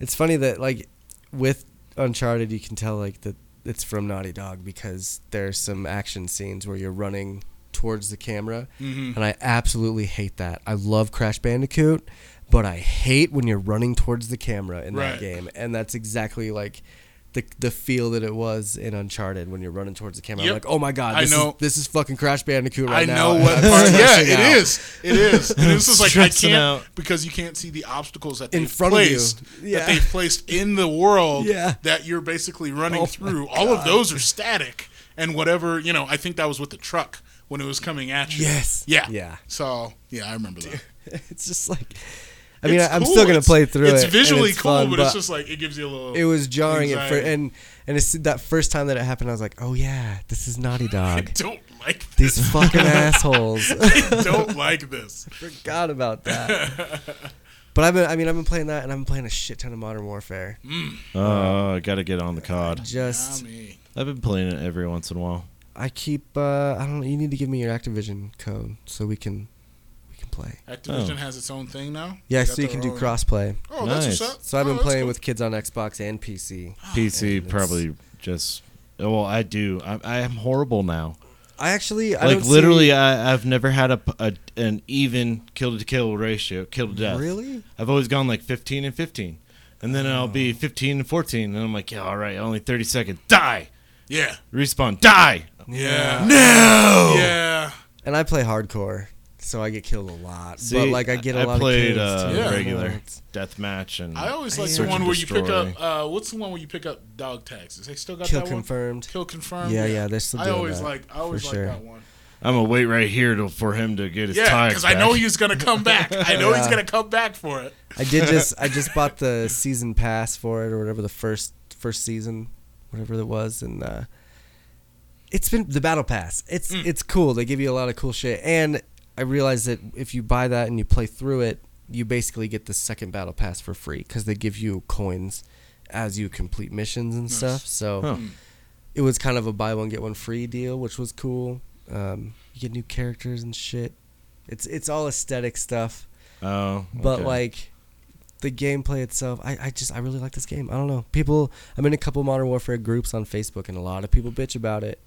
[SPEAKER 1] it's funny that like with Uncharted you can tell like that it's from Naughty Dog because there's some action scenes where you're running towards the camera
[SPEAKER 8] Mm-hmm.
[SPEAKER 1] and I absolutely hate that. I love Crash Bandicoot, but I hate when you're running towards the camera in that
[SPEAKER 8] Right.
[SPEAKER 1] game. And that's exactly like the, the feel that it was in Uncharted when you're running towards the camera. I'm
[SPEAKER 8] Yep.
[SPEAKER 1] like, oh my god,
[SPEAKER 8] I
[SPEAKER 1] this
[SPEAKER 8] know.
[SPEAKER 1] is this is fucking Crash Bandicoot right
[SPEAKER 8] I
[SPEAKER 1] now.
[SPEAKER 8] know
[SPEAKER 1] and
[SPEAKER 8] what
[SPEAKER 1] I'm
[SPEAKER 8] part. Yeah,
[SPEAKER 1] stressing
[SPEAKER 8] it
[SPEAKER 1] out.
[SPEAKER 8] is. It is. And it's just like I
[SPEAKER 2] Stressing
[SPEAKER 8] can't
[SPEAKER 2] out.
[SPEAKER 8] because you can't see the obstacles that
[SPEAKER 1] In
[SPEAKER 8] they've
[SPEAKER 1] front of you.
[SPEAKER 8] placed
[SPEAKER 1] Yeah.
[SPEAKER 8] that they've placed in the world
[SPEAKER 1] Yeah.
[SPEAKER 8] that you're basically running
[SPEAKER 1] Oh my
[SPEAKER 8] through. All of those are static, and whatever you know. I think that was with the truck when it was coming at you.
[SPEAKER 1] Yes.
[SPEAKER 8] Yeah.
[SPEAKER 1] Yeah.
[SPEAKER 8] So yeah, I remember that.
[SPEAKER 1] It's just like I mean,
[SPEAKER 8] It's
[SPEAKER 1] I'm
[SPEAKER 8] cool.
[SPEAKER 1] still gonna
[SPEAKER 8] It's-
[SPEAKER 1] play through
[SPEAKER 8] It's
[SPEAKER 1] it. and
[SPEAKER 8] visually
[SPEAKER 1] it's
[SPEAKER 8] cool,
[SPEAKER 1] fun,
[SPEAKER 8] but, it's just like it gives you a little.
[SPEAKER 1] it was jarring at first,
[SPEAKER 8] anxiety.
[SPEAKER 1] and and it's that first time that it happened, I was like, oh yeah, this is Naughty Dog.
[SPEAKER 8] I don't like this.
[SPEAKER 1] These fucking assholes.
[SPEAKER 8] I don't like this.
[SPEAKER 1] Forgot about that. But I've been, I mean, I've been playing that, and I've been playing a shit ton of Modern Warfare.
[SPEAKER 8] Mm,
[SPEAKER 2] Oh, I got to get on the COD.
[SPEAKER 1] Just,
[SPEAKER 8] Yummy.
[SPEAKER 2] I've been playing it every once in a while.
[SPEAKER 1] I keep, uh, I don't. know, You need to give me your Activision code so we can, we can play.
[SPEAKER 8] Activision
[SPEAKER 2] Oh.
[SPEAKER 8] has its own thing now.
[SPEAKER 1] Yeah,
[SPEAKER 8] They got
[SPEAKER 1] so you
[SPEAKER 8] their
[SPEAKER 1] can do
[SPEAKER 8] own-
[SPEAKER 1] crossplay.
[SPEAKER 8] Oh, that's
[SPEAKER 2] Nice.
[SPEAKER 8] what's up.
[SPEAKER 1] So I've
[SPEAKER 8] Oh,
[SPEAKER 1] been
[SPEAKER 8] that's
[SPEAKER 1] playing
[SPEAKER 8] cool.
[SPEAKER 1] with kids on Xbox and PC.
[SPEAKER 8] Oh,
[SPEAKER 2] PC
[SPEAKER 1] it's-
[SPEAKER 2] probably just. oh, Well, I do. I, I am horrible now.
[SPEAKER 1] I actually, I
[SPEAKER 2] like
[SPEAKER 1] don't
[SPEAKER 2] literally,
[SPEAKER 1] see,
[SPEAKER 2] I, I've never had a, p- a- an even kill to kill ratio, kill to death.
[SPEAKER 1] Really?
[SPEAKER 2] I've always gone like fifteen and fifteen, and then I'll
[SPEAKER 8] Oh.
[SPEAKER 2] be fifteen and fourteen, and I'm like, yeah, all right, only thirty seconds, die,
[SPEAKER 8] Yeah.
[SPEAKER 2] respawn, die.
[SPEAKER 8] Yeah.
[SPEAKER 2] No.
[SPEAKER 8] Yeah.
[SPEAKER 1] And I play hardcore, so I get killed a lot.
[SPEAKER 2] See,
[SPEAKER 1] but like I get a
[SPEAKER 2] I
[SPEAKER 1] lot of
[SPEAKER 2] played
[SPEAKER 1] kills
[SPEAKER 2] uh,
[SPEAKER 1] too.
[SPEAKER 8] Yeah.
[SPEAKER 2] regular
[SPEAKER 1] It's-
[SPEAKER 2] death match and
[SPEAKER 8] I always like the
[SPEAKER 1] Search
[SPEAKER 8] one
[SPEAKER 2] and
[SPEAKER 8] where you pick
[SPEAKER 2] destroy.
[SPEAKER 8] up. Uh, what's the one where you pick up dog taxes? They still got
[SPEAKER 1] Kill
[SPEAKER 8] that one.
[SPEAKER 1] confirmed.
[SPEAKER 8] Kill confirmed.
[SPEAKER 1] Yeah, yeah, they're still
[SPEAKER 8] I
[SPEAKER 1] doing
[SPEAKER 8] always
[SPEAKER 1] that,
[SPEAKER 8] like. I always
[SPEAKER 1] for
[SPEAKER 8] like
[SPEAKER 1] sure.
[SPEAKER 8] that one.
[SPEAKER 2] I'm gonna wait right here to, for him to get his
[SPEAKER 8] Yeah,
[SPEAKER 2] time.
[SPEAKER 8] because I know he's gonna come back. I know he's
[SPEAKER 1] Yeah.
[SPEAKER 8] gonna come back for it.
[SPEAKER 1] I did just I just bought the season pass for it or whatever the first first season, whatever it was, and uh, it's been the battle pass. It's
[SPEAKER 8] Mm.
[SPEAKER 1] it's cool. They give you a lot of cool shit, and I realized that if you buy that and you play through it, you basically get the second battle pass for free because they give you coins as you complete missions and stuff. So
[SPEAKER 2] Huh.
[SPEAKER 8] Hmm.
[SPEAKER 1] it was kind of a buy one get one free deal, which was cool. Um, you get new characters and shit. It's it's all aesthetic stuff
[SPEAKER 2] Oh,
[SPEAKER 1] but
[SPEAKER 2] okay.
[SPEAKER 1] like the gameplay itself I, I just i really like this game i don't know people i'm in a couple modern warfare groups on facebook and a lot of people bitch about it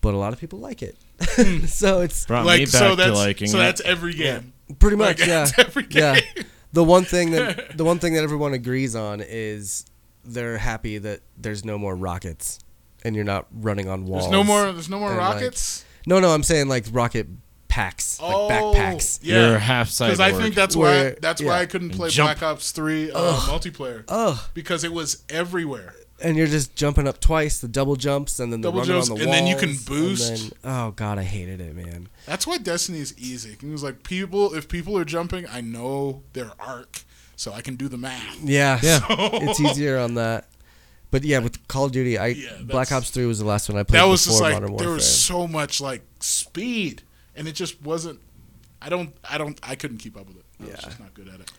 [SPEAKER 1] but a lot of people like it
[SPEAKER 8] Hmm.
[SPEAKER 1] so it's
[SPEAKER 2] brought me
[SPEAKER 8] Like
[SPEAKER 2] back
[SPEAKER 8] so
[SPEAKER 2] to
[SPEAKER 8] that's
[SPEAKER 2] liking
[SPEAKER 8] so
[SPEAKER 2] it.
[SPEAKER 8] that's every game.
[SPEAKER 1] pretty
[SPEAKER 8] Like,
[SPEAKER 1] much yeah
[SPEAKER 8] that's every
[SPEAKER 1] yeah
[SPEAKER 8] game.
[SPEAKER 1] the one thing that the one thing that everyone agrees on is they're happy that there's no more rockets and you're not running on walls
[SPEAKER 8] There's no more. There's no more
[SPEAKER 1] And, like,
[SPEAKER 8] rockets.
[SPEAKER 1] no no i'm saying like rocket packs
[SPEAKER 8] oh,
[SPEAKER 1] like backpacks
[SPEAKER 8] Yeah.
[SPEAKER 2] You're half cyborg.
[SPEAKER 8] Because I think that's
[SPEAKER 1] Where-
[SPEAKER 8] why that's
[SPEAKER 1] yeah.
[SPEAKER 8] why I couldn't play
[SPEAKER 2] jump.
[SPEAKER 8] Black Ops Three uh,
[SPEAKER 1] Ugh.
[SPEAKER 8] multiplayer
[SPEAKER 1] oh
[SPEAKER 8] because it was everywhere.
[SPEAKER 1] and you're just jumping up twice the double jumps and then the
[SPEAKER 8] Double
[SPEAKER 1] running
[SPEAKER 8] jumps,
[SPEAKER 1] on the
[SPEAKER 8] and then you can
[SPEAKER 1] walls, and
[SPEAKER 8] boost.
[SPEAKER 1] then- oh god i hated it man
[SPEAKER 8] That's why Destiny is easy. It was like people if people are jumping, I know their arc, so I can do the math.
[SPEAKER 1] Yeah,
[SPEAKER 2] Yeah.
[SPEAKER 1] it's easier on that. But yeah, with Call of Duty, I
[SPEAKER 8] Yeah,
[SPEAKER 1] Black
[SPEAKER 8] that's-
[SPEAKER 1] Ops Three was the last one I played.
[SPEAKER 8] That was
[SPEAKER 1] before
[SPEAKER 8] just like
[SPEAKER 1] Modern Warfare.
[SPEAKER 8] there was so much like speed, and it just wasn't. I don't. I don't. I couldn't keep up with it. I was
[SPEAKER 1] Yeah.
[SPEAKER 8] just not good at it.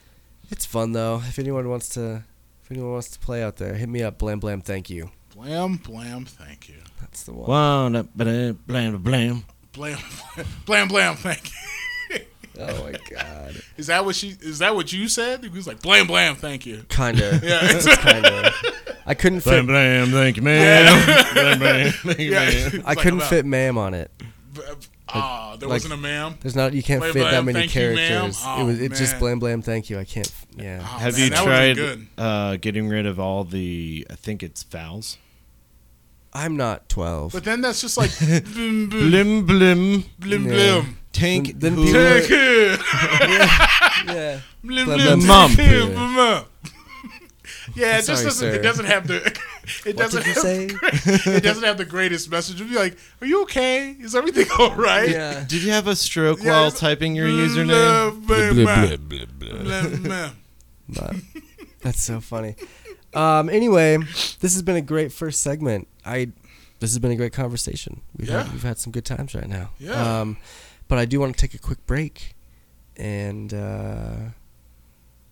[SPEAKER 1] It's fun though. If anyone wants to, if anyone wants to play out there, hit me up. Blam blam. Thank you.
[SPEAKER 8] Blam, blam. Thank you.
[SPEAKER 1] That's the one.
[SPEAKER 2] Wow, blam, blam, blam.
[SPEAKER 8] Blam, blam, blam. Thank you.
[SPEAKER 1] Oh my god.
[SPEAKER 8] Is that what she? Is that what you said? He was like blam, blam. Thank you.
[SPEAKER 1] Kinda.
[SPEAKER 8] Yeah.
[SPEAKER 1] Kinda. I couldn't fit.
[SPEAKER 2] Blam, blam, thank you, man. blam, blam, thank you, man.
[SPEAKER 8] It's
[SPEAKER 1] I
[SPEAKER 8] like,
[SPEAKER 1] couldn't
[SPEAKER 8] I'm out.
[SPEAKER 1] fit ma'am on it.
[SPEAKER 8] Ah, there
[SPEAKER 1] like-
[SPEAKER 8] wasn't a ma'am.
[SPEAKER 1] There's not. You can't
[SPEAKER 8] Blam,
[SPEAKER 1] fit that
[SPEAKER 8] blam,
[SPEAKER 1] many
[SPEAKER 8] thank you, ma'am.
[SPEAKER 1] characters. it
[SPEAKER 8] Oh,
[SPEAKER 1] was. It's just
[SPEAKER 8] man.
[SPEAKER 1] blam blam. Thank you. I can't. f- Yeah.
[SPEAKER 8] Oh,
[SPEAKER 2] Have
[SPEAKER 8] man,
[SPEAKER 2] you
[SPEAKER 8] that would've been good.
[SPEAKER 2] tried uh, getting rid of all the? I think it's vowels.
[SPEAKER 1] I'm not twelve.
[SPEAKER 8] But then that's just like blim,
[SPEAKER 2] Hmm. Blim,
[SPEAKER 8] blim,
[SPEAKER 2] blim,
[SPEAKER 8] blim,
[SPEAKER 1] Yeah.
[SPEAKER 8] blim.
[SPEAKER 2] tank.
[SPEAKER 1] Then- then
[SPEAKER 2] who-
[SPEAKER 1] people-
[SPEAKER 8] Take it.
[SPEAKER 1] yeah.
[SPEAKER 8] Blim,
[SPEAKER 1] Blim,
[SPEAKER 8] blim,
[SPEAKER 1] blim,
[SPEAKER 8] take
[SPEAKER 2] blim.
[SPEAKER 8] it, blim, blim. Yeah, it just
[SPEAKER 1] Sorry,
[SPEAKER 8] doesn't.
[SPEAKER 1] sir.
[SPEAKER 8] It doesn't have the. It
[SPEAKER 1] What
[SPEAKER 8] doesn't
[SPEAKER 1] did you
[SPEAKER 8] have.
[SPEAKER 1] say?
[SPEAKER 8] It doesn't have the greatest message. It'd be like, "Are you okay? Is everything all right?"
[SPEAKER 1] Yeah.
[SPEAKER 2] Did you have a stroke
[SPEAKER 8] Yeah,
[SPEAKER 2] while
[SPEAKER 8] it's-
[SPEAKER 2] typing your
[SPEAKER 8] Blim,
[SPEAKER 2] username?
[SPEAKER 8] blim, blim, blim, blim.
[SPEAKER 1] But that's so funny. Um, anyway, this has been a great first segment. I this has been a great conversation. We've
[SPEAKER 8] Yeah.
[SPEAKER 1] had, we've had some good times right now.
[SPEAKER 8] Yeah.
[SPEAKER 1] Um, but I do want to take a quick break, and uh,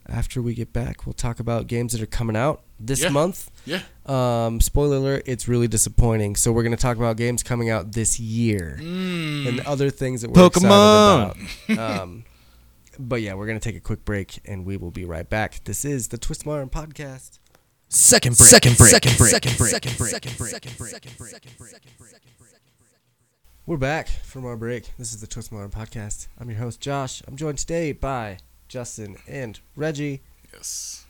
[SPEAKER 1] after we get back, we'll talk about games that are coming out this
[SPEAKER 8] Yeah.
[SPEAKER 1] month.
[SPEAKER 8] Yeah.
[SPEAKER 1] Um, spoiler alert: it's really disappointing. So we're gonna talk about games coming out this year
[SPEAKER 8] Mm.
[SPEAKER 1] and other things that we're excited about. Um, but yeah, we're gonna take a quick break, and we will be right back. This is the Twist Modern Podcast.
[SPEAKER 4] Second break. Second break. Second break. Second break. Second break. Second break.
[SPEAKER 1] We're back from our break. This is the Twist Modern Podcast. I'm your host, Josh. I'm joined today by Justin and Reggie.
[SPEAKER 8] Yes.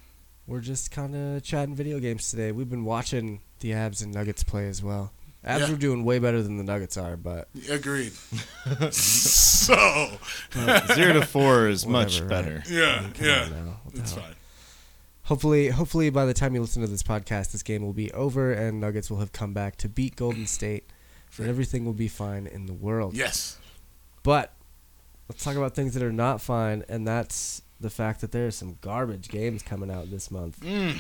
[SPEAKER 1] We're just kind of chatting video games today. We've been watching the Abs and Nuggets play as well. Abs
[SPEAKER 8] Yeah.
[SPEAKER 1] are doing way better than the Nuggets are, but
[SPEAKER 8] Agreed. so
[SPEAKER 2] Zero to four is much
[SPEAKER 1] Whatever,
[SPEAKER 2] better.
[SPEAKER 8] yeah,
[SPEAKER 1] come
[SPEAKER 8] yeah,
[SPEAKER 1] on now. What the
[SPEAKER 8] it's
[SPEAKER 1] hell?
[SPEAKER 8] fine.
[SPEAKER 1] Hopefully, hopefully by the time you listen to this podcast, this game will be over and Nuggets will have come back to beat Golden State, and everything will be fine in the world.
[SPEAKER 8] Yes.
[SPEAKER 1] But let's talk about things that are not fine, and that's the fact that there are some garbage games coming out this month.
[SPEAKER 8] Mm.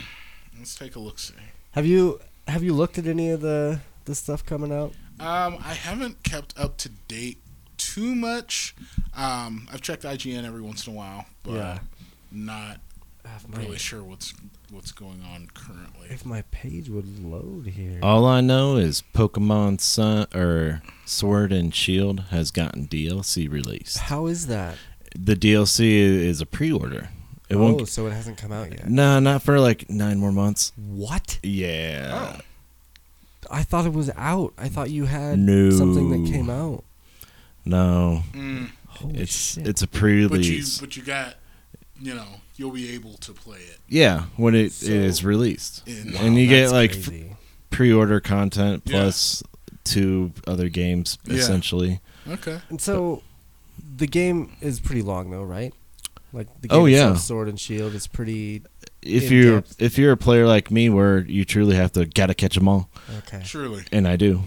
[SPEAKER 8] Let's take a look. See.
[SPEAKER 1] Have you have you looked at any of the the stuff coming out?
[SPEAKER 8] Um, I haven't kept up to date too much. Um, I've checked IGN every once in a while, but
[SPEAKER 1] Yeah.
[SPEAKER 8] not
[SPEAKER 1] If
[SPEAKER 8] really sure what's what's going on currently.
[SPEAKER 1] if my page would load here.
[SPEAKER 2] All I know is Pokemon Sun or Sword and Shield has gotten DLC released.
[SPEAKER 1] How is that?
[SPEAKER 2] The DLC is a pre-order. It
[SPEAKER 1] Oh,
[SPEAKER 2] won't.
[SPEAKER 1] so it hasn't come out yet.
[SPEAKER 2] No, not for like nine more months.
[SPEAKER 1] What?
[SPEAKER 8] Oh.
[SPEAKER 2] Yeah.
[SPEAKER 1] I thought it was out. I thought you had
[SPEAKER 2] No.
[SPEAKER 1] something that came out.
[SPEAKER 2] No,
[SPEAKER 8] Mm.
[SPEAKER 1] Holy
[SPEAKER 2] it's
[SPEAKER 1] shit.
[SPEAKER 2] it's a
[SPEAKER 8] But you
[SPEAKER 2] pre-release.
[SPEAKER 8] but you got you know you'll be able to play it.
[SPEAKER 2] yeah, when it,
[SPEAKER 8] So-
[SPEAKER 2] it is released,
[SPEAKER 8] In,
[SPEAKER 2] and you get
[SPEAKER 1] That's
[SPEAKER 2] like f-
[SPEAKER 1] crazy.
[SPEAKER 2] pre-order content
[SPEAKER 8] Yeah.
[SPEAKER 2] plus to other games
[SPEAKER 8] Yeah.
[SPEAKER 2] essentially.
[SPEAKER 8] Okay.
[SPEAKER 1] And so, the game is pretty long though, right? Like the game
[SPEAKER 2] Oh, yeah.
[SPEAKER 1] itself, Sword and Shield is pretty
[SPEAKER 2] If
[SPEAKER 1] In
[SPEAKER 2] you are
[SPEAKER 1] depth.
[SPEAKER 2] if you're a player like me, where you truly have to gotta catch them all,
[SPEAKER 1] okay.
[SPEAKER 8] Truly.
[SPEAKER 2] and I do.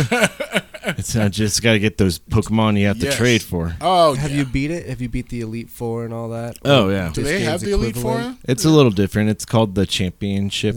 [SPEAKER 2] it's not just gotta get those Pokemon you have to
[SPEAKER 8] Yes.
[SPEAKER 2] trade for.
[SPEAKER 8] Oh,
[SPEAKER 1] Have
[SPEAKER 8] yeah.
[SPEAKER 1] you beat it? Have you beat the Elite Four and all that?
[SPEAKER 2] Oh yeah,
[SPEAKER 8] Do
[SPEAKER 1] this
[SPEAKER 8] they
[SPEAKER 1] game's
[SPEAKER 8] have the Elite Four?
[SPEAKER 1] equivalent?
[SPEAKER 2] it's a little different. It's called the Championship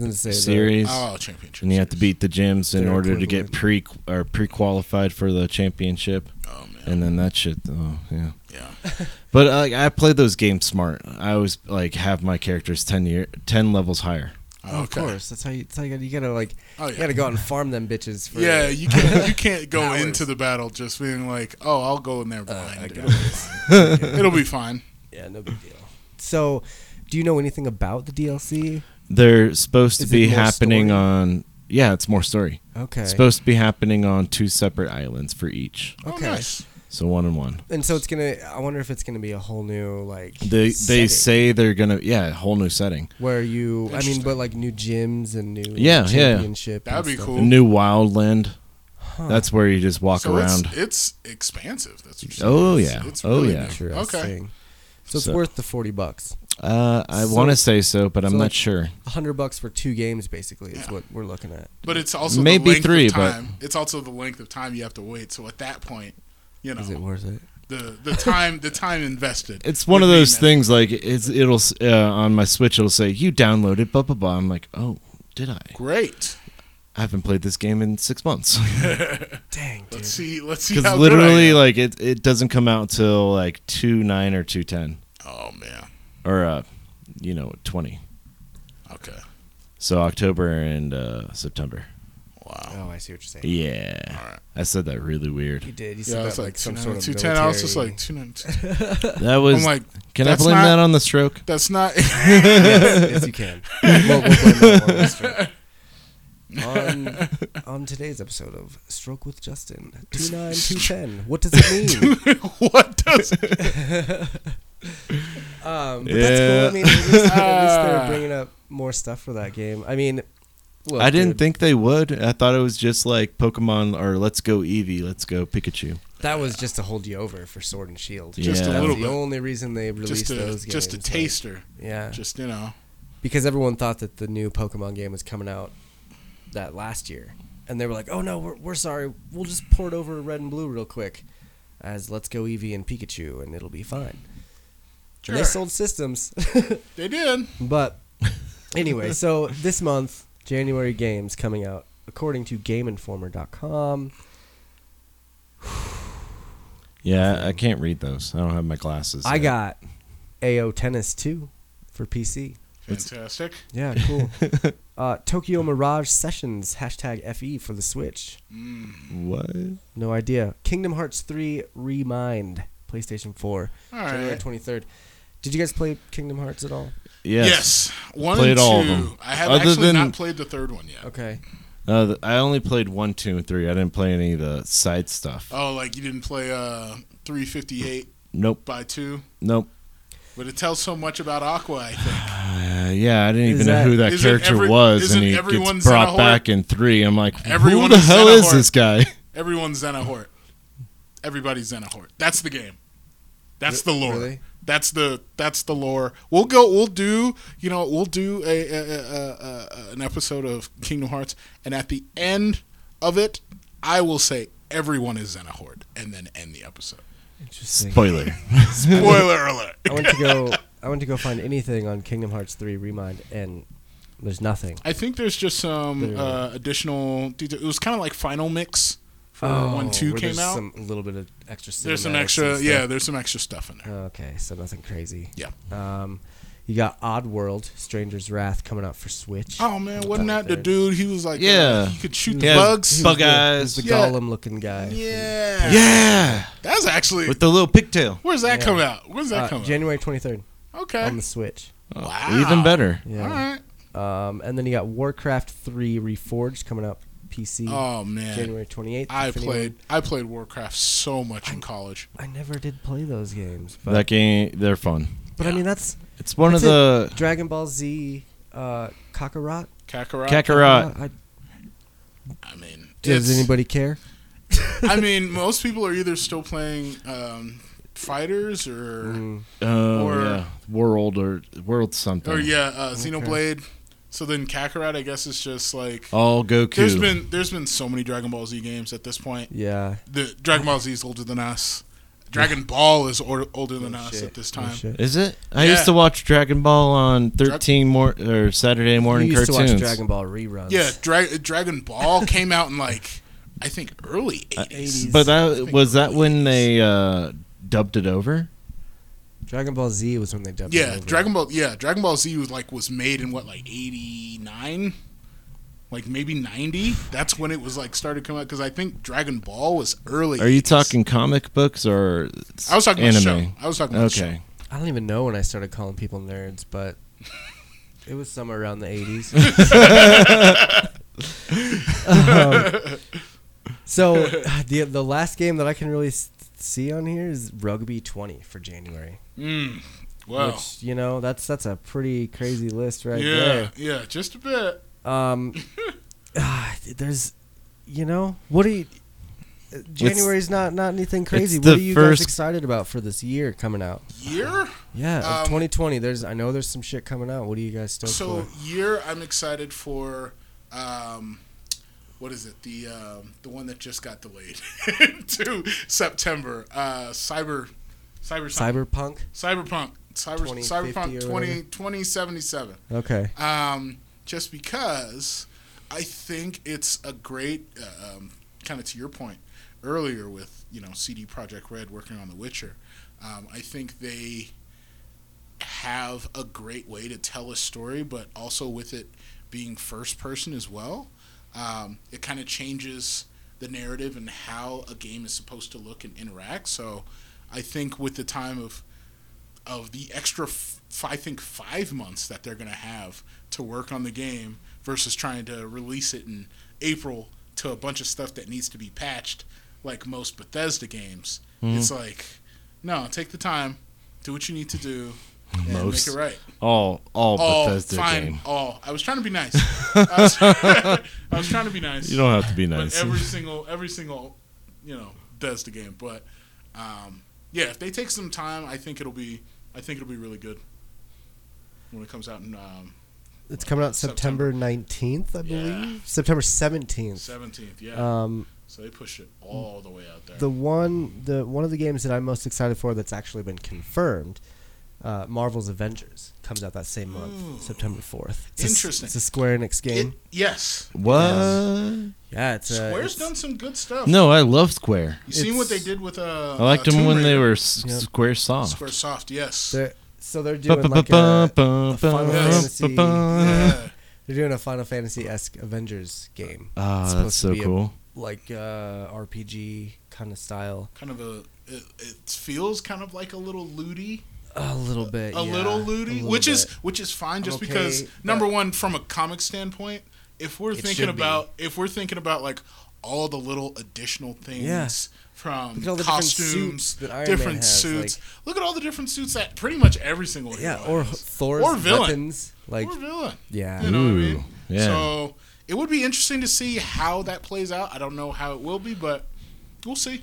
[SPEAKER 1] I was gonna say the-
[SPEAKER 2] Series.
[SPEAKER 8] Oh, championship.
[SPEAKER 2] and you have to beat the gyms in
[SPEAKER 1] They're
[SPEAKER 2] order to get pre or pre qualified for the championship,
[SPEAKER 8] Oh man.
[SPEAKER 2] and then that shit. Oh yeah.
[SPEAKER 8] Yeah.
[SPEAKER 2] But uh, like I play those games smart. I always like have my characters ten year ten levels higher.
[SPEAKER 1] Oh, of
[SPEAKER 8] Okay.
[SPEAKER 1] course. That's how you. That's how you gotta, you gotta like.
[SPEAKER 8] Oh,
[SPEAKER 1] You
[SPEAKER 8] yeah.
[SPEAKER 1] gotta go out and farm them bitches. For,
[SPEAKER 8] Yeah, you can't you can't go
[SPEAKER 1] Hours.
[SPEAKER 8] into the battle just being like, oh, I'll go in there blind.
[SPEAKER 1] Uh, I got
[SPEAKER 8] it'll, it'll be fine.
[SPEAKER 1] Yeah, no big deal. So, do you know anything about the DLC?
[SPEAKER 2] They're supposed to
[SPEAKER 1] Is it
[SPEAKER 2] be
[SPEAKER 1] more
[SPEAKER 2] happening
[SPEAKER 1] story?
[SPEAKER 2] on. Yeah, it's more story.
[SPEAKER 1] Okay.
[SPEAKER 2] It's supposed to be happening on two separate islands for each.
[SPEAKER 8] Oh,
[SPEAKER 1] Okay.
[SPEAKER 8] nice.
[SPEAKER 2] So one and one.
[SPEAKER 1] and so it's gonna. I wonder if it's gonna be a whole new like.
[SPEAKER 2] They they
[SPEAKER 1] setting
[SPEAKER 2] say they're gonna yeah a whole new setting,
[SPEAKER 1] where you. I mean,
[SPEAKER 8] Interesting.
[SPEAKER 1] but like new gyms and new.
[SPEAKER 2] Yeah, yeah.
[SPEAKER 1] championship and
[SPEAKER 8] That'd be
[SPEAKER 1] stuff.
[SPEAKER 8] cool.
[SPEAKER 2] a new wildland.
[SPEAKER 1] Huh.
[SPEAKER 2] That's where you just walk
[SPEAKER 8] so
[SPEAKER 2] around.
[SPEAKER 8] It's, it's expansive. That's what you're saying.
[SPEAKER 2] Oh
[SPEAKER 8] It's-
[SPEAKER 2] yeah.
[SPEAKER 8] it's
[SPEAKER 2] oh
[SPEAKER 8] really
[SPEAKER 2] yeah.
[SPEAKER 8] nice.
[SPEAKER 1] interesting. So it's
[SPEAKER 2] So-
[SPEAKER 1] worth the forty bucks.
[SPEAKER 2] Uh, I
[SPEAKER 1] So-
[SPEAKER 2] want to say so, but I'm
[SPEAKER 1] so,
[SPEAKER 2] not
[SPEAKER 1] like,
[SPEAKER 2] sure.
[SPEAKER 1] A hundred bucks for two games, basically, is
[SPEAKER 8] Yeah.
[SPEAKER 1] what we're looking at.
[SPEAKER 8] But it's also
[SPEAKER 2] Maybe
[SPEAKER 8] the length
[SPEAKER 2] three,
[SPEAKER 8] of
[SPEAKER 2] but-
[SPEAKER 8] time. It's also the length of time you have to wait. So at that point, you know,
[SPEAKER 1] Is it worth it?
[SPEAKER 8] the the time the time invested.
[SPEAKER 2] It's one of
[SPEAKER 8] would be
[SPEAKER 2] those
[SPEAKER 8] massive.
[SPEAKER 2] things like it's it'll s- uh, on my Switch it'll say you downloaded blah blah blah. I'm like, oh, did I?
[SPEAKER 8] Great.
[SPEAKER 2] I haven't played this game in six months
[SPEAKER 1] Dang, dude.
[SPEAKER 8] Let's see. Let's see how
[SPEAKER 2] because
[SPEAKER 8] good I
[SPEAKER 2] literally
[SPEAKER 8] am.
[SPEAKER 2] like it it doesn't come out till like two nine or two ten
[SPEAKER 8] Oh man.
[SPEAKER 2] or uh you know twenty.
[SPEAKER 8] Okay.
[SPEAKER 2] So October and uh, September.
[SPEAKER 8] Wow.
[SPEAKER 1] Oh, I see what you're saying.
[SPEAKER 2] Yeah,
[SPEAKER 8] All right.
[SPEAKER 2] I said that really weird.
[SPEAKER 1] You did. You said
[SPEAKER 8] Yeah,
[SPEAKER 1] that,
[SPEAKER 8] it's
[SPEAKER 1] like,
[SPEAKER 8] like
[SPEAKER 1] some sort of
[SPEAKER 8] two ten. I was just
[SPEAKER 1] military-
[SPEAKER 8] like two nine. two-
[SPEAKER 2] That was.
[SPEAKER 8] I'm like,
[SPEAKER 2] can I
[SPEAKER 8] that's
[SPEAKER 2] blame
[SPEAKER 8] not-
[SPEAKER 2] that on the stroke?
[SPEAKER 8] that's not.
[SPEAKER 1] yes, yes, you can. We'll, we'll blame that one on Stroke. on, on today's episode of Stroke with Justin, 29210. What does it mean?
[SPEAKER 8] what does?
[SPEAKER 1] Um, but that's cool. I mean, at least, at least they're bringing up more stuff for that game. I mean, look,
[SPEAKER 2] I didn't
[SPEAKER 1] dude,
[SPEAKER 2] think they would. I thought it was just like Pokemon or Let's Go Eevee, Let's Go Pikachu.
[SPEAKER 1] that was just to hold you over for Sword and Shield.
[SPEAKER 8] Just
[SPEAKER 2] Yeah.
[SPEAKER 8] a
[SPEAKER 1] That was
[SPEAKER 8] little
[SPEAKER 1] the
[SPEAKER 8] bit.
[SPEAKER 1] only reason they released
[SPEAKER 8] Just a
[SPEAKER 1] those games.
[SPEAKER 8] just a
[SPEAKER 1] like,
[SPEAKER 8] taster.
[SPEAKER 1] yeah.
[SPEAKER 8] Just you know.
[SPEAKER 1] because everyone thought that the new Pokemon game was coming out that last year, and they were like, "Oh no, we're, we're sorry, we'll just port over Red and Blue real quick, as Let's Go Eevee and Pikachu, and it'll be fine." And They
[SPEAKER 8] Sure.
[SPEAKER 1] sold systems,
[SPEAKER 8] They did.
[SPEAKER 1] but anyway, so this month, January games coming out according to GameInformer.com.
[SPEAKER 2] Yeah, I can't read those. I don't have my glasses.
[SPEAKER 1] I
[SPEAKER 2] yet.
[SPEAKER 1] got AO Tennis 2 for PC.
[SPEAKER 8] Fantastic.
[SPEAKER 1] Yeah, cool. uh, Tokyo Mirage Sessions hashtag FE for the Switch.
[SPEAKER 2] what?
[SPEAKER 1] No idea. Kingdom Hearts 3 Remind, PlayStation 4,
[SPEAKER 8] All
[SPEAKER 1] January
[SPEAKER 8] right.
[SPEAKER 1] 23rd. Did you guys play Kingdom Hearts at all?
[SPEAKER 2] Yes.
[SPEAKER 8] Yes. One
[SPEAKER 2] Played
[SPEAKER 8] and two.
[SPEAKER 2] all of them.
[SPEAKER 8] I have
[SPEAKER 2] Other
[SPEAKER 8] actually
[SPEAKER 2] than-
[SPEAKER 8] not played the third one yet.
[SPEAKER 1] Okay.
[SPEAKER 2] Uh, th- I only played one, two, and three. I didn't play any of the side stuff.
[SPEAKER 8] Oh, like you didn't play uh 358
[SPEAKER 2] Nope.
[SPEAKER 8] by 2,
[SPEAKER 2] Nope.
[SPEAKER 8] but it tells so much about Aqua, I think.
[SPEAKER 2] Uh, yeah, I didn't
[SPEAKER 1] Is
[SPEAKER 2] even
[SPEAKER 1] that-
[SPEAKER 2] know who that
[SPEAKER 8] isn't
[SPEAKER 2] character
[SPEAKER 8] every-
[SPEAKER 2] was,
[SPEAKER 8] isn't
[SPEAKER 2] and he
[SPEAKER 8] everyone
[SPEAKER 2] gets brought
[SPEAKER 8] Xenohorn?
[SPEAKER 2] back in three. I'm like, who
[SPEAKER 8] Everyone
[SPEAKER 2] the
[SPEAKER 8] is
[SPEAKER 2] hell is
[SPEAKER 8] Xenohorn.
[SPEAKER 2] this guy?
[SPEAKER 8] Everyone's Xenohort. Everybody's Xenohort. That's the game. That's the lore.
[SPEAKER 1] really?
[SPEAKER 8] That's the that's the lore. We'll go. We'll do. You know, we'll do a, a, a, a, a an episode of Kingdom Hearts, and at the end of it, I will say everyone is Xenohort, and then end the episode.
[SPEAKER 1] Interesting.
[SPEAKER 2] Spoiler.
[SPEAKER 8] Spoiler alert.
[SPEAKER 1] I went to go I went to go find anything on Kingdom Hearts 3 Remind and there's nothing.
[SPEAKER 8] I think there's just some
[SPEAKER 1] There.
[SPEAKER 8] uh, additional. It was kind of like final mix for when Uh, two
[SPEAKER 1] Oh, where
[SPEAKER 8] came
[SPEAKER 1] there's
[SPEAKER 8] out.
[SPEAKER 1] some- a little bit of extra
[SPEAKER 8] there's some
[SPEAKER 1] cinematics
[SPEAKER 8] extra.
[SPEAKER 1] and
[SPEAKER 8] Yeah,
[SPEAKER 1] stuff. Oh,
[SPEAKER 8] there's some extra stuff in there.
[SPEAKER 1] Okay, so nothing crazy.
[SPEAKER 8] Yeah.
[SPEAKER 1] Um you got Oddworld Stranger's Wrath coming out for Switch.
[SPEAKER 8] Oh man, wasn't
[SPEAKER 1] About
[SPEAKER 8] that the
[SPEAKER 1] third.
[SPEAKER 8] dude? He was like,
[SPEAKER 2] Yeah.
[SPEAKER 8] yeah, he could shoot
[SPEAKER 2] Yeah,
[SPEAKER 8] the bugs.
[SPEAKER 2] Bug
[SPEAKER 1] Yeah,
[SPEAKER 2] eyes.
[SPEAKER 1] The
[SPEAKER 8] Yeah.
[SPEAKER 1] golem looking guy.
[SPEAKER 8] Yeah,
[SPEAKER 2] Yeah,
[SPEAKER 8] That's actually.
[SPEAKER 2] with the little pigtail.
[SPEAKER 8] where's that
[SPEAKER 1] Yeah.
[SPEAKER 8] come out? Where's that
[SPEAKER 1] Uh,
[SPEAKER 8] come
[SPEAKER 1] January 23rd
[SPEAKER 8] out? Okay.
[SPEAKER 1] on the Switch.
[SPEAKER 8] wow.
[SPEAKER 2] Even better.
[SPEAKER 1] Yeah.
[SPEAKER 8] All right.
[SPEAKER 1] Um, and then you got Warcraft 3 Reforged coming out PC
[SPEAKER 8] Oh man,
[SPEAKER 1] Mm. January 28th.
[SPEAKER 8] I
[SPEAKER 1] If anyone-
[SPEAKER 8] played. I played Warcraft so much in college.
[SPEAKER 1] I never did play those games, but
[SPEAKER 2] That game, they're fun.
[SPEAKER 1] but I mean that's
[SPEAKER 2] It's one
[SPEAKER 1] That's
[SPEAKER 2] of the
[SPEAKER 1] Dragon Ball Z uh Kakarot.
[SPEAKER 8] Kakarot.
[SPEAKER 2] Kakarot.
[SPEAKER 1] I,
[SPEAKER 8] I mean,
[SPEAKER 1] Does
[SPEAKER 8] It's-
[SPEAKER 1] anybody care?
[SPEAKER 8] I mean, most people are either still playing um, fighters or
[SPEAKER 1] Mm.
[SPEAKER 2] Oh
[SPEAKER 8] Or-
[SPEAKER 2] yeah, world or world something.
[SPEAKER 8] or yeah, uh, Xenoblade. So then Kakarot, I guess, is just like
[SPEAKER 2] all Oh, Goku.
[SPEAKER 8] there's been there's been so many Dragon Ball Z games at this point.
[SPEAKER 1] Yeah.
[SPEAKER 8] The Dragon Ball Z is older than us. Dragon Ball is or, older than us at this
[SPEAKER 1] Oh,
[SPEAKER 8] time.
[SPEAKER 1] shit.
[SPEAKER 2] Is it? I
[SPEAKER 8] Yeah.
[SPEAKER 2] used to watch Dragon Ball on thirteen more or Saturday
[SPEAKER 1] We
[SPEAKER 2] morning
[SPEAKER 1] used to
[SPEAKER 2] cartoons.
[SPEAKER 1] watch Dragon Ball reruns.
[SPEAKER 8] Yeah, Dra- Dragon Ball came out in like I think early eighties.
[SPEAKER 2] Uh, But that was that when they uh, dubbed it over.
[SPEAKER 1] Dragon Ball Z was when they dubbed. it
[SPEAKER 8] yeah,
[SPEAKER 1] over.
[SPEAKER 8] Dragon Ball yeah Dragon Ball Z was like was made in what like eighty nine. Like maybe ninety. That's when it was like started coming out because I think Dragon Ball was early.
[SPEAKER 2] Are you
[SPEAKER 8] 80s.
[SPEAKER 2] talking comic books or
[SPEAKER 8] I was talking
[SPEAKER 2] anime?
[SPEAKER 8] about the show. I was talking about the show.
[SPEAKER 2] Okay,
[SPEAKER 1] I don't even know when I started calling people nerds, but it was somewhere around the eighties. Um, so the the last game that I can really s- see on here is Rugby Twenty for January.
[SPEAKER 8] Mm, wow.
[SPEAKER 1] Which you know that's that's a pretty crazy list right
[SPEAKER 8] yeah,
[SPEAKER 1] there.
[SPEAKER 8] yeah, just a bit.
[SPEAKER 1] Um, ah, there's, you know, what do you? uh, January's not not anything crazy.
[SPEAKER 2] it's
[SPEAKER 1] What
[SPEAKER 2] the
[SPEAKER 1] are you guys
[SPEAKER 2] first-
[SPEAKER 1] excited about for this year coming out?
[SPEAKER 8] Year?
[SPEAKER 1] Yeah, of
[SPEAKER 8] Um,
[SPEAKER 1] 2020. There's I know there's some shit coming out. What are you guys stoked
[SPEAKER 8] So uh,
[SPEAKER 1] for?
[SPEAKER 8] year, I'm excited for. Um, what is it? The um, the one that just got delayed to September. Uh, cyber, cyber, cyber,
[SPEAKER 1] Cyberpunk.
[SPEAKER 8] cyberpunk, cyber,
[SPEAKER 1] 2050
[SPEAKER 8] cyberpunk
[SPEAKER 1] or
[SPEAKER 8] 20,
[SPEAKER 1] whatever.
[SPEAKER 8] 2077.
[SPEAKER 1] Okay.
[SPEAKER 8] um, just because I think it's a great uh, um, kind of to your point earlier with you know CD Project Red working on The Witcher. Um, I think they have a great way to tell a story, but also with it being first person as well, um, it kind of changes the narrative and how a game is supposed to look and interact. So, I think with the time of of the extra, f- I think five months that they're going to have to work on the game versus trying to release it in April to a bunch of stuff that needs to be patched, like most Bethesda games. It's like, no, take the time, do what you need to do, and
[SPEAKER 2] Most.
[SPEAKER 8] make it right.
[SPEAKER 2] all all
[SPEAKER 8] All
[SPEAKER 2] Oh, Bethesda
[SPEAKER 8] Oh, fine.
[SPEAKER 2] game.
[SPEAKER 8] All. I was trying to be nice. I, was, I was trying to be nice.
[SPEAKER 2] You don't have to be
[SPEAKER 8] But
[SPEAKER 2] nice.
[SPEAKER 8] every single, every single, you know, does the game. But um, yeah, if they take some time, I think it'll be, I think it'll be really good when it comes out in um,
[SPEAKER 1] It's coming out September 19th, I believe. September 17th.
[SPEAKER 8] 17th. Yeah,
[SPEAKER 1] Um,
[SPEAKER 8] so they pushed it all the way out there.
[SPEAKER 1] the one the one of the games that I'm most excited for that's actually been confirmed, uh, Marvel's Avengers comes out that same month, September 4th. It's a s-
[SPEAKER 8] Hmm. Interesting.
[SPEAKER 1] it's a Square Enix game.
[SPEAKER 8] It- yes,
[SPEAKER 2] What?
[SPEAKER 1] yeah, it's a,
[SPEAKER 8] Square's
[SPEAKER 1] it's-
[SPEAKER 8] done some good stuff.
[SPEAKER 2] No, I love Square.
[SPEAKER 8] you seen what they
[SPEAKER 1] it's-
[SPEAKER 8] did with uh,
[SPEAKER 2] I liked
[SPEAKER 8] uh,
[SPEAKER 2] them
[SPEAKER 8] Tomb
[SPEAKER 2] when they
[SPEAKER 8] Raider.
[SPEAKER 2] were s-
[SPEAKER 1] Yep.
[SPEAKER 2] Square Soft.
[SPEAKER 8] Square Soft. Yes.
[SPEAKER 1] They're, so they're doing like a, a Final Fantasy-
[SPEAKER 2] Ba-ba-ba-ba-ba-ba.
[SPEAKER 8] yeah.
[SPEAKER 1] they're doing a Final Fantasy esque Avengers game.
[SPEAKER 2] Ah,
[SPEAKER 1] It's
[SPEAKER 2] that's
[SPEAKER 1] supposed to
[SPEAKER 2] so
[SPEAKER 1] be a-
[SPEAKER 2] cool.
[SPEAKER 1] like uh, RPG kind of style.
[SPEAKER 8] kind of a it, it feels kind of like a little looty
[SPEAKER 1] A little bit,
[SPEAKER 8] a
[SPEAKER 1] yeah,
[SPEAKER 8] little
[SPEAKER 1] a
[SPEAKER 8] looty
[SPEAKER 1] little
[SPEAKER 8] which is
[SPEAKER 1] bit.
[SPEAKER 8] which is fine just
[SPEAKER 1] okay,
[SPEAKER 8] because
[SPEAKER 1] but-
[SPEAKER 8] number one from a comic standpoint if we're thinking
[SPEAKER 1] should be.
[SPEAKER 8] about if we're thinking about like all the little additional things
[SPEAKER 1] Yeah.
[SPEAKER 8] from
[SPEAKER 1] Look at all the different
[SPEAKER 8] costumes
[SPEAKER 1] suits that Iron Man
[SPEAKER 8] different
[SPEAKER 1] has,
[SPEAKER 8] suits look at all the different suits that pretty much every single hero
[SPEAKER 1] yeah, or
[SPEAKER 8] has.
[SPEAKER 1] Thor's
[SPEAKER 8] Or villain.
[SPEAKER 1] weapons, like
[SPEAKER 8] or villain
[SPEAKER 1] yeah,
[SPEAKER 8] you know what I mean?
[SPEAKER 2] Ooh, yeah.
[SPEAKER 8] so it would be interesting to see how that plays out i don't know how it will be but we'll see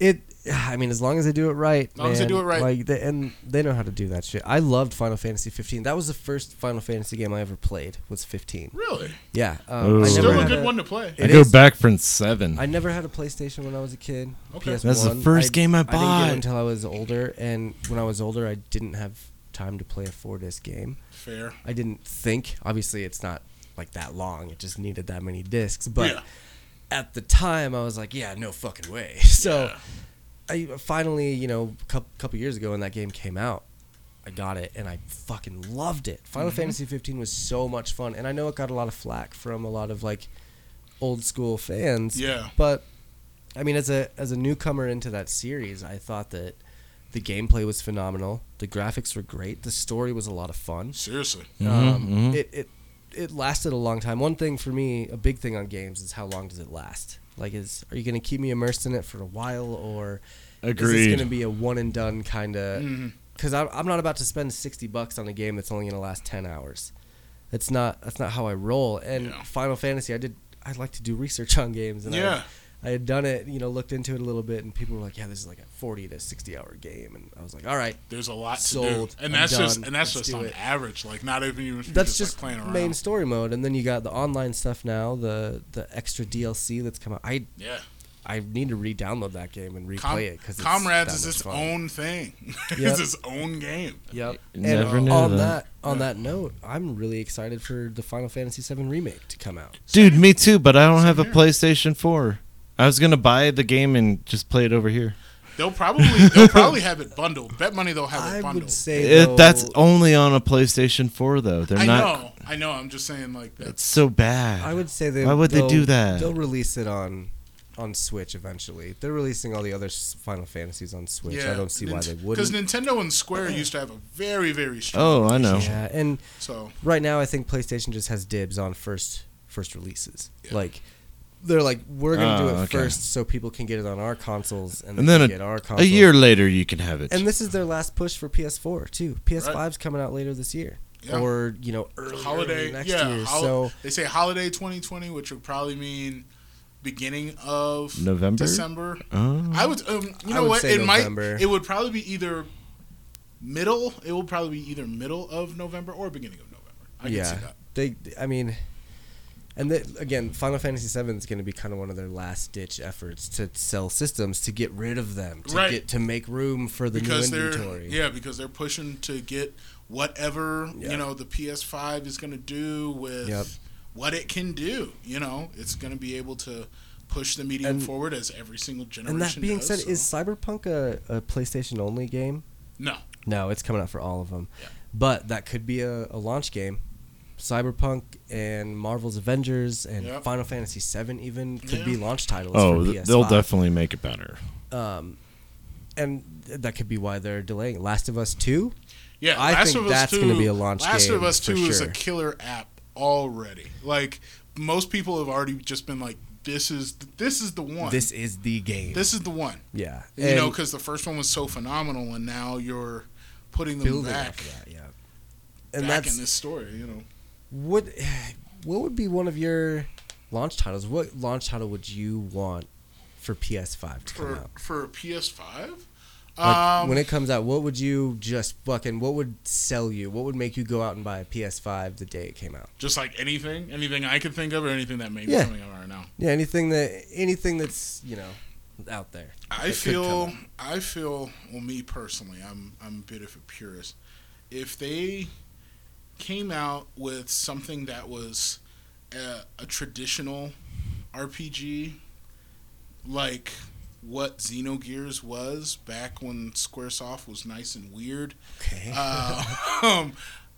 [SPEAKER 1] it. I mean, as long as they do it right,
[SPEAKER 8] As long as they
[SPEAKER 1] man,
[SPEAKER 8] do it right.
[SPEAKER 1] like they, and they know how to do that shit. I loved Final Fantasy 15. That was the first Final Fantasy game I ever played. Was 15.
[SPEAKER 8] really
[SPEAKER 1] Yeah, um, I
[SPEAKER 2] Ooh.
[SPEAKER 1] never
[SPEAKER 8] still a
[SPEAKER 1] had
[SPEAKER 8] good one to play
[SPEAKER 2] I
[SPEAKER 1] it
[SPEAKER 2] go
[SPEAKER 1] is.
[SPEAKER 2] back from seven.
[SPEAKER 1] I never had a PlayStation when I was a kid.
[SPEAKER 8] Okay.
[SPEAKER 1] PS1.
[SPEAKER 2] That's the first game I
[SPEAKER 1] I didn't get
[SPEAKER 2] bought.
[SPEAKER 1] it until I was older, and when I was older, I didn't have time to play a four disc game.
[SPEAKER 8] fair
[SPEAKER 1] I didn't think. Obviously, it's not like that long. It just needed that many discs. But
[SPEAKER 8] Yeah.
[SPEAKER 1] at the time, I was like, yeah, no fucking way. So I finally, you know, a couple, couple years ago when that game came out, I got it and I fucking loved it. Final
[SPEAKER 8] Mm-hmm.
[SPEAKER 1] Fantasy 15 was so much fun, and I know it got a lot of flack from a lot of like old school fans.
[SPEAKER 8] Yeah.
[SPEAKER 1] But I mean, as a as a newcomer into that series, I thought that. The gameplay was phenomenal. The graphics were great. The story was a lot of fun.
[SPEAKER 8] Seriously.
[SPEAKER 1] Um, It, it it lasted a long time. One thing for me, a big thing on games is how long does it last? Like, is are you going to keep me immersed in it for a while, or is this
[SPEAKER 2] Agreed.
[SPEAKER 1] going to be a one and done kind
[SPEAKER 8] Mm-hmm.
[SPEAKER 1] of? Because I'm I'm not about to spend sixty bucks on a game that's only going to last ten hours. That's not that's not how I roll. And
[SPEAKER 8] Yeah.
[SPEAKER 1] Final Fantasy, I did I'd like to do research on games, and
[SPEAKER 8] Yeah.
[SPEAKER 1] I, I had done it, you know, looked into it a little bit, and people were like, yeah, this is like a forty to sixty hour game, and I was like, all right,
[SPEAKER 8] There's a lot to
[SPEAKER 1] Sold.
[SPEAKER 8] do, and
[SPEAKER 1] I'm
[SPEAKER 8] that's just
[SPEAKER 1] done.
[SPEAKER 8] and that's
[SPEAKER 1] Let's
[SPEAKER 8] just
[SPEAKER 1] do
[SPEAKER 8] on
[SPEAKER 1] it.
[SPEAKER 8] average. Like not even even if you're
[SPEAKER 1] that's
[SPEAKER 8] just,
[SPEAKER 1] just,
[SPEAKER 8] like, playing around.
[SPEAKER 1] main story mode, and then you got the online stuff now, the the extra DLC that's come out. I
[SPEAKER 8] yeah,
[SPEAKER 1] I need to re-download that game and replay
[SPEAKER 8] Com-
[SPEAKER 1] it because
[SPEAKER 8] Comrades is its own thing.
[SPEAKER 1] Yep.
[SPEAKER 8] it's its own game.
[SPEAKER 1] Yep. And
[SPEAKER 2] Never knew
[SPEAKER 1] on
[SPEAKER 2] that.
[SPEAKER 1] on that note, I'm really excited for the Final Fantasy VII remake to come out.
[SPEAKER 2] Dude, me too, but I don't have a
[SPEAKER 8] here.
[SPEAKER 2] PlayStation 4. I was going to buy the game and just play it over here.
[SPEAKER 8] They'll probably they'll probably have it bundled. Bet money they'll have
[SPEAKER 1] I
[SPEAKER 8] it
[SPEAKER 1] would
[SPEAKER 8] bundled.
[SPEAKER 1] say though,
[SPEAKER 2] It, that's only on a PlayStation 4 though. They're
[SPEAKER 8] I
[SPEAKER 2] not
[SPEAKER 8] know, I know. I'm just saying like
[SPEAKER 2] It's
[SPEAKER 8] that's
[SPEAKER 2] so bad.
[SPEAKER 1] I would say they.
[SPEAKER 2] Why would they
[SPEAKER 1] they'll-
[SPEAKER 2] do that?
[SPEAKER 1] They'll release it on on Switch eventually. They're releasing all the other s- Final Fantasies on Switch. I don't see why they
[SPEAKER 8] Because
[SPEAKER 1] wouldn't.
[SPEAKER 8] Nintendo and Square used to have a very very strong.
[SPEAKER 2] Oh, I know.
[SPEAKER 1] Yeah, and
[SPEAKER 8] So
[SPEAKER 1] right now I think PlayStation just has dibs on first first releases. Like they're like we're gonna do
[SPEAKER 2] Oh,
[SPEAKER 1] it
[SPEAKER 2] okay.
[SPEAKER 1] first so people can get it on our consoles and,
[SPEAKER 2] And
[SPEAKER 1] they
[SPEAKER 2] then
[SPEAKER 1] can
[SPEAKER 2] a,
[SPEAKER 1] get our
[SPEAKER 2] a
[SPEAKER 1] consoles.
[SPEAKER 2] year later you can have it.
[SPEAKER 1] And this is their last push for PS4 too. PS5's coming out later this year,
[SPEAKER 8] Yeah.
[SPEAKER 1] or you know, early,
[SPEAKER 8] holiday
[SPEAKER 1] early next
[SPEAKER 8] yeah.
[SPEAKER 1] year.
[SPEAKER 8] hol-
[SPEAKER 1] so
[SPEAKER 8] they say holiday 2020, which would probably mean beginning of
[SPEAKER 2] November?
[SPEAKER 8] December.
[SPEAKER 2] oh.
[SPEAKER 8] I would, um, you
[SPEAKER 1] I
[SPEAKER 8] know
[SPEAKER 1] would
[SPEAKER 8] what?
[SPEAKER 1] say
[SPEAKER 8] It
[SPEAKER 1] November.
[SPEAKER 8] might. It would probably be either middle. It will probably be either middle of November or beginning of November. I
[SPEAKER 1] yeah,
[SPEAKER 8] can see that.
[SPEAKER 1] they. I mean, and the, again, Final Fantasy VII is going to be kind of one of their last ditch efforts to sell systems to get rid of them, to
[SPEAKER 8] Right.
[SPEAKER 1] get to make room for the
[SPEAKER 8] Because
[SPEAKER 1] new
[SPEAKER 8] they're
[SPEAKER 1] inventory.
[SPEAKER 8] yeah, because they're pushing to get whatever
[SPEAKER 1] Yeah.
[SPEAKER 8] you know the PS5 is going to do with
[SPEAKER 1] Yep.
[SPEAKER 8] what it can do. You know, it's going to be able to push the medium
[SPEAKER 1] And-
[SPEAKER 8] forward as every single generation.
[SPEAKER 1] and that being
[SPEAKER 8] does,
[SPEAKER 1] said,
[SPEAKER 8] so-
[SPEAKER 1] is Cyberpunk a, a PlayStation only game?
[SPEAKER 8] no,
[SPEAKER 1] No, it's coming out for all of them.
[SPEAKER 8] Yeah.
[SPEAKER 1] But that could be a, a launch game. Cyberpunk and Marvel's Avengers and
[SPEAKER 8] Yep.
[SPEAKER 1] Final Fantasy VII even could
[SPEAKER 8] Yeah.
[SPEAKER 1] be launch titles.
[SPEAKER 2] Oh,
[SPEAKER 1] for
[SPEAKER 2] th-
[SPEAKER 1] PS5.
[SPEAKER 2] they'll definitely make it better.
[SPEAKER 1] Um, and th- that could be why they're delaying Last of Us Two.
[SPEAKER 8] Yeah,
[SPEAKER 1] I
[SPEAKER 8] Last
[SPEAKER 1] think
[SPEAKER 8] of Us
[SPEAKER 1] that's
[SPEAKER 8] 2
[SPEAKER 1] gonna be a launch
[SPEAKER 8] Last
[SPEAKER 1] game
[SPEAKER 8] of Us
[SPEAKER 1] for
[SPEAKER 8] Two is a
[SPEAKER 1] sure.
[SPEAKER 8] killer app already. Like most people have already just been like, "This is this is the one.
[SPEAKER 1] This is the game.
[SPEAKER 8] This is the one."
[SPEAKER 1] yeah,
[SPEAKER 8] you
[SPEAKER 1] And
[SPEAKER 8] know, because the first one was so phenomenal, and now you're putting them
[SPEAKER 1] building
[SPEAKER 8] back,
[SPEAKER 1] off of that. Yeah, and
[SPEAKER 8] back
[SPEAKER 1] that's
[SPEAKER 8] in this story. You know,
[SPEAKER 1] what. What would be one of your launch titles? What launch title would you want for PS5 to come
[SPEAKER 8] for
[SPEAKER 1] out?
[SPEAKER 8] for PS5,
[SPEAKER 1] Like,
[SPEAKER 8] um,
[SPEAKER 1] when it comes out, what would you just fucking? What would sell you? What would make you go out and buy a PS5 the day it came out?
[SPEAKER 8] just like anything, anything I could think of, or anything that may be
[SPEAKER 1] Yeah.
[SPEAKER 8] coming out right now.
[SPEAKER 1] Yeah, anything that anything that's you know out there.
[SPEAKER 8] I
[SPEAKER 1] that could
[SPEAKER 8] feel
[SPEAKER 1] come
[SPEAKER 8] I feel well me personally, I'm I'm a bit of a purist. If they came out with something that was a, a traditional RPG like what Xenogears was back when Squaresoft was nice and weird,
[SPEAKER 1] Okay.
[SPEAKER 8] um,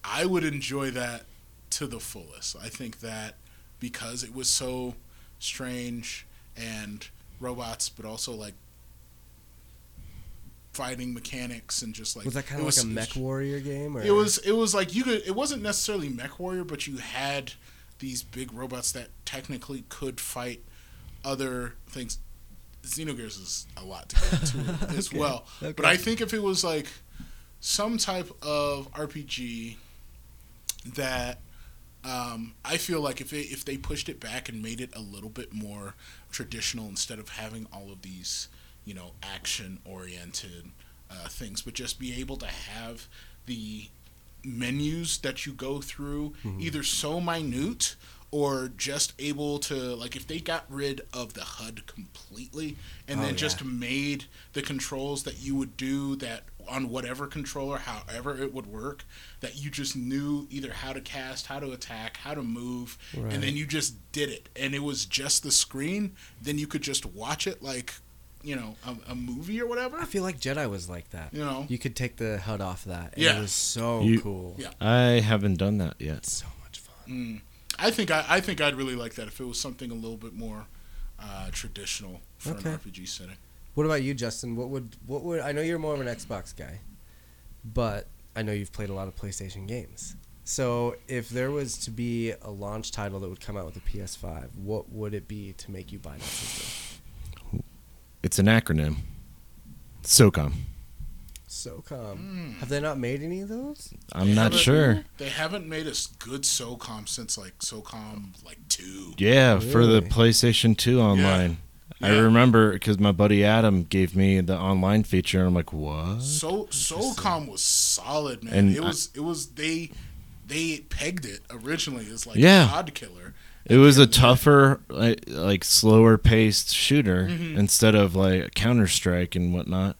[SPEAKER 8] I would enjoy that to the fullest. I think that because it was so strange and robots, but also like fighting mechanics and just like
[SPEAKER 1] was that kind
[SPEAKER 8] it
[SPEAKER 1] of like a mech warrior game? Or?
[SPEAKER 8] It was. It was like you could. It wasn't necessarily mech warrior, but you had these big robots that technically could fight other things. Xenogears is a lot to get into as
[SPEAKER 1] Okay,
[SPEAKER 8] well. But
[SPEAKER 1] okay.
[SPEAKER 8] I think if it was like some type of RPG that um, I feel like if it, if they pushed it back and made it a little bit more traditional instead of having all of these you know action oriented uh, things, but just be able to have the menus that you go through
[SPEAKER 1] Mm-hmm.
[SPEAKER 8] either so minute or just able to like if they got rid of the HUD completely and
[SPEAKER 1] Oh,
[SPEAKER 8] then
[SPEAKER 1] yeah.
[SPEAKER 8] just made the controls that you would do that on whatever controller however it would work that you just knew either how to cast how to attack how to move and
[SPEAKER 1] Right.
[SPEAKER 8] then you just did it and it was just the screen then you could just watch it like you know a, a movie or whatever
[SPEAKER 1] I feel like Jedi was like that.
[SPEAKER 8] you know
[SPEAKER 1] You could take the HUD off that. And
[SPEAKER 8] Yeah.
[SPEAKER 1] It was so
[SPEAKER 2] You-
[SPEAKER 1] cool.
[SPEAKER 8] Yeah.
[SPEAKER 2] I haven't done that yet.
[SPEAKER 1] So much fun.
[SPEAKER 8] Mm. I think I, I think I'd really like that if it was something a little bit more uh, traditional for
[SPEAKER 1] Okay.
[SPEAKER 8] an RPG setting.
[SPEAKER 1] What about you, Justin? What would what would I know you're more of an Xbox guy, but I know you've played a lot of PlayStation games. So if there was to be a launch title that would come out with a PS5, what would it be to make you buy that system?
[SPEAKER 2] It's an acronym. SOCOM.
[SPEAKER 8] Hmm.
[SPEAKER 1] SOCOM. Have they not made any of those?
[SPEAKER 2] I'm not sure.
[SPEAKER 8] They haven't made a s- good SOCOM since like SOCOM like two.
[SPEAKER 2] Yeah, for the
[SPEAKER 1] Really?
[SPEAKER 2] PlayStation 2 online. I
[SPEAKER 8] Yeah.
[SPEAKER 2] remember because my buddy Adam gave me the online feature, and I'm like, what?
[SPEAKER 8] So SOCOM was solid, man.
[SPEAKER 2] And
[SPEAKER 8] it
[SPEAKER 2] I-
[SPEAKER 8] was it was they they pegged it originally as like
[SPEAKER 2] Yeah.
[SPEAKER 8] God Killer.
[SPEAKER 2] It was a tougher, like, like slower paced shooter
[SPEAKER 1] Mm-hmm.
[SPEAKER 2] instead of like Counter Strike and whatnot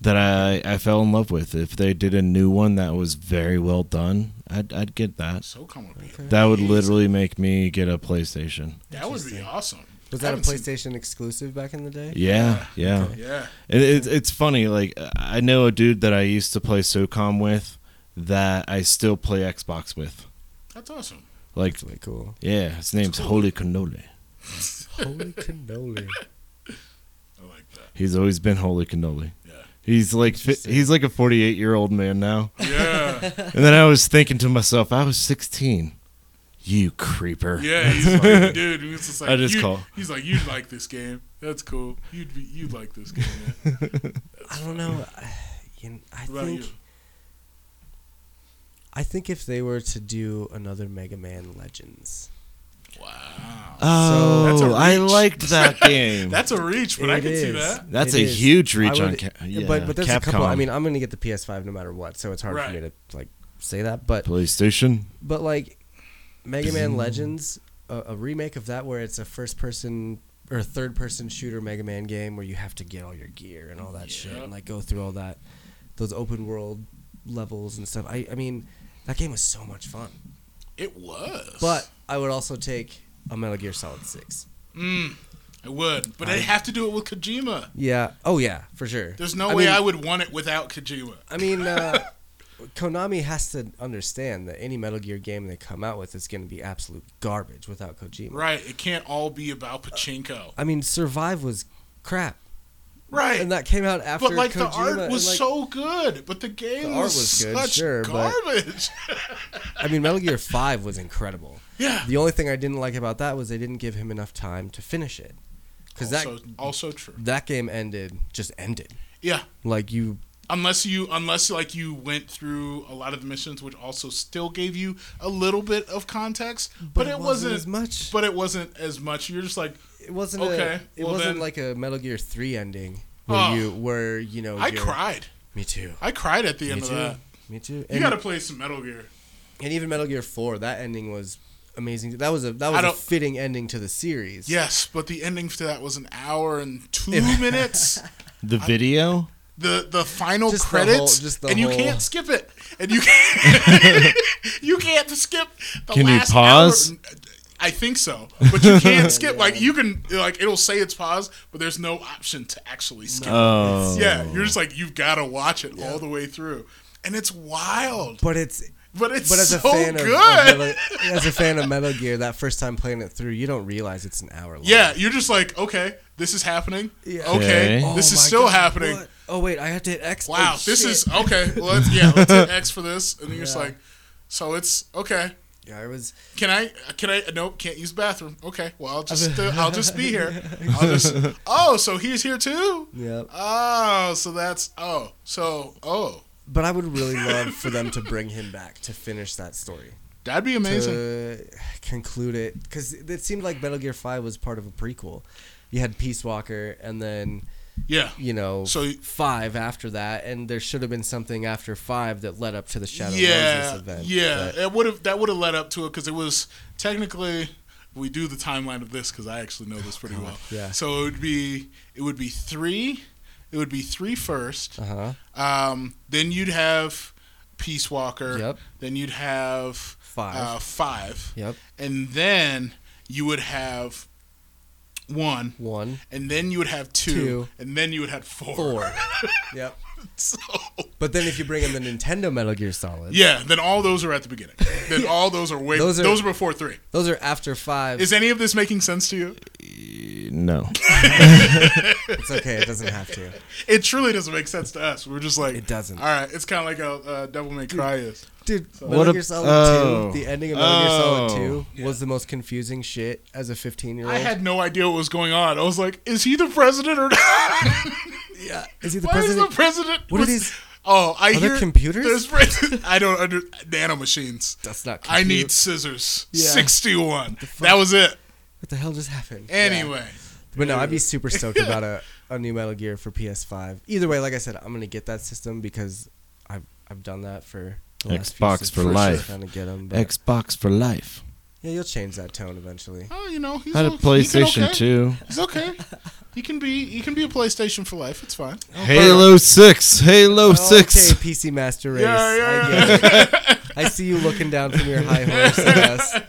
[SPEAKER 2] that I, I fell in love with. If they did a new one that was very well done, I'd, I'd get that.
[SPEAKER 8] SOCOM would be
[SPEAKER 2] That would literally make me get a PlayStation.
[SPEAKER 8] that would be awesome.
[SPEAKER 1] Was that
[SPEAKER 8] I
[SPEAKER 1] a
[SPEAKER 8] haven't seen-
[SPEAKER 1] PlayStation exclusive back in the day?
[SPEAKER 2] Yeah, yeah.
[SPEAKER 8] Yeah,
[SPEAKER 2] It, it's it's funny. Like I know a dude that I used to play SOCOM with that I still play Xbox with.
[SPEAKER 8] that's awesome.
[SPEAKER 2] Like
[SPEAKER 1] That's way cool.
[SPEAKER 2] yeah, his name's Holy Cannoli.
[SPEAKER 1] Holy cannoli.
[SPEAKER 8] I like that.
[SPEAKER 2] He's always been Holy Cannoli.
[SPEAKER 8] Yeah.
[SPEAKER 2] He's like fi- he's like a 48 year old man now.
[SPEAKER 8] Yeah,
[SPEAKER 2] And then I was thinking to myself, I was 16. You creeper.
[SPEAKER 8] yeah. He's like, dude. He was just like,
[SPEAKER 2] I just
[SPEAKER 8] "You'd-"
[SPEAKER 2] call.
[SPEAKER 8] He's like, you'd like this game. That's cool. You'd be, you'd like this game. man."
[SPEAKER 1] I don't know. I, you, I
[SPEAKER 8] What about
[SPEAKER 1] think
[SPEAKER 8] you?
[SPEAKER 1] I think if they were to do another Mega Man Legends,
[SPEAKER 8] Wow,
[SPEAKER 2] Oh,
[SPEAKER 8] So- That's a
[SPEAKER 2] I
[SPEAKER 8] reach.
[SPEAKER 2] liked that game.
[SPEAKER 8] that's a reach, but I
[SPEAKER 1] It
[SPEAKER 8] can see
[SPEAKER 1] is.
[SPEAKER 8] that.
[SPEAKER 2] That's
[SPEAKER 1] It
[SPEAKER 2] a
[SPEAKER 1] is.
[SPEAKER 2] huge reach
[SPEAKER 1] I
[SPEAKER 2] on
[SPEAKER 1] would-
[SPEAKER 2] Ca- yeah,
[SPEAKER 1] but but there's a couple.
[SPEAKER 2] Capcom.
[SPEAKER 1] I mean, I'm gonna get the PS5 no matter what, so it's hard for
[SPEAKER 8] Right.
[SPEAKER 1] me to like say that. But
[SPEAKER 2] PlayStation.
[SPEAKER 1] but like Mega Man Legends, a, a remake of that where it's a first person or third person shooter Mega Man game where you have to get all your gear and all that shit and like go through all that those open world levels and stuff. I I mean, that game was so much fun.
[SPEAKER 8] It was,
[SPEAKER 1] But I would also take a Metal Gear Solid 6.
[SPEAKER 8] Mm, I would, but I, would have to do it with Kojima.
[SPEAKER 1] Yeah. Oh yeah, for sure.
[SPEAKER 8] There's no way
[SPEAKER 1] mean,
[SPEAKER 8] I would want it without Kojima.
[SPEAKER 1] I mean, uh, Konami has to understand that any Metal Gear game they come out with is going to be absolute garbage without Kojima.
[SPEAKER 8] Right? It can't all be about pachinko.
[SPEAKER 1] I mean, Survive was crap,
[SPEAKER 8] Right.
[SPEAKER 1] and that came out after.
[SPEAKER 8] but like
[SPEAKER 1] Kojima,
[SPEAKER 8] the art
[SPEAKER 1] and,
[SPEAKER 8] was
[SPEAKER 1] like-
[SPEAKER 8] so good, but the game
[SPEAKER 1] art
[SPEAKER 8] was,
[SPEAKER 1] was good,
[SPEAKER 8] such
[SPEAKER 1] sure, but-
[SPEAKER 8] garbage.
[SPEAKER 1] I mean, Metal Gear Five was incredible.
[SPEAKER 8] yeah.
[SPEAKER 1] The only thing I didn't like about that was they didn't give him enough time to finish it, because that
[SPEAKER 8] Also, also true.
[SPEAKER 1] that game ended just ended.
[SPEAKER 8] Yeah.
[SPEAKER 1] Like you,
[SPEAKER 8] Unless you, unless like you went through a lot of the missions, which also still gave you a little bit of context, but,
[SPEAKER 1] but,
[SPEAKER 8] it wasn't,
[SPEAKER 1] as much.
[SPEAKER 8] But it wasn't as much. You're just like,
[SPEAKER 1] it wasn't. A,
[SPEAKER 8] okay,
[SPEAKER 1] it
[SPEAKER 8] well
[SPEAKER 1] wasn't
[SPEAKER 8] then-
[SPEAKER 1] like a Metal Gear Three ending where
[SPEAKER 8] Oh.
[SPEAKER 1] you where you know.
[SPEAKER 8] I
[SPEAKER 1] you're-
[SPEAKER 8] cried.
[SPEAKER 1] Me too.
[SPEAKER 8] I cried at the
[SPEAKER 1] Me
[SPEAKER 8] end of
[SPEAKER 1] too.
[SPEAKER 8] that.
[SPEAKER 1] Me too.
[SPEAKER 8] You
[SPEAKER 1] And,
[SPEAKER 8] got to play some Metal Gear.
[SPEAKER 1] and even Metal Gear Four, that ending was amazing. That was a that
[SPEAKER 8] I
[SPEAKER 1] was a
[SPEAKER 8] don't-
[SPEAKER 1] fitting ending to the series.
[SPEAKER 8] Yes, but the ending to that was an hour and two minutes.
[SPEAKER 2] The video?
[SPEAKER 8] The the final
[SPEAKER 1] Just the
[SPEAKER 8] credits,
[SPEAKER 1] whole- just the
[SPEAKER 8] and you
[SPEAKER 1] whole-
[SPEAKER 8] can't skip it, and you can't you can't skip. The
[SPEAKER 2] Can you
[SPEAKER 8] last
[SPEAKER 2] pause?
[SPEAKER 8] hour. I think so, but you can't skip. Like you can, like it'll say it's paused, but there's no option to actually skip.
[SPEAKER 2] Oh.
[SPEAKER 8] it. Yeah, you're just like you've got to watch it all the way through, and it's wild,
[SPEAKER 1] But it's
[SPEAKER 8] but it's
[SPEAKER 1] but as
[SPEAKER 8] so
[SPEAKER 1] a fan of,
[SPEAKER 8] good.
[SPEAKER 1] of Metal, as a fan of Metal Gear, that first time playing it through, you don't realize it's an hour long.
[SPEAKER 8] yeah, you're just like okay, this is happening.
[SPEAKER 1] Yeah.
[SPEAKER 8] Okay,
[SPEAKER 2] Okay.
[SPEAKER 8] this
[SPEAKER 1] Oh
[SPEAKER 8] is
[SPEAKER 1] my
[SPEAKER 8] still
[SPEAKER 1] God,
[SPEAKER 8] happening.
[SPEAKER 1] what? Oh wait, I have to hit X.
[SPEAKER 8] wow,
[SPEAKER 1] Oh,
[SPEAKER 8] this
[SPEAKER 1] shit.
[SPEAKER 8] is okay. Well, let's, yeah, let's hit X for this, and then you're just
[SPEAKER 1] Yeah.
[SPEAKER 8] like, so it's okay.
[SPEAKER 1] Yeah, I was.
[SPEAKER 8] Can I? Can I? Nope, can't use bathroom. Okay, well, I'll just uh, I'll just be here. I'll just. Oh, so he's here too.
[SPEAKER 1] Yeah,
[SPEAKER 8] Oh, so that's oh, so oh,
[SPEAKER 1] but I would really love for them to bring him back to finish that story,
[SPEAKER 8] that'd be amazing.
[SPEAKER 1] to conclude it, because it seemed like Metal Gear Five was part of a prequel. You had Peace Walker, and then
[SPEAKER 8] yeah,
[SPEAKER 1] you know
[SPEAKER 8] So-
[SPEAKER 1] five after that, and there should have been something after five that led up to the Shadow
[SPEAKER 8] yeah,
[SPEAKER 1] Moses event.
[SPEAKER 8] yeah.
[SPEAKER 1] but-
[SPEAKER 8] It would have that would have led up to it because it was technically we do the timeline of this because I actually know this pretty well.
[SPEAKER 1] yeah.
[SPEAKER 8] So it would be it would be three, it would be three first.
[SPEAKER 1] uh-huh.
[SPEAKER 8] Um, then you'd have Peace Walker.
[SPEAKER 1] Yep.
[SPEAKER 8] Then you'd have
[SPEAKER 1] Five.
[SPEAKER 8] Uh, five.
[SPEAKER 1] Yep.
[SPEAKER 8] And then you would have one.
[SPEAKER 1] One.
[SPEAKER 8] And then you would have two.
[SPEAKER 1] Two.
[SPEAKER 8] And then you would have four.
[SPEAKER 1] Four. yep.
[SPEAKER 8] so
[SPEAKER 1] But then if you bring in the Nintendo Metal Gear Solid,
[SPEAKER 8] yeah, then all those are at the beginning. Then all those are way
[SPEAKER 1] Those
[SPEAKER 8] those
[SPEAKER 1] are-
[SPEAKER 8] are, before three.
[SPEAKER 1] those are after five.
[SPEAKER 8] Is any of this making sense to you?
[SPEAKER 2] No.
[SPEAKER 1] it's okay. It doesn't have to.
[SPEAKER 8] It truly doesn't make sense to us. We're just like
[SPEAKER 1] It doesn't.
[SPEAKER 8] All right, it's kind of like how uh, Devil May Cry is.
[SPEAKER 1] Dude, Metal
[SPEAKER 2] What a-
[SPEAKER 1] Gear Solid
[SPEAKER 2] oh.
[SPEAKER 1] 2, the ending of Metal Gear
[SPEAKER 2] Oh.
[SPEAKER 1] Solid 2 was the most confusing shit as a 15 year old.
[SPEAKER 8] I had no idea what was going on. I was like, is he the president or not?
[SPEAKER 1] Is he the
[SPEAKER 8] Why is
[SPEAKER 1] president?
[SPEAKER 8] the president?
[SPEAKER 1] What are
[SPEAKER 8] was-
[SPEAKER 1] these-
[SPEAKER 8] Oh, I
[SPEAKER 1] Are there
[SPEAKER 8] hear
[SPEAKER 1] computers?
[SPEAKER 8] there's- I don't under nano machines.
[SPEAKER 1] That's not.
[SPEAKER 8] I
[SPEAKER 1] compute.
[SPEAKER 8] need scissors.
[SPEAKER 1] Yeah.
[SPEAKER 8] Sixty-one. That was it.
[SPEAKER 1] What the hell just happened?
[SPEAKER 8] Anyway,
[SPEAKER 1] But no, I'd be super stoked about a, a new Metal Gear for PS5. Either way, like I said, I'm gonna get that system because I've I've done that for the last few
[SPEAKER 2] Xbox
[SPEAKER 1] systems.
[SPEAKER 2] for life.
[SPEAKER 1] Trying to get 'em, but-
[SPEAKER 2] Xbox for life.
[SPEAKER 1] yeah, you'll change that tone eventually.
[SPEAKER 8] oh, you know, he's
[SPEAKER 2] I had a
[SPEAKER 8] o- he's an
[SPEAKER 2] PlayStation
[SPEAKER 8] okay.
[SPEAKER 2] 2.
[SPEAKER 8] He's okay. He can be. He can be a PlayStation for life. It's fine.
[SPEAKER 2] Halo 6. Halo 6.
[SPEAKER 1] Oh, Okay, PC Master Race.
[SPEAKER 8] Yeah, yeah,
[SPEAKER 1] I, get it. I see you looking down from your high horse. Yes.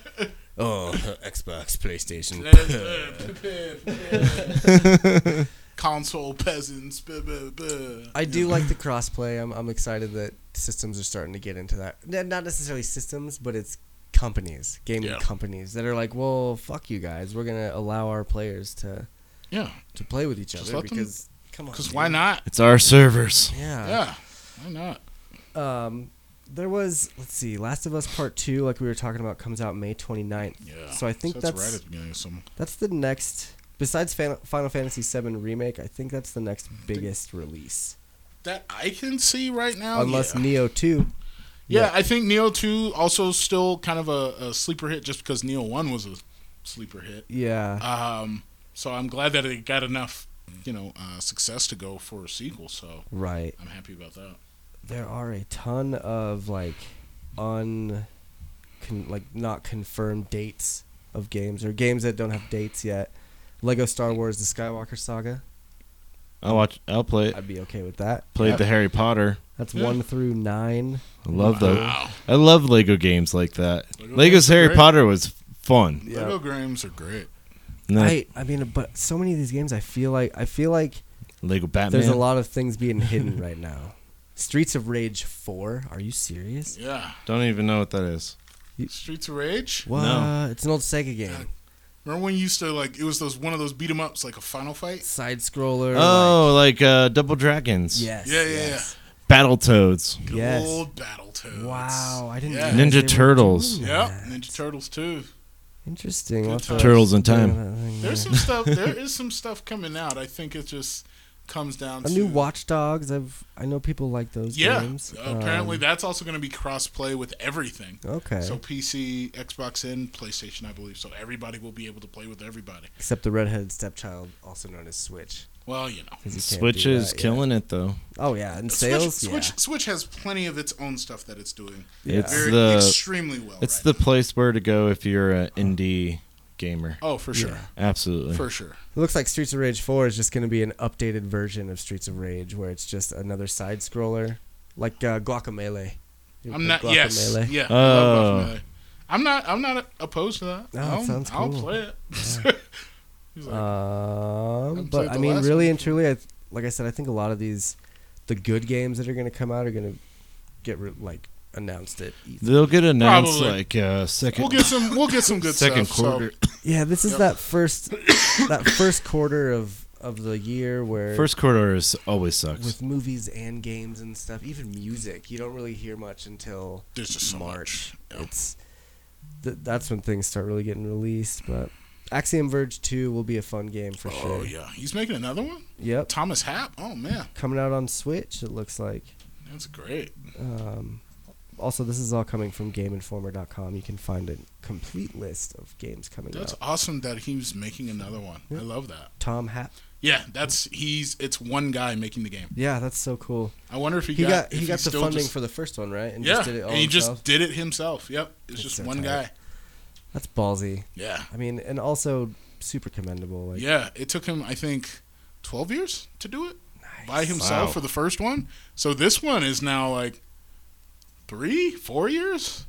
[SPEAKER 1] Oh, Xbox, PlayStation.
[SPEAKER 8] Console peasants. buh, buh, buh.
[SPEAKER 1] I do like the crossplay. I'm, I'm excited that systems are starting to get into that. N- Not necessarily systems, but it's companies, gaming
[SPEAKER 8] Yeah.
[SPEAKER 1] companies that are like, well, fuck you guys. We're gonna allow our players to
[SPEAKER 8] Yeah,
[SPEAKER 1] to play with each other
[SPEAKER 8] let them-
[SPEAKER 1] because come on,
[SPEAKER 8] because
[SPEAKER 1] dude.
[SPEAKER 8] why not?
[SPEAKER 2] It's our servers.
[SPEAKER 1] Yeah.
[SPEAKER 8] Yeah, why not?
[SPEAKER 1] Um, there was let's see, Last of Us Part Two, like we were talking about, comes out May 29th.
[SPEAKER 8] Yeah.
[SPEAKER 1] So I think
[SPEAKER 8] So
[SPEAKER 1] that's-
[SPEAKER 8] right at the beginning of summer.
[SPEAKER 1] That's the next. Besides Fan- Final Fantasy VII remake, I think that's the next biggest release,
[SPEAKER 8] That I can see right now.
[SPEAKER 1] unless
[SPEAKER 8] Oh, yeah.
[SPEAKER 1] Neo Two.
[SPEAKER 8] Yeah,
[SPEAKER 1] Yeah.
[SPEAKER 8] I think Neo two also still kind of a, a sleeper hit just because Neo one was a sleeper hit.
[SPEAKER 1] Yeah,
[SPEAKER 8] Um, so I'm glad that it got enough, you know, uh, success to go for a sequel. So
[SPEAKER 1] right.
[SPEAKER 8] I'm happy about that.
[SPEAKER 1] There are a ton of like un, con- like not confirmed dates of games or games that don't have dates yet. Lego Star Wars: The Skywalker Saga.
[SPEAKER 2] I'll watch. I'll play.
[SPEAKER 1] I'd be okay with that.
[SPEAKER 2] Played the Harry Potter.
[SPEAKER 1] That's
[SPEAKER 8] Yeah.
[SPEAKER 1] one through nine.
[SPEAKER 2] I love those. I love Lego games like that.
[SPEAKER 8] Lego
[SPEAKER 2] Lego's
[SPEAKER 8] games are
[SPEAKER 2] Harry
[SPEAKER 8] great.
[SPEAKER 2] Potter was fun.
[SPEAKER 1] Yeah.
[SPEAKER 8] Lego games are great.
[SPEAKER 2] And then
[SPEAKER 1] I, I mean, but so many of these games, I feel like I feel like
[SPEAKER 2] Lego Batman.
[SPEAKER 1] there's a lot of things being hidden right now. Streets of Rage Four? Are you serious?
[SPEAKER 8] Yeah,
[SPEAKER 2] Don't even know what that is.
[SPEAKER 8] Streets of Rage.
[SPEAKER 1] What?
[SPEAKER 2] No.
[SPEAKER 1] It's an old Sega game.
[SPEAKER 8] Remember when you used to like it was those one of those beat 'em ups like a final fight?
[SPEAKER 1] Side scroller.
[SPEAKER 2] Oh, like uh, Double Dragons.
[SPEAKER 1] yes.
[SPEAKER 8] Yeah, yeah,
[SPEAKER 1] yes.
[SPEAKER 2] Battle Toads.
[SPEAKER 8] Good
[SPEAKER 1] Yes.
[SPEAKER 8] Old Battletoads.
[SPEAKER 1] Wow, I didn't.
[SPEAKER 8] Yeah.
[SPEAKER 1] realize they
[SPEAKER 2] Ninja
[SPEAKER 1] were
[SPEAKER 2] Turtles.
[SPEAKER 1] doing
[SPEAKER 8] Yep,
[SPEAKER 1] that.
[SPEAKER 8] Ninja Turtles too.
[SPEAKER 1] Interesting. I'll have to-
[SPEAKER 8] times.
[SPEAKER 2] Turtles in Time.
[SPEAKER 1] Oh, Yeah, that thing,
[SPEAKER 8] There's
[SPEAKER 1] yeah.
[SPEAKER 8] some stuff. There is some stuff coming out. I think it just comes down
[SPEAKER 1] A
[SPEAKER 8] to
[SPEAKER 1] new Watch Dogs. I've I know people like those
[SPEAKER 8] Yeah, Uh,
[SPEAKER 1] games.
[SPEAKER 8] apparently
[SPEAKER 1] Um,
[SPEAKER 8] that's also going to be cross play with everything.
[SPEAKER 1] Okay.
[SPEAKER 8] So PC, Xbox, and PlayStation, I believe. So everybody will be able to play with everybody.
[SPEAKER 1] Except the redheaded stepchild, also known as Switch.
[SPEAKER 8] Well, you know,
[SPEAKER 1] 'cause you can't do
[SPEAKER 2] Switch is
[SPEAKER 1] that yet.
[SPEAKER 2] killing it though.
[SPEAKER 1] Oh yeah, and sales.
[SPEAKER 8] Switch,
[SPEAKER 1] yeah.
[SPEAKER 8] Switch, Switch has plenty of its own stuff that it's doing
[SPEAKER 2] It's
[SPEAKER 8] very
[SPEAKER 2] the
[SPEAKER 8] extremely well.
[SPEAKER 2] it's
[SPEAKER 8] right
[SPEAKER 2] the place where to go if you're an indie gamer.
[SPEAKER 8] now. oh for sure,
[SPEAKER 2] Absolutely.
[SPEAKER 8] for sure.
[SPEAKER 1] It looks like Streets of Rage 4 is just going to be an updated version of Streets of Rage, where it's just another side scroller, like uh, Guacamele. You
[SPEAKER 8] I'm
[SPEAKER 1] play
[SPEAKER 8] not. Yes.
[SPEAKER 1] Guacamelee?
[SPEAKER 8] Yeah. I
[SPEAKER 2] Oh.
[SPEAKER 8] love Guacamele. I'm not. I'm not opposed to that.
[SPEAKER 1] No, Oh, it
[SPEAKER 8] I'll,
[SPEAKER 1] sounds
[SPEAKER 8] I'll
[SPEAKER 1] cool.
[SPEAKER 8] play it. He's like,
[SPEAKER 1] Um,
[SPEAKER 8] Haven't
[SPEAKER 1] but
[SPEAKER 8] played
[SPEAKER 1] I
[SPEAKER 8] the
[SPEAKER 1] mean,
[SPEAKER 8] last
[SPEAKER 1] really
[SPEAKER 8] one.
[SPEAKER 1] and truly, I th- like I said, I think a lot of these, the good games that are going to come out are going to get re- like announced at E E3.
[SPEAKER 2] They'll get announced
[SPEAKER 8] Probably.
[SPEAKER 2] like uh, second
[SPEAKER 8] we'll get some. We'll get some good
[SPEAKER 2] second
[SPEAKER 8] stuff. so-
[SPEAKER 2] quarter.
[SPEAKER 1] Yeah, this is
[SPEAKER 8] Yep.
[SPEAKER 1] that first that first quarter of of the year where
[SPEAKER 2] First quarter is always sucks.
[SPEAKER 1] with movies and games and stuff, even music, you don't really hear much until
[SPEAKER 8] There's just so
[SPEAKER 1] March.
[SPEAKER 8] much, yeah.
[SPEAKER 1] It's th- that's when things start really getting released. But Axiom Verge Two will be a fun game for
[SPEAKER 8] oh
[SPEAKER 1] sure.
[SPEAKER 8] yeah, he's making another one.
[SPEAKER 1] Yep,
[SPEAKER 8] Thomas Happ. Oh man,
[SPEAKER 1] coming out on Switch. It looks like.
[SPEAKER 8] that's great.
[SPEAKER 1] Um, also, this is all coming from GameInformer.com. You can find a complete list of games coming
[SPEAKER 8] That's
[SPEAKER 1] out.
[SPEAKER 8] awesome that he's making another one.
[SPEAKER 1] Yeah.
[SPEAKER 8] I love that.
[SPEAKER 1] Tom Hap.
[SPEAKER 8] Yeah, that's he's. It's one guy making the game.
[SPEAKER 1] Yeah, that's so cool.
[SPEAKER 8] I wonder if he,
[SPEAKER 1] He
[SPEAKER 8] got,
[SPEAKER 1] got he
[SPEAKER 8] if
[SPEAKER 1] got the
[SPEAKER 8] still
[SPEAKER 1] funding
[SPEAKER 8] just-
[SPEAKER 1] for the first one, right? And
[SPEAKER 8] yeah,
[SPEAKER 1] just did it all
[SPEAKER 8] and he
[SPEAKER 1] himself?
[SPEAKER 8] just did it himself. Yep, it's
[SPEAKER 1] That's
[SPEAKER 8] just
[SPEAKER 1] so tight.
[SPEAKER 8] one guy.
[SPEAKER 1] That's ballsy.
[SPEAKER 8] Yeah,
[SPEAKER 1] I mean, and also super commendable. Like,
[SPEAKER 8] yeah. It took him, I think, twelve years to do it by
[SPEAKER 1] Nice.
[SPEAKER 8] himself
[SPEAKER 2] Wow.
[SPEAKER 8] for the first one. So this one is now like three, four years.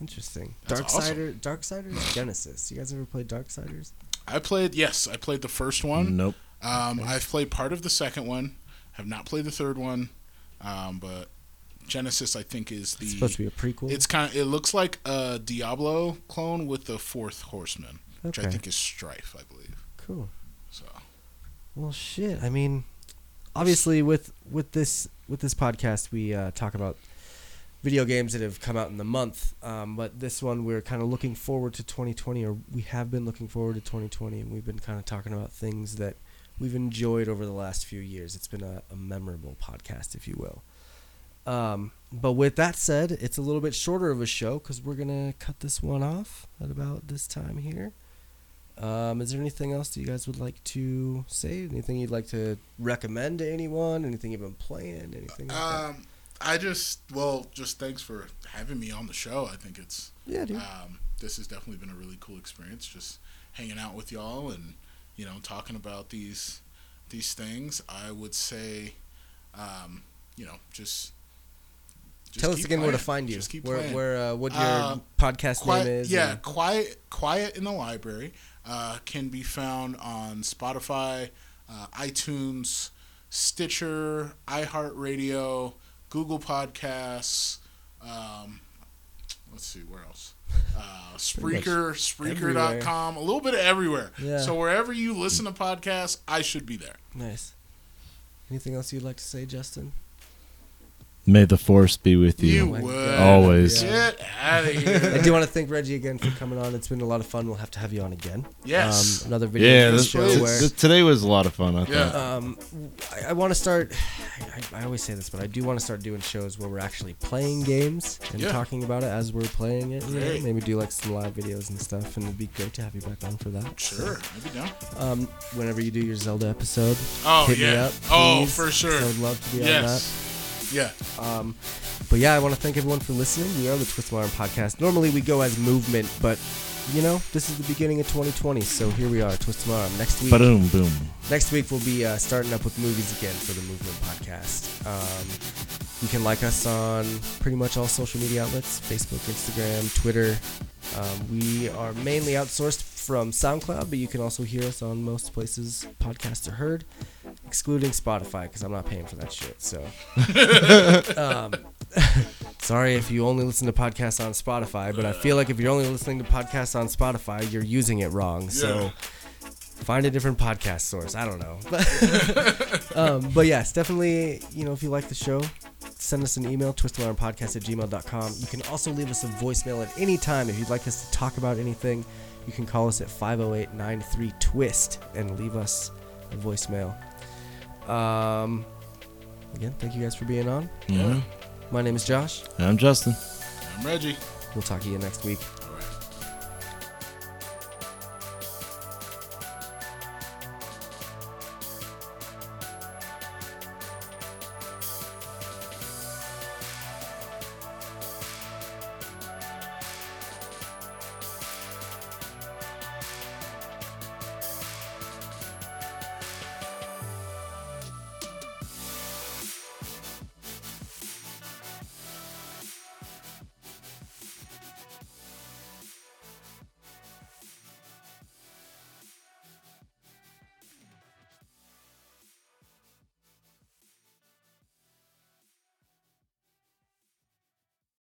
[SPEAKER 1] Interesting.
[SPEAKER 8] That's
[SPEAKER 1] Darksider, Darksiders Genesis. You guys ever played Darksiders?
[SPEAKER 8] I played. Yes, I played the first one.
[SPEAKER 2] nope.
[SPEAKER 8] Um, I've played part of the second one. Have not played the third one, um, but Genesis I think is the.
[SPEAKER 1] It's supposed to be a prequel.
[SPEAKER 8] It's kind of. It looks like a Diablo clone with the fourth Horseman, which I
[SPEAKER 1] Okay.
[SPEAKER 8] think is Strife, I believe.
[SPEAKER 1] cool.
[SPEAKER 8] So
[SPEAKER 1] Well, shit. I mean, obviously, with with this with this podcast, we uh, talk about video games that have come out in the month. Um, but this one, we're kind of looking forward to 2020, or we have been looking forward to 2020, and we've been kind of talking about things that we've enjoyed over the last few years. It's been a, a memorable podcast, if you will. Um, but with that said, it's a little bit shorter of a show because we're gonna cut this one off at about this time here. Um, is there anything else that you guys would like to say? Anything you'd like to recommend to anyone? Anything you've been playing? Anything? Like that?
[SPEAKER 8] Um, I just well, just thanks for having me on the show. I think it's
[SPEAKER 1] Yeah, dude.
[SPEAKER 8] um, this has definitely been a really cool experience. Just hanging out with y'all and you know talking about these these things. I would say, um, you know, just, just
[SPEAKER 1] Tell us
[SPEAKER 8] keep
[SPEAKER 1] again where to
[SPEAKER 8] playing.
[SPEAKER 1] find you.
[SPEAKER 8] Just keep
[SPEAKER 1] where,
[SPEAKER 8] playing.
[SPEAKER 1] where, uh, what your
[SPEAKER 8] Uh,
[SPEAKER 1] podcast
[SPEAKER 8] Quiet,
[SPEAKER 1] name is?
[SPEAKER 8] yeah,
[SPEAKER 1] and-
[SPEAKER 8] quiet, quiet in the library uh, can be found on Spotify, uh, iTunes, Stitcher, iHeartRadio, Google Podcasts. Um, let's see where else. Uh, Spreaker, Spreaker.com, a little bit of everywhere.
[SPEAKER 1] Yeah.
[SPEAKER 8] So wherever you listen to podcasts, I should be there.
[SPEAKER 1] Nice. Anything else you'd like to say, Justin?
[SPEAKER 2] May the force be with
[SPEAKER 8] You
[SPEAKER 2] you.
[SPEAKER 1] Oh my
[SPEAKER 8] would
[SPEAKER 1] God. Um,
[SPEAKER 2] Always.
[SPEAKER 1] Yeah.
[SPEAKER 8] get out of
[SPEAKER 1] I
[SPEAKER 8] here.
[SPEAKER 1] do want to thank Reggie again for coming on. It's been a lot of fun. We'll have to have you on again.
[SPEAKER 8] Yes.
[SPEAKER 1] Um, another video
[SPEAKER 2] Yeah,
[SPEAKER 1] game
[SPEAKER 2] this,
[SPEAKER 1] show
[SPEAKER 2] this-
[SPEAKER 1] where
[SPEAKER 2] this- today was a lot of fun. I
[SPEAKER 8] Yeah.
[SPEAKER 2] thought.
[SPEAKER 1] um, I, I want to start. I, I always say this, but I do want to start doing shows where we're actually playing games and
[SPEAKER 8] Yeah.
[SPEAKER 1] talking about it as we're playing it. You know?
[SPEAKER 8] Great.
[SPEAKER 1] Maybe do like some live videos and stuff, and it'd be great to have you back on for that.
[SPEAKER 8] sure, I'd be down.
[SPEAKER 1] Um, whenever you do your Zelda episode,
[SPEAKER 8] Oh,
[SPEAKER 1] hit me
[SPEAKER 8] yeah.
[SPEAKER 1] up.
[SPEAKER 8] Oh,
[SPEAKER 1] please.
[SPEAKER 8] for sure.
[SPEAKER 1] I would love to be on that.
[SPEAKER 8] Yes. Yeah.
[SPEAKER 1] Um, but yeah, I want to thank everyone for listening. We are the Twist Alarm Podcast. Normally we go as movement, but you know this is the beginning of 2020, so here we are, Twist Alarm. Next week,
[SPEAKER 2] Boom, boom.
[SPEAKER 1] next week we'll be uh, starting up with movies again for the Movement Podcast. Um, you can like us on pretty much all social media outlets: Facebook, Instagram, Twitter. Um, we are mainly outsourced from SoundCloud, but you can also hear us on most places podcasts are heard, excluding Spotify because I'm not paying for that shit. So, um, sorry if you only listen to podcasts on Spotify, but I feel like if you're only listening to podcasts on Spotify, you're using it wrong. So, find a different podcast source. I don't know, but um, but yes, definitely. You know, if you like the show, send us an email twistalarmpodcast at gmail.com you can also leave us a voicemail at any time if you'd like us to talk about anything you can call us at 508-93 twist and leave us a voicemail um, again thank you guys for being on
[SPEAKER 2] Yeah.
[SPEAKER 1] my name is josh
[SPEAKER 2] I'm Justin.
[SPEAKER 8] I'm Reggie.
[SPEAKER 1] we'll talk to you next week